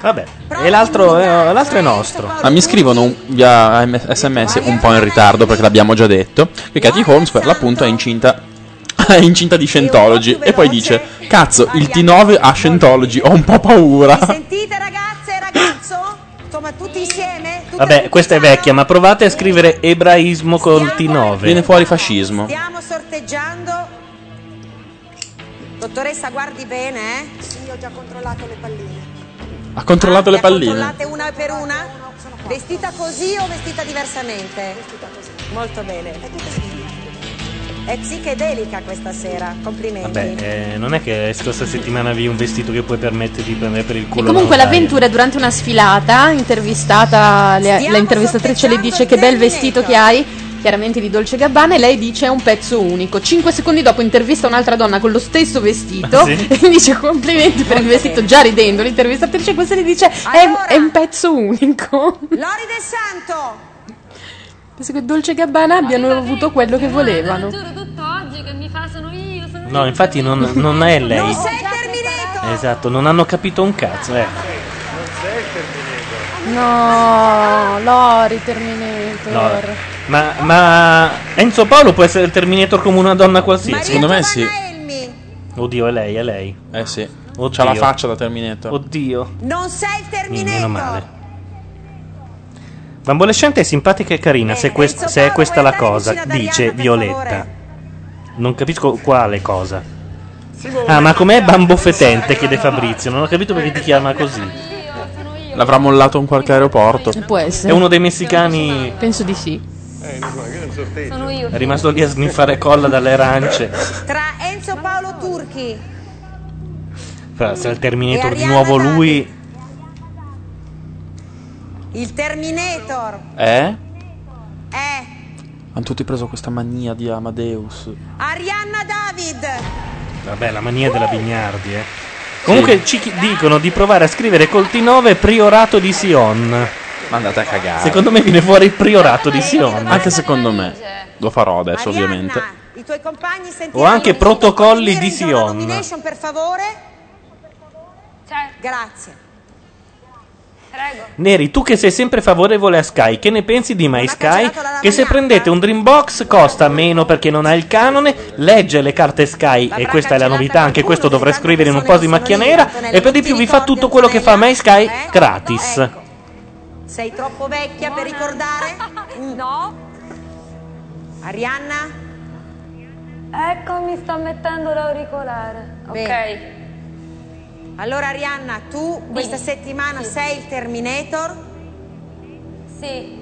[SPEAKER 6] Vabbè, e l'altro, eh, l'altro è nostro.
[SPEAKER 8] Ah, mi scrivono un- via M- sms un po' in ritardo perché l'abbiamo già detto che Katie Holmes per l'appunto è incinta è incinta di Scientology e poi dice cazzo il T9 ha Scientology ho un po' paura
[SPEAKER 9] Insomma, tutti insieme? Tutte
[SPEAKER 6] Vabbè, questa è vecchia, ma provate a scrivere ebraismo col T9. Viene fuori fascismo.
[SPEAKER 9] Stiamo sorteggiando. Dottoressa, guardi bene, eh? Sì, ho già controllato le palline.
[SPEAKER 8] ha controllato le palline
[SPEAKER 9] Controllate una per una? Vestita così o vestita diversamente? Vestita così. Molto bene. È psichedelica questa sera, complimenti.
[SPEAKER 6] Vabbè, eh, non è che scorsa settimana avevi un vestito che puoi permetterti di prendere per il culo. eh.
[SPEAKER 7] Comunque
[SPEAKER 6] la notaia.
[SPEAKER 7] l'avventura è durante una sfilata, intervistata, le- la intervistatrice le dice che bel vestito che hai, chiaramente di Dolce Gabbana, e lei dice è un pezzo unico. Cinque secondi dopo intervista un'altra donna con lo stesso vestito
[SPEAKER 6] Ah, sì?
[SPEAKER 7] e dice complimenti per il vestito, già ridendo l'intervistatrice, questa gli dice è, è un pezzo unico.
[SPEAKER 9] Lori del Santo!
[SPEAKER 7] Penso che Dolce Gabbana abbiano avuto quello che volevano.
[SPEAKER 25] Giuro tutto oggi che mi fa sono io, sono
[SPEAKER 6] No, infatti non, non è lei.
[SPEAKER 25] Non sei
[SPEAKER 6] Esatto, non hanno capito un cazzo. Ecco.
[SPEAKER 7] No, Lori Terminator.
[SPEAKER 6] No, ma, ma Enzo Paolo può essere il Terminator come una donna qualsiasi.
[SPEAKER 8] Secondo me sì.
[SPEAKER 6] Oddio, è lei, è lei.
[SPEAKER 8] eh sì
[SPEAKER 6] Oddio.
[SPEAKER 8] c'ha la faccia da Terminator
[SPEAKER 6] oddio
[SPEAKER 9] Non sei il
[SPEAKER 6] Meno
[SPEAKER 9] Terminator!
[SPEAKER 6] male. Bambolescente è simpatica e carina, se, quest- se è questa la cosa, dice Violetta. Non capisco quale cosa. Ah, ma com'è bambofetente? chiede Fabrizio. Non ho capito perché ti chiama così.
[SPEAKER 8] l'avrà mollato in qualche aeroporto
[SPEAKER 7] può
[SPEAKER 6] È
[SPEAKER 7] essere.
[SPEAKER 6] uno dei messicani.
[SPEAKER 7] Penso di sì.
[SPEAKER 9] Sono io.
[SPEAKER 6] È rimasto lì a sniffare colla dalle arance.
[SPEAKER 9] Tra Enzo Paolo Turchi.
[SPEAKER 6] Fra- Se è il Terminator di nuovo lui.
[SPEAKER 9] Il Terminator.
[SPEAKER 8] eh?
[SPEAKER 9] Eh.
[SPEAKER 8] hanno tutti preso questa mania di Amadeus
[SPEAKER 9] Arianna David.
[SPEAKER 6] Vabbè, la mania della Bignardi, eh. Comunque ci chi- dicono di provare a scrivere col T9 Priorato di Sion. Ma andate a cagare. Secondo me viene fuori Priorato di Sion.
[SPEAKER 8] Anche secondo me. Lo farò adesso, ovviamente.
[SPEAKER 9] I tuoi compagni sentiranno
[SPEAKER 6] Ho anche
[SPEAKER 9] l'invito a
[SPEAKER 6] protocolli
[SPEAKER 9] venire
[SPEAKER 6] di
[SPEAKER 9] in zona
[SPEAKER 6] Sion.
[SPEAKER 9] nomination, per favore. Cioè, Grazie.
[SPEAKER 6] Neri, tu che sei sempre favorevole a Sky, che ne pensi di My Sky? Che se prendete un Dreambox costa meno perché non ha il canone, legge le carte Sky, e questa è la novità, anche questo dovrà scrivere in un po' di macchia nera, e per di più vi fa tutto quello che fa My Sky gratis.
[SPEAKER 9] Sei troppo vecchia per ricordare? No. Arianna?
[SPEAKER 43] Ecco, mi sto mettendo l'auricolare.
[SPEAKER 9] Ok. Allora Arianna, tu questa settimana sei il Terminator? Sì.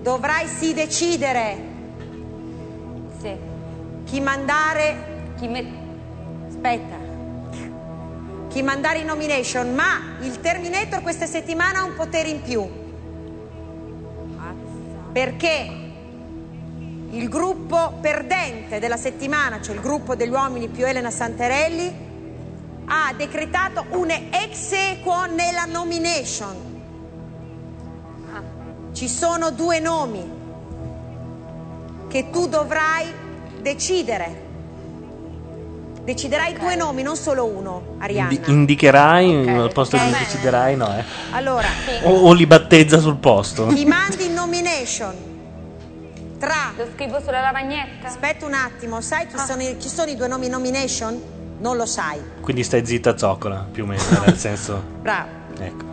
[SPEAKER 9] Dovrai sì decidere. Sì. Chi mandare? Chi Aspetta. Chi mandare in nomination, ma il Terminator questa settimana ha un potere in più. Perché il gruppo perdente della settimana, cioè il gruppo degli uomini più Elena Santarelli, ha decretato un ex equo nella nomination. Ci sono due nomi che tu dovrai decidere. Deciderai due nomi, non solo uno, Arianna.
[SPEAKER 6] Indi- indicherai eh, al posto di deciderai, no? Eh.
[SPEAKER 9] Allora,
[SPEAKER 6] O, o li battezza sul posto.
[SPEAKER 9] Ti mandi in nomination tra. Lo scrivo sulla lavagnetta. Ah. Aspetta un attimo, sai chi, sono, i, chi sono i due nomi in nomination? Non lo sai.
[SPEAKER 6] Quindi stai zitta zoccola, più o meno, nel senso.
[SPEAKER 9] Bravo.
[SPEAKER 6] Ecco.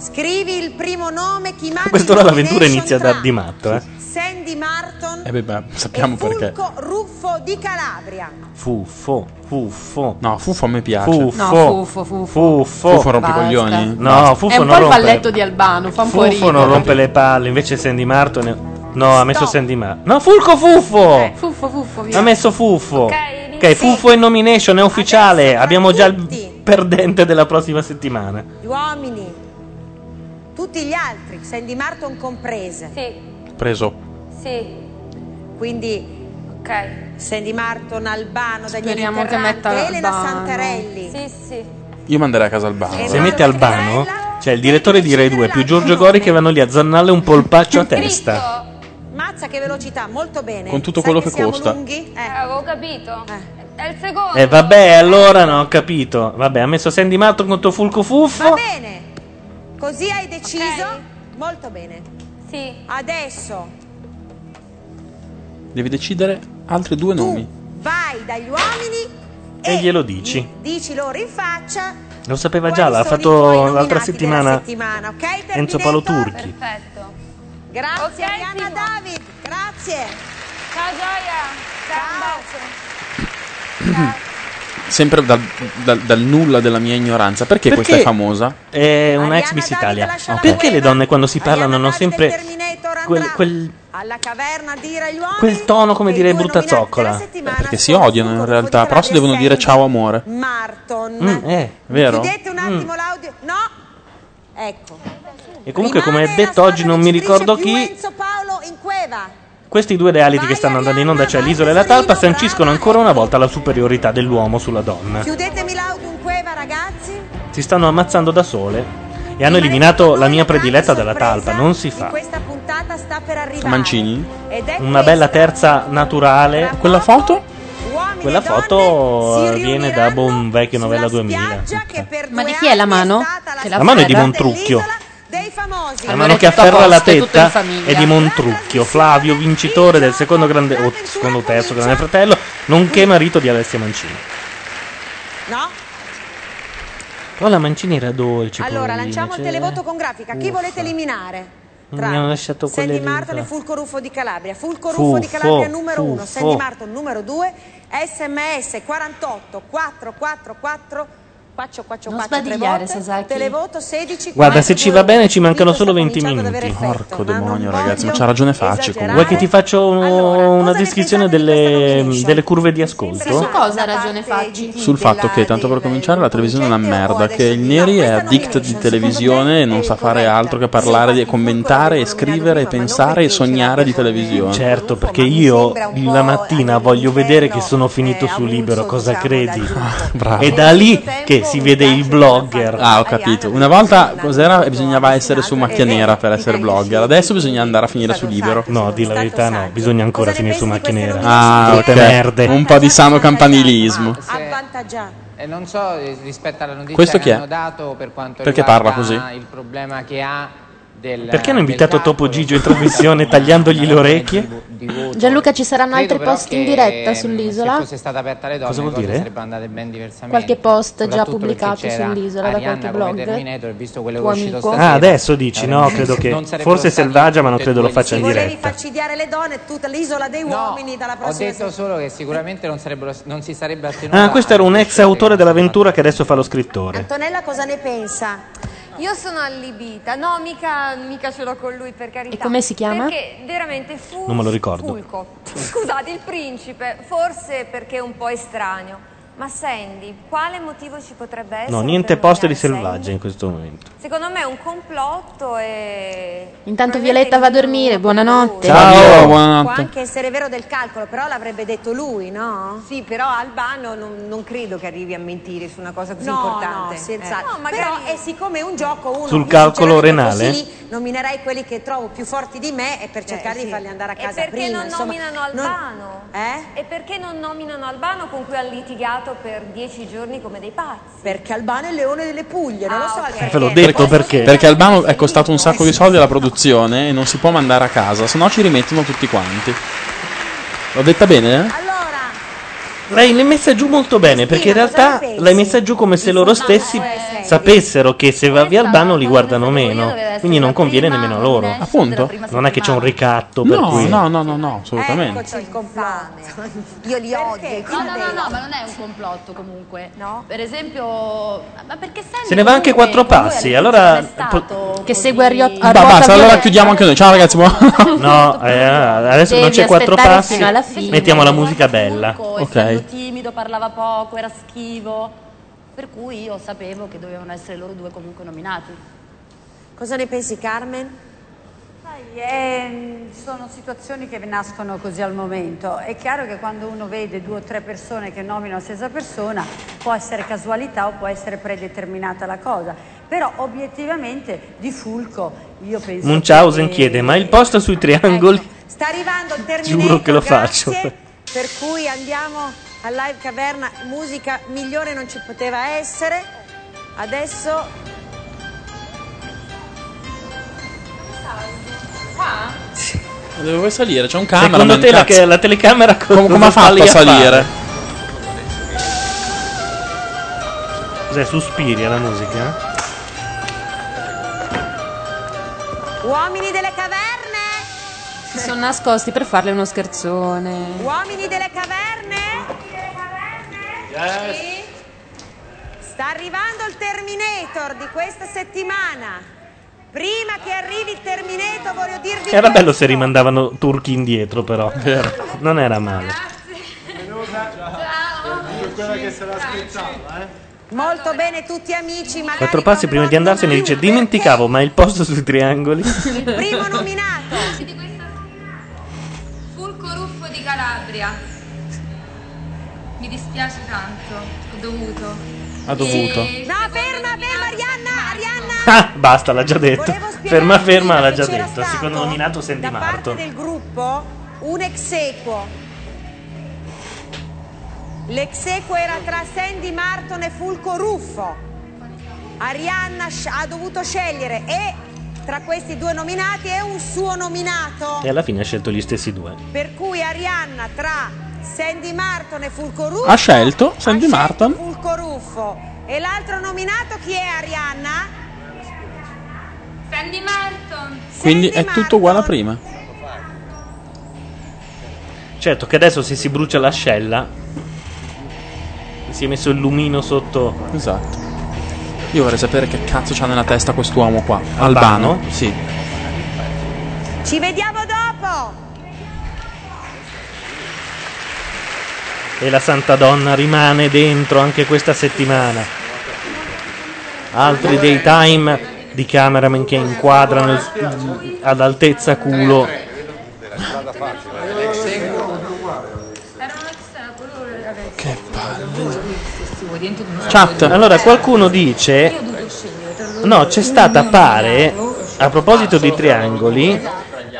[SPEAKER 9] Scrivi il primo nome, chi mandi
[SPEAKER 6] Questo
[SPEAKER 9] in
[SPEAKER 6] ora l'avventura
[SPEAKER 9] nomination
[SPEAKER 6] inizia
[SPEAKER 9] tra
[SPEAKER 6] da di matto, eh.
[SPEAKER 9] Sandy Marton,
[SPEAKER 8] Eh beh, beh, sappiamo perché.
[SPEAKER 9] Fulco Ruffo di Calabria.
[SPEAKER 6] Fuffo, fuffo.
[SPEAKER 8] No, Fuffo a me piace.
[SPEAKER 6] Fuffo.
[SPEAKER 7] No, fuffo, fuffo.
[SPEAKER 6] Fuffo.
[SPEAKER 8] Fuffo rompicoglioni?
[SPEAKER 6] No,
[SPEAKER 7] È
[SPEAKER 6] Fuffo non
[SPEAKER 7] un po' il
[SPEAKER 6] rompe.
[SPEAKER 7] balletto di Albano, fa un po'
[SPEAKER 6] Fuffo non
[SPEAKER 7] ridere.
[SPEAKER 6] rompe le palle, invece Sandy Marto ne- No, ha messo Sandy Marto. No, Fulco Fuffo!
[SPEAKER 7] Eh. Fuffo, fuffo, via.
[SPEAKER 6] Ha messo Fuffo.
[SPEAKER 7] Ok,
[SPEAKER 6] Ok, Fuffo è nomination, è ufficiale. Abbiamo già il perdente della prossima settimana.
[SPEAKER 9] Gli uomini, tutti gli altri, Sandy Marton comprese. Sì,
[SPEAKER 8] Preso.
[SPEAKER 9] sì. Quindi, Sandy Marton, Albano, Daniele
[SPEAKER 7] Speriamo che
[SPEAKER 9] Ferrante,
[SPEAKER 7] metta
[SPEAKER 9] Elena
[SPEAKER 7] Albano.
[SPEAKER 9] Santarelli. Sì, sì.
[SPEAKER 8] Io manderei a casa Albano.
[SPEAKER 6] Se mette Albano, c'è il direttore di Rai 2 più Giorgio Gori che vanno lì a zannarle un polpaccio a testa.
[SPEAKER 9] Mazza che velocità, molto bene.
[SPEAKER 6] Con tutto quello che
[SPEAKER 9] siamo
[SPEAKER 6] costa.
[SPEAKER 9] lunghi? Eh.
[SPEAKER 25] Avevo capito. È il secondo.
[SPEAKER 6] E Eh, vabbè, allora non ho capito. Vabbè, ha messo Sandy Marto contro Fulco Fuffo.
[SPEAKER 9] Va bene, così hai deciso? Molto bene. Sì. Adesso
[SPEAKER 8] Devi decidere altri due nomi.
[SPEAKER 9] vai dagli uomini,
[SPEAKER 6] E glielo dici.
[SPEAKER 9] dici loro in faccia.
[SPEAKER 6] Lo sapeva
[SPEAKER 9] quali
[SPEAKER 6] già, l'ha
[SPEAKER 9] sono i tuoi
[SPEAKER 6] fatto l'altra
[SPEAKER 9] nominati della
[SPEAKER 6] settimana.
[SPEAKER 9] settimana, ok?
[SPEAKER 6] Enzo
[SPEAKER 9] Terminator?
[SPEAKER 6] Paolo Turchi.
[SPEAKER 9] Perfetto. Grazie Arianna David, grazie. Ciao Gioia. Ciao.
[SPEAKER 8] Sempre dal, dal- dal nulla della mia ignoranza. Perché,
[SPEAKER 6] Perché-
[SPEAKER 8] questa è famosa?
[SPEAKER 6] È una ex Miss Italia. Perché le donne quando si parlano hanno sempre quel, quel- quel tono come dire brutta zoccola?
[SPEAKER 8] Perché si odiano in realtà, però si devono dire ciao amore.
[SPEAKER 9] Marton.
[SPEAKER 6] Mm,
[SPEAKER 8] è
[SPEAKER 6] eh.
[SPEAKER 8] vero?
[SPEAKER 9] Chiudete un attimo l'audio. No. Ecco.
[SPEAKER 6] E comunque, come è detto oggi, non mi ricordo chi.
[SPEAKER 9] Enzo Paolo in Cueva.
[SPEAKER 6] Questi due reality che stanno andando in onda, cioè l'isola e la talpa, sanciscono ancora una volta la superiorità dell'uomo sulla donna.
[SPEAKER 9] Chiudetemi l'audio in Cueva, ragazzi.
[SPEAKER 6] Si stanno ammazzando da sole. E hanno eliminato la mia prediletta dalla talpa. Non si fa.
[SPEAKER 9] Questa puntata sta per arrivare.
[SPEAKER 6] Mancini?
[SPEAKER 9] Ed è
[SPEAKER 6] Una bella terza naturale. Quella foto? Quella foto eh, viene da boh, un vecchio novella 2000.
[SPEAKER 7] Ma di chi è la mano? Che
[SPEAKER 6] La mano è di
[SPEAKER 7] afferra?
[SPEAKER 6] Montrucchio. La
[SPEAKER 7] Allora
[SPEAKER 6] mano
[SPEAKER 7] è
[SPEAKER 6] Eh, che
[SPEAKER 7] tutto a
[SPEAKER 6] afferra
[SPEAKER 7] posto,
[SPEAKER 6] la
[SPEAKER 7] è tutto in
[SPEAKER 6] tetta
[SPEAKER 7] famiglia.
[SPEAKER 6] è di Montrucchio, Flavio, vincitore del secondo grande, o secondo o terzo grande fratello, nonché marito di Alessia Mancini.
[SPEAKER 9] No?
[SPEAKER 6] Però la Mancini era dolce.
[SPEAKER 9] Allora,
[SPEAKER 6] poverina,
[SPEAKER 9] lanciamo il
[SPEAKER 6] cioè,
[SPEAKER 9] televoto con grafica. Chi
[SPEAKER 6] Uffa.
[SPEAKER 9] volete eliminare?
[SPEAKER 6] Mi hanno lasciato quelle
[SPEAKER 9] Sandy
[SPEAKER 6] lì,
[SPEAKER 9] Marton e
[SPEAKER 6] là.
[SPEAKER 9] Fulco Ruffo di Calabria. Fulco
[SPEAKER 6] Fu,
[SPEAKER 9] Ruffo di Calabria
[SPEAKER 6] fo,
[SPEAKER 9] numero
[SPEAKER 6] fu,
[SPEAKER 9] 1,
[SPEAKER 6] fo.
[SPEAKER 9] Sandy Marton numero 2, SMS 48 444 444
[SPEAKER 18] Non
[SPEAKER 9] tre
[SPEAKER 18] sbadigliare,
[SPEAKER 9] volte,
[SPEAKER 18] Sasaki.
[SPEAKER 9] Televoto 16
[SPEAKER 6] Guarda, se ci va
[SPEAKER 9] 42.
[SPEAKER 6] bene ci mancano solo 20 minuti.
[SPEAKER 8] Porco demonio, ragazzi, ma c'ha ragione Facci
[SPEAKER 6] Vuoi
[SPEAKER 8] comunque.
[SPEAKER 6] che ti faccio una descrizione delle, delle curve di
[SPEAKER 7] Su
[SPEAKER 6] ascolto?
[SPEAKER 7] cosa ha ragione Facci?
[SPEAKER 8] Sul fatto che, tanto per cominciare, la televisione è una merda, che il Neri è addict di televisione e non sa fare altro che parlare, di- commentare, e scrivere, e pensare e sognare di televisione.
[SPEAKER 6] Certo, perché io la
[SPEAKER 9] eh, diciamo,
[SPEAKER 6] mattina voglio vedere che sono finito su libero, cosa credi?
[SPEAKER 8] Bravo.
[SPEAKER 6] È da lì che si vede il blogger.
[SPEAKER 8] Ah, ho capito. Una volta cos'era? Bisognava essere su macchia nera per essere blogger. Adesso bisogna andare a finire su libero.
[SPEAKER 6] No, di la verità, no. Bisogna ancora finire su macchia nera.
[SPEAKER 8] Ah,
[SPEAKER 6] Tutte
[SPEAKER 8] ok.
[SPEAKER 6] merde.
[SPEAKER 8] Un po' di sano campanilismo.
[SPEAKER 9] avvantaggiato.
[SPEAKER 13] E non so eh, rispetto alla notizia
[SPEAKER 8] Questo
[SPEAKER 13] che
[SPEAKER 8] chi è?
[SPEAKER 13] hanno dato per quanto
[SPEAKER 8] Perché
[SPEAKER 13] riguarda
[SPEAKER 8] parla così?
[SPEAKER 13] il problema che ha del
[SPEAKER 6] Perché hanno
[SPEAKER 13] del
[SPEAKER 6] invitato Topo Gigio in trasmissione tagliandogli le orecchie?
[SPEAKER 7] Gianluca, ci saranno
[SPEAKER 13] Credo
[SPEAKER 7] altri
[SPEAKER 13] però
[SPEAKER 7] post in
[SPEAKER 13] che,
[SPEAKER 7] diretta
[SPEAKER 13] ehm, Se
[SPEAKER 7] sull'isola?
[SPEAKER 13] fosse stata aperta alle donne,
[SPEAKER 6] Cosa vuol
[SPEAKER 13] le cose
[SPEAKER 6] dire?
[SPEAKER 13] sarebbero andate ben diversamente.
[SPEAKER 7] Qualche post già
[SPEAKER 13] Soprattutto
[SPEAKER 7] pubblicato
[SPEAKER 13] perché c'era
[SPEAKER 7] sull'isola da qualche
[SPEAKER 13] Arianna come
[SPEAKER 7] blog?
[SPEAKER 13] Terminator, visto quello che
[SPEAKER 7] tuo
[SPEAKER 13] è uscito
[SPEAKER 7] amico.
[SPEAKER 13] stasera.
[SPEAKER 6] Ah, adesso dici, no, credo che.
[SPEAKER 13] Non sarebbero
[SPEAKER 6] Forse è
[SPEAKER 13] stati
[SPEAKER 6] selvaggia, ma non
[SPEAKER 13] tutte e
[SPEAKER 6] credo lo
[SPEAKER 13] due
[SPEAKER 6] faccia in
[SPEAKER 9] Volevi
[SPEAKER 6] diretta.
[SPEAKER 9] faccidiare le donne, tutta l'isola dei uomini dalla
[SPEAKER 13] Ho
[SPEAKER 9] prossima
[SPEAKER 13] detto solo che sicuramente non, sarebbero, non si sarebbe attenuta
[SPEAKER 6] Ah, questo era un ex autore dell'avventura che adesso fa lo scrittore.
[SPEAKER 9] Antonella cosa ne pensa?
[SPEAKER 1] Io sono allibita, no, mica, mica ce l'ho con lui per carità.
[SPEAKER 7] E come si chiama?
[SPEAKER 1] Perché veramente fu
[SPEAKER 6] Non me lo ricordo.
[SPEAKER 1] Fulco. Scusate, il principe, forse perché è un po' estraneo. Ma Sandy, quale motivo ci potrebbe essere?
[SPEAKER 6] No,
[SPEAKER 1] per
[SPEAKER 6] niente post di
[SPEAKER 1] odiare Sandy?
[SPEAKER 6] selvaggia in questo momento.
[SPEAKER 1] Secondo me è un complotto e
[SPEAKER 7] Intanto Violetta va a dormire, buonanotte.
[SPEAKER 6] Ciao,
[SPEAKER 9] Può
[SPEAKER 6] buonanotte.
[SPEAKER 9] anche essere vero del calcolo, però l'avrebbe detto lui, no? Sì, però Albano non, credo che arrivi a mentire su una cosa
[SPEAKER 4] così importante.
[SPEAKER 9] No, senza...
[SPEAKER 4] Eh.
[SPEAKER 1] esatto.
[SPEAKER 9] no magari... Però è siccome è un gioco uno...
[SPEAKER 6] Sul
[SPEAKER 9] io
[SPEAKER 6] calcolo
[SPEAKER 9] sinceramente
[SPEAKER 6] renale?
[SPEAKER 9] così nominerei quelli che trovo più forti di me e per cercare di farli andare a
[SPEAKER 1] Eh, E
[SPEAKER 9] casa
[SPEAKER 1] perché
[SPEAKER 9] prima.
[SPEAKER 1] non
[SPEAKER 9] insomma,
[SPEAKER 1] nominano
[SPEAKER 9] non- Eh?
[SPEAKER 1] Albano? E perché non nominano Albano con cui ha litigato per dieci giorni come dei pazzi? Ah,
[SPEAKER 9] Perché Albano è il leone delle Puglie, non lo so.
[SPEAKER 8] Eh,
[SPEAKER 6] ve l'ho detto perché.
[SPEAKER 8] Perché Albano è costato un sacco di soldi alla produzione e non si può mandare a casa, se no ci rimettono tutti quanti. L'ho detta bene? eh?
[SPEAKER 6] L'hai l'hai messa giù molto bene, perché in realtà l'hai messa giù come se loro stessi sapessero che se va via Albano li guardano meno. Quindi non conviene nemmeno a loro.
[SPEAKER 8] Appunto.
[SPEAKER 6] Non è che c'è un ricatto per
[SPEAKER 8] No,
[SPEAKER 6] cui.
[SPEAKER 8] no, no, no, no,
[SPEAKER 16] Ecco,
[SPEAKER 8] assolutamente.
[SPEAKER 9] Eccoci il complotto. Io li odio.
[SPEAKER 16] No, no, no, no, ma non è un complotto comunque. No. Per esempio, ma perché Sandy
[SPEAKER 6] Se ne va anche
[SPEAKER 16] comunque
[SPEAKER 6] quattro
[SPEAKER 16] con lui
[SPEAKER 6] passi,
[SPEAKER 16] all'inizio
[SPEAKER 6] allora-
[SPEAKER 16] non è stato
[SPEAKER 7] Che segue a, rio- a
[SPEAKER 8] Bah,
[SPEAKER 7] ruota
[SPEAKER 8] basta, allora
[SPEAKER 7] viola-
[SPEAKER 8] chiudiamo anche noi. Ciao ragazzi, buonanotte.
[SPEAKER 6] No, eh, adesso
[SPEAKER 16] Devi
[SPEAKER 6] non c'è quattro
[SPEAKER 16] aspettare
[SPEAKER 6] passi.
[SPEAKER 16] fino alla fine.
[SPEAKER 6] Mettiamo la musica bella.
[SPEAKER 16] poco, essendo timido, parlava poco, era schivo. Per cui io sapevo che dovevano essere loro due comunque nominati.
[SPEAKER 9] Cosa ne pensi Carmen?
[SPEAKER 16] Eh, sono situazioni che nascono così al momento. È chiaro che quando uno vede due o tre persone che nominano la stessa persona, può essere casualità o può essere predeterminata la cosa. Però obiettivamente di Fulco io penso
[SPEAKER 6] Munchausen
[SPEAKER 16] che-
[SPEAKER 6] chiede: Ma il post
[SPEAKER 16] Ecco,
[SPEAKER 6] sui triangoli?
[SPEAKER 9] Sta arrivando il termine.
[SPEAKER 6] Giuro che lo faccio.
[SPEAKER 9] Per cui andiamo a Live Caverna, musica migliore non ci poteva essere. Adesso
[SPEAKER 8] Dove vuoi salire? C'è un camera.
[SPEAKER 6] Secondo te la, che- la telecamera co-
[SPEAKER 8] come, come ha
[SPEAKER 6] cosa
[SPEAKER 8] fatto a
[SPEAKER 6] fare?
[SPEAKER 8] salire?
[SPEAKER 6] Cos'è? Sospiri alla musica?
[SPEAKER 9] uomini delle caverne!
[SPEAKER 7] Si sono nascosti per farle uno scherzone.
[SPEAKER 9] Uomini delle caverne? Sì. Sta arrivando il Terminator di questa settimana. Prima che arrivi il Terminator voglio dirvi
[SPEAKER 6] Era bello se rimandavano turchi indietro, però. Non era male.
[SPEAKER 44] Quella che se la aspettava, eh?
[SPEAKER 9] molto bene tutti amici, ma
[SPEAKER 6] Quattro passi prima di andarsene dice: Dimenticavo, ma il post sui triangoli.
[SPEAKER 9] il primo nominato.
[SPEAKER 1] Fulco Ruffo di Calabria. Mi dispiace tanto, ho dovuto.
[SPEAKER 6] Ha dovuto.
[SPEAKER 1] No, ferma, ferma Arianna, Arianna.
[SPEAKER 6] Ah, basta, l'ha già detto. Ferma, ferma, l'ha già detto. Secondo nominato Sandy Marto.
[SPEAKER 9] Del gruppo un ex equo. L'ex equo era tra Sandy Marton e Fulco Ruffo. Arianna sc- ha dovuto scegliere e tra questi due nominati è un suo nominato.
[SPEAKER 6] E alla fine ha scelto gli stessi due.
[SPEAKER 9] Per cui Arianna tra Sandy Marton e Fulco Ruffo
[SPEAKER 8] Ha scelto Sandy Martin.
[SPEAKER 9] Fulco Ruffo. E l'altro nominato chi è Arianna?
[SPEAKER 1] Sandy Marton.
[SPEAKER 8] Quindi è tutto uguale a prima.
[SPEAKER 6] Certo che adesso se si brucia l'ascella. Si è messo il lumino sotto.
[SPEAKER 8] Esatto. Io vorrei sapere che cazzo c'ha nella testa quest'uomo qua.
[SPEAKER 6] Albano?
[SPEAKER 8] Albano? Mm. Sì.
[SPEAKER 9] Ci vediamo dopo.
[SPEAKER 6] E la Santa Donna rimane dentro anche questa settimana. Altri daytime di cameraman che inquadrano il- ad altezza culo.
[SPEAKER 11] Strada facile.
[SPEAKER 45] Era un extra colore.
[SPEAKER 8] Che
[SPEAKER 6] Chat. Allora qualcuno dice No, c'è stata pare a proposito di triangoli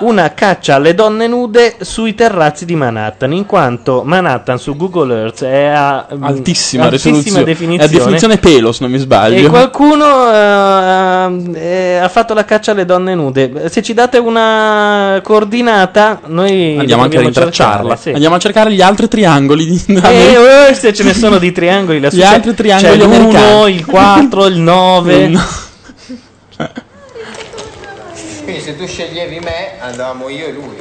[SPEAKER 6] una caccia alle donne nude sui terrazzi di Manhattan, in quanto Manhattan su Google Earth è a mm,
[SPEAKER 8] Altissima,
[SPEAKER 6] altissima
[SPEAKER 8] risoluzione.
[SPEAKER 6] definizione.
[SPEAKER 8] È definizione pelo, se non mi sbaglio.
[SPEAKER 6] E qualcuno eh, eh, ha fatto la caccia alle donne nude. Se ci date una coordinata, noi
[SPEAKER 8] Andiamo anche a
[SPEAKER 6] dobbiamo
[SPEAKER 8] rintracciarla.
[SPEAKER 6] cercarla, sì.
[SPEAKER 8] Andiamo a cercare oh, gli altri triangoli. Di...
[SPEAKER 6] Eh, eh, se ce ne sono di triangoli lassù,
[SPEAKER 8] Gli
[SPEAKER 6] c'è-
[SPEAKER 8] altri triangoli Cioè,
[SPEAKER 6] c'è l'1,
[SPEAKER 8] americani.
[SPEAKER 6] il 4, il 9.
[SPEAKER 8] No.
[SPEAKER 13] Eh. Quindi se tu sceglievi me, andavamo io e lui.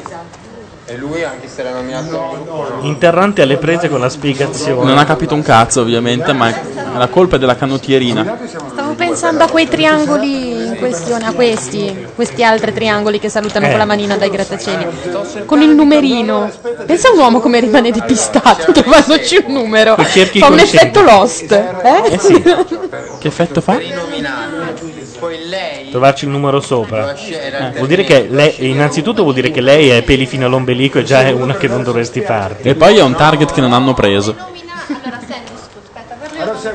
[SPEAKER 13] E lui anche se era nominato no,
[SPEAKER 6] Interrante alle prese con la spiegazione.
[SPEAKER 8] Non ha capito un cazzo, ovviamente, ma è- la colpa è della canottierina.
[SPEAKER 7] Stavo pensando a quei triangoli in questione, a questi, questi altri triangoli che salutano
[SPEAKER 8] Eh.
[SPEAKER 7] con la manina dai grattacieli, con il numerino. Pensa a un uomo come rimane depistato trovandoci un numero.
[SPEAKER 8] Coi cerchi
[SPEAKER 7] Fa un
[SPEAKER 8] coi
[SPEAKER 7] effetto lost. Eh?
[SPEAKER 8] Eh sì. Che effetto fa?
[SPEAKER 6] Trovarci il numero sopra. Eh, Vuol dire che lei, innanzitutto vuol dire che lei è peli fino all'ombelico e già è una che non dovresti farti.
[SPEAKER 8] E poi è un target che non hanno preso.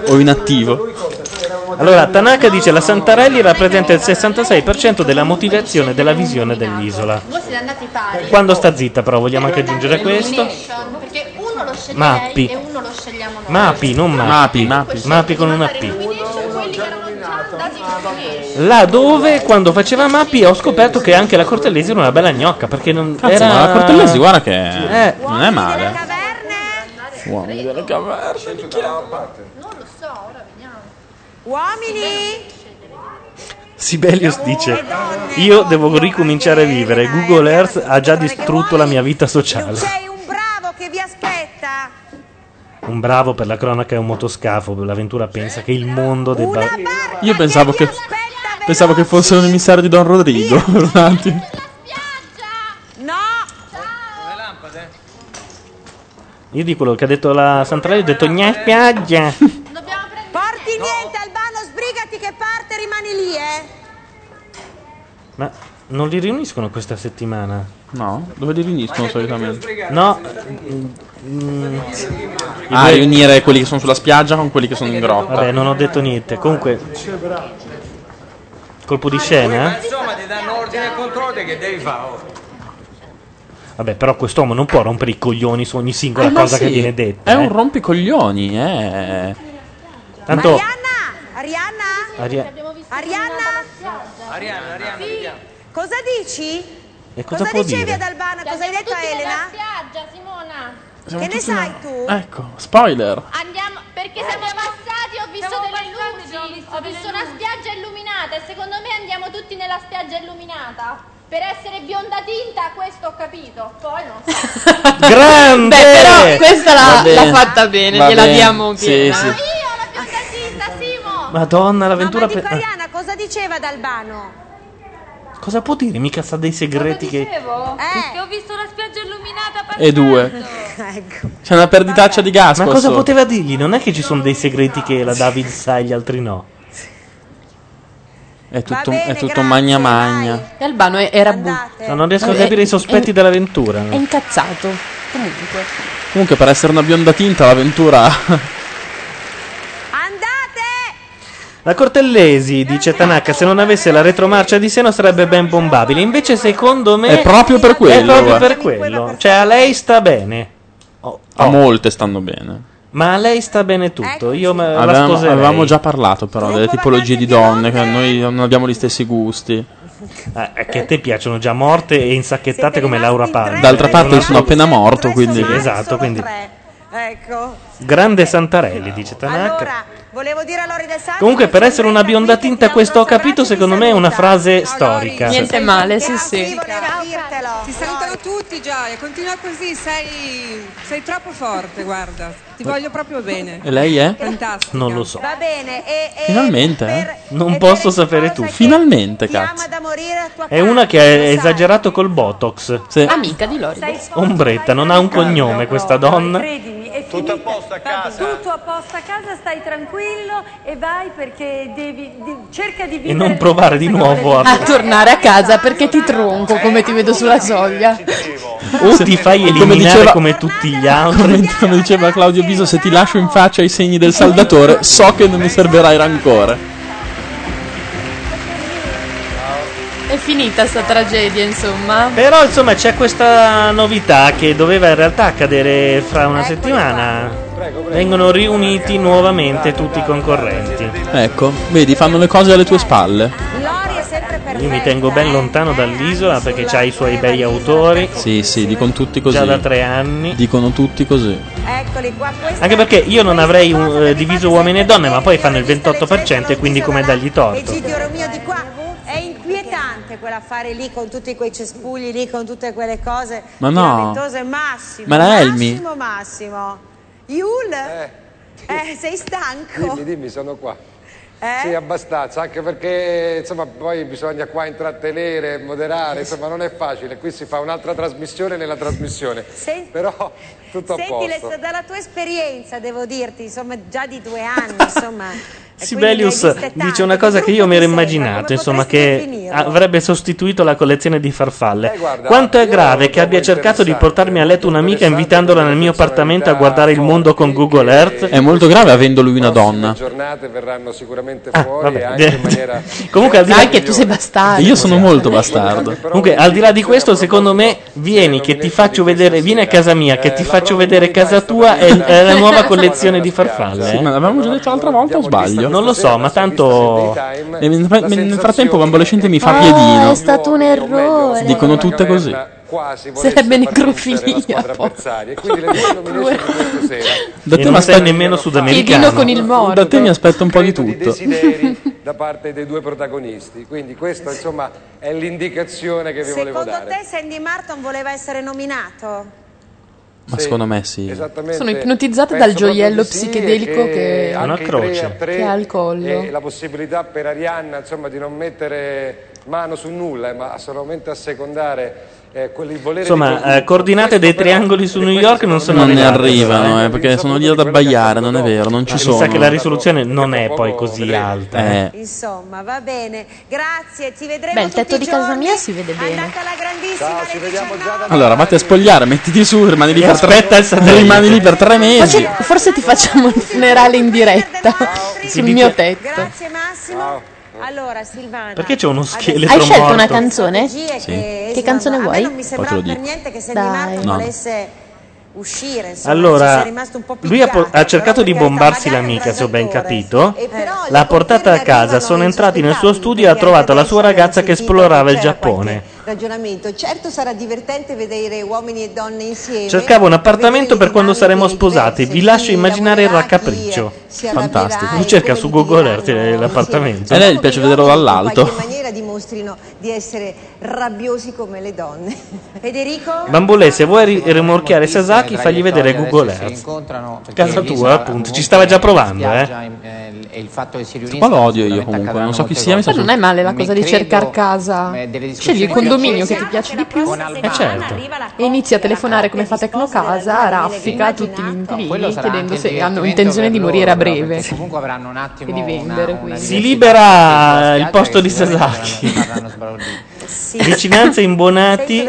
[SPEAKER 8] O inattivo.
[SPEAKER 6] Allora, Tanaka dice la Santarelli rappresenta il 66% della motivazione della visione dell'isola.
[SPEAKER 25] Voi siete andati pari.
[SPEAKER 6] Quando sta zitta, però, vogliamo anche aggiungere questo.
[SPEAKER 25] Illumination, Perché uno lo sceglie
[SPEAKER 6] Mappi.
[SPEAKER 25] lei e uno lo scegliamo noi.
[SPEAKER 6] Mapi, non mapi. Mapi, con una P.
[SPEAKER 25] Illumination, quelli che erano già andati in Illumination.
[SPEAKER 6] Là dove, quando faceva Mapi, ho scoperto che anche la Cortellesi era una bella gnocca. Perché non
[SPEAKER 8] Cazzo,
[SPEAKER 6] era. Eh.
[SPEAKER 8] ma la Cortellesi, guarda
[SPEAKER 6] che.
[SPEAKER 8] non è male. Uomini della caverna.
[SPEAKER 25] Non lo so, ora vediamo.
[SPEAKER 9] Uomini!
[SPEAKER 6] Sibelius dice: Io devo ricominciare a vivere. Google Earth ha già distrutto la mia vita sociale. Un bravo per la cronaca è un motoscafo. L'avventura pensa che il mondo debba.
[SPEAKER 8] Io pensavo che. Pensavo che fosse un emissario di Don Rodrigo. Un attimo.
[SPEAKER 6] Io di quello che ha detto la Santarelli ho detto gna spiaggia.
[SPEAKER 9] Porti niente, Albano, sbrigati che parte, rimani lì, eh!
[SPEAKER 6] Ma non li riuniscono questa settimana?
[SPEAKER 8] No, dove li riuniscono solitamente?
[SPEAKER 6] No.
[SPEAKER 8] Ah, riunire quelli che sono sulla spiaggia con quelli che sono in grotta.
[SPEAKER 6] Vabbè, non ho detto niente. Comunque, colpo di scena. eh?
[SPEAKER 3] Insomma, ti danno ordine e controllo che devi fare. oh.
[SPEAKER 6] Vabbè, però quest'uomo non può rompere i coglioni su ogni singola
[SPEAKER 7] Ah,
[SPEAKER 8] Eh, ma
[SPEAKER 6] cosa che
[SPEAKER 8] sì,
[SPEAKER 6] viene detta.
[SPEAKER 8] È un
[SPEAKER 6] eh.
[SPEAKER 8] rompicoglioni, eh.
[SPEAKER 6] Tanto
[SPEAKER 9] Arianna?
[SPEAKER 6] Aria-
[SPEAKER 9] Arianna?
[SPEAKER 3] Arianna, Arianna, vediamo.
[SPEAKER 9] Cosa dici?
[SPEAKER 6] E
[SPEAKER 9] Cosa,
[SPEAKER 6] cosa, può
[SPEAKER 9] dicevi
[SPEAKER 6] dire?
[SPEAKER 9] ad Albana? Cosa hai detto a Elena? spiaggia, Simona!
[SPEAKER 8] Siamo
[SPEAKER 9] che ne
[SPEAKER 8] tutti una-
[SPEAKER 9] sai tu?
[SPEAKER 8] Ecco, spoiler.
[SPEAKER 25] Andiamo, perché siamo passati, ho visto delle luci, ho visto una spiaggia illuminata e secondo me andiamo tutti nella spiaggia illuminata. Per essere bionda tinta, questo ho capito. Poi non so.
[SPEAKER 6] Grande!
[SPEAKER 7] Beh, però questa l'ha,
[SPEAKER 6] Va bene.
[SPEAKER 7] l'ha fatta bene,
[SPEAKER 6] Va
[SPEAKER 7] gliela
[SPEAKER 6] bene.
[SPEAKER 7] diamo
[SPEAKER 6] Sì,
[SPEAKER 7] piena.
[SPEAKER 6] sì.
[SPEAKER 9] Simo!
[SPEAKER 6] Madonna, l'avventura. pe- ah,
[SPEAKER 9] Arianna, cosa diceva ad Albano?
[SPEAKER 6] cosa può dire? Mica sa dei segreti che.
[SPEAKER 9] Dicevo? Eh!
[SPEAKER 16] ho visto la spiaggia illuminata
[SPEAKER 6] E due.
[SPEAKER 9] ecco.
[SPEAKER 6] C'è una perditaccia di gas. Ma cosa
[SPEAKER 8] questo.
[SPEAKER 6] poteva dirgli? Non è che ci sono dei segreti che la David sa e gli altri no.
[SPEAKER 8] È tutto, è tutto magna magna.
[SPEAKER 7] E Albano è- era brutto.
[SPEAKER 6] No, non riesco a capire i sospetti
[SPEAKER 9] eh,
[SPEAKER 6] dell'avventura.
[SPEAKER 7] È incazzato. Comunque.
[SPEAKER 8] Comunque, per essere una bionda tinta, l'avventura.
[SPEAKER 6] La Cortellesi, dice Tanaka, se non avesse la retromarcia di seno sarebbe ben bombabile. Invece, secondo me.
[SPEAKER 8] È
[SPEAKER 9] Eh,
[SPEAKER 8] proprio per quello,
[SPEAKER 6] È proprio
[SPEAKER 8] guarda.
[SPEAKER 6] per quello. Cioè, a lei sta bene.
[SPEAKER 8] A molte stanno bene.
[SPEAKER 6] Ma a lei sta bene tutto. Io me- la
[SPEAKER 8] Avevamo,
[SPEAKER 6] sposerei.
[SPEAKER 8] avevamo già parlato, però, delle tipologie di donne. Che noi non abbiamo gli stessi gusti.
[SPEAKER 6] Ah, è che a te piacciono già morte e insacchettate come Laura Palma.
[SPEAKER 8] D'altra parte, io sono appena morto,
[SPEAKER 6] Sì,
[SPEAKER 8] quindi.
[SPEAKER 6] esatto, quindi.
[SPEAKER 9] Ecco.
[SPEAKER 6] Grande Santarelli, dice Tanaka.
[SPEAKER 9] Allora, volevo dire a Lori del Santo
[SPEAKER 6] Comunque, per essere una bionda tinta, questo ho capito, secondo me è una frase storica.
[SPEAKER 7] Niente male, sì, sì.
[SPEAKER 23] Ti salutano tutti Gioia, continua così, sei, sei troppo forte, guarda,
[SPEAKER 6] Eh.
[SPEAKER 23] ti voglio proprio bene.
[SPEAKER 8] E lei è?
[SPEAKER 23] Fantastico.
[SPEAKER 6] Non lo so.
[SPEAKER 9] Va bene, e, e
[SPEAKER 6] Finalmente, eh? Non posso sapere tu.
[SPEAKER 8] Finalmente, cazzo.
[SPEAKER 6] È una che è esagerato col Botox.
[SPEAKER 7] Amica di Lori.
[SPEAKER 6] Ombretta, non ha un cognome questa donna.
[SPEAKER 46] Credimi, e
[SPEAKER 22] Tutto a posto a casa.
[SPEAKER 46] Tutto a posto a casa, stai tranquillo e vai perché devi, di- cerca di
[SPEAKER 6] E
[SPEAKER 46] vivere
[SPEAKER 6] non provare di nuovo a...
[SPEAKER 7] A tornare a casa perché ti tronco come ti vedo sulla soglia.
[SPEAKER 6] O ti fai eliminare
[SPEAKER 8] Come
[SPEAKER 6] come,
[SPEAKER 8] diceva-
[SPEAKER 6] tutti gli altri.
[SPEAKER 8] Come, come diceva Claudio Biso, se ti lascio in faccia i segni del saldatore, so che non mi servirà il rancore.
[SPEAKER 7] È finita sta tragedia, insomma.
[SPEAKER 6] Però insomma c'è questa novità che doveva in realtà accadere fra
[SPEAKER 9] Ecco
[SPEAKER 6] una settimana. Vengono riuniti nuovamente tutti i concorrenti.
[SPEAKER 8] Ecco, vedi, fanno le cose alle tue spalle.
[SPEAKER 9] Lori è sempre
[SPEAKER 6] Io mi tengo ben lontano dall'isola perché c'ha i suoi bei autori.
[SPEAKER 9] Ecco,
[SPEAKER 8] Sì, sì, dicono tutti così.
[SPEAKER 6] Già da tre anni.
[SPEAKER 8] Dicono tutti così.
[SPEAKER 9] Eccoli qua, questi
[SPEAKER 6] Anche perché io non avrei un- eh, diviso uomini e donne, ma poi fanno il 28% e quindi come dargli torto.
[SPEAKER 9] Egidio Romeo di qua. È inquietante quell'affare lì con tutti quei cespugli lì, con tutte quelle cose.
[SPEAKER 8] Ma no.
[SPEAKER 9] lamentose. Massimo,
[SPEAKER 8] Ma la Elmi?
[SPEAKER 9] Massimo, Massimo. Yul? Eh, sei stanco?
[SPEAKER 11] Dimmi, dimmi, sono qua.
[SPEAKER 9] Ecco. Eh?
[SPEAKER 11] Sì, abbastanza, anche perché insomma poi bisogna qua intrattenere, moderare, insomma non è facile. Qui si fa un'altra trasmissione nella trasmissione. Però tutto a
[SPEAKER 9] Senti,
[SPEAKER 11] posto.
[SPEAKER 9] Lessa, dalla tua esperienza, devo dirti, insomma, già di due anni, insomma. e quindi ne hai
[SPEAKER 6] Sibelius
[SPEAKER 9] viste
[SPEAKER 6] dice una cosa che io mi ero immaginato, insomma, che avrebbe sostituito la collezione di farfalle.
[SPEAKER 11] guarda,
[SPEAKER 6] Quanto è
[SPEAKER 11] io
[SPEAKER 6] grave che abbia cercato di portarmi a letto un'amica invitandola nel mio appartamento a guardare il mondo con Google Earth?
[SPEAKER 8] È molto grave avendo lui una donna.
[SPEAKER 11] giornate verranno sicuramente
[SPEAKER 6] Ah,
[SPEAKER 11] fuori
[SPEAKER 6] vabbè.
[SPEAKER 11] anche in maniera
[SPEAKER 6] Comunque, al di là
[SPEAKER 7] Dai che tu sei bastardo.
[SPEAKER 8] Io sono molto bastardo.
[SPEAKER 6] Comunque, al di là di questo, secondo me, vieni che ti faccio vedere, vieni a Eh, casa mia che ti faccio vedere casa tua è, è la nuova collezione di farfalle.
[SPEAKER 8] Sì,
[SPEAKER 6] eh.
[SPEAKER 8] ma l'avevamo già detto l'altra volta o sbaglio?
[SPEAKER 6] Non lo so, ma tanto
[SPEAKER 8] E nel fra- nel frattempo un adolescente mi fa
[SPEAKER 12] Ah, è
[SPEAKER 8] piedino.
[SPEAKER 12] stato un errore.
[SPEAKER 8] Dicono tutte così.
[SPEAKER 11] quasi volesse
[SPEAKER 12] Sarebbe
[SPEAKER 11] far vincere la
[SPEAKER 12] necrofilia.
[SPEAKER 11] squadra avversaria. E Quindi le due nomination di questa sera
[SPEAKER 8] Da te
[SPEAKER 6] non
[SPEAKER 8] mi
[SPEAKER 6] sei
[SPEAKER 8] aspetto
[SPEAKER 6] nemmeno
[SPEAKER 8] sudamericano.
[SPEAKER 6] sudamericano. con il morto.
[SPEAKER 8] Da te mi aspetto un po' di tutto.
[SPEAKER 11] desideri da parte dei due protagonisti. Quindi questa insomma è l'indicazione che vi volevo
[SPEAKER 9] Secondo
[SPEAKER 11] dare.
[SPEAKER 9] te Sandy Martin voleva essere nominato?
[SPEAKER 8] Ma secondo me sì.
[SPEAKER 7] Sono ipnotizzata dal gioiello
[SPEAKER 11] Eh,
[SPEAKER 7] psichedelico che,
[SPEAKER 11] Una
[SPEAKER 7] che
[SPEAKER 11] croce.
[SPEAKER 7] ha al collo.
[SPEAKER 11] E la possibilità per Arianna insomma di non mettere mano su nulla, eh, ma solamente a secondare eh, quel il volere di
[SPEAKER 6] Insomma, eh, coordinate dei triangoli su New York non sono
[SPEAKER 8] Non ne
[SPEAKER 6] arrivate,
[SPEAKER 8] arrivano, eh, perché sono lì ad abbaiare, non è vero, non ci
[SPEAKER 6] Mi sa
[SPEAKER 8] sono.
[SPEAKER 6] che la risoluzione non è poi così alta.
[SPEAKER 8] Eh.
[SPEAKER 9] Insomma, va bene. Grazie, ti vedremo
[SPEAKER 12] Beh, il
[SPEAKER 9] tutti
[SPEAKER 12] tetto
[SPEAKER 9] i
[SPEAKER 12] di casa
[SPEAKER 9] giorni.
[SPEAKER 12] mia si vede bene.
[SPEAKER 9] Andate alla grandissima alle 19.
[SPEAKER 8] Allora, vatti a spogliare, mettiti su, rimani lì per tre, rimani lì per tre mesi.
[SPEAKER 7] Forse, forse ti facciamo il funerale in diretta sul
[SPEAKER 8] Sì,
[SPEAKER 7] mio
[SPEAKER 8] dice-
[SPEAKER 7] tetto.
[SPEAKER 9] Grazie Massimo. Allora, Silvana.
[SPEAKER 6] Perché c'è uno scheletro
[SPEAKER 7] Hai scelto una
[SPEAKER 6] morto?
[SPEAKER 7] canzone?
[SPEAKER 9] Che
[SPEAKER 7] Che canzone
[SPEAKER 9] A me
[SPEAKER 7] vuoi?
[SPEAKER 9] non mi sembrava
[SPEAKER 6] Poi te
[SPEAKER 9] per
[SPEAKER 6] lo dico.
[SPEAKER 9] niente che Sandy
[SPEAKER 7] Dai.
[SPEAKER 9] Martin
[SPEAKER 6] No.
[SPEAKER 9] volesse uscire. Insomma, ci sei
[SPEAKER 6] Allora,
[SPEAKER 9] rimasto un po' più
[SPEAKER 6] lui ha, po- ha cercato di bombarsi l'amica, se ho ben capito. L'ha portata a casa, sono entrati nel suo studio e ha trovato la sua ragazza che esplorava il Giappone.
[SPEAKER 10] ragionamento. Certo sarà divertente vedere uomini e donne insieme.
[SPEAKER 6] Cercavo un appartamento per quando saremo sposati, vi lascio immaginare il raccapriccio.
[SPEAKER 8] Fantastico.
[SPEAKER 6] Tu cerca su Google Earth l'appartamento.
[SPEAKER 8] A lei gli piace vederlo
[SPEAKER 10] in
[SPEAKER 8] dall'alto.
[SPEAKER 10] maniera dimostrino di essere rabbiosi come le donne.
[SPEAKER 9] Federico?
[SPEAKER 6] Bambole, se vuoi ri- rimorchiare Sasaki,
[SPEAKER 4] tra
[SPEAKER 6] fagli
[SPEAKER 4] gli
[SPEAKER 6] vedere
[SPEAKER 4] attori
[SPEAKER 6] Google
[SPEAKER 4] adesso si
[SPEAKER 6] Earth.
[SPEAKER 4] incontrano perché
[SPEAKER 6] Casa
[SPEAKER 4] lì
[SPEAKER 6] tua,
[SPEAKER 4] sarà
[SPEAKER 6] appunto, ci
[SPEAKER 4] comunque
[SPEAKER 6] stava già provando,
[SPEAKER 4] spiaggia, eh, e il fatto che si
[SPEAKER 8] Qua
[SPEAKER 4] riuniscono
[SPEAKER 8] lo odio io
[SPEAKER 4] sicuramente
[SPEAKER 8] comunque,
[SPEAKER 4] accadranno
[SPEAKER 8] non so chi
[SPEAKER 4] molte
[SPEAKER 8] sia. mi
[SPEAKER 4] cose.
[SPEAKER 8] sa
[SPEAKER 7] Poi non è male la cosa di cercare casa. Scegli il
[SPEAKER 4] discussioni
[SPEAKER 7] condominio
[SPEAKER 4] più
[SPEAKER 7] che ti piace di più
[SPEAKER 4] Albano. Eh, certo.
[SPEAKER 7] e inizi a telefonare come fa Tecnocasa, raffica tutti gli
[SPEAKER 4] Quello
[SPEAKER 7] inquilini
[SPEAKER 4] sarà
[SPEAKER 7] chiedendo
[SPEAKER 4] anche
[SPEAKER 7] se hanno
[SPEAKER 4] divertimento
[SPEAKER 7] intenzione
[SPEAKER 4] per
[SPEAKER 7] di
[SPEAKER 4] loro,
[SPEAKER 7] morire a
[SPEAKER 4] però,
[SPEAKER 7] breve.
[SPEAKER 4] perché Comunque avranno un attimo
[SPEAKER 7] E di vendere, quindi.
[SPEAKER 6] Si libera il posto di Sasaki. Vicinanze imbonati.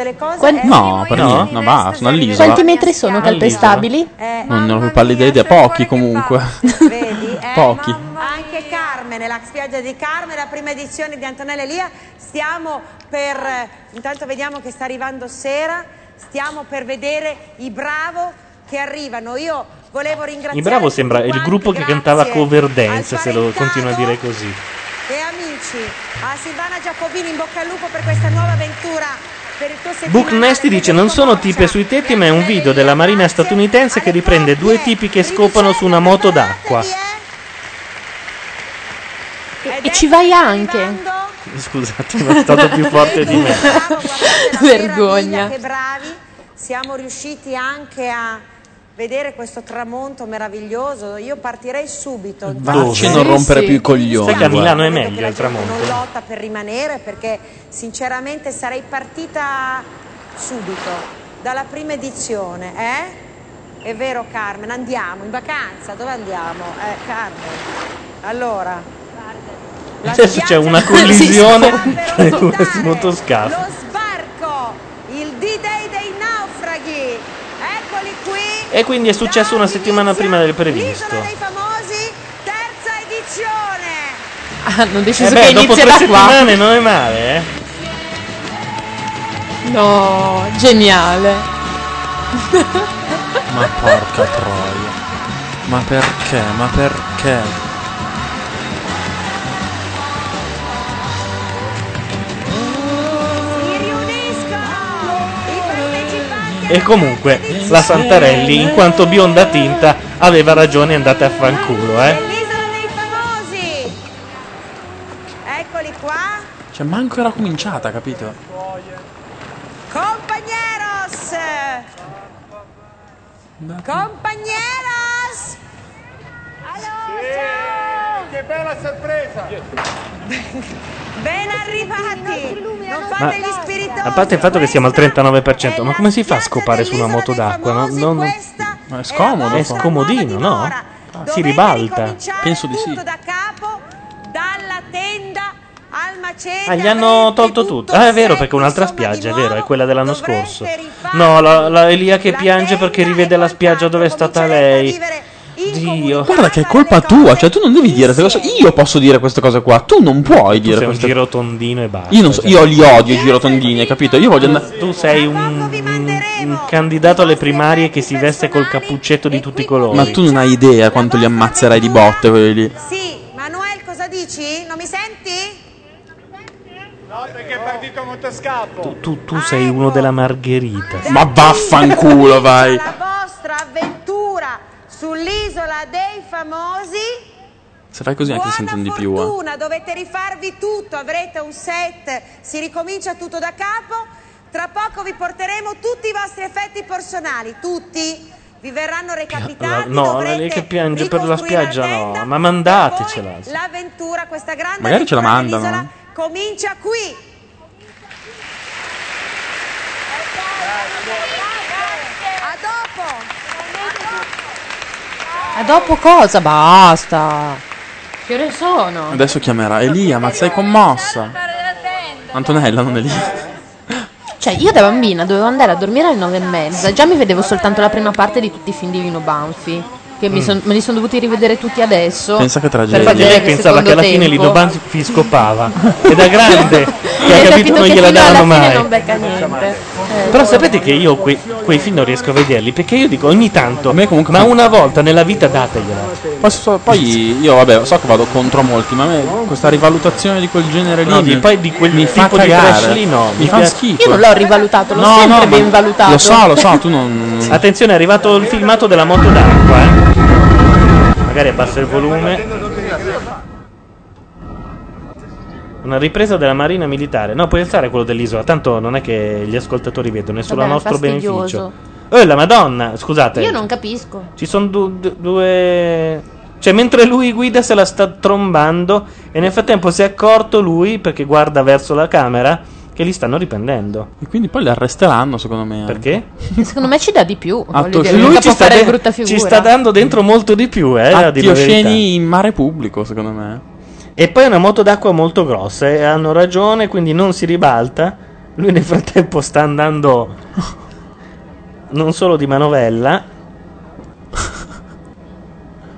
[SPEAKER 8] No, per
[SPEAKER 6] No?
[SPEAKER 8] me no, va, sono all'isola.
[SPEAKER 7] Quanti metri sono
[SPEAKER 8] All'isola.
[SPEAKER 7] calpestabili?
[SPEAKER 8] Non ne ho più pallida idea, pochi comunque.
[SPEAKER 7] eh,
[SPEAKER 8] Pochi.
[SPEAKER 9] Anche Carmene, la spiaggia di Carmene, la prima edizione di Antonella Elia. Stiamo per. eh, Intanto vediamo che sta arrivando sera. Stiamo per vedere i Bravo che arrivano. Io volevo ringraziare.
[SPEAKER 6] Il bravo sembra
[SPEAKER 9] tutti
[SPEAKER 6] il gruppo che cantava cover dance, se lo continua a dire così.
[SPEAKER 9] E amici, a Silvana Giacobini in bocca al lupo per questa nuova avventura. Per il tuo
[SPEAKER 6] Book
[SPEAKER 9] settimanale.
[SPEAKER 6] Nasty dice non sono tipe sui tetti ma è un video della marina statunitense che riprende due tipi che scopano su una moto d'acqua.
[SPEAKER 7] E ci vai anche.
[SPEAKER 6] Scusate, ma è stato più forte di me.
[SPEAKER 7] Vergogna.
[SPEAKER 9] Che bravi, siamo riusciti anche a vedere questo tramonto meraviglioso. Io partirei subito.
[SPEAKER 8] Vacci e non rompere più i coglioni.
[SPEAKER 6] Sai che a Milano è
[SPEAKER 8] guarda.
[SPEAKER 6] meglio il
[SPEAKER 9] Non
[SPEAKER 6] tramonto.
[SPEAKER 9] lotta per rimanere perché sinceramente sarei partita subito dalla prima edizione, eh? È vero Carmen, andiamo in vacanza, dove andiamo? Eh, Carmen. Allora,
[SPEAKER 6] Adesso c'è una collisione tra i due motoscafi.
[SPEAKER 9] sbarco, il D-Day dei naufraghi. Eccoli qui,
[SPEAKER 6] E quindi è successo una settimana prima del previsto.
[SPEAKER 9] edizione.
[SPEAKER 7] Ah, Hanno
[SPEAKER 6] Eh
[SPEAKER 7] deciso
[SPEAKER 6] beh,
[SPEAKER 7] che
[SPEAKER 6] dopo tre
[SPEAKER 7] inizierà qua.
[SPEAKER 6] settimane non è male, eh.
[SPEAKER 7] No, geniale.
[SPEAKER 8] Ma porca troia. Ma perché? Ma perché?
[SPEAKER 7] Eh,
[SPEAKER 6] E comunque la Santarelli, in quanto bionda tinta, aveva ragione, andate a fanculo, eh.
[SPEAKER 9] Eccoli qua.
[SPEAKER 8] Cioè, manco era cominciata, capito?
[SPEAKER 9] Compagneros! Compagneros!
[SPEAKER 11] Che bella sorpresa!
[SPEAKER 9] Ben arrivati! Non
[SPEAKER 6] Ma
[SPEAKER 9] fate gli spiritosi!
[SPEAKER 6] a parte il fatto che siamo al 39%, ma come si fa a scopare su una moto d'acqua? No, no, no.
[SPEAKER 8] Ma è scomodo.
[SPEAKER 6] È scomodino, no? Ah, Si ribalta.
[SPEAKER 8] Penso di sì.
[SPEAKER 6] Ah, gli hanno tolto tutto. Ah, è vero, perché un'altra spiaggia, è vero, è quella dell'anno scorso. No, la, la Elia che piange perché rivede la spiaggia dove è stata lei. Dio.
[SPEAKER 8] Guarda che è colpa tua, cioè tu non devi dire queste cose. Io posso dire queste cose qua, tu non puoi
[SPEAKER 6] Tu
[SPEAKER 8] dire
[SPEAKER 6] sei un
[SPEAKER 8] queste
[SPEAKER 6] girotondino e basta.
[SPEAKER 8] Io, non so,
[SPEAKER 6] cioè.
[SPEAKER 8] io li odio i girotondini, hai capito? Io voglio andare.
[SPEAKER 6] Tu sei un, un candidato alle primarie che si veste col cappuccetto di tutti i colori.
[SPEAKER 8] Ma tu non hai idea quanto li ammazzerai di botte quelli lì.
[SPEAKER 9] Sì, Manuel, cosa dici? Non mi senti?
[SPEAKER 22] No, perché è partito un motoscafo.
[SPEAKER 6] Tu, tu- tu sei uno della margherita.
[SPEAKER 8] Ma vaffanculo, vai.
[SPEAKER 9] Vostra avventura sull'isola dei famosi.
[SPEAKER 8] Se fai così anche sentono di più. eh.
[SPEAKER 9] Una, dovete rifarvi tutto, avrete un set, si ricomincia tutto da capo. Tra poco vi porteremo tutti i vostri effetti personali, tutti. Vi verranno
[SPEAKER 6] La-
[SPEAKER 9] recapitati.
[SPEAKER 6] no, la lei che piange per la spiaggia, no. Ma mandatecela.
[SPEAKER 9] L'avventura, questa grande
[SPEAKER 6] Magari ce la
[SPEAKER 9] avventura
[SPEAKER 6] mandano,
[SPEAKER 9] dell'isola comincia qui. A dopo.
[SPEAKER 7] Ma dopo cosa? Basta. Che ore sono?
[SPEAKER 8] Adesso chiamerà Elia, ma sei commossa. Antonella non è lì.
[SPEAKER 7] Cioè, io da bambina dovevo andare a dormire alle nove e mezza. Già mi vedevo soltanto la prima parte di tutti i film di Vino Banfi. Che mi
[SPEAKER 8] Mm.
[SPEAKER 7] son- me li sono dovuti rivedere tutti adesso.
[SPEAKER 8] Pensa che
[SPEAKER 7] per
[SPEAKER 8] tragedia.
[SPEAKER 7] vedere
[SPEAKER 6] Lei
[SPEAKER 7] il
[SPEAKER 6] pensava che alla
[SPEAKER 7] secondo
[SPEAKER 6] fine
[SPEAKER 7] tempo.
[SPEAKER 6] Lidobanfi scopava. E da grande che ha
[SPEAKER 7] Hai
[SPEAKER 6] capito non
[SPEAKER 7] che
[SPEAKER 6] gliela
[SPEAKER 7] fino alla
[SPEAKER 6] davano
[SPEAKER 7] fine
[SPEAKER 6] mai.
[SPEAKER 7] non becca niente. Eh.
[SPEAKER 6] Però sapete che io que- quei film non riesco a vederli perché io dico ogni tanto, ma una volta nella vita dategliela.
[SPEAKER 8] Poi, so- poi io, vabbè, so che vado contro molti, ma a me questa rivalutazione di quel genere lì.
[SPEAKER 6] No,
[SPEAKER 8] mi-
[SPEAKER 6] di- poi di quel
[SPEAKER 8] mi fa
[SPEAKER 6] tipo di
[SPEAKER 8] cagare.
[SPEAKER 6] trash lì no,
[SPEAKER 8] Mi,
[SPEAKER 6] mi
[SPEAKER 8] fa
[SPEAKER 6] piace.
[SPEAKER 8] schifo.
[SPEAKER 7] Io non l'ho rivalutato, l'ho
[SPEAKER 8] No,
[SPEAKER 7] sempre
[SPEAKER 8] no,
[SPEAKER 7] ben
[SPEAKER 8] ma-
[SPEAKER 7] valutato.
[SPEAKER 8] Lo so, lo so, tu non.
[SPEAKER 6] Attenzione, è arrivato il filmato della moto d'acqua, eh. Magari abbassa il volume. Una ripresa della Marina Militare. No, puoi alzare quello dell'isola, tanto non è che gli ascoltatori vedono, è solo a
[SPEAKER 7] Vabbè,
[SPEAKER 6] nostro beneficio.
[SPEAKER 7] fastidioso.
[SPEAKER 6] Oh, la Madonna, scusate.
[SPEAKER 7] Io non capisco.
[SPEAKER 6] Ci sono du- du- due. Cioè, mentre lui guida, se la sta trombando. E nel frattempo si è accorto lui, perché guarda verso la camera, che li stanno riprendendo.
[SPEAKER 8] E quindi poi li arresteranno, secondo me. eh.
[SPEAKER 6] Perché?
[SPEAKER 7] Secondo me ci dà di più. voglio
[SPEAKER 8] Atto-
[SPEAKER 7] dire, mica può fare brutta figura.
[SPEAKER 6] ci Ah, sta dando dentro molto di più, eh. a dire
[SPEAKER 8] Atti
[SPEAKER 6] la
[SPEAKER 8] osceni eh. in mare pubblico, secondo me.
[SPEAKER 6] verità. E poi è una moto d'acqua molto grossa. E hanno ragione, quindi non si ribalta. Lui nel frattempo sta andando. non solo di manovella.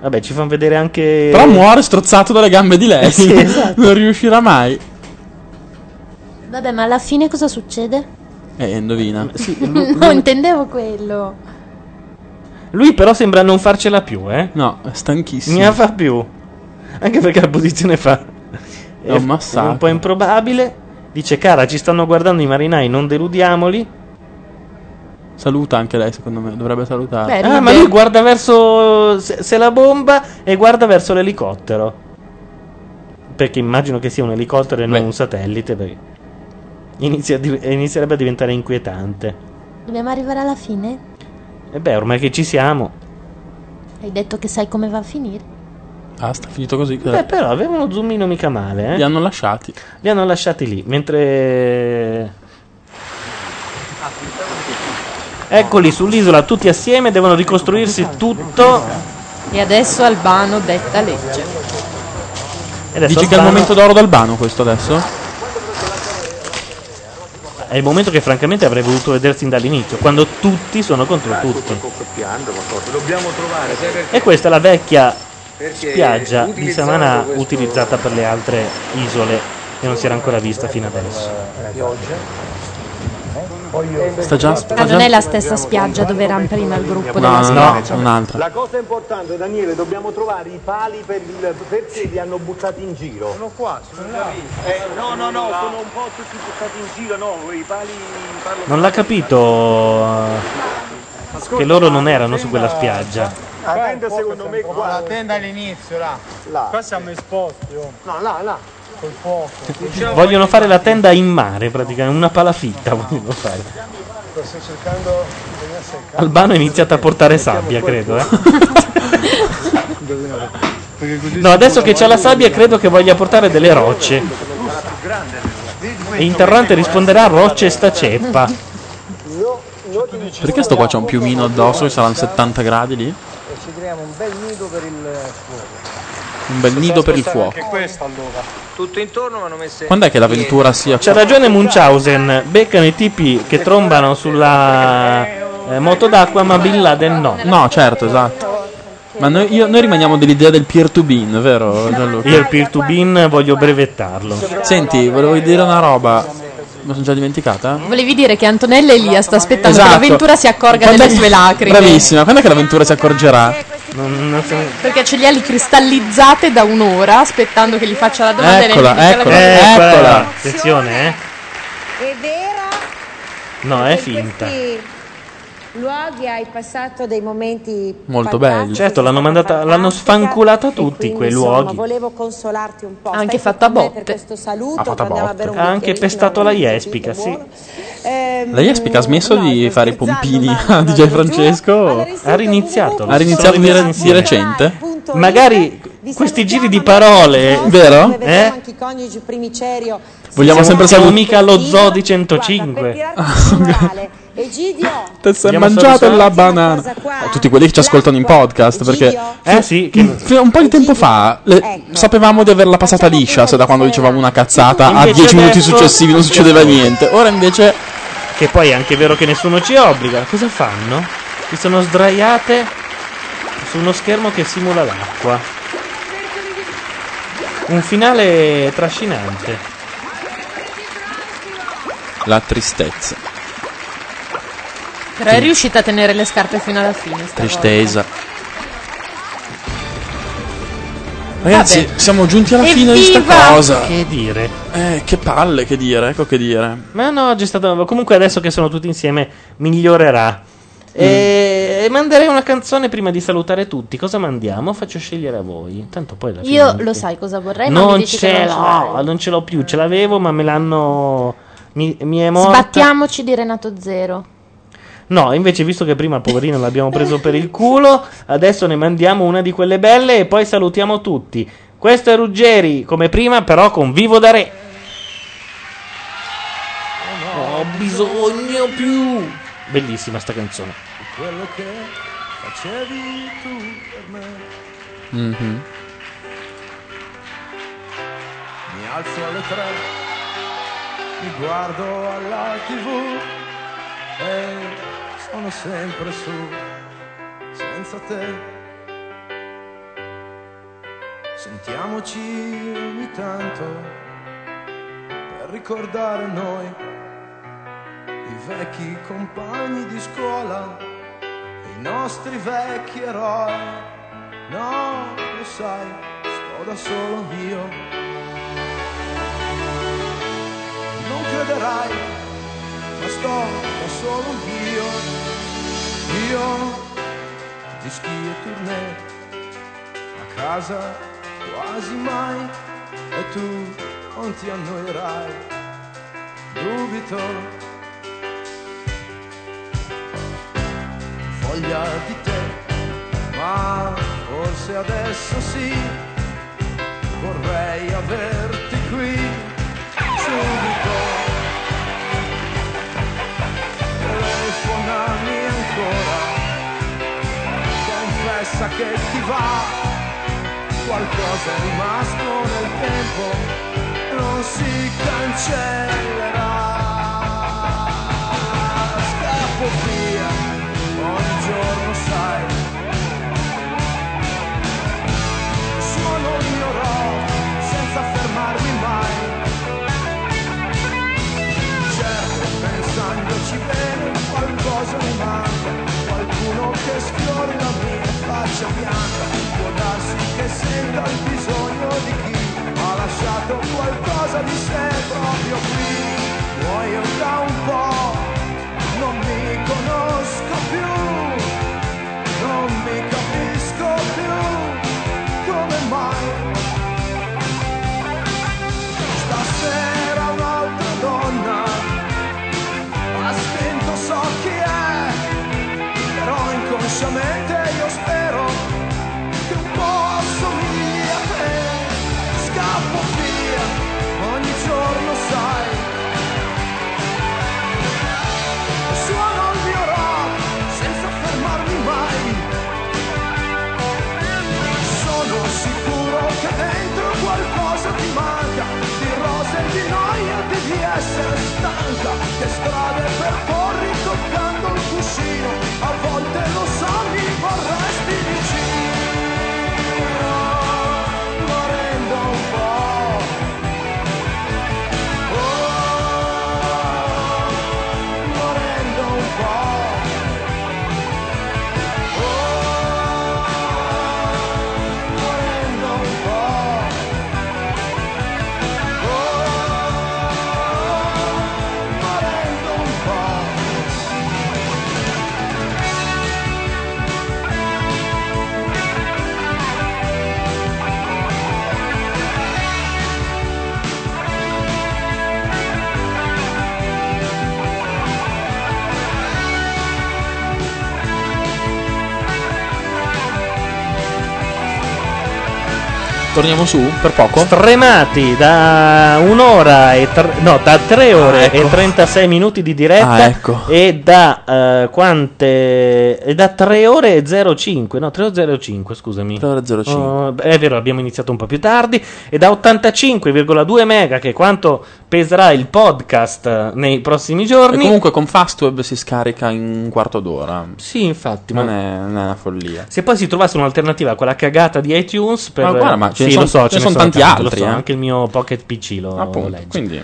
[SPEAKER 6] Vabbè, ci fanno vedere anche.
[SPEAKER 8] Però muore strozzato dalle gambe di lei.
[SPEAKER 6] Eh. Sì, esatto.
[SPEAKER 8] Non riuscirà mai.
[SPEAKER 12] Vabbè, ma alla fine cosa succede?
[SPEAKER 8] Eh, indovina.
[SPEAKER 12] no, intendevo quello.
[SPEAKER 6] Lui però sembra non farcela più, eh?
[SPEAKER 8] No, è stanchissimo.
[SPEAKER 6] Ne fa più. Anche perché la posizione fa...
[SPEAKER 8] È un massacro.
[SPEAKER 6] Un po' improbabile. Dice, cara, ci stanno guardando i marinai, non deludiamoli.
[SPEAKER 8] Saluta anche lei, secondo me. Dovrebbe salutare.
[SPEAKER 6] ah, ma lui guarda verso... Se, se la bomba e guarda verso l'elicottero. Perché immagino che sia un elicottero e non un satellite. perché inizia a div- inizierebbe a diventare inquietante.
[SPEAKER 12] Dobbiamo arrivare alla fine?
[SPEAKER 6] E beh, ormai che ci siamo.
[SPEAKER 12] Hai detto che sai come va a finire.
[SPEAKER 8] Basta, finito così.
[SPEAKER 6] Beh, però aveva uno zoomino mica male, eh.
[SPEAKER 8] Li hanno lasciati.
[SPEAKER 6] Li hanno lasciati lì, mentre... Eccoli sull'isola tutti assieme, devono ricostruirsi tutto.
[SPEAKER 7] E adesso Albano detta legge.
[SPEAKER 6] E adesso
[SPEAKER 8] Dici che è il
[SPEAKER 6] Albano-
[SPEAKER 8] momento d'oro d'Albano questo adesso?
[SPEAKER 6] È il momento che francamente avrei voluto vedersi sin dall'inizio, quando tutti sono contro tutti.
[SPEAKER 2] Dobbiamo trovare.
[SPEAKER 6] E questa è la vecchia spiaggia di
[SPEAKER 2] utilizzando
[SPEAKER 6] Samanà
[SPEAKER 2] questo-
[SPEAKER 6] utilizzata per le altre isole che non si era ancora vista fino adesso.
[SPEAKER 8] Sta già- sta
[SPEAKER 20] Ma Ah, non è la stessa spiaggia dove era prima il gruppo della
[SPEAKER 8] No, no,
[SPEAKER 20] spiaggia.
[SPEAKER 8] no,
[SPEAKER 7] Esatto.
[SPEAKER 8] un'altra.
[SPEAKER 2] La cosa importante, Daniele, dobbiamo trovare i pali per il, perché li hanno buttati in giro. Sono qua, sono là. Eh, no, no, no, sono un po' tutti buttati in giro, no, i pali parlo
[SPEAKER 6] Non l'ha capito eh, che loro non erano su quella spiaggia.
[SPEAKER 2] La tenda secondo me qua. La tenda all'inizio, là. Qua siamo esposti, No, là, là. Col fuoco. Diciamo
[SPEAKER 6] Vogliono fare la tenda in mare, praticamente, una palafitta vogliono fare.
[SPEAKER 2] Sto cercando
[SPEAKER 6] Albano ha iniziato a portare sabbia, credo. eh. No, adesso che c'è la sabbia, credo che voglia portare delle rocce. E Interrante risponderà rocce e sta ceppa.
[SPEAKER 8] Perché sto qua c'è un piumino addosso che saranno 70 gradi lì?
[SPEAKER 2] e ci creiamo un bel nido per il fuoco.
[SPEAKER 8] Un bel nido per il fuoco.
[SPEAKER 3] Anche questo allora. Tutto intorno vanno messe.
[SPEAKER 8] Quando è che l'avventura sia
[SPEAKER 6] C'ha ragione Munchausen, beccano i tipi che trombano sulla eh, moto d'acqua, ma Bin Laden no.
[SPEAKER 8] No, certo, esatto. Ma noi, io- noi rimaniamo dell'idea del peer-to-bean, vero Gianluca?
[SPEAKER 6] Io il peer-to-bean voglio brevettarlo.
[SPEAKER 8] Senti, volevo dire una roba. Mi sono già dimenticata?
[SPEAKER 7] Volevi dire che Antonella Elia sta aspettando
[SPEAKER 8] Esatto.
[SPEAKER 7] che l'avventura si accorga
[SPEAKER 8] Quando è
[SPEAKER 7] delle
[SPEAKER 8] che-
[SPEAKER 7] sue lacrime.
[SPEAKER 8] Bravissima, quando è che l'avventura si accorgerà?
[SPEAKER 7] Perché ce li ha lì cristallizzate da un'ora aspettando che gli faccia la domanda e lei
[SPEAKER 8] Eccola,
[SPEAKER 7] gli
[SPEAKER 6] ecco.
[SPEAKER 7] dica la
[SPEAKER 8] eccola,
[SPEAKER 7] verità.
[SPEAKER 6] Eccola,
[SPEAKER 8] eccola.
[SPEAKER 6] Attenzione, eh. No, è finta.
[SPEAKER 9] Questi luoghi hai passato dei momenti
[SPEAKER 6] Molto bello. Certo, l'hanno, mandata, l'hanno sfanculata tutti quei
[SPEAKER 9] insomma,
[SPEAKER 6] luoghi.
[SPEAKER 9] volevo consolarti un po'.
[SPEAKER 7] Ha anche
[SPEAKER 9] Stai
[SPEAKER 7] fatto a
[SPEAKER 9] con me per
[SPEAKER 7] botte.
[SPEAKER 9] questo saluto,
[SPEAKER 8] Ha fatto a
[SPEAKER 9] poi andiamo a bere
[SPEAKER 6] Ha
[SPEAKER 9] un
[SPEAKER 6] anche
[SPEAKER 9] bicchierino,
[SPEAKER 6] pestato la
[SPEAKER 9] un
[SPEAKER 6] Jespica, sì.
[SPEAKER 9] Ehm,
[SPEAKER 8] La Jespica ha smesso di fare i pompini a DJ Francesco?
[SPEAKER 6] Ha riniziato.
[SPEAKER 8] Ha riniziato di, re- di recente?
[SPEAKER 6] Magari questi giri di parole,
[SPEAKER 8] Vero?
[SPEAKER 6] Eh?
[SPEAKER 9] anche i coniugi primicerio
[SPEAKER 8] Vogliamo sempre
[SPEAKER 6] Siamo
[SPEAKER 8] salutare.
[SPEAKER 6] mica allo zoo di 105.
[SPEAKER 9] Egidio
[SPEAKER 8] Te sei
[SPEAKER 6] Vogliamo
[SPEAKER 8] mangiato
[SPEAKER 6] salutare-
[SPEAKER 8] la banana. Eh, Tutti quelli che ci ascoltano in podcast perché.
[SPEAKER 6] Eh sì, che-
[SPEAKER 8] F- Un po' di tempo fa le- sapevamo di averla passata liscia se da quando dicevamo una cazzata a
[SPEAKER 6] Invece
[SPEAKER 8] 10 Ah, minuti
[SPEAKER 6] adesso-
[SPEAKER 8] successivi non succedeva niente. Ora invece
[SPEAKER 6] che poi è anche vero che nessuno ci obbliga. Cosa fanno? Si sono sdraiate su uno schermo che simula l'acqua. Un finale trascinante.
[SPEAKER 8] la tristezza,
[SPEAKER 7] Però è riuscita a tenere le scarpe fino alla fine. stavolta.
[SPEAKER 8] tristezza. Ragazzi,
[SPEAKER 7] Vabbè.
[SPEAKER 8] siamo giunti alla fine di
[SPEAKER 7] Evviva!
[SPEAKER 8] sta cosa.
[SPEAKER 6] Che dire?
[SPEAKER 8] Eh, che palle, che dire, ecco che dire.
[SPEAKER 6] Ma no, oggi è stato. Comunque, adesso che sono tutti insieme, migliorerà. E...
[SPEAKER 8] Mm.
[SPEAKER 6] e manderei una canzone prima di salutare tutti. Cosa mandiamo? Faccio scegliere a voi. Tanto poi alla fine
[SPEAKER 20] Io
[SPEAKER 6] anche-
[SPEAKER 20] lo sai cosa vorrei, Eh, ma mi
[SPEAKER 6] Non
[SPEAKER 20] dici che
[SPEAKER 6] ce
[SPEAKER 20] non ce l'hai.
[SPEAKER 6] l'ho, non ce l'ho più. Ce l'avevo, ma me l'hanno. Mi, mi è morta.
[SPEAKER 20] Sbattiamoci di Renato Zero.
[SPEAKER 6] No, invece, visto che prima il poverino l'abbiamo preso per il culo, adesso ne mandiamo una di quelle belle e poi salutiamo tutti. Questo è Ruggeri, come prima, però con Vivo da Re. Ho bisogno più. Bellissima sta canzone.
[SPEAKER 2] Quello che facevi tu per me.
[SPEAKER 6] Mm-hmm.
[SPEAKER 2] Mi alzo alle tre, mi guardo alla tv e sono sempre su, senza te. Sentiamoci ogni tanto per ricordare noi, i vecchi compagni di scuola, i nostri vecchi eroi. No, lo sai, sto da solo io. non crederai, ma sto da solo io, io, dischi e tournée, a casa quasi mai, e tu non ti annoierai, dubito. Foglia di te, ma forse adesso sì, vorrei averti qui subito telefonami passa che si va. Qualcosa è rimasto nel tempo, non si cancellerà. Scappo via, ogni giorno sai. Suono il mio rock, senza fermarmi mai. Certo, pensandoci bene, qualcosa mi manca. Qualcuno che sfiori la mia faccia bianca. Può darsi che senta il bisogno di chi ha lasciato qualcosa di sé proprio qui. Muoio da un po' non mi conosco più, non mi capisco più, come mai? Stasera un'altra donna, ha spento so chi è, però inconsciamente io spero che un po' assomigli a te, scappo via, ogni giorno sai. Suono il mio rock senza fermarmi mai. Sono sicuro che dentro qualcosa ti manca, di rose e di noia devi essere stanca, che strade percorri toccando il cuscino, a volte lo so mi vorresti vicino, morendo un po'. morendo un po'. Oh, morendo un po'. Oh, morendo un
[SPEAKER 8] Torniamo su per poco.
[SPEAKER 6] Remati da un'ora e tre, no, da 3 ore e 36 minuti di diretta
[SPEAKER 8] ecco. Ah, ecco.
[SPEAKER 6] e da eh, quante e da 3 ore e 05, no, 3 ore 05, scusami. 3 ore 05. è vero, abbiamo iniziato un po' più tardi e da 85,2 mega che è quanto peserà il podcast nei prossimi
[SPEAKER 8] E
[SPEAKER 6] giorni.
[SPEAKER 8] comunque con Fastweb si scarica in un quarto d'ora.
[SPEAKER 6] Sì, infatti, ma-
[SPEAKER 8] non, è, non è una follia.
[SPEAKER 6] Se poi si trovasse un'alternativa a quella cagata di iTunes, per...
[SPEAKER 8] Ma guarda, ma ce ne
[SPEAKER 6] Sì, lo
[SPEAKER 8] son-
[SPEAKER 6] so,
[SPEAKER 8] ce ne son tanti
[SPEAKER 6] tanti, lo
[SPEAKER 8] altri,
[SPEAKER 6] so,
[SPEAKER 8] eh.
[SPEAKER 6] anche il mio Pocket PC lo
[SPEAKER 8] Appunto,
[SPEAKER 6] legge.
[SPEAKER 8] quindi-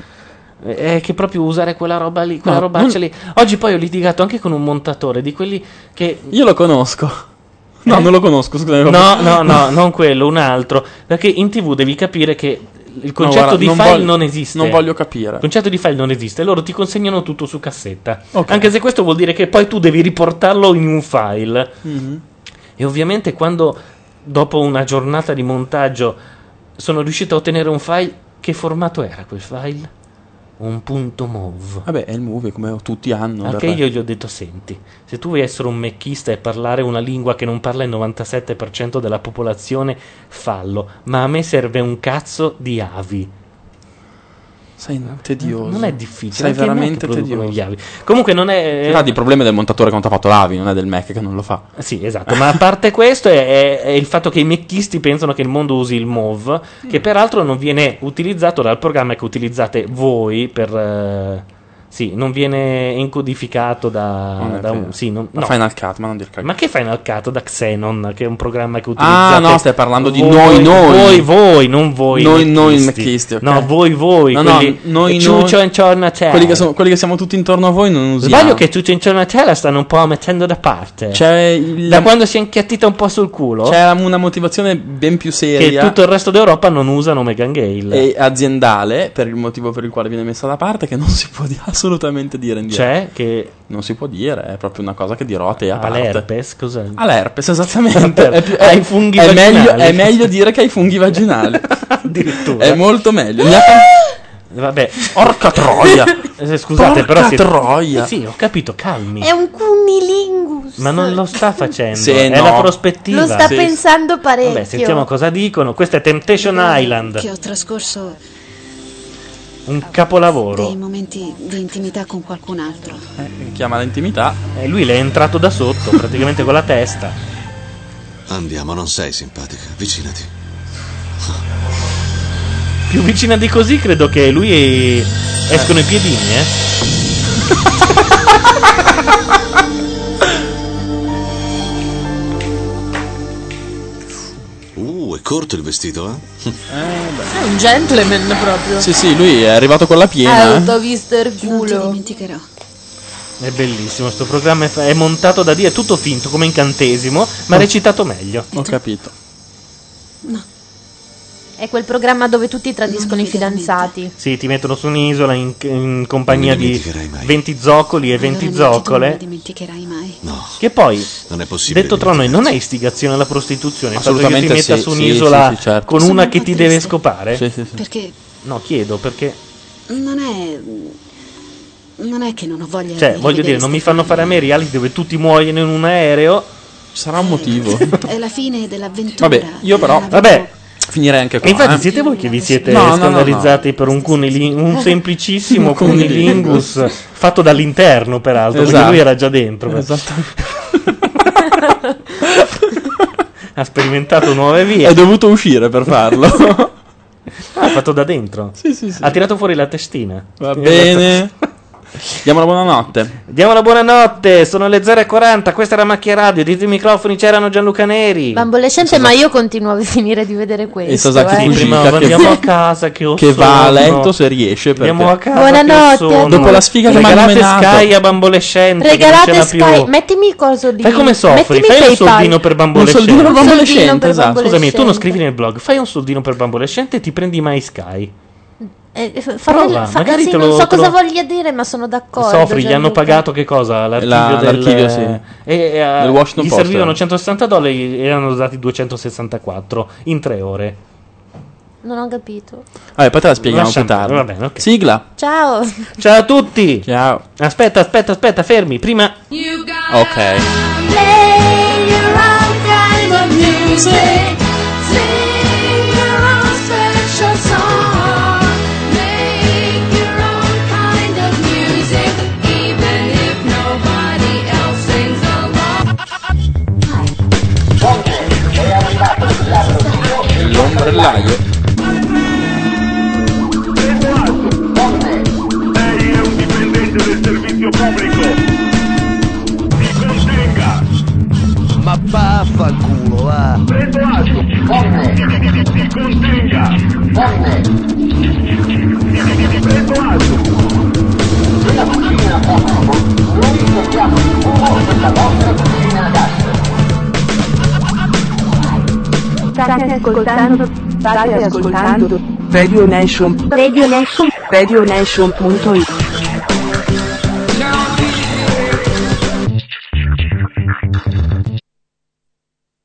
[SPEAKER 6] Eh, È che proprio usare quella roba lì, quella
[SPEAKER 8] No,
[SPEAKER 6] robaccia
[SPEAKER 8] non-
[SPEAKER 6] lì. Oggi poi ho litigato anche con un montatore di quelli che Eh?
[SPEAKER 8] Io lo conosco. No, non lo conosco, scusami.
[SPEAKER 6] No, no, no, non quello, un altro. Perché in TV devi capire che il concetto
[SPEAKER 8] guarda,
[SPEAKER 6] di
[SPEAKER 8] non
[SPEAKER 6] file
[SPEAKER 8] voglio-
[SPEAKER 6] non esiste.
[SPEAKER 8] non voglio capire.
[SPEAKER 6] Il concetto di file non esiste, loro ti consegnano tutto su cassetta.
[SPEAKER 8] Ok.
[SPEAKER 6] Anche se questo vuol dire che poi tu devi riportarlo in un file.
[SPEAKER 1] Mm-hmm.
[SPEAKER 6] E ovviamente quando dopo una giornata di montaggio sono riuscito a ottenere un file, che formato era quel file? Un punto move.
[SPEAKER 8] Vabbè, è il movie come tutti hanno.
[SPEAKER 6] Anche
[SPEAKER 8] del
[SPEAKER 6] io gli ho detto: Senti, se tu vuoi essere un mechista e parlare una lingua che non parla il 97% della popolazione, fallo. Ma a me serve un cazzo di avi.
[SPEAKER 8] Sei tedioso.
[SPEAKER 6] Non è difficile.
[SPEAKER 8] Sei
[SPEAKER 6] anche i Mac
[SPEAKER 8] veramente
[SPEAKER 6] producono
[SPEAKER 8] tedioso.
[SPEAKER 6] gli avi. Comunque, non è. eh,
[SPEAKER 8] Infatti, il problema è del montatore quando ha fatto l'avi, non è del Mac che non lo fa.
[SPEAKER 6] Sì, esatto, ma a parte questo è, è- è il fatto che i mecchisti pensano che il mondo usi il MOV, che peraltro non viene utilizzato dal programma che utilizzate voi per... eh, sì, non viene encodificato
[SPEAKER 8] Non
[SPEAKER 6] da...
[SPEAKER 8] è
[SPEAKER 6] da un,
[SPEAKER 8] vero.
[SPEAKER 6] sì, non-
[SPEAKER 8] Da
[SPEAKER 6] no.
[SPEAKER 8] Final Cut, ma non dir cagate.
[SPEAKER 6] Ma che Final Cut? Da Xenon, che è un programma che utilizzate...
[SPEAKER 8] Ah, no, stai parlando di
[SPEAKER 6] voi,
[SPEAKER 8] noi,
[SPEAKER 6] Voi,
[SPEAKER 8] noi.
[SPEAKER 6] voi, non voi.
[SPEAKER 8] Noi, noi,
[SPEAKER 6] mecchisti.
[SPEAKER 8] mecchisti, ok.
[SPEAKER 6] No, voi, voi.
[SPEAKER 8] No, no,
[SPEAKER 6] quelli-
[SPEAKER 8] noi,
[SPEAKER 6] Ciu,
[SPEAKER 8] noi.
[SPEAKER 6] cion, cion, ciao.
[SPEAKER 8] Quelli che, sono- quelli che siamo tutti intorno a voi non usiamo.
[SPEAKER 6] Sbaglio che tutti intorno a te la stanno un po' mettendo da parte.
[SPEAKER 8] C'è il-
[SPEAKER 6] da quando si è inchiattita un po' sul culo.
[SPEAKER 8] C'è una motivazione ben più
[SPEAKER 6] che
[SPEAKER 8] seria
[SPEAKER 6] tutto il resto d'Europa non usano Megan Gale.
[SPEAKER 8] e aziendale per il motivo per il quale viene messa da parte che non si può di- assolutamente dire in diretta.
[SPEAKER 6] C'è che
[SPEAKER 8] non si può dire, è proprio una cosa che dirò a te a
[SPEAKER 6] Ha
[SPEAKER 8] parte.
[SPEAKER 6] l'herpes, cos'è?
[SPEAKER 8] Ha l'herpes, esattamente.
[SPEAKER 6] Ha
[SPEAKER 8] è, più- è-
[SPEAKER 6] i funghi
[SPEAKER 8] è
[SPEAKER 6] vaginali.
[SPEAKER 8] meglio, è meglio dire che hai i funghi vaginali. Addirittura. È molto meglio. Mi ha
[SPEAKER 6] Vabbè.
[SPEAKER 8] Orca troia.
[SPEAKER 6] Eh, Scusate,
[SPEAKER 8] Porca
[SPEAKER 6] però. si- Eh,
[SPEAKER 8] troia.
[SPEAKER 6] Sì, ho capito, calmi.
[SPEAKER 7] È un cunnilingus.
[SPEAKER 6] Ma non lo sta facendo.
[SPEAKER 8] Se
[SPEAKER 6] è
[SPEAKER 8] no.
[SPEAKER 6] la prospettiva.
[SPEAKER 7] Lo sta pensando parecchio.
[SPEAKER 6] Vabbè, sentiamo cosa dicono. Questo è Temptation Island.
[SPEAKER 9] Che ho trascorso
[SPEAKER 6] Un capolavoro.
[SPEAKER 9] dei momenti di intimità con qualcun altro.
[SPEAKER 8] Eh, Chiama l'intimità.
[SPEAKER 6] Eh, E lui l'è entrato da sotto, praticamente con la testa.
[SPEAKER 11] Andiamo, non sei simpatica. Vicinati.
[SPEAKER 6] Più vicina di così credo che lui e- escono i piedini, eh.
[SPEAKER 11] Uh, è corto il vestito, eh?
[SPEAKER 47] È un gentleman proprio.
[SPEAKER 8] Sì, sì, lui è arrivato con la
[SPEAKER 9] Ah,
[SPEAKER 8] piena.
[SPEAKER 6] Ah,
[SPEAKER 47] Alto visto il culo.
[SPEAKER 6] È bellissimo, sto programma è, fa- è montato da Dio, è tutto finto come incantesimo, ma
[SPEAKER 8] Oh.
[SPEAKER 6] recitato meglio.
[SPEAKER 8] Ho capito.
[SPEAKER 7] È quel programma dove tutti tradiscono i fidanzati.
[SPEAKER 6] Sì, ti mettono su un'isola in, in compagnia
[SPEAKER 11] Non mi
[SPEAKER 6] di 20 zoccoli e 20 zoccole.
[SPEAKER 9] dimenticherai mai.
[SPEAKER 6] Che poi,
[SPEAKER 11] Non è possibile.
[SPEAKER 6] detto tra noi, non è istigazione alla prostituzione. Il fatto che io ti
[SPEAKER 8] Assolutamente
[SPEAKER 6] metta
[SPEAKER 8] sì,
[SPEAKER 6] su
[SPEAKER 8] sì,
[SPEAKER 6] un'isola
[SPEAKER 8] sì, sì, certo.
[SPEAKER 6] con
[SPEAKER 9] Sono
[SPEAKER 6] una
[SPEAKER 9] un
[SPEAKER 6] che
[SPEAKER 9] po'
[SPEAKER 6] ti deve
[SPEAKER 9] triste.
[SPEAKER 6] scopare.
[SPEAKER 8] Sì, sì, sì.
[SPEAKER 9] Perché
[SPEAKER 6] No, chiedo perché.
[SPEAKER 9] non è. Non è che non ho voglia
[SPEAKER 6] Cioè,
[SPEAKER 9] di
[SPEAKER 6] voglio dire,
[SPEAKER 9] rivedere
[SPEAKER 6] non mi fanno fare a me reality dove tutti muoiono in un aereo.
[SPEAKER 8] Sarà un motivo.
[SPEAKER 9] Stefano. È la fine dell'avventura.
[SPEAKER 8] Vabbè, io però.
[SPEAKER 6] Vabbè.
[SPEAKER 8] Finirei anche
[SPEAKER 6] E
[SPEAKER 8] qua.
[SPEAKER 6] infatti
[SPEAKER 8] eh.
[SPEAKER 6] siete voi che vi siete
[SPEAKER 8] No, no, no, no.
[SPEAKER 6] scandalizzati per un, cunili- un semplicissimo
[SPEAKER 8] Un cunilingus.
[SPEAKER 6] cunilingus fatto dall'interno, peraltro, perché
[SPEAKER 8] Esatto.
[SPEAKER 6] lui era già dentro.
[SPEAKER 8] Esattamente.
[SPEAKER 6] ha sperimentato nuove vie.
[SPEAKER 8] È dovuto uscire per farlo.
[SPEAKER 6] Ah, fatto da dentro.
[SPEAKER 8] Sì, sì, sì.
[SPEAKER 6] Ha tirato fuori la testina.
[SPEAKER 8] Va bene. Diamo la buonanotte.
[SPEAKER 6] Diamo la buonanotte, sono le 0.40, questa era Macchia Radio, dietro i microfoni c'erano Gianluca Neri.
[SPEAKER 7] Bambolescente, ma io continuo a finire di vedere questo.
[SPEAKER 8] E Sasaki
[SPEAKER 7] eh.
[SPEAKER 8] Fujika
[SPEAKER 6] prima
[SPEAKER 8] che,
[SPEAKER 6] andiamo a casa, che ho
[SPEAKER 8] che va a
[SPEAKER 6] sonno.
[SPEAKER 8] letto se riesce. Perché...
[SPEAKER 6] Andiamo a casa.
[SPEAKER 7] Buonanotte.
[SPEAKER 6] che ho sonno.
[SPEAKER 8] Dopo la sfiga che mi hanno
[SPEAKER 6] Regalate
[SPEAKER 8] menato.
[SPEAKER 6] Sky a bambolescente. che
[SPEAKER 7] Regalate
[SPEAKER 6] non ce n'ha
[SPEAKER 7] Sky,
[SPEAKER 6] più.
[SPEAKER 7] mettimi il coso di.
[SPEAKER 6] Fai come soffri,
[SPEAKER 7] mettimi
[SPEAKER 6] fai un
[SPEAKER 7] PayPal.
[SPEAKER 6] soldino per bambolescente.
[SPEAKER 7] Un soldino per
[SPEAKER 8] esatto.
[SPEAKER 7] bambolescente.
[SPEAKER 6] Scusami, tu non scrivi nel blog, fai un soldino per bambolescente e ti prendi mai Sky.
[SPEAKER 7] Eh, fa- fa-
[SPEAKER 6] Prova,
[SPEAKER 7] fa-
[SPEAKER 6] magari
[SPEAKER 7] sì,
[SPEAKER 6] te
[SPEAKER 7] non
[SPEAKER 6] lo-
[SPEAKER 7] so
[SPEAKER 6] te lo-
[SPEAKER 7] cosa voglia dire, ma sono d'accordo.
[SPEAKER 6] Soffri, gli hanno
[SPEAKER 7] Gianluca.
[SPEAKER 6] pagato che cosa? L'archivio,
[SPEAKER 8] La-
[SPEAKER 6] del,
[SPEAKER 8] l'archivio, sì.
[SPEAKER 6] e- e, eh,
[SPEAKER 8] Del Washington
[SPEAKER 6] gli
[SPEAKER 8] Post,
[SPEAKER 6] servivano
[SPEAKER 8] eh.
[SPEAKER 6] 160 dollari e erano dati 264 in tre ore.
[SPEAKER 7] Non ho capito.
[SPEAKER 8] Vabbè, poi te la spieghiamo
[SPEAKER 6] Lasciami,
[SPEAKER 8] più tardi.
[SPEAKER 6] va bene, ok.
[SPEAKER 8] Sigla.
[SPEAKER 7] Ciao.
[SPEAKER 6] Ciao a tutti!
[SPEAKER 8] Ciao.
[SPEAKER 6] Aspetta, aspetta, aspetta, fermi. Prima
[SPEAKER 8] Ok.
[SPEAKER 1] Play your own kind of music. Sing your own special song. Make your own kind of music, even if nobody else sings along.
[SPEAKER 8] L'ombrello.
[SPEAKER 1] Lei è un dipendente del servizio pubblico. Si contenga. Ma vaffanculo, va. Preso atto. Si contenga. Preso atto.
[SPEAKER 4] State ascoltando, state ascoltando Radio Nation, Radio Nation, Radio Nation.it